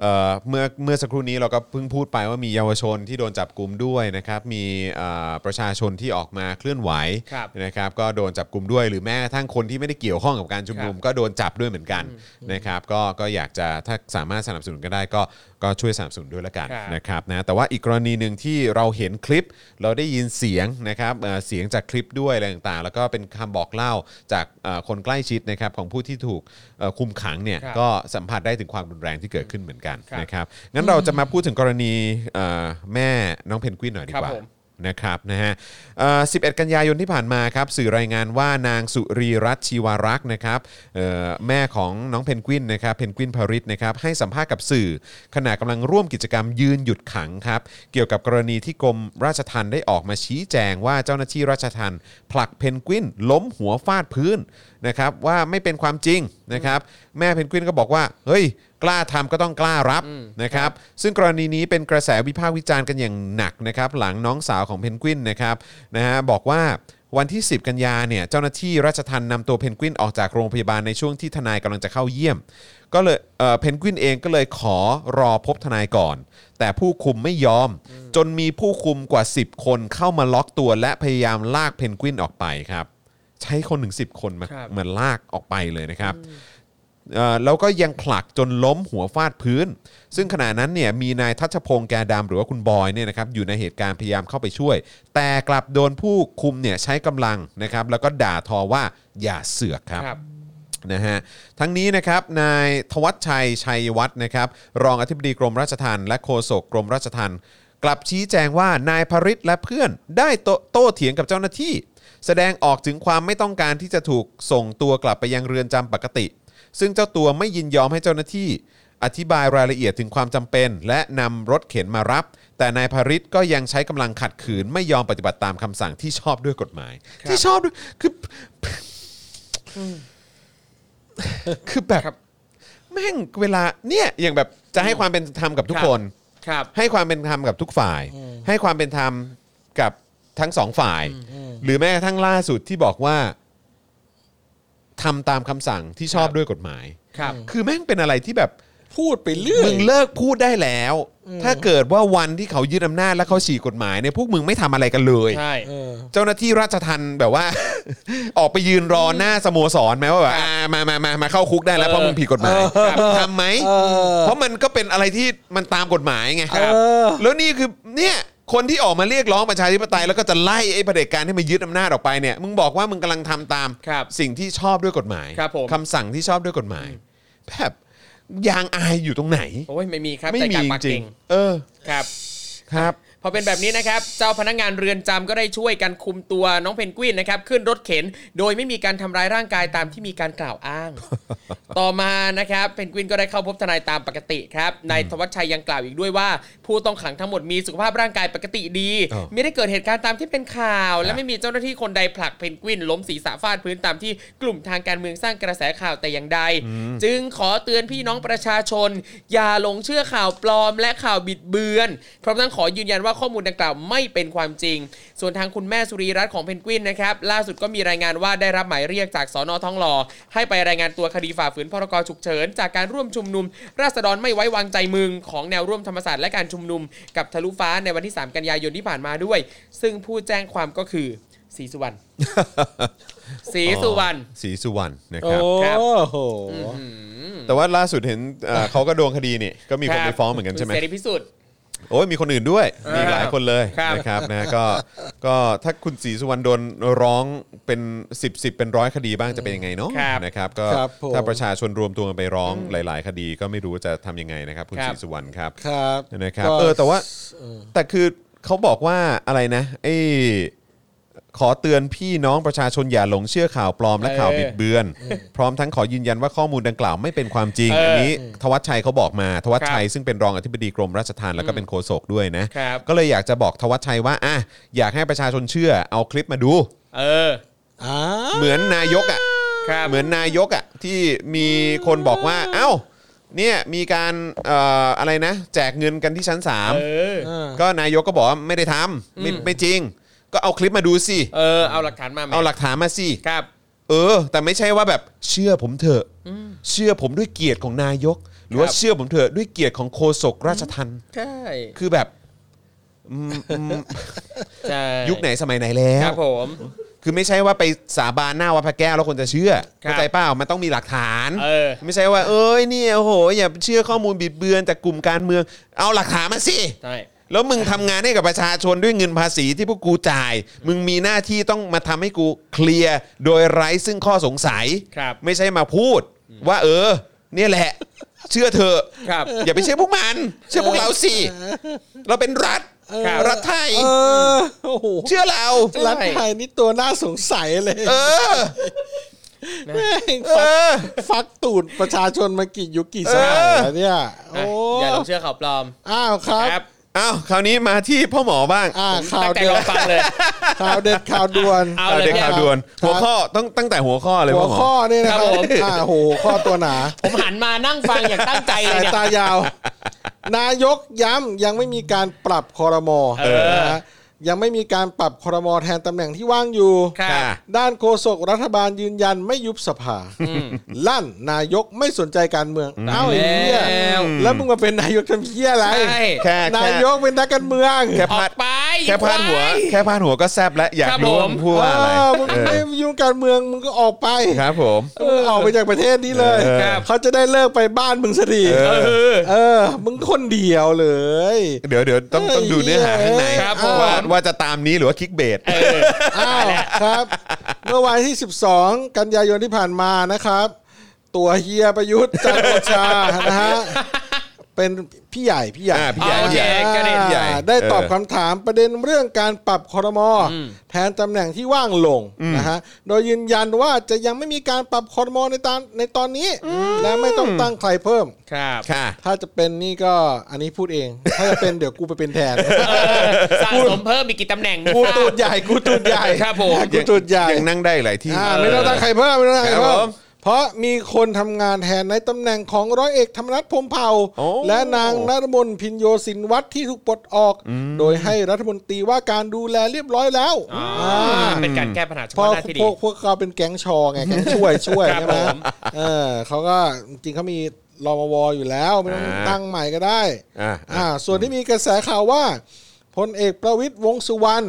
[SPEAKER 2] เอ่อเมื่อเมื่อสักครู่นี้เราก็เพิ่งพูดไปว่ามีเยาวชนที่โดนจับกลุ่มด้วยนะครับมีเอ่อประชาชนที่ออกมาเคลื่อนไหว
[SPEAKER 6] ครับ
[SPEAKER 2] นะครับก็โดนจับกลุ่มด้วยหรือแม้กระทั่งคนที่ไม่ได้เกี่ยวข้องกับการชุมนุมก็โดนจับด้วยเหมือนกันนะครับก็ก็อยากจะถ้าสามารถสนับสนุนก็ได้ก็ก็ช่วยสนับสนุนด้วยละกัน
[SPEAKER 6] ครับ
[SPEAKER 2] นะครับนะแต่ว่าอีกกรณีหนึ่งที่เราเห็นคลิปเราได้ยินเสียงนะครับเอ่อเสียงจากคลิปด้วยอะไรต่างๆ แล้วก็เป็นคำบอกเล่าจากเอ่อคนใกล้ชิดนะครับของผู้ที่ถูกเอ่อคุมขังเนี่ย
[SPEAKER 6] ครับ
[SPEAKER 2] ก็สัมผัสได้ถึงความรุนแรงที่เกิดขึ้นเหมือนกัน
[SPEAKER 6] ครับ
[SPEAKER 2] นะครับงั้นเราจะมาพูดถึงกรณีเอ่อแม่น้องเพนกวินหน่อยดีกว่า
[SPEAKER 6] ครับผม
[SPEAKER 2] นะครับนะฮะเอ่อ11 กันยายนที่ผ่านมาครับสื่อรายงานว่านางสุรีรัตน์ชีวารักษ์นะครับเอ่อแม่ของน้องเพนกวินนะครับเพนกวินพาริสนะครับให้สัมภาษณ์กับสื่อ ขณะกำลังร่วมกิจกรรมยืนหยุดขังครับเกี่ยวกับกรณีที่กรมราชทัณฑ์ได้ออกมาชี้แจงว่าเจ้าหน้าที่ราชทัณฑ์ผลักเพนกวินล้มหัวฟาดพื้นนะครับว่าไม่เป็นความจริงนะครับแม่เพนกวินก็บอกว่าเฮ้ย กล้าทำก็ต้องกล้ารับนะครับซึ่งกรณีนี้เป็นกระแสวิพากษ์วิจารณ์กันอย่างหนักนะครับหลังน้องสาวของเพนกวินนะครับนะฮะบอกว่าวันที่ 10 กันยาเนี่ยเจ้าหน้าที่ราชทันนำตัวเพนกวินออกจากโรงพยาบาลในช่วงที่ทนายกำลังจะเข้าเยี่ยม ก็เลยเอ่อเพนกวินเองก็เลยขอรอพบทนายก่อน แต่ผู้คุมไม่ยอม จนมีผู้คุมกว่า 10 คนเข้ามาล็อกตัวและพยายามลากเพนกวินออกไปครับใช้คนถึง10 คนมา
[SPEAKER 6] ครับ
[SPEAKER 2] มาลากออกไปเลยนะครับ เอ่อแล้วก็ยังผลักจนล้มหัวฟาดพื้น ซึ่งขณะนั้นเนี่ยมีนายทัชพงษ์แกดำหรือว่าคุณบอยเนี่ยนะครับอยู่ในเหตุการณ์พยายามเข้าไปช่วย แต่กลับโดนผู้คุมเนี่ยใช้กำลังนะครับแล้วก็ด่าทอว่าอย่าเสือกครับ
[SPEAKER 6] ครับ
[SPEAKER 2] นะฮะทั้งนี้นะครับนายทวัชชัยชัยวัฒน์นะครับรองอธิบดีกรมราชทัณฑ์และโฆษกกรมราชทัณฑ์กลับชี้แจงว่านายภริษและเพื่อนได้โตโต้เถียงกับเจ้าหน้าที่ แสดงออกถึงความไม่ต้องการที่จะถูกส่งตัวกลับไปยังเรือนจำปกติ ซึ่งเจ้าตัวไม่ยินยอมให้เจ้าหน้าที่ อธิบายรายละเอียดถึงความจำเป็น และนำรถเข็นมารับ แต่นายภริษก็ยังใช้กำลังขัดขืนไม่ยอมปฏิบัติตามคำสั่งที่ชอบด้วยกฎหมาย ที่ชอบด้วยคือ คือแบบแม่งเวลาเนี่ยอย่างแบบจะให้ความเป็นธรรมกับทุก
[SPEAKER 6] ครับ
[SPEAKER 2] คน
[SPEAKER 6] ครับ
[SPEAKER 2] ให้ความเป็นธรรมกับทุกฝ่าย ให้ความเป็นธรรมกับทั้งสองฝ่าย หรือแม้กระทั่งล่าสุดที่บอกว่าทำตามคำสั่งที่ชอบด้วยกฎหมาย
[SPEAKER 6] ครับ
[SPEAKER 2] คือแม่งเป็นอะไรที่แบบ
[SPEAKER 1] พูดไปเรื่อย
[SPEAKER 2] มึงเลิกพูดได้แล้ว ถ้าเกิดว่าวันที่เขายึดอำนาจและเขาฉีกกฎหมายเนี่ยพวกมึงไม่ทำอะไรกันเลย
[SPEAKER 6] ใช่
[SPEAKER 1] เออ
[SPEAKER 2] เจ้าหน้าที่ราชทันแบบว่า ออกไปยืนรอหน้าสโมสรไหมว่าแบบอ่ามามามามาเข้าคุกได้แล้วเพราะมึงผิดกฎหมายทำไหม
[SPEAKER 1] เออ
[SPEAKER 2] เพราะมันก็เป็นอะไรที่มันตามกฎหมายไง
[SPEAKER 1] เออ
[SPEAKER 2] แล้วนี่คือเนี่ยคนที่ออกมาเรียกร้องประชาธิปไตยแล้วก็จะไล่ไอ้เผด็จการที่มายึดอำนาจออกไปเนี่ยมึงบอกว่ามึงกำลังทำตาม
[SPEAKER 6] ครับ
[SPEAKER 2] สิ่งที่ชอบด้วยกฎหมาย
[SPEAKER 6] ครับผม
[SPEAKER 2] คำสั่งที่ชอบด้วยกฎหมายแบบยางอายอยู่ตรงไหน
[SPEAKER 6] โอ้ยไม่มีครับ
[SPEAKER 2] ไม่
[SPEAKER 6] ใจ
[SPEAKER 2] มี
[SPEAKER 6] กลาง
[SPEAKER 2] จ
[SPEAKER 6] ปาก
[SPEAKER 2] ริ
[SPEAKER 6] เก่
[SPEAKER 2] ง
[SPEAKER 6] ง
[SPEAKER 2] ๆเออ
[SPEAKER 6] ครับ
[SPEAKER 2] ครับ
[SPEAKER 6] พอเป็นแบบนี้นะครับ เจ้าพนักงานเรือนจำก็ได้ช่วยกันคุมตัวน้องเพนกวินนะครับขึ้นรถเข็น โดยไม่มีการทำร้ายร่างกายตามที่มีการกล่าวอ้าง ต่อมานะครับเพนกวินก็ได้เข้าพบทนายตามปกติครับนายธวัชชัยยังกล่าวอีกด้วยว่า ผู้ต้องขังทั้งหมดมีสุขภาพร่างกายปกติดี
[SPEAKER 2] อ๋อ
[SPEAKER 6] ไม่ได้เกิดเหตุการณ์ตามที่เป็นข่าว และไม่มีเจ้าหน้าที่คนใดผลักเพนกวินล้มศีรษะฟาดพื้นตามที่กลุ่มทางการเมืองสร้างกระแสข่าวแต่อย่างใด จึงขอเตือนพี่น้องประชาชน อย่าหลงเชื่อข่าวปลอมและข่าวบิดเบือนพร้อมทั้งขอยืนยันว่าข้อมูลดังกล่าวไม่เป็นความจริง ส่วนทางคุณแม่สุรีรัตน์ของเพนกวินนะครับล่าสุดก็มีรายงานว่าได้รับหมายเรียกจากสอนอทองหล่อให้ไปรายงานตัวคดีฝ่าฝืนพรกฉุกเฉินจากการร่วมชุมนุม ราษฎรไม่ไว้วางใจมึงของแนวร่วมธรรมศาสตร์และการชุมนุม กับทะลุฟ้าในวันที่ 3 กันยายนที่ผ่านมาด้วย ซึ่งผู้แจ้งความก็คือศรีสุวรรณ ศรีสุวรรณ
[SPEAKER 2] สีสุวรรณนะค
[SPEAKER 1] โอ้
[SPEAKER 2] รับ
[SPEAKER 1] โห
[SPEAKER 2] แต่ว่าล่าสุดเห็นเอ่ อเขาก็โดนคดีนี่ก็มีคน
[SPEAKER 6] ครับ
[SPEAKER 2] ไปฟ้องเหมือนกันใช่ไหม
[SPEAKER 6] คุณเสรีพิสุทธิ์
[SPEAKER 2] โอ้ยมีคนอื่นด้วย มีหลายคนเลย
[SPEAKER 6] ครับ
[SPEAKER 2] นะครับนะก็ก็ถ้าคุณศรีสุวรรณโดนร้องเป็น 10บสเป็นร้อยคดีบ้างจะเป็นยังไงเนาะ
[SPEAKER 6] ครับ
[SPEAKER 2] นะครับก็
[SPEAKER 1] ครับผม
[SPEAKER 2] ถ้าประชาชนรวมตัวกันไปร้องหลาย ๆ คดีก็ไม่รู้จะทำยังไงนะครับ คุณศรีสุวรรณครับ
[SPEAKER 1] ครับ
[SPEAKER 2] นะครับเออแต่ว่าแต่คือเขาบอกว่าอะไรนะไอ้ขอเตือนพี่น้องประชาชนอย่าหลงเชื่อข่าวปลอมและข่าว
[SPEAKER 6] เออ
[SPEAKER 2] บิดเบือน พร้อมทั้งขอยืนยันว่าข้อมูลดังกล่าวไม่เป็นความจริง
[SPEAKER 6] เอออั
[SPEAKER 2] อันนี้ทวัชชัยเขาบอกมาทวัช
[SPEAKER 6] ครับ
[SPEAKER 2] ชัย ซึ่งเป็นรองอธิบดีกรมราชทัณฑ์แล้วก็เป็นโฆษกด้วยนะ
[SPEAKER 6] ครับ
[SPEAKER 2] ก็เลยอยากจะบอกทวัชชัยว่าอ่ะอยากให้ประชาชนเชื่อเอาคลิปมาดู
[SPEAKER 6] เออ
[SPEAKER 1] อ่า
[SPEAKER 2] เหมือนนายกอ่ะ
[SPEAKER 6] ครับ
[SPEAKER 2] เหมือนนายกอ่ะที่มีคนบอกว่า เอ้าเนี่ยมีการเอ่ออะไรนะ แจกเงินกันที่ชั้น
[SPEAKER 6] เออ
[SPEAKER 2] 3 ก็นายกก็บอกว่าไม่ได้ทำไม่ไม่จริง ก็เอาคลิปมาดูสิ
[SPEAKER 6] เออ เอาหลักฐานมาไหม
[SPEAKER 2] เอาหลักฐานมาสิ
[SPEAKER 6] ครับ
[SPEAKER 2] เออ แต่ไม่ใช่ว่าแบบเชื่อผมเถอะเชื่อผมด้วยเกียรติของนายก หรือว่า
[SPEAKER 6] ครับ
[SPEAKER 2] เชื่อผมเถอะด้วยเกียรติของโฆษกราชทัณฑ์
[SPEAKER 6] ใช่
[SPEAKER 2] คือ แบบอืมอืม
[SPEAKER 6] ใช่
[SPEAKER 2] ยุคไหนสมัยไหนแล้
[SPEAKER 6] คว รับผม
[SPEAKER 2] คือไม่ใช่ว่าไปสาบานหน้าวัดพระแก้วแล้วคนจะเชื่อ
[SPEAKER 6] ครับ
[SPEAKER 2] เข้าใจเปล่ามันต้องมีหลักฐาน
[SPEAKER 6] เออ
[SPEAKER 2] ไม่ใช่ว่า เอ้ยเนี่ยโอ้โหอย่าเชื่อข้อมูลบิดเบือนจากกลุ่มการเมือง เอาหลักฐานมาสิ
[SPEAKER 6] ใช่
[SPEAKER 2] แล้วมึงทำงานให้กับประชาชนด้วยเงินภาษีที่พวกกูจ่าย มึงมีหน้าที่ต้องมาทำให้กูเคลียร์โดยไร้ซึ่งข้อสงสัย
[SPEAKER 6] ครับ
[SPEAKER 2] ไม่ใช่มาพูด ว่าเออ เนี่ยแหละ เชื่อเถอะ
[SPEAKER 6] ครับ
[SPEAKER 2] อย่าไปเชื่อพวกมัน เชื่อพวกเราสิ เราเป็นรัฐ
[SPEAKER 6] ครับ
[SPEAKER 2] รัฐไทย
[SPEAKER 1] เออโอ้โห
[SPEAKER 2] เชื่อเรา
[SPEAKER 1] รัฐไทยนี่ตัวน่าสงสัยเลย
[SPEAKER 2] เออ
[SPEAKER 1] แม่ง
[SPEAKER 2] เออ
[SPEAKER 1] ฟักตูดประชาชนมากี่ยุคกี่สมัยแล้วเนี่ยโอ้
[SPEAKER 6] อ่ะอย่าหลงเชื่อข่าวปลอม
[SPEAKER 1] อ้าวครับ
[SPEAKER 6] ครับ
[SPEAKER 2] อ้าวคราวนี้มาที่พ่อหมอบ้าง
[SPEAKER 1] อ่าข่า
[SPEAKER 6] ตั้
[SPEAKER 1] ว
[SPEAKER 6] ง
[SPEAKER 1] เด็ด
[SPEAKER 6] ใจรอฟังเลย
[SPEAKER 1] ข่าวเด็ดข่าวด่วน
[SPEAKER 6] เอา
[SPEAKER 2] เอา
[SPEAKER 6] เลย
[SPEAKER 2] เด็ก
[SPEAKER 6] พี่
[SPEAKER 2] ข่าวด่วน
[SPEAKER 1] ครับ
[SPEAKER 2] หัวข้อต้องตั้งแต่หัวข้อเลย
[SPEAKER 1] หัว
[SPEAKER 2] พ่อหมอ
[SPEAKER 1] ข้อนี่นะค
[SPEAKER 6] ครั
[SPEAKER 1] รั
[SPEAKER 6] บบ ผม
[SPEAKER 1] อ่าโหข้อตัวหนา
[SPEAKER 6] ผมหันมานั่งฟังอย่างตั้งใจ
[SPEAKER 1] สายย
[SPEAKER 6] เลเนี่ย
[SPEAKER 1] ตายาว นายกย้ำยังไม่มีการปรับคอรมอ
[SPEAKER 6] เออ
[SPEAKER 1] นะฮะ ยังไม่มีการปรับครมอแทนตำแหน่งที่ว่างอยู่
[SPEAKER 6] ครับ
[SPEAKER 1] ด้านโฆษกรัฐบาลยืนยันไม่ยุบสภา ลั่นนายกไม่สนใจการเมือง เอ้าไอ้เหี้ย
[SPEAKER 6] แล้ว
[SPEAKER 1] แล้วมึงมาเป็นนายกทำเหี้ยอะไร
[SPEAKER 6] ใช่
[SPEAKER 2] แค่แค่
[SPEAKER 1] นายกเป็นนักการเมือง
[SPEAKER 2] แค่
[SPEAKER 6] อ
[SPEAKER 2] พา
[SPEAKER 6] อ
[SPEAKER 2] ด
[SPEAKER 6] กไป
[SPEAKER 2] แค่พาดหัว
[SPEAKER 6] ไป
[SPEAKER 2] แค่พาดหัวก็แซบและอยาก
[SPEAKER 6] ครับ
[SPEAKER 2] รู้ว่ามึง
[SPEAKER 6] ผม
[SPEAKER 2] พูดว่าอะไร
[SPEAKER 1] เออมึงไม่ยุ่งการเมืองมึงก็ออกไป
[SPEAKER 2] ครับผม
[SPEAKER 1] มึงออกไปจากประเทศนี้เลย
[SPEAKER 2] เออ
[SPEAKER 6] ครับ
[SPEAKER 1] เขาจะได้เลิกไปบ้านมึงสักที
[SPEAKER 2] เออ
[SPEAKER 6] เออ
[SPEAKER 1] เออ มึงคนเดียวเลย
[SPEAKER 2] เดี๋ยวเดี๋ยวต้องต้องดูเนื้อหาข้างใน
[SPEAKER 6] ครับผม
[SPEAKER 2] ว่าว่าจะตามนี้หรือว่าคลิกเบส
[SPEAKER 1] อ้าวครับ เมื่อวันที่ 12 กันยายนที่ผ่านมานะครับ ตัวเฮียประยุทธ์จันทร์โอชา นะฮะ เป็นพี่ใหญ่พี่ใหญ่
[SPEAKER 2] อ่าพี่ใหญ่
[SPEAKER 1] อ่า
[SPEAKER 2] พี่ใหญ่
[SPEAKER 6] ก็ได้
[SPEAKER 2] พี่ใหญ่
[SPEAKER 1] ได้ตอบ
[SPEAKER 2] เออ
[SPEAKER 1] คำถามประเด็นเรื่องการปรับคอรมอแทนตำแหน่งที่ว่างลงนะฮะ โดยยืนยันว่าจะยังไม่มีการปรับคอรมอในตอนในตอนนี้ และไม่ต้องตั้งใครเพิ่ม
[SPEAKER 6] ครับ
[SPEAKER 2] ค่ะ
[SPEAKER 1] ถ้าจะเป็นนี่ก็อันนี้พูดเอง ถ้าจะเป็นเดี๋ยวกูไปเป็นแทน
[SPEAKER 6] สะสมเพิ่มอีกกี่ตำแหน่งนะ
[SPEAKER 1] กู
[SPEAKER 6] ครับ
[SPEAKER 1] ตูดใหญ่กูตูดใหญ่
[SPEAKER 6] ครับผม
[SPEAKER 1] กูตูดใหญ่
[SPEAKER 2] ยังนั่งได้หลายที่
[SPEAKER 1] อ่าไม่ต้องตั้งใครเพิ่มไม่ต้องตั้งใคร
[SPEAKER 2] ครับ
[SPEAKER 1] เพิ่
[SPEAKER 2] ผ
[SPEAKER 1] ม
[SPEAKER 2] ม
[SPEAKER 1] เพราะมีคนทำงานแทนในตำแหน่งของร้อยเอกธรรมนัฐพรหมเผ่า
[SPEAKER 2] โอ้
[SPEAKER 1] และนางนรมนพินโยสินวัตรที่ถูกปลดออก โดยให้รัฐมนตรีว่าการดูแลเรียบร้อยแล้ว
[SPEAKER 6] อ่า
[SPEAKER 1] า
[SPEAKER 6] เป็นการแก้ปัญหาเฉ
[SPEAKER 1] พอ
[SPEAKER 6] พาะหน้าที่ดี
[SPEAKER 1] พวกพวกเขาเป็นแก๊งชอไงแก๊ง ช่วยช่วย
[SPEAKER 6] ครับ
[SPEAKER 1] ใช่ไหม
[SPEAKER 6] ผม
[SPEAKER 1] เออเขาก็จริงๆเขามีรมวอยู่แล้ว ไม่ต้อง
[SPEAKER 2] อ่า
[SPEAKER 1] ตั้งใหม่ก็ได้
[SPEAKER 2] อ่า
[SPEAKER 1] อ่าส่วนที่มีกระแสข่าวว่าพลเอกประวิตยวงษ์สุวรรณ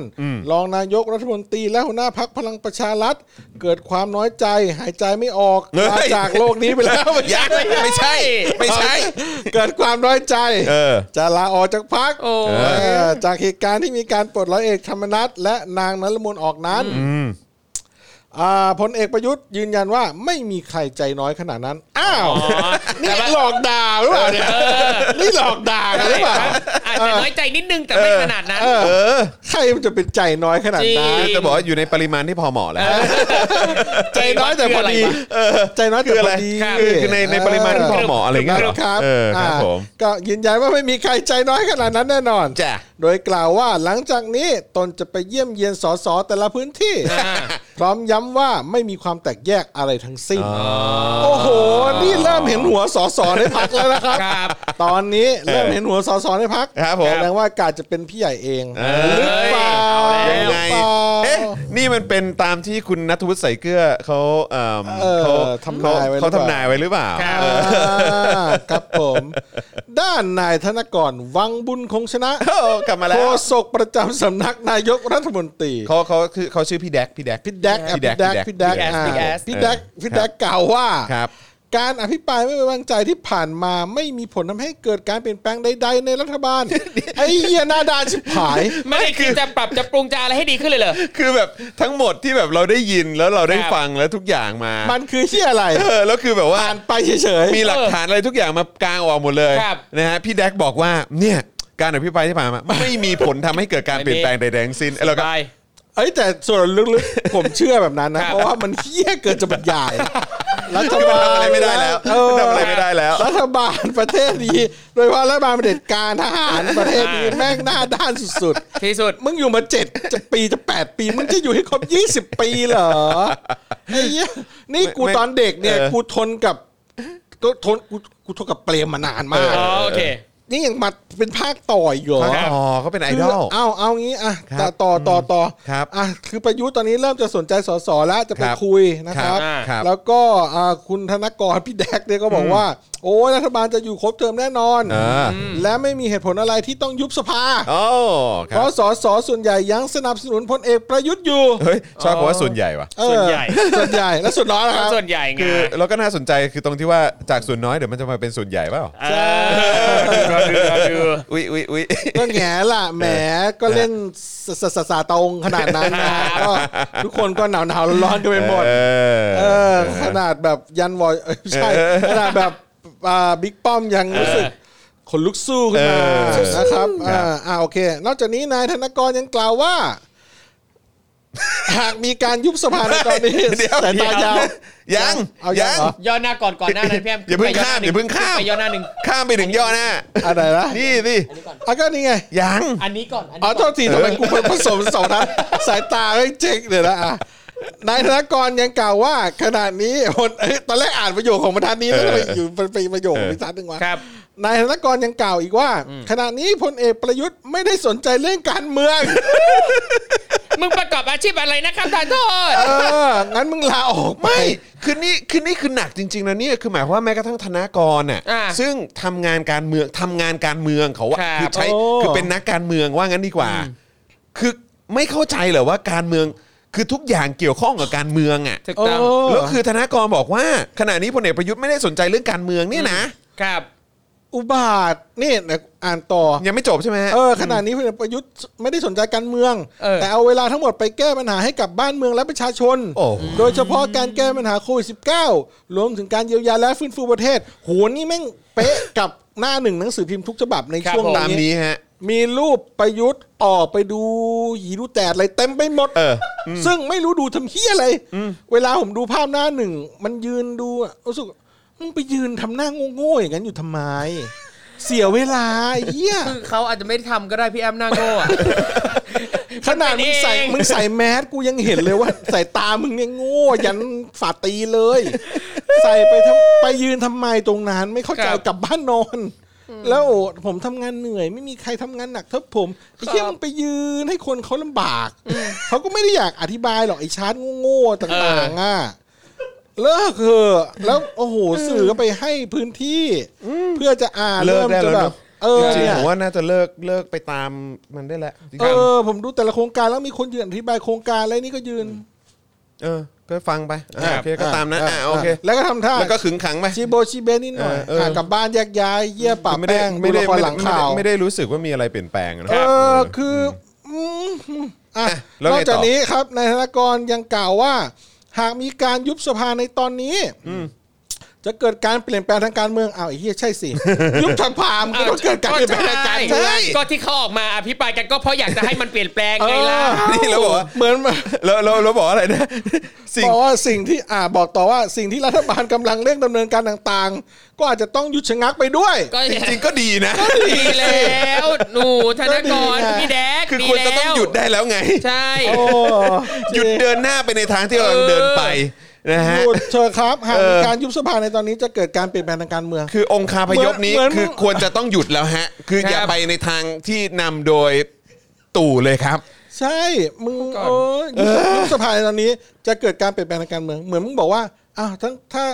[SPEAKER 1] รองนายกรัฐมนตรีและหัวหน้าพักพลังประชารัฐ เกิดความน้อยใจหายใจไม่ออก
[SPEAKER 2] เฮ้ย
[SPEAKER 1] ลาจากโลกนี้ไปแล้ว
[SPEAKER 2] ยังไม่ใช่ ไม่ใช่
[SPEAKER 1] เกิดความน้อยใจ
[SPEAKER 2] เออ
[SPEAKER 1] จะลาออกจากพัก
[SPEAKER 6] โอ้ย
[SPEAKER 1] เออจากเหตุการณ์ที่มีการปลดร้อยเอกธรรมนัฐและนางนรมนออกนั้นอ่าพลเอกประยุทธ์ยืนยันว่าไม่มีใครใจน้อยขนาดนั้น อ้าวนี่หลอกด่าหรือเปล่าเนี่ยนี่หลอกด่ากันหรือเปล่า
[SPEAKER 6] อาจจะน้อยใจนิดนึงแต่ไม่ขนาดนั้น
[SPEAKER 1] เออ
[SPEAKER 2] เออ
[SPEAKER 1] ใครมันจะเป็นใจน้อยขนาดนั้น
[SPEAKER 6] จริง
[SPEAKER 2] จะบอกว่าอยู่ในปริมาณที่พอเหมาะแล้ว
[SPEAKER 1] ใจน้อยแต่พอดีใจน้อยแต่พอดี
[SPEAKER 2] คืออะไรคือคือในในปริมาณที่พอเหมาะอะไรเงี้ยเหรอ
[SPEAKER 1] ครับ
[SPEAKER 2] เออครับ
[SPEAKER 1] อ่า
[SPEAKER 2] ผม
[SPEAKER 1] ก็ยืนยันว่าไม่มีใครใจน้อยขนาดนั้นแน่นอน
[SPEAKER 2] จ้ะ
[SPEAKER 1] โดยกล่าวว่าหลังจากนี้ตนจะไปเยี่ยมเยียนสสแต่ละพื้นที่ พร้อมย้ำว่าไม่มีความแตกแยกอะไรทั้งสิ้น โอ้โห นี่เริ่มเห็นหัวสสในพักแล้วนะครับ
[SPEAKER 6] ครับ
[SPEAKER 1] ตอนนี้เริ่มเห็นหัวสสในพัก
[SPEAKER 2] ครับผม
[SPEAKER 1] แสดงว่าการจะเป็นพี่ใหญ่เอง
[SPEAKER 2] เอ
[SPEAKER 1] หรือ
[SPEAKER 2] อ
[SPEAKER 1] เปล่า
[SPEAKER 2] ยั
[SPEAKER 1] ห
[SPEAKER 2] ง
[SPEAKER 1] รือ
[SPEAKER 2] ไง
[SPEAKER 1] เปล่า
[SPEAKER 2] เอ๊ะนี่มันเป็นตามที่คุณนัทวุฒิใส่เกลือเขาเอ่อ
[SPEAKER 1] เออ
[SPEAKER 2] เขา
[SPEAKER 1] ทำนายไว้หรือเปล่า
[SPEAKER 2] เขาทำนายไว้หรือเปล่า
[SPEAKER 6] ครับ
[SPEAKER 1] อ่าครับผม ด้านนายธนกรวังบุญคงชนะ
[SPEAKER 2] โอ้กลับมาแล้
[SPEAKER 1] โฆ
[SPEAKER 2] ว
[SPEAKER 1] ษกประจำสำนักนายกรัฐมนตรี
[SPEAKER 2] เขาเขาคือเขาชื่อพี่แดกพี่แดก
[SPEAKER 1] พี่แดกอ่ะ
[SPEAKER 2] พี่แดกพี่
[SPEAKER 1] พี่
[SPEAKER 2] แด
[SPEAKER 1] แด
[SPEAKER 2] ก
[SPEAKER 1] กอ่า
[SPEAKER 6] พี่แดก
[SPEAKER 1] พี่แดกพี่แดกกล่าวว่า
[SPEAKER 2] ครับ
[SPEAKER 1] การอภิปรายไม่ไว้วางใจที่ผ่านมาไม่มีผลทำให้เกิดการเปลี่ยนแปลงใด ๆ ในรัฐ บาล ไอ้เหี้ยหน้าด่านชิบหาย
[SPEAKER 6] ไม่ได้คิดจะปรับจะปรุงจะอะไรให้ดีขึ้นเลยเหรอ
[SPEAKER 2] คือแบบทั้งหมดที่แบบเราได้ยินแล้วเราได้
[SPEAKER 6] ครับ
[SPEAKER 2] ฟังแล้วทุกอย่าง มา
[SPEAKER 1] มันคือเหี้ยอะไร
[SPEAKER 2] เออแล้วคือแบบว่า
[SPEAKER 1] อ่านไปเฉย
[SPEAKER 2] มีหลักฐานอะไรทุกอย่างมากางออกหมดเลย
[SPEAKER 6] ครับ
[SPEAKER 2] นะฮะพี่แดกบอกว่าเนี่ยการอภิปรายที่ผ่านมาไม่มีผลทำให้เกิดการ
[SPEAKER 6] ไม่มี
[SPEAKER 2] เปลี่ยนแปลงใดๆทั้งสิ้นแล้วก็
[SPEAKER 6] ได้
[SPEAKER 1] ๆเอ้ยแต่ส่วนลึกๆ ผมเชื่อแบบนั้นนะ
[SPEAKER 6] ครับ
[SPEAKER 1] เพราะว่ามันเหี้ยเกินจะบรร ยาย รัฐบาล
[SPEAKER 2] ทำอะไรไม่ได้แล้ว
[SPEAKER 1] เออ
[SPEAKER 2] ทำอะไรไม่ได้แล้ว
[SPEAKER 1] รัฐบาลประเทศนี้ โดยเฉพาะรัฐบาลเผด็จการทหารประเทศนี้แม่งหน้าด้านสุด
[SPEAKER 6] ที่สุด
[SPEAKER 1] ๆ มึงอยู่มาเจ็ดจะปีจะแปดปี มึงจะอยู่ให้ครบยี่สิบปีเหรอไอ้เหี้ยนี่กู
[SPEAKER 2] ไม่
[SPEAKER 1] ตอนเด็กเนี่ย
[SPEAKER 2] เออ
[SPEAKER 1] กูทนกับก็ทนกูกูทนกับเปรมมานานมาก
[SPEAKER 6] อ๋อโอเค
[SPEAKER 1] นี่ยังมาเป็นภาคต่ออีกเหรอ
[SPEAKER 2] อ๋อเขาเป็นไอดอล
[SPEAKER 1] คือเอาเอางี้อ่ะ
[SPEAKER 2] ครั
[SPEAKER 1] ต่อบ ต่อต่อต่อ
[SPEAKER 2] ครับ
[SPEAKER 1] อ่ะคือประยุทธ์ตอนนี้เริ่มจะสนใจสสแล้วจะไป
[SPEAKER 2] ครับ
[SPEAKER 1] คุยนะครับ
[SPEAKER 2] ครับอ่าครับ
[SPEAKER 1] แล้วก็อ่าคุณธนกรพี่แดกเนี่ยก็บอกว่า โอ้ยรัฐบาลจะอยู่ครบเทอมแน่นอน
[SPEAKER 2] อ่า
[SPEAKER 1] และไม่มีเหตุผลอะไรที่ต้องยุบสภา
[SPEAKER 2] โอ้ค
[SPEAKER 1] เพ
[SPEAKER 2] รับ
[SPEAKER 1] ราะสสส่วนใหญ่ยังสนับสนุนพลเอกประยุทธ์อยู่
[SPEAKER 2] เฮ้ยชอบเพราะว่าส่วนใหญ่ว่ะ
[SPEAKER 1] เออ
[SPEAKER 6] ส่วนใหญ่
[SPEAKER 1] ส่วนใหญ่และส่วนน้อยนะครับ
[SPEAKER 6] ส่วนใหญ่ไง
[SPEAKER 2] คือแล้วก็น่าสนใจคือตรงที่ว่าจากส่วนน้อยเดี๋ยวมันจะมาเป็นส่วนใหญ่เปล่า
[SPEAKER 6] เออรอดูรอดู
[SPEAKER 2] อุ๊ยอุ๊ยอุ๊ย
[SPEAKER 1] ก็แง่ล่ะแหมก็เล่นสสสาตรงขนาดนั้นนะก็ทุกคนก็หนาวหนาวๆร้อนๆกันไปหมด
[SPEAKER 2] เออ
[SPEAKER 1] เออขนาดแบบยันวอยเอ้ยไม่ใช่ขนาดแบบอ่าบิ๊กป้อมยังรู้สึกขนลุกสู้ขึ้นมา
[SPEAKER 2] เออ
[SPEAKER 1] นะครับ
[SPEAKER 2] ครับ
[SPEAKER 1] อ่าอ่าโอเค นอกจากนี้นายธนกรยังกล่าว ว่า หากมีการยุบสภาในตอนนี้
[SPEAKER 2] เดี๋ยว
[SPEAKER 1] แต่ตายาว
[SPEAKER 2] ยัง
[SPEAKER 1] เอายัง
[SPEAKER 2] ยัง
[SPEAKER 1] เหรอ
[SPEAKER 6] ย่อหน้าก่อนก่อนหน้านั้นพี่แอม
[SPEAKER 2] อย่าเพิ่งข้ามอย่าเพิ่งข้าม
[SPEAKER 6] ไปย่อหน้าหนึ่ง
[SPEAKER 2] ข้ามไปถึงย่อหน้า
[SPEAKER 1] อะไรนะ
[SPEAKER 2] นี่สิ
[SPEAKER 6] อันนี้ก่อน
[SPEAKER 1] อ่ะก็นี่ไง
[SPEAKER 2] ยัง
[SPEAKER 6] อันนี้ก่อนอัน
[SPEAKER 1] อ๋อ
[SPEAKER 6] นี้
[SPEAKER 1] โท
[SPEAKER 6] ก่อน
[SPEAKER 1] ษทีทำไมกูไปผสมสองนัดสายตาไม่เจ๊กเดี๋ยวนะอ่ะ นายธนกรยังกล่าวว่าขณะนี้หนเอ้ยตอนแรกอ่านประโยคของบรรทัดนี้แล้วทำไมอยู่ไปประโยคของบรรทัดหนึ่งวะ
[SPEAKER 6] ครับ
[SPEAKER 1] นายธนกรยังกล่าวอีกว่า ขณะนี้พลเอกประยุทธ์ไม่ได้สนใจเรื่องการเมือง
[SPEAKER 6] มึงประกอบอาชีพอะไรนะครับท่านโทษ
[SPEAKER 1] เออ งั้นมึงลาออกไป
[SPEAKER 2] ไม่ คือนี่ คือนี่คือหนักจริง ๆ นะเนี่ย คือหมายความว่าแม้กระทั่งธนากรน่ะ
[SPEAKER 6] อ่า
[SPEAKER 2] ซึ่งทำงานการเมืองทำงานการเมืองเขาว่า
[SPEAKER 6] ครับ
[SPEAKER 2] คือใช้
[SPEAKER 1] โอ้
[SPEAKER 2] คือเป็นนักการเมืองว่างั้นดีกว่า คือไม่เข้าใจเหรอว่าการเมือง คือทุกอย่างเกี่ยวข้องกับการเมืองอ่ะ
[SPEAKER 6] ถูกต้อง
[SPEAKER 1] เออ
[SPEAKER 2] แล้วคือธนากรบอกว่า ขณะนี้พลเอกประยุทธ์ไม่ได้สนใจเรื่องการเมืองเนี่ยนะ
[SPEAKER 6] ครับ
[SPEAKER 1] อุบาทนี่เดี๋ยวอ่านต่อ
[SPEAKER 2] ยังไม่จบใช่ไหมฮะ
[SPEAKER 1] เออขณะนี้พลเอกประยุทธ์ไม่ได้สนใจการเมือง
[SPEAKER 6] เออ
[SPEAKER 1] แต่เอาเวลาทั้งหมดไปแก้ปัญหาให้กับบ้านเมืองและประชาชน
[SPEAKER 2] โอ้โห
[SPEAKER 1] โดยเฉพาะการแก้ปัญหาโควิด -19 รวมถึงการเยียวยาและฟื้นฟูประเทศโหนี่แม่งเป๊ะกับหน้าหนึ่งหนังสือพิมพ์ทุกฉบับใน
[SPEAKER 6] ครับ
[SPEAKER 1] ช่วง
[SPEAKER 6] ผม
[SPEAKER 2] ตาม
[SPEAKER 1] นี้
[SPEAKER 2] นี้ฮะ
[SPEAKER 1] มีรูปประยุทธ์ออกไปดูหยีดูแตดอะไรเต็มไปหมด
[SPEAKER 2] เออ
[SPEAKER 1] ซึ่งไม่รู้ดูทำเฮียอะไร เวลาผมดูภาพหน้าหนึ่ง มันยืนดูอะรู้สึกมึงไปยืนทำหน้าโง่ๆอย่างนั้นอยู่ทำไม เสียเวลาไอ้เฮีย
[SPEAKER 6] คือเขาอาจจะไม่ได้ทำก็ได้พี่แอมหน้าโง่อะ
[SPEAKER 1] ขนาดมึงใส่
[SPEAKER 6] มันเป็นเอง
[SPEAKER 1] มึงใส่แมสกูยังเห็นเลยว่า สายตามึงเนี่ยโง่ยันฝ่าตีนเลย ใส่ไปทำไปยืนทำไมตรงนั้น ไม่เข้าใจ
[SPEAKER 6] ครับ
[SPEAKER 1] กลับบ้านนอน แล้วโอ้ผมทำงานเหนื่อย ไม่มีใครทำงานหนักเท่าผมไอ้เหี้ยมึงไปยืนให้คนเขาลำบากเขาก็ไม่ได้อยากอธิบายหรอกไอ้ชาร์จโง่ๆต่างๆอ่ะเลิกเถอะแล้วโอ้โหสื่อก็ไปให้พื้นที่เพื่อจะอ่าน
[SPEAKER 2] เลิก
[SPEAKER 1] เริ่ม
[SPEAKER 2] ได้
[SPEAKER 1] จะ
[SPEAKER 2] แล้
[SPEAKER 1] แบ
[SPEAKER 2] วเน
[SPEAKER 1] บ
[SPEAKER 2] อะ
[SPEAKER 1] เออ
[SPEAKER 2] จริง
[SPEAKER 1] เนี่ย
[SPEAKER 2] ๆผมว่าน่าจะเลิกเลิกไปตามมันได้แล้วจริง
[SPEAKER 1] เอ
[SPEAKER 2] ๆ
[SPEAKER 1] อผมดูแต่ละโครงการแล้วมีคนยืนอธิบายโครงการแล้วนี่ก็ยืน
[SPEAKER 2] เออ ก็ฟังไปอ่าโอเคก็ตามนะอ่า
[SPEAKER 1] ะ
[SPEAKER 2] โอเค
[SPEAKER 1] แล้วก็ทำท่า
[SPEAKER 2] แล้วก็ขึงขังไป
[SPEAKER 1] ชิโบชิเบนนิดหน่อย
[SPEAKER 2] เออเอออ่
[SPEAKER 1] ะกลับบ้านแยกย้ายเยี่ยปะ
[SPEAKER 2] ไม่ได้
[SPEAKER 1] แป้ง
[SPEAKER 2] ไม่
[SPEAKER 1] ดู
[SPEAKER 2] ได้
[SPEAKER 1] ละครห
[SPEAKER 2] ไม่ได้
[SPEAKER 1] ลังข่าว
[SPEAKER 2] ไม่ได้ไม่ได้รู้สึกว่ามีอะไรเปลี่ยนแปลงอะนะ
[SPEAKER 1] เอ
[SPEAKER 2] เอ
[SPEAKER 1] อ
[SPEAKER 2] อ
[SPEAKER 1] คืออืมอ่ะ
[SPEAKER 2] อ่ะแล้ว
[SPEAKER 1] น
[SPEAKER 2] ไงต่อ
[SPEAKER 1] อกจากนี้ครับนายธนกรยังกล่าวว่า หากมีการยุบสภาในตอนนี้จะเกิดการเปลี่ยนแปลงทางการเมืองอ้าวไอ้เหี้ยใช่ สิ ยุบสภามันก็ต้องเกิดการเปลี่ยนแปลงทางการเมือง
[SPEAKER 6] ใช่ก็ที่เขาออกมาอภิปรายกันก็เพราะอยากจะให้มันเปลี่ยนแปลงไงล่ะ
[SPEAKER 2] นี่แล้วบอกว่า
[SPEAKER 1] เหมือน
[SPEAKER 2] แล้วแล้วแล้วบอกอะไรนะสิ่ง
[SPEAKER 1] บอกว่าสิ่งที่อ่าบอกต่อว่าสิ่งที่รัฐบาลกำลังเร่งดำเนินการต่างๆ ก็อาจจะต้องหยุดชะงักไปด้วย
[SPEAKER 6] ก็
[SPEAKER 2] จริงๆก็ดีนะ
[SPEAKER 6] ดีแล้วหนูธนกร
[SPEAKER 1] ก็ดีไง
[SPEAKER 6] พี่แดก
[SPEAKER 2] คือ
[SPEAKER 6] ดี
[SPEAKER 2] ควรจะ
[SPEAKER 6] แล้
[SPEAKER 2] ต้อง
[SPEAKER 6] ว
[SPEAKER 2] หยุดได้แล้วไง
[SPEAKER 6] ใช่
[SPEAKER 1] โอ้
[SPEAKER 2] หยุดเดินหน้าไปในทางที่กำลังเดินไปนะฮะ
[SPEAKER 1] หยุดเถอะครับหาก
[SPEAKER 2] เอ
[SPEAKER 1] มี
[SPEAKER 2] อ
[SPEAKER 1] การยุบสภาในตอนนี้จะเกิดการเปลี่ยนแปลงทางการเมือง
[SPEAKER 2] คือองค์คาพยพนี้
[SPEAKER 1] เหมือนเหมือน
[SPEAKER 2] คือควรจะต้องหยุดแล้วฮะ คืออย่า
[SPEAKER 6] ครับ
[SPEAKER 2] ไปในทางที่นำโดยตู่เลยครับ
[SPEAKER 1] ใช่มึงเออยุบยุบสภาในตอนนี้จะเกิดการเปลี่ยนแปลงทางการเมือง เหมือนมึงบอกว่าอ้าวทั้งถ้า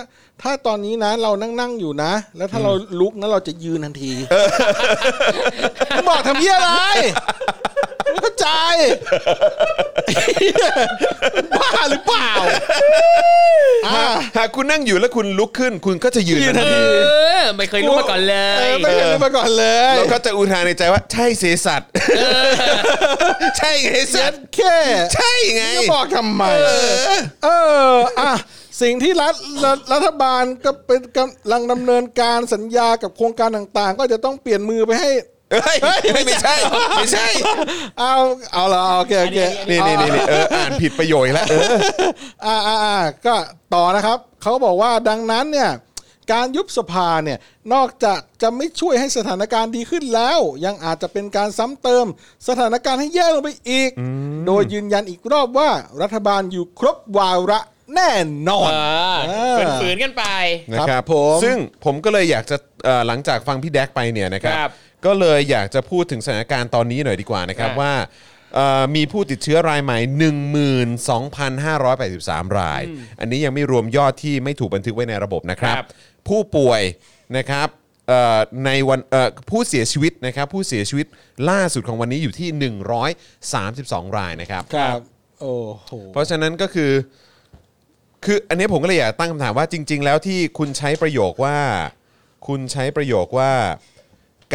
[SPEAKER 1] ถ้าตอนนี้นะเรานั่งนั่งอยู่นะ แล้วถ้าเราลุกนะเราจะยืนทันทีมึงบอกทำเพี้ยอะไรไม่เข้าใจเหี้ยบ้าหรือเปล่าอ่า
[SPEAKER 2] หากคุณนั่งอยู่แล้วคุณลุกขึ้น คุณก็จะยืน
[SPEAKER 1] ยืนทั
[SPEAKER 2] ทัน
[SPEAKER 1] นที
[SPEAKER 2] ที
[SPEAKER 6] เออ ไม่เคยรู้มาก่อนเล
[SPEAKER 1] เอย อไม่เคยรู้มาก่อนเลย
[SPEAKER 2] เราก็จะอุทานในใจว่า ใช่เสสัตว์ใช่ไง
[SPEAKER 1] เจ็
[SPEAKER 2] สั
[SPEAKER 1] ด
[SPEAKER 2] ตว์
[SPEAKER 1] แค่
[SPEAKER 2] ใช่ไง
[SPEAKER 1] จะบอกทำไม
[SPEAKER 2] เออ
[SPEAKER 1] เอออ่ะสิ่งที่รัฐรัฐรัฐบาลก็เป็นกำลังดำเนินการสัญญากับโครงการต่างๆ ก็จะต้องเปลี่ยนมือไปให้
[SPEAKER 2] เฮ้ยไม่ไม่ใช่ ไม่ใช่
[SPEAKER 1] เอาเอาละเอาโอเคโอเค
[SPEAKER 2] นี่นี่นี่นี่เอออ่านผิดประโยคอีกแล้วเออ
[SPEAKER 1] อ่าอ่าอ่าก็ต่อนะครับเขาบอกว่าดังนั้นเนี่ยการยุบสภาเนี่ยนอกจากจะไม่ช่วยให้สถานการณ์ดีขึ้นแล้ว ยังอาจจะเป็นการซ้ำเติมสถานการณ์ให้แย่ลงไปอีก โดยยืนยันอีกรอบว่ารัฐบาลอยู่ครบวาระแน่นอน
[SPEAKER 6] เออฝืนๆกันไป
[SPEAKER 2] นะครับ
[SPEAKER 1] ผม
[SPEAKER 2] ซึ่งผมก็เลยอยากจะเอ่อหลังจากฟังพี่แดกไปเนี่ยนะครับ
[SPEAKER 6] ครับ
[SPEAKER 2] ก็เลยอยากจะพูดถึงสถานการณ์ตอนนี้หน่อยดีกว่านะครับ
[SPEAKER 6] อ่ะ
[SPEAKER 2] ว่าเอ่อมีผู้ติดเชื้อรายใหม่ 12,583 ราย อันนี้ยังไม่รวมยอดที่ไม่ถูกบันทึกไว้ในระบบนะครับ
[SPEAKER 6] ครับ
[SPEAKER 2] ผู้ป่วยนะครับเอ่อในวันเอ่อผู้เสียชีวิตนะครับผู้เสียชีวิตล่าสุดของวันนี้อยู่ที่ 132 รายนะครับ
[SPEAKER 1] ครับ โอ้โห
[SPEAKER 2] เพราะฉะนั้นก็คือ คืออันนี้ผมก็เลยอยากตั้งคำถามว่าจริง ๆ แล้วที่คุณใช้ประโยคว่า คุณใช้ประโยคว่า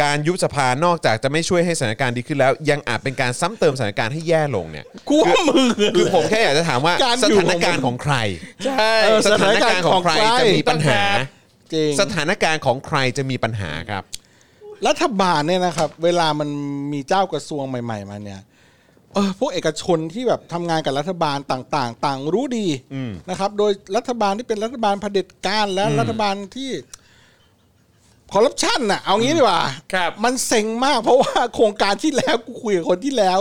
[SPEAKER 2] การยุบสภานอกจากจะไม่ช่วยให้สถานการณ์ดีขึ้นแล้ว ยังอาจเป็นการซ้ำเติมสถานการณ์ให้แย่ลงเนี่ย
[SPEAKER 1] กูว่ามึง
[SPEAKER 2] คือผมแค่อยากจะถามว่า
[SPEAKER 1] การ
[SPEAKER 2] ส
[SPEAKER 1] อยู่
[SPEAKER 2] ถานการณ์ของใคร
[SPEAKER 1] ใช่
[SPEAKER 2] สถานการณ์ของใครจะมีปัญหา
[SPEAKER 1] จริง
[SPEAKER 2] สถานการณ์ของใครจะมีปัญหาครับ
[SPEAKER 1] รัฐบาลเนี่ยนะครับ เวลามันมีเจ้ากระทรวงใหม่ ๆ มาเนี่ยเออพวกเอกชนที่แบบทำงานกับรัฐบาลต่างๆ ต่างรู้ดีนะครับ โดยรัฐบาลที่เป็นรัฐบาลเผด็จการและรัฐบาลที่คอร์รัปชันน่ะเอางี้ดีกว่า
[SPEAKER 6] ครับ
[SPEAKER 1] มันเซ็งมากเพราะว่าโครงการที่แล้วกูคุยกับคนที่แล้ว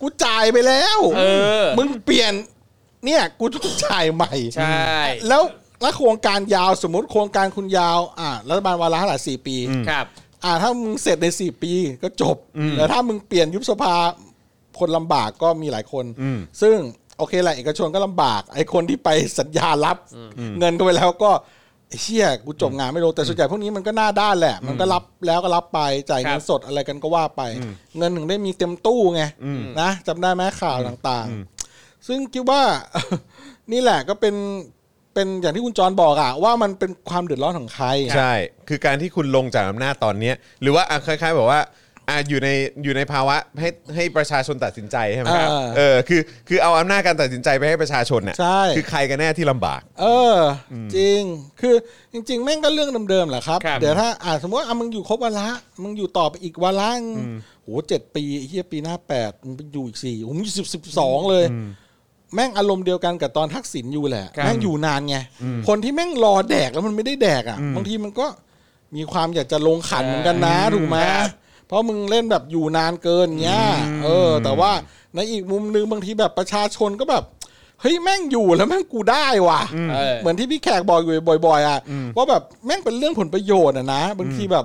[SPEAKER 1] กูจ่ายไปแล้ว
[SPEAKER 6] เออ
[SPEAKER 1] มึงเปลี่ยน เนี่ยกูต้องจ่ายใหม่
[SPEAKER 6] ใช่
[SPEAKER 1] แล้วแล้วโครงการยาวสมมติโครงการคุณยาว อ่ารัฐบาลวาระเท่าไหร่สี่ปี
[SPEAKER 6] ครับ
[SPEAKER 1] อ่าถ้ามึงเสร็จในสี่ปีก็จบแต่ถ้ามึงเปลี่ยนยุบสภาคนลำบากก็มีหลายคน ซึ่งโอเคแหละเอกชนก็ลำบาก ไอ้คนที่ไปสัญญารับ เงินก็ไปแล้วก็ไอ้เชี่ยกูจบงานไม่ลงแต่ส่วนใหญ่พวกนี้มันก็หน้าด้านแหละ มันก็รับแล้วก็รับไปจ่ายเงินสดอะไรกันก็ว่าไป เงินถึงได้มีเต็มตู้ไงนะจำได้ไหมข่าวต่างๆ ซึ่งคิดว่า นี่แหละก็เป็นเป็นอย่างที่คุณจรบอกอะว่ามันเป็นความเดือดร้อนของใคร
[SPEAKER 2] ใช่ คือการที่คุณลงจากอำนาจตอนเนี้ยหรือว่าอ่ะคล้ายๆแบบว่าอ่ะอยู่ในอยู่ในภาวะให้ให้ประชาชนตัดสินใจใช่ไหมครับ
[SPEAKER 1] เออ
[SPEAKER 2] เออคือคือเอาอำนาจการตัดสินใจไปให้ประชาชนเนี่ย
[SPEAKER 1] ใช่
[SPEAKER 2] คือใครกันแน่ที่ลำบาก
[SPEAKER 1] เอออ จริง คือจริง ๆ แม่งก็เรื่องเดิมๆแหละครับ
[SPEAKER 6] ครับ
[SPEAKER 1] เดี๋ยวถ้าอ่าสมมติว่าอ่ะมึงอยู่ครบวาระมึงอยู่ต่อไปอีกวาระหนึ่งโหเจ็ดปีไอ้เฮียปีหน้าแปดมึงไปอยู่อีกสี่ผมอยู่สิบสิบสองเลย แม่งอารมณ์เดียวกันกับตอนทักษิณอยู่แหละ
[SPEAKER 6] ครับ
[SPEAKER 1] แม่งอยู่นานไง คนที่แม่งรอแดกแล้วมันไม่ได้แดกอ่ะบางทีมันก็มีความอยากจะลงขันเหมือนกันนะถูกไหมเพราะมึงเล่นแบบอยู่นานเกินเงี้ยเออ แต่ว่าในอีกมุมนึงบางทีแบบประชาชนก็แบบเฮ้ยแม่งอยู่แล้วแม่งกูได้ว่ะ
[SPEAKER 6] เออ
[SPEAKER 1] เหมือนที่พี่แขกบอกอยู่บ่อยๆอ่ะว่าแบบแม่งเป็นเรื่องผลประโยชน์อ่ะนะบางทีแบบ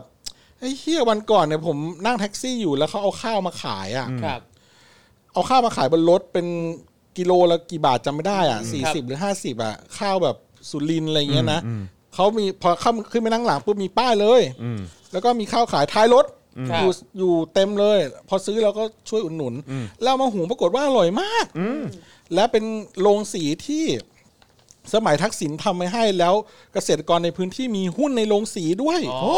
[SPEAKER 1] ไอ้เฮียวันก่อนเนี่ยผมนั่งแท็กซี่อยู่แล้วเขาเอาข้าวมาขายอ่ะ
[SPEAKER 6] ครับ
[SPEAKER 1] เอาข้าวมาขายบนรถเป็นกิโลละกี่บาทจำไม่ได้อ่ะสี่สิบหรือห้าสิบอ่ะข้าวแบบสุรินทร์อะไรเงี้ยนะเขามีพอข้ามขึ้นไปนั่งหลังปุ๊บมีป้ายเลย แล้วก็มีข้าวขายท้ายรถ
[SPEAKER 6] ครับ
[SPEAKER 1] อยู่อยู่เต็มเลย พอซื้อเราก็ช่วยอุดหนุน แล้วเอามาหุงปรากฏว่าอร่อยมากและเป็นโรงสีที่สมัยทักษิณทำไม่ให้แล้วเกษตรกรในพื้นที่มีหุ้นในโรงสีด้วย
[SPEAKER 6] โอ้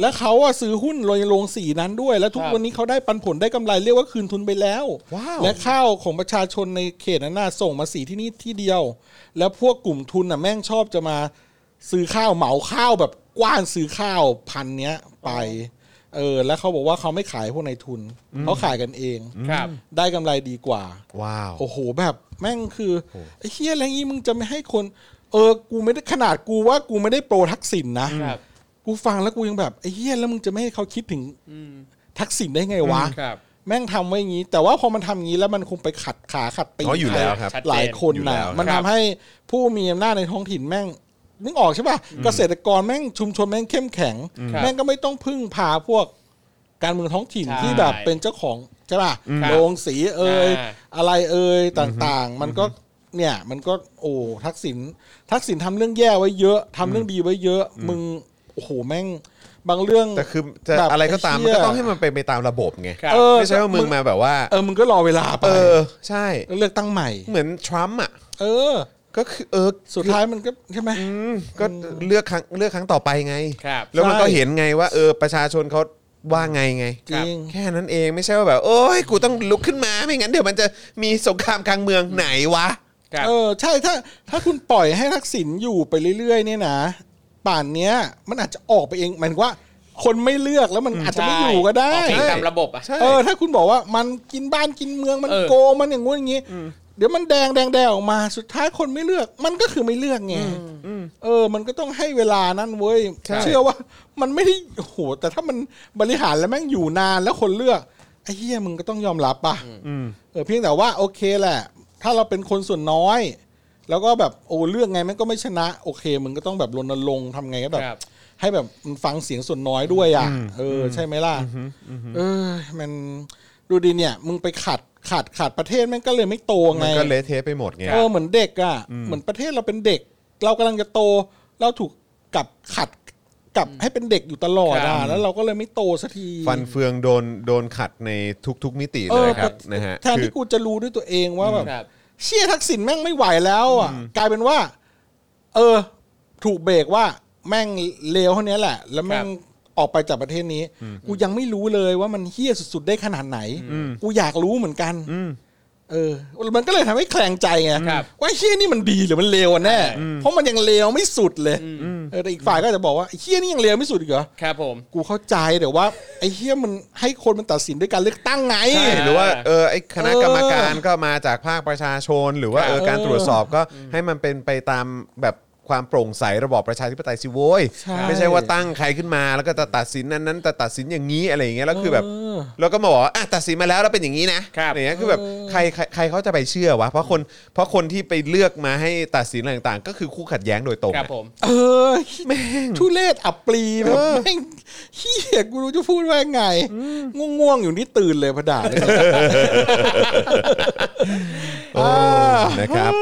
[SPEAKER 1] แล้วเขาอะซื้อหุ้นโรงสีนั้นด้วย แล้วทุก
[SPEAKER 6] ครับ
[SPEAKER 1] วันนี้เขาได้ปันผลได้กำไรเรียกว่าคืนทุนไปแล้ว
[SPEAKER 2] ว้าว
[SPEAKER 1] และข้าวของประชาชนในเขตนั้นน่ะส่งมาสีที่นี่ที่เดียว แล้วพวกกลุ่มทุนน่ะแม่งชอบจะมาซื้อข้าวเหมาข้าวแบบกว้านซื้อข้าวพันเนี้ยไป เออ แล้วเขาบอกว่าเขาไม่ขายพวกในทุนเขาขายกันเอง
[SPEAKER 6] ครับ
[SPEAKER 1] ได้กำไรดีกว่า
[SPEAKER 2] ว้าว
[SPEAKER 1] โอ้โหแบบแม่งคือไอ้เฮียอะไรงี้มึงจะไม่ให้คน เออ กูไม่ได้ขนาดกูว่ากูไม่ได้โปรทักษิณนะ
[SPEAKER 6] ครับ
[SPEAKER 1] กูฟังแล้วกูยังแบบไอ้เฮียแล้วมึงจะไม่ให้เขาคิดถึงทักษิณได้ไงวะ
[SPEAKER 6] ครับ
[SPEAKER 1] แม่งทำไว้อย่างนี้ แต่ว่าพอมันทำอย่างนี้แล้วมันคงไปขัดขาขัดตีน
[SPEAKER 2] อ๋ออยู่แล้วครับ
[SPEAKER 1] หลายคน
[SPEAKER 2] อยู่แล้
[SPEAKER 1] นะ
[SPEAKER 2] ว
[SPEAKER 1] มัน
[SPEAKER 6] ครั
[SPEAKER 1] ทำ
[SPEAKER 6] บ
[SPEAKER 1] ให้ผู้มีอำนาจในท้องถิ่นแม่งนึกออกใช่ป่ะเกษตรกรแม่งชุมชนแม่งเข้มแข็ง แม่งก็ไม่ต้องพึ่งพาพวกการเมืองท้องถิ่น
[SPEAKER 6] ใช่
[SPEAKER 1] ที่แบบเป็นเจ้าของใช่ป่ะ
[SPEAKER 6] ครับ
[SPEAKER 1] โรงสีเอ่ย
[SPEAKER 6] อ่า
[SPEAKER 1] อะไรเอ่ยต่างๆ มันก็เนี่ยมันก็โอ้ทักษิณทักษิณทำเรื่องแย่ไว้เยอะทำเรื่องดีไว้เยอะ มึงโอ้โหแม่งบางเรื่อง
[SPEAKER 2] แต่คือจะ
[SPEAKER 1] แบบ
[SPEAKER 2] อะไรก็ตามมันก็
[SPEAKER 1] ไอ้เหี้ย
[SPEAKER 2] ต้องให้มันเป็นไปตามระบบไง
[SPEAKER 6] ครับ
[SPEAKER 1] เออ
[SPEAKER 2] ไม่ใช่ว่ามึงมาแบบว่า
[SPEAKER 1] เออมึงก็รอเวลาไป
[SPEAKER 2] เออใช่
[SPEAKER 1] แล้วเลือกตั้งใหม่
[SPEAKER 2] เหมือนทรัมป์อ่ะ
[SPEAKER 1] เออ
[SPEAKER 2] ก็คือเออ
[SPEAKER 1] สุดท้ายมันก็ใช่ไหม
[SPEAKER 2] อืมก็เลือกครั้งเลือกครั้งต่อไปไง
[SPEAKER 6] ครับ
[SPEAKER 2] แล้วมัน
[SPEAKER 1] ใช่
[SPEAKER 2] ก็เห็นไงว่าเออประชาชนเขาว่าไงไง
[SPEAKER 1] จริง
[SPEAKER 2] แค่นั้นเองไม่ใช่ว่าแบบ โอ้ยกูต้องลุกขึ้นมาไม่งั้นเดี๋ยวมันจะมีสงครามกลางเมืองไหนวะ
[SPEAKER 6] ครับ
[SPEAKER 1] เออใช่ถ้าถ้าคุณปล่อยให้ทักษิณอยู่ไปเรื่อยๆเนี่ยนะ ป่านเนี้ยมันอาจจะออกไปเองหมายถึงว่า คนไม่เลือกแล้วมันอาจจะไม่อยู่ก็ได้
[SPEAKER 6] ออกเองตามระบบอ่ะ
[SPEAKER 2] ใช่
[SPEAKER 1] เออถ้าคุณบอกว่ามันกินบ้านกินเมืองมัน
[SPEAKER 6] เออ
[SPEAKER 1] โกงมันอย่างงู้นอย่างงี้ เดี๋ยวมันแดงแดงแดงออกมาสุดท้ายคนไม่เลือก มันก็คือไม่เลือกไงเออ มันก็ต้องให้เวลานั่นเว้ย
[SPEAKER 2] ใช่
[SPEAKER 1] เชื่อว่ามันไม่ได้โอ้โหแต่ถ้ามันบริหารแล้วแม่งอยู่นานแล้วคนเลือกไอ้เหี้ยมึงก็ต้องยอมรับป่ะเออเพียงแต่ว่าโอเคแหละ ถ้าเราเป็นคนส่วนน้อย แล้วก็แบบโอ้เลือกไงแม่งก็ไม่ชนะ โอเค มึงก็ต้องแบบรณรงค์ทำไงก็แบบ
[SPEAKER 6] ครับ
[SPEAKER 1] ให้แบบมันฟังเสียงส่วนน้อยด้วยอ่ะ เออ ใช่ไหมล่ะ เออ มันดูดีเนี่ย มึงไปขัดขัดขัดประเทศแม่งก็เลยไม่โต
[SPEAKER 2] มั
[SPEAKER 1] ไง
[SPEAKER 2] นก็เละเทะไปหมดไง
[SPEAKER 1] เออเหมือนเด็กอ่ะ เหมือนประเทศเราเป็นเด็ก เรากำลังจะโต เราถูกกลับขัดกลับให้เป็นเด็กอยู่ตลอด
[SPEAKER 6] ครั
[SPEAKER 1] อ่ะ
[SPEAKER 6] บ
[SPEAKER 1] แล้วเราก็เลยไม่โตสักที
[SPEAKER 2] ฟันเฟืองโดนโดนขัดในทุกๆมิติ
[SPEAKER 1] เอ
[SPEAKER 2] เล
[SPEAKER 1] อย
[SPEAKER 2] ครับ
[SPEAKER 1] แต่
[SPEAKER 2] นะฮะ
[SPEAKER 1] แทนที่กูจะรู้ด้วยตัวเองว่าแบบ
[SPEAKER 6] ครับ
[SPEAKER 1] เชี่ยทักษิณแม่งไม่ไหวแล้วอ่ะกลายเป็นว่า เออ ถูกเบรกว่า แม่งเลวเท่านี้แหละ แล้วแม่งออกไปจากประเทศนี้ กูยังไม่รู้เลยว่ามันเฮี้ยสุดๆได้ขนาดไหน กูอยากรู้เหมือนกันเออ มันก็เลยทำให้แคลงใจไง
[SPEAKER 6] ครับ
[SPEAKER 1] ว่าไอ้เฮี้ยนี่มันดีหรือมันเลวกันแน่เพราะมันยังเลวไม่สุดเลยเออแต่อีกฝ่ายก็จะบอกว่าไอ้เฮี้ยนี่ยังเลวไม่สุดอีกเหรอ
[SPEAKER 6] ครับผม
[SPEAKER 1] กูเข้าใจแต่ว่าไอ้เฮี้ยมันให้คนมันตัดสินด้วยการเลือกตั้งไง
[SPEAKER 2] ใช่หรือว่าเออไอคณะกรรมการก็มาจากภาคประชาชน หรือว่าเออการตรวจสอบก็ให้มันเป็นไปตามแบบความโปร่งใสระบอบประชาธิปไตยสิโว้ย
[SPEAKER 1] ใช่
[SPEAKER 2] ไม่ใช่ว่าตั้งใครขึ้นมา แล้วก็จะตัดสินนั้นนั้นแต่ตัดสินอย่างนี้อะไรอย่างเงี้ยแล้วคือแบบ แล้วก็มาบอกว่าอ่ะตัดสินมาแล้วแล้วเป็นอย่างนี้นะครับ อย่างเงี้ยคือแบบใครใครใครเขาจะไปเชื่อวะเพราะคนเพราะคนที่ไปเลือกมาให้ตัดสินอะไรต่างๆ ก็คือคู่ขัดแย้งโดยตรง
[SPEAKER 6] ครับ
[SPEAKER 2] อะ
[SPEAKER 6] ผม
[SPEAKER 1] เออแม่งทุเรศอับปรีแบบ
[SPEAKER 2] เออ
[SPEAKER 1] แม่งเฮียกูรู้จะพูดว่าไง ง่วงๆ อยู่นี่ตื่นเลยพระดาเลย
[SPEAKER 2] โอ้นะครับ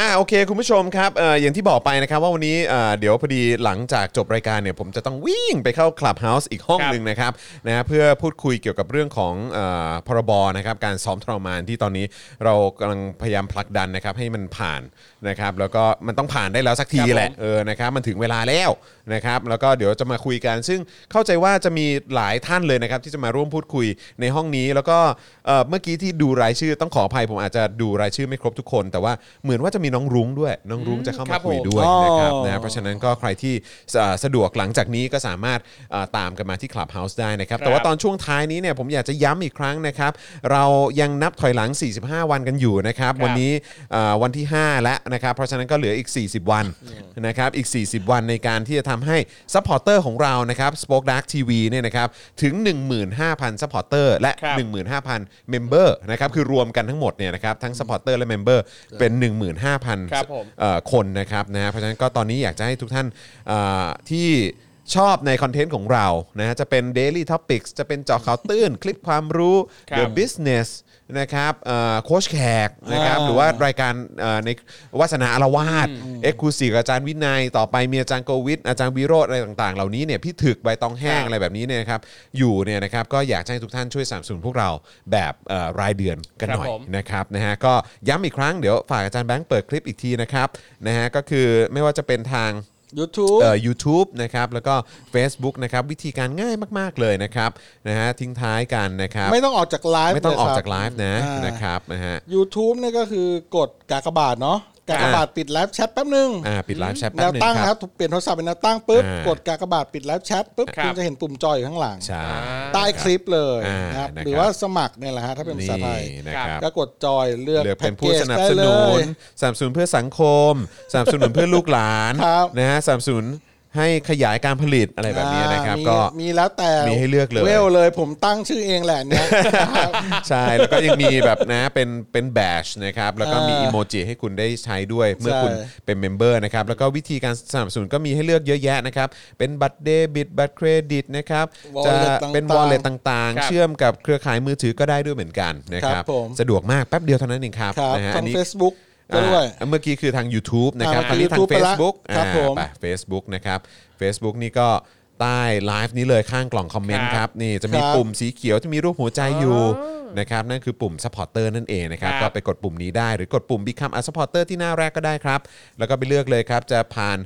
[SPEAKER 2] อ่าโอเค คุณผู้ชมครับเอ่ออย่างที่บอกไปนะครับว่าวันนี้เอ่อเดี๋ยวพอดีหลังจากจบรายการเนี่ยผมจะต้องวิ่งไปเข้า Clubhouse อีกห้อง
[SPEAKER 6] ครับ
[SPEAKER 2] หนึ่งนะครับนะฮะเพื่อพูดคุยเกี่ยวกับเรื่องของเออพรบนะครับการซ้อมทรมานที่ตอนนี้เรากำลังพยายามผลักดันนะครับให้มันผ่านนะครับแล้วก็มันต้องผ่านได้แล้วสักที
[SPEAKER 6] ครับผม
[SPEAKER 2] แหละ เออ นะครับ มันถึงเวลาแล้วนะครับ แล้วก็เดี๋ยวจะมาคุยกัน ซึ่งเข้าใจว่าจะมีหลายท่านเลยนะครับที่จะมาร่วมพูดคุยในห้องนี้ แล้วก็เอ่อเมื่อกี้ที่ดูรายชื่อต้องขออภัยผมอาจจะดูรายชื่อไม่ครบทุกคน แต่ว่าเหมือนว่าจะมีน้องรุ้งด้วย น้องรุ้งจะเข้า
[SPEAKER 6] ครั
[SPEAKER 2] มา
[SPEAKER 6] บ
[SPEAKER 2] คุย
[SPEAKER 6] ผม
[SPEAKER 2] ด้วยนะครับ
[SPEAKER 1] อ๋อ
[SPEAKER 2] นะ เพราะฉะนั้นก็ใครที่เอ่อสะดวกหลังจากนี้ก็สามารถเอ่อตามกันมาที่ Clubhouse ได้นะครับ แต่ว่าตอนช่วงท้ายนี้เนี่ยผมอยากจะย้ำอีกครั้งนะครับ เรายังนับถอยหลัง 45 วันกันอยู่นะครับ วันนี้เอ่อวันที่ 5 แล้วนะครับ เพราะฉะนั้นก็เหลืออีก 40 วันนะครับ อีก 40 วันในการที่จะทำให้ซัพพอร์เตอร์ของเรานะครับ Spoke Dark TV เนี่ยนะครับถึง 15,000ซัพพอร์เตอร์และ
[SPEAKER 6] ครับ
[SPEAKER 2] 15,000เมมเบอร์นะครับคือรวมกันทั้งหมดเนี่ยนะครับทั้งซัพพอร์เตอร์และเมมเบอร์เป็น 15,000
[SPEAKER 6] ครับผม
[SPEAKER 2] เอ่อคนนะครับนะฮะเพราะฉะนั้นก็ตอนนี้อยากจะให้ทุกท่านเอ่อที่ชอบในคอนเทนต์ของเรานะฮะจะเป็น Daily Topics จะเป็นเจอข่าวตื้น คลิปความรู้
[SPEAKER 6] ครับ
[SPEAKER 2] The Business นะครับเอ่อโค้ชแขกนะครับ
[SPEAKER 1] อ่า
[SPEAKER 2] หรือว่ารายการเอ่อในวาสนาอารวาสเอ็กซ์คลูซีฟอาจารย์วินัย ต่อไปมีอาจารย์โกวิทอาจารย์วิโรธอะไรต่างๆ เหล่านี้เนี่ยพี่ถึกใบตองแห้งอะไรแบบนี้เนี่ยนะครับอยู่เนี่ยนะครับก็อยากจะให้ทุกท่านช่วยสนับสนุนพวกเราแบบเอ่อรายเดือนกันหน่อย
[SPEAKER 6] ครับผม
[SPEAKER 2] นะครับนะฮะก็ย้ำอีกครั้งเดี๋ยวฝากอาจารย์แบงค์เปิดคลิปอีกทีนะครับนะฮะก็คือไม่ว่าจะเป็นทาง
[SPEAKER 1] ยูทูบ
[SPEAKER 2] เอ่อ YouTube นะครับแล้วก็ Facebook นะครับวิธีการง่ายมาก ๆ เลยนะครับนะฮะทิ้งท้ายกันนะครับ
[SPEAKER 1] ไม่ต้องออกจากไลฟ์
[SPEAKER 2] ไม่ต้องออก
[SPEAKER 1] เลยครับ
[SPEAKER 2] จากไลฟ์นะ
[SPEAKER 1] อ่าน
[SPEAKER 2] นะครับนะฮะ
[SPEAKER 1] YouTube เนี่ยก็คือกดกากบาทเนาะกากบาทปิดไลฟ์แชทแป๊บนึง
[SPEAKER 2] อ่าปิดไลฟ์แชท
[SPEAKER 1] แน
[SPEAKER 2] แป๊บ
[SPEAKER 1] ว
[SPEAKER 2] นึง
[SPEAKER 1] ตั้ง
[SPEAKER 2] ค
[SPEAKER 1] ค
[SPEAKER 2] รั
[SPEAKER 1] รับ บถูกเปลี่ยนโทรศัพท์เป็นแนวตั้งปุ๊บ
[SPEAKER 2] อ่าก ก
[SPEAKER 1] ดกากบาทปิดไลฟ์แชทปุ๊บ
[SPEAKER 6] ครับ
[SPEAKER 1] คุณจะเห็นปุ่มจอยอยู่ข้างหลัง
[SPEAKER 2] ใช่
[SPEAKER 1] ใต้คลิปเลย
[SPEAKER 2] อ่า
[SPEAKER 1] นะครับ
[SPEAKER 2] นะครับ
[SPEAKER 1] หรือว่าสมัครเนี่ยแหละฮะถ้าเป็นภา
[SPEAKER 2] นี่
[SPEAKER 1] ษาไทย
[SPEAKER 2] นะครับ
[SPEAKER 1] ก็กดจอยเลือก
[SPEAKER 2] เหลือเป็น
[SPEAKER 1] แพ็ก
[SPEAKER 2] ผู้
[SPEAKER 1] กจ
[SPEAKER 2] สนับ
[SPEAKER 1] ได้
[SPEAKER 2] สนุ
[SPEAKER 1] เลย
[SPEAKER 2] นสนับสนุนเพื่อสังคมสนับสนุนเพื่อลูกหลาน
[SPEAKER 1] ครับ
[SPEAKER 2] นะฮะสนับสนุนให้ขยายการผลิตอะไรแบบนี้นะครับ
[SPEAKER 1] อ่ามี
[SPEAKER 2] ก็
[SPEAKER 1] มีแล้วแต่
[SPEAKER 2] มีให้เลือกเลย
[SPEAKER 1] เวลเลยผมตั้งชื่อเองแหละเนี่ย
[SPEAKER 2] ใช่ แล้วก็ยังมีแบบนะเป็นเป็นแบชนะครับ แล้วก็มี
[SPEAKER 1] เออ
[SPEAKER 2] อีโมจิให้คุณได้ใช้ด้วยเมื่อคุณ
[SPEAKER 1] ใช่
[SPEAKER 2] เป็นเมมเบอร์นะครับ แล้วก็วิธีการสนับสนุนก็มีให้เลือกเยอะแยะนะครับ เป็นบัตรเดบิตบัตรเครดิตนะครับ จะเป็นวอลเล็ตต่าง
[SPEAKER 6] ครั
[SPEAKER 2] ๆ
[SPEAKER 6] บ
[SPEAKER 2] เชื่อมกับเครือข่ายมือถือก็ได้ด้วยเหมือนกันนะค
[SPEAKER 1] ค
[SPEAKER 2] รั
[SPEAKER 1] รับ บผม
[SPEAKER 2] สะดวกมากแป๊บเดียวเท่านั้นเองครับ
[SPEAKER 1] ครับ
[SPEAKER 2] นะฮะ
[SPEAKER 1] ทา
[SPEAKER 2] อัน
[SPEAKER 1] ง
[SPEAKER 2] นี้
[SPEAKER 1] Facebook ก็
[SPEAKER 2] อ่า
[SPEAKER 1] ด้วย
[SPEAKER 2] เมื่อกี้คือทาง YouTube นะครับ
[SPEAKER 1] อ่า
[SPEAKER 2] ตอนนี้ทาง
[SPEAKER 1] YouTube ไปละ
[SPEAKER 2] Facebook
[SPEAKER 1] ครับผม
[SPEAKER 2] อ่าไป Facebook นะครับ Facebook นี่ก็ใต้ไลฟ์นี้เลยข้างกล่องคอมเมนต์
[SPEAKER 6] ค
[SPEAKER 2] ค
[SPEAKER 6] รั
[SPEAKER 2] รั
[SPEAKER 6] บบ
[SPEAKER 2] นี่จะมี
[SPEAKER 1] ครับ
[SPEAKER 2] ปุ่มสีเขียวที่มีรูปหัวใจอยู่นะครับนั่นคือปุ่ม Supporter นั่นเองนะครับ
[SPEAKER 6] ครับ
[SPEAKER 2] ก็ไปกดปุ่มนี้ได้หรือกดปุ่ม Become a Supporter ที่หน้าแรกก็ได้ครับ แล้วก็ไปเลือกเลยครับ จะผ่าน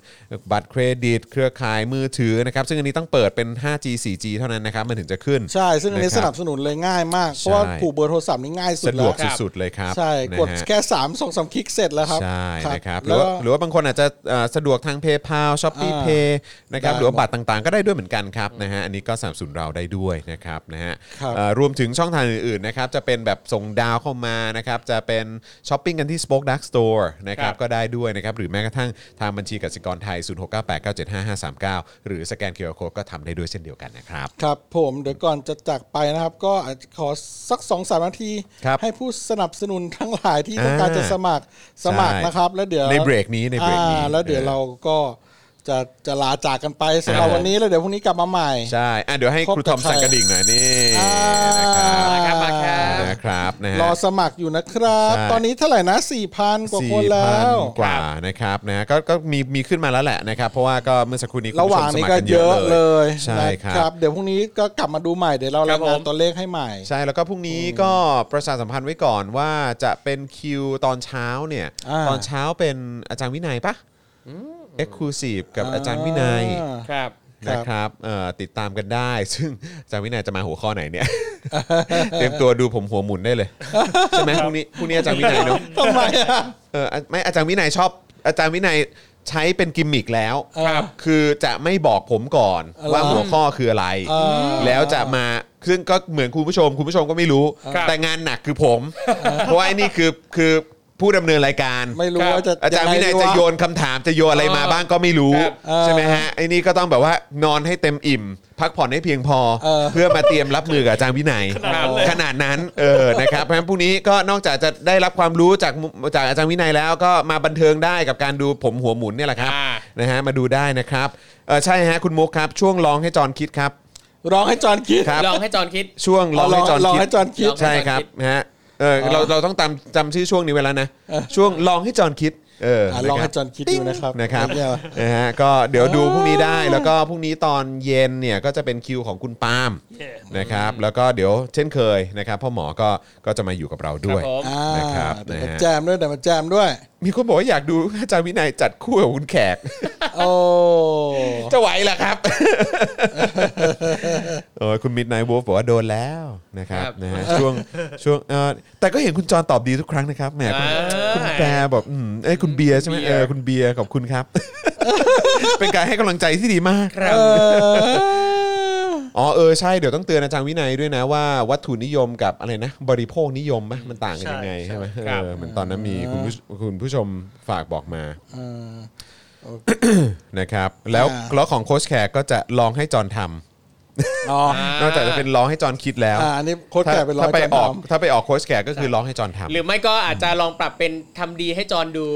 [SPEAKER 2] บัตรเครดิต เครือข่ายมือถือนะครับซึ่งอันนี้ต้องเปิดเป็น 5G 4G เท่านั้นนะครับมันถึงจะขึ้น
[SPEAKER 1] ใช่ ซึ่งอันนี้
[SPEAKER 2] นะครับ
[SPEAKER 1] สนับสนุนเลยง่ายมาก เพราะว่า
[SPEAKER 2] ใช่
[SPEAKER 1] ผูกเบอร์โทรศัพท์นี่ง่ายสุด
[SPEAKER 2] สะด
[SPEAKER 1] แล้ว
[SPEAKER 2] ก
[SPEAKER 1] ว
[SPEAKER 2] สุดๆเลยครับ
[SPEAKER 1] ใช่
[SPEAKER 2] นะ
[SPEAKER 1] กด
[SPEAKER 2] ฮะ
[SPEAKER 1] แค่3ามสองสามคลิกเสร็จแล้วครับ
[SPEAKER 2] ใช่นะครับหรื
[SPEAKER 1] แล้วก็
[SPEAKER 2] อว่าหรือว่าบางคนอาจจะเอ่อสะดวกทาง PayPal Shopee
[SPEAKER 1] อ่า
[SPEAKER 2] Pay นะครับ
[SPEAKER 1] ได้
[SPEAKER 2] หรือว่าบัตรต่างๆ ก็ได้ด้วยเหมือนกันครับนะฮะอันนี้ก็สนับสนุนเราได้ด้วยนะครับนะฮะ
[SPEAKER 1] ครับ
[SPEAKER 2] เอ่อรวมถึงช่องทางอื่นๆนะครับจะเป็นแบบส่งดาวเข้ามานะครับจะเป็นช้อปปิ้งกันที่ Spoke Dark Store นะครั
[SPEAKER 6] ครับ บ
[SPEAKER 2] ก็ได้ด้วยนะครับหรือแม้กระทั่งทางบัญชีกสิกรไทย 0698975539 หรือสแกน QR Code ก็ทำได้ด้วยเช่นเดียวกันนะครับ
[SPEAKER 1] ครับผม เดี๋ยวก่อนจะจากไปนะครับ ก็อาจจะขอสัก2อสามนาที
[SPEAKER 2] ครับ
[SPEAKER 1] ให้ผู้สนับสนุนทั้งหลายที่ต้อง
[SPEAKER 2] อ่า
[SPEAKER 1] การจะสมัครสมัครนะครับ แล้วเดี๋ยว
[SPEAKER 2] ในเบรกนี้ในเบรกนี้
[SPEAKER 1] อ่าแล้วเดี๋ยว
[SPEAKER 2] เออ
[SPEAKER 1] เราก็จะจะลาจากกันไปสำหรับ
[SPEAKER 2] อ่า
[SPEAKER 1] วันนี้แล้วเดี๋ยวพรุ่งนี้กลับมาใหม่
[SPEAKER 2] ใช่อ่ะเดี๋ยวให้ครูทอมสั่นกระดิ่งหน่อยนี่นะครับ
[SPEAKER 1] อ่า
[SPEAKER 6] ครับมาครับ
[SPEAKER 2] นะครับนะฮะ
[SPEAKER 1] รอสมัครอยู่นะครับ
[SPEAKER 2] ใช่
[SPEAKER 1] ตอนนี้เท่าไหร่นะ4,000กว่าคนแล้ว
[SPEAKER 2] 4,000กว่านะครับนะก็ก็มีมีขึ้นมาแล้วแหละนะครับ เพราะว่าก็เมื่อสักครู่นี้คุณ
[SPEAKER 1] ระ
[SPEAKER 2] ผู้
[SPEAKER 1] ห
[SPEAKER 2] ช
[SPEAKER 1] ว่าง
[SPEAKER 2] มส
[SPEAKER 1] นี้
[SPEAKER 2] มัคร
[SPEAKER 1] ก็
[SPEAKER 2] กัน
[SPEAKER 1] เย
[SPEAKER 2] เยอะ
[SPEAKER 1] อะ
[SPEAKER 2] เล
[SPEAKER 1] เลย ย
[SPEAKER 2] ใช่ครับ
[SPEAKER 1] นะเดี๋ยวพรุ่งนี้ก็กลับมาดูใหม่เดี๋ยวเรา
[SPEAKER 6] ครั
[SPEAKER 1] รา
[SPEAKER 6] บ
[SPEAKER 1] ย
[SPEAKER 6] ผม
[SPEAKER 1] งานตัวเลขให้ใหม่
[SPEAKER 2] ใช่แล้วก็พรุ่งนี้ก็ประชาสัมพันธ์ไว้ก่อนว่าจะเป็นคิวตอนเช้าเนี่ย
[SPEAKER 1] อ่า
[SPEAKER 2] ตอนเช้าเป็นอาจารย์วินัยปะเอ็กซ์คลูซีฟกับอาจารย์วินัย
[SPEAKER 1] อ่า
[SPEAKER 6] ครับ
[SPEAKER 1] ครับ
[SPEAKER 2] นะครับเอ่อติดตามกันได้ ซึ่งอาจารย์วินัยจะมาหัวข้อไหน เนี่ย เตรียมตัวดูผมหัวหมุนได้เลยใช่ไหมพรุ่งนี้พรุ่งนี้อาจารย์วินัยเนาะ
[SPEAKER 1] ทำไมอ่ะ
[SPEAKER 2] เอออ่ะไม่อาจารย์วินัยชอบ อาจารย์วินัยใช้เป็นกิมมิกแล้ว
[SPEAKER 1] ครับ
[SPEAKER 2] คือจะไม่บอกผมก่อน
[SPEAKER 1] เออ
[SPEAKER 2] ว่าหัวข้อคืออะไร
[SPEAKER 1] เออ
[SPEAKER 2] แล้วจะมาซึ่งก็เหมือนคุณผู้ชม คุณผู้ชมก็ไม่รู้
[SPEAKER 6] ครับ
[SPEAKER 2] แต่งานหนักคือผม เพราะว่าไอ้นี่คือคือ ผู้ดำเนินรายการ
[SPEAKER 1] ไม่รู้
[SPEAKER 6] ครับ
[SPEAKER 1] ว่าจะ
[SPEAKER 2] อาจารย์วินัยจะโยนคำถามจะโยนอะไรมาบ้างก็ไม่รู้
[SPEAKER 6] ครับ
[SPEAKER 2] ใช่ไหมฮะไอ้นี่ก็ต้องแบบว่านอนให้เต็มอิ่ม พักผ่อนให้เพียงพอ เพื่อมาเตรียมรับมือกับอาจารย์วินัย ขนาดนั้นเออนะครับเพราะฉะนั้นพรุ่งนี้ก็นอกจากจะได้รับความรู้จากมุมจากอาจารย์วินัยแล้วก็มาบันเทิงได้กับการดูผมหัวหมุนเนี่ยแหละครับ
[SPEAKER 4] อ่า
[SPEAKER 2] นะฮะมาดูได้นะครับเออใช่ฮะคุณมุกครับ ช่วงลองให้จอนคิดครับ
[SPEAKER 1] ร้องให้จอห์นคิด
[SPEAKER 2] ครับ
[SPEAKER 6] ลองให้จอนคิด
[SPEAKER 2] ช่วงลองให้จอน
[SPEAKER 1] ลอง
[SPEAKER 2] คิด
[SPEAKER 1] ให้จอนคิด
[SPEAKER 2] ใช่ครับฮะเออเราเราต้องจำจำชื่อช่วงนี้ไว้แล้วนะ ช่วงลองให้จอนคิดเอ
[SPEAKER 1] อ่ะ
[SPEAKER 2] อะครับ
[SPEAKER 1] ลองให้จอห์นคิดดูนะครับ
[SPEAKER 2] นะครับ
[SPEAKER 1] เนี่ย
[SPEAKER 2] นะฮะก็เดี๋ยวดูพรุ่งนี้ได้แล้วก็พรุ่งนี้ตอนเย็นเนี่ยก็จะเป็นคิวของคุณปาล์มนะครับแล้วก็เดี๋ยวเช่นเคยนะครับพ่อหมอก็ก็จะมาอยู่กับเราด้วย
[SPEAKER 6] ครับผม
[SPEAKER 1] อ่า
[SPEAKER 2] นะครับ
[SPEAKER 1] เดี๋ยว
[SPEAKER 2] นะ
[SPEAKER 1] มา
[SPEAKER 2] ฮะ
[SPEAKER 1] แจมด้วยเดี๋ยวมาแจม ด้วย
[SPEAKER 2] มีคนบอกว่าอยากดูอาจารย์วินัยจัดคู่กับคุณแขก
[SPEAKER 1] โอ้
[SPEAKER 2] จะไหวเหรอครับ โอ้ยคุณมิดไนท์วูฟบอกว่าโดนแล้วนะครับ
[SPEAKER 6] ครับ
[SPEAKER 2] นะฮะช่วง ช่วงเออแต่ก็เห็นคุณจรตอบดีทุกครั้งนะครับแหมคุณ คุณแปรบอกอืมเอ้ยคุณเบียร์ใช่ไหม
[SPEAKER 6] เบียร์
[SPEAKER 2] เออคุณเบียร์ขอบคุณครับ เป็นการให้กำลังใจที่ดีมากครับอ๋อเออใช่เดี๋ยวต้องเตือนอาจารย์วินัยด้วยนะว่าวัตถุนิยมกับอะไรนะ บริโภคนิยมปะมันต่างกันยังไง
[SPEAKER 5] ใช่
[SPEAKER 2] ใช่ไหม
[SPEAKER 4] ครับ
[SPEAKER 2] เออเหมือนตอนนั้นมีคุณผู้ชคุณผู้ชมฝากบอกมานะครับแล้ว
[SPEAKER 1] อ่า
[SPEAKER 2] แล้วของโค้ชแขกก็จะลองให้จอนทำ
[SPEAKER 1] อ๋อน
[SPEAKER 2] อกจากจะเป็นลองให้จอนคิดแล้ว
[SPEAKER 1] อ่าอันนี้โค้ดแก่เป็นร้อ
[SPEAKER 2] ถ้าย ไป
[SPEAKER 1] จาน
[SPEAKER 2] ออก
[SPEAKER 1] ทำ
[SPEAKER 2] ถ้าไปออกโค้ชแขกก็คือลองให้จอนทำ
[SPEAKER 6] หรือไม่ก็อาจจะลองปรับเป็นทำดีให้จอนดู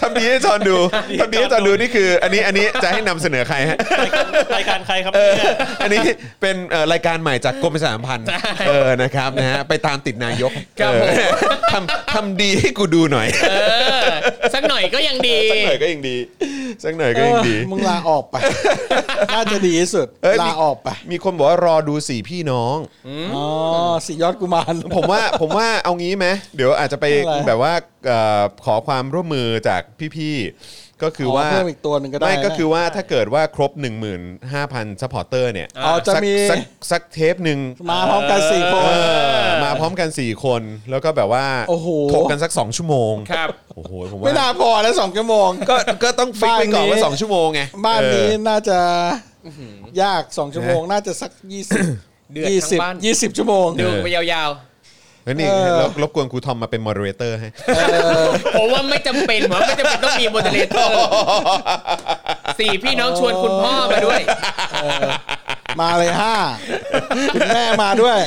[SPEAKER 2] ทำดีให้จอนดู ทำดีให้จอนดูนี่คืออันนี้อันนี้จะให้นำเสนอใครฮะ
[SPEAKER 5] รายการใครครับเนี่ย
[SPEAKER 2] อันนี้เป็นเอ่อรายการใหม่จากกรมประชาสัมพันธ์เออนะครับนะฮะไปตามติดนายก
[SPEAKER 6] ครับผม
[SPEAKER 2] เออทำทำดีให้กูดูหน่อย
[SPEAKER 6] เออ สักหน่อยก็ยังดี
[SPEAKER 2] สักหน่อยก็ยังดีสักหน่อยก็ยังดี
[SPEAKER 1] เออมึงลาออกไป น่าจะดีที่สุด
[SPEAKER 2] เอ้ยมี
[SPEAKER 1] ลาออกไป
[SPEAKER 2] มีคนบอกว่ารอดูสี่พี่น้อง
[SPEAKER 1] อ๋อสิยอดกุมาร
[SPEAKER 2] ผมว่าผมว่าเอางี้ไหมเดี๋ยวอาจจะไป
[SPEAKER 1] อะไร
[SPEAKER 2] แบบว่าเอ่อขอความร่วมมือจากพี่ๆก็คือว่า
[SPEAKER 1] เพิ่มอีกตัวหนึ่งก็ได้
[SPEAKER 2] ไม่ก็
[SPEAKER 1] นะ
[SPEAKER 2] คือว่าถ้าเกิดว่าครบ 15,000ซัพพอร์เตอร์เนี่ย
[SPEAKER 1] อ๋อจะ
[SPEAKER 2] สัก
[SPEAKER 1] มี
[SPEAKER 2] สักสักเทปหนึ่ง
[SPEAKER 1] มาพร้อมกันสี่คน
[SPEAKER 2] เออมาพร้อมกัน 4 คน แล้วก็แบบว่า
[SPEAKER 1] โอ้โห
[SPEAKER 2] ถกกันสัก 2 ชั่วโมง
[SPEAKER 6] ครับ
[SPEAKER 2] โอ้โหผม
[SPEAKER 1] ไม่
[SPEAKER 2] ว่า
[SPEAKER 1] น่าพอแล้วสองชั่วโมง
[SPEAKER 2] ก็ก็ต้องฟิกไปก่อนว่า
[SPEAKER 1] บ้านนี้
[SPEAKER 2] 2 ชั่วโมงไง
[SPEAKER 1] บ้านนี้
[SPEAKER 2] เออ
[SPEAKER 1] น่าจะยากสองชั่วโมง น่าจะสักยี่ สิบ
[SPEAKER 6] เดือด
[SPEAKER 1] ยี่
[SPEAKER 6] ทั้
[SPEAKER 1] สิบ
[SPEAKER 6] งบ้าน
[SPEAKER 1] ยี่สิบชั่วโมง
[SPEAKER 6] ดู
[SPEAKER 2] เออ
[SPEAKER 6] ไปยาว
[SPEAKER 2] แล้วนี่
[SPEAKER 1] เออ
[SPEAKER 2] รบรบกวนครูทอมมาเป็นมอด e r a เตอร์ให้
[SPEAKER 6] ๆ ผมว่าไม่จำเป็นผมว่าไม่จำเป็นต้องมีโมเดเลเตอร์สี่พี่น้องชวนคุณพ่อมาด้วย
[SPEAKER 1] มาเลย ห้าคุณแม่มาด้วย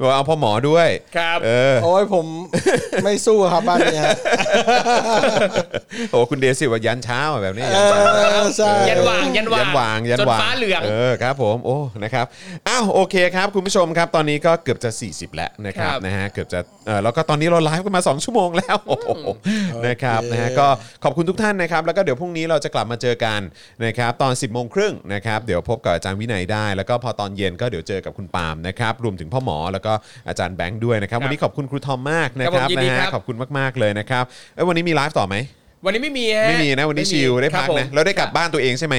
[SPEAKER 2] บอกเอาพ่อหมอด้วย
[SPEAKER 6] ครับ
[SPEAKER 2] เออ
[SPEAKER 1] โอ้ยผมไม่สู้ครับบ้านนี้ฮะ
[SPEAKER 2] โอ้คุณเดซิว่ายันเช้าอะแบบนี้
[SPEAKER 1] เอ
[SPEAKER 2] ยันเช้า
[SPEAKER 1] อใช่
[SPEAKER 6] ยันหว่างยันหว่าง
[SPEAKER 2] ยันหวางยัน
[SPEAKER 6] จน
[SPEAKER 2] หวาง
[SPEAKER 6] ฟ้าเหลือง
[SPEAKER 2] เออครับผมโอ้นะครับอ้าวโอเคครับคุณผู้ชมครับตอนนี้ก็เกือบจะ 40 แล้วนะครับ
[SPEAKER 6] ครับ
[SPEAKER 2] นะฮะเกือบจะเออแล้วก็ตอนนี้เราไลฟ์กันมา 2 ชั่วโมงแล้วโอ้โหนะครับนะฮะก็ขอบคุณทุกท่านนะครับ แล้วก็เดี๋ยวพรุ่งนี้เราจะกลับมาเจอกันนะครับตอน 10บโมงครึ่งนะครับเดี๋ยวพบกับอาจารย์วินัยได้ แล้วก็พอตอนเย็นก็เดี๋ยวเจอกับคุณปาล์มนะครับรวมถึงพ่อหมอแล้วก็อาจารย์แบงค์ด้วยนะครับ
[SPEAKER 6] ครับ
[SPEAKER 2] วันนี้ขอบคุณครูทอมมากนะค
[SPEAKER 6] ครั
[SPEAKER 2] รับบ
[SPEAKER 6] ผมยิน
[SPEAKER 2] นะ
[SPEAKER 6] ดี
[SPEAKER 2] ฮะ
[SPEAKER 6] ครับ
[SPEAKER 2] ขอบคุณมากๆเลยนะครับเอ้ยวันนี้มีไลฟ์ต่อไหม
[SPEAKER 6] วันนี้ไม่มีฮะ
[SPEAKER 2] ไม่มีนะวันนี้
[SPEAKER 6] ม่มี
[SPEAKER 2] ชิลได้พัก
[SPEAKER 6] ครับผม
[SPEAKER 2] นะแล้วได้กลับบ้านตัวเองใช่ไหม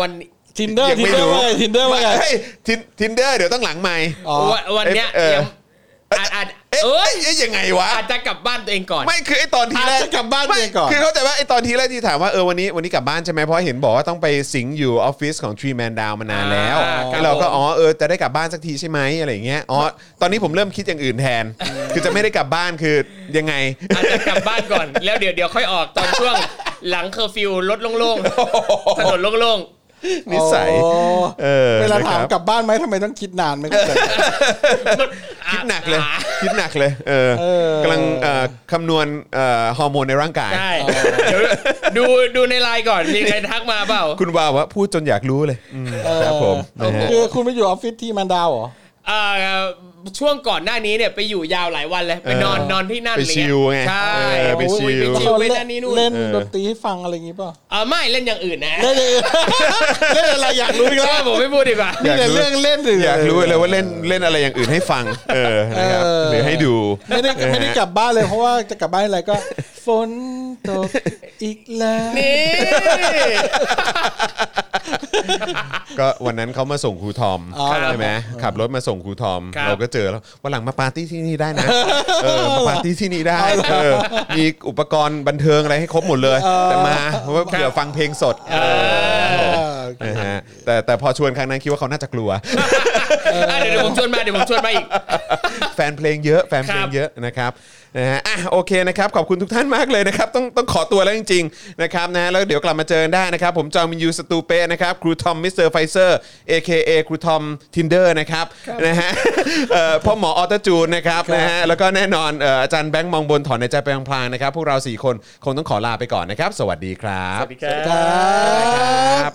[SPEAKER 6] วัน
[SPEAKER 1] ทินเดอร์
[SPEAKER 2] ยัง
[SPEAKER 1] ทิน
[SPEAKER 2] ไม่
[SPEAKER 1] เดอร์
[SPEAKER 2] รู้
[SPEAKER 1] ว่าไงทินเดอร์ว่าไง
[SPEAKER 2] เฮ้ยทินทินเดอร์เดี๋ยวต้องหลังใหม่
[SPEAKER 1] อ๋อ
[SPEAKER 6] วันวันเนี้ย
[SPEAKER 2] เออ
[SPEAKER 6] ยังอาจอาจเอ้
[SPEAKER 2] เอ้
[SPEAKER 6] ย
[SPEAKER 2] ยเอ้ยยังไงวะ
[SPEAKER 6] อาจจะกลับบ้านตัวเองก่อน
[SPEAKER 2] ไม่คือไอตอนทีแรก
[SPEAKER 1] อาจจะกลับบ้าน
[SPEAKER 2] ไม่
[SPEAKER 1] เองก่อน
[SPEAKER 2] คือเข้าใจว่าไอตอนทีแรกที่ถามว่าเออวันนี้วันนี้กลับบ้านใช่ไหมเพราะเห็นบอกว่าต้องไปสิงอยู่ออฟฟิศของ Tree Man Down มานานแล้ว
[SPEAKER 6] อ่าครับ
[SPEAKER 2] เราก็
[SPEAKER 6] ผม
[SPEAKER 2] อ๋อเออจะได้กลับบ้านสักทีใช่ไหมอะไรอย่างเงี้ยอ๋อตอนนี้ผมเริ่มคิดอย่างอื่นแทน คือจะไม่ได้กลับบ้านคือยังไง
[SPEAKER 6] อาจจะกลับบ้านก่อนแล้วเดี๋ยวเดี๋ยวค่อยออกตอนช่วงหลังเคอร์ฟิวรถโล่งๆถนนโล่ง
[SPEAKER 2] นิสัย
[SPEAKER 1] อ๋อ
[SPEAKER 2] เออ
[SPEAKER 1] เวลา
[SPEAKER 2] นะครับ
[SPEAKER 1] ถามกลับบ้านไหมทำไมต้องคิดนานไม่เข้าใจ
[SPEAKER 6] ๆมัน
[SPEAKER 2] คิดหนักเลย
[SPEAKER 6] อ่ะ
[SPEAKER 2] คิดหนักเลยเออ
[SPEAKER 1] เออ
[SPEAKER 2] กำลังเอ่อคำนวณเอ่อฮอร์โมนในร่างกาย
[SPEAKER 6] ใช่เดี๋ยวดูดูในไลน์ก่อนมีใครทักมาเปล่า
[SPEAKER 2] คุณวาวะพูดจนอยากรู้เลยอืมครับผมนะฮะ
[SPEAKER 1] คือคุณไปอยู่ออฟฟิศที่มันดาวเหรอ
[SPEAKER 6] เอ่อช่วงก่อนหน้านี้เนี่ยไปอยู่ยาวหลายวันเลยไปนอน
[SPEAKER 2] เออน
[SPEAKER 6] อนที่นั่น
[SPEAKER 2] ไป
[SPEAKER 6] อะไร
[SPEAKER 2] ชิ
[SPEAKER 6] เงี้
[SPEAKER 2] ล
[SPEAKER 6] ย
[SPEAKER 2] ไง
[SPEAKER 6] ใช่
[SPEAKER 2] เออไป
[SPEAKER 6] โย
[SPEAKER 2] ชิล
[SPEAKER 6] ไปชิลไปนั่นนี่นู่น
[SPEAKER 1] เล่น
[SPEAKER 2] เออ
[SPEAKER 1] ดนตรีให้ฟังอะไรอย่างงี้ป่ะ
[SPEAKER 6] เอ่อไม่เล่นอย่างอื่นนะ
[SPEAKER 1] เล่นเล่นอะไรอยากรู้อีกแล้ว
[SPEAKER 6] ใช่ผมไม่พูดดีกว่า
[SPEAKER 1] มีแต่เรื่องเล่นหรืออย
[SPEAKER 2] อากรู้เลยว่าเล่นเล่นอะไรอย่างอื่นให้ฟัง เออนะครับหรือให้ดู
[SPEAKER 1] ไม่ได้ไม่ได้กลับบ้านเลยเพราะว่าจะกลับบ้านอะไรก็ ฝนตกอีกแล้ว
[SPEAKER 6] นี่
[SPEAKER 2] ก็วันนั้นเขามาส่งครูทอม
[SPEAKER 1] อ๋อ
[SPEAKER 2] ใช่ไหมขับรถมาส่งครูทอม
[SPEAKER 1] ครับ
[SPEAKER 2] เราก็เจอแล้ววันหลังมาปาร์ตี้ที่นี่ได้นะเออมาปาร์ตี้ที่นี่ได้เออมีอุปกรณ์บันเทิงอะไรให้ครบหมดเลย แต่มาเพราะว่าเผื่อฟังเพลงสด
[SPEAKER 1] เออ
[SPEAKER 2] นะฮะแต่แต่พอชวนครั้งนั้นคิดว่าเขาน่าจะกลัว
[SPEAKER 1] เ
[SPEAKER 6] อ่ะเดี๋ยวเดี๋ยวผมชวนมาเดี๋ยวผมชวนมาอีก
[SPEAKER 2] แฟนเพลงเยอะแฟนเพลงเยอะนะครับนะฮะอ่ะโอเคนะครับ ขอบคุณทุกท่านมากเลยนะครับ ต้องต้องขอตัวแล้วจริงๆนะครับนะแล้วเดี๋ยวกลับมาเจอกันได้นะครับ ผมจอมินยูสตูเป้นะครับครูทอมมิสเตอร์ไฟเซอร์ AKA ครูทอมทินเดอร์นะครับนะฮะเอ่อพ่อหมอออตจูนนะครับนะฮะแล้วก็แน่นอนเอ่ออาจารย์แบงค์มองบนถอนในใจไปพลางๆนะครับ พวกเราสี่คนคงต้องขอลาไปก่อนนะครับ สวัสดีครับ
[SPEAKER 5] สวัสดีครั
[SPEAKER 1] ค
[SPEAKER 5] บ
[SPEAKER 1] รับ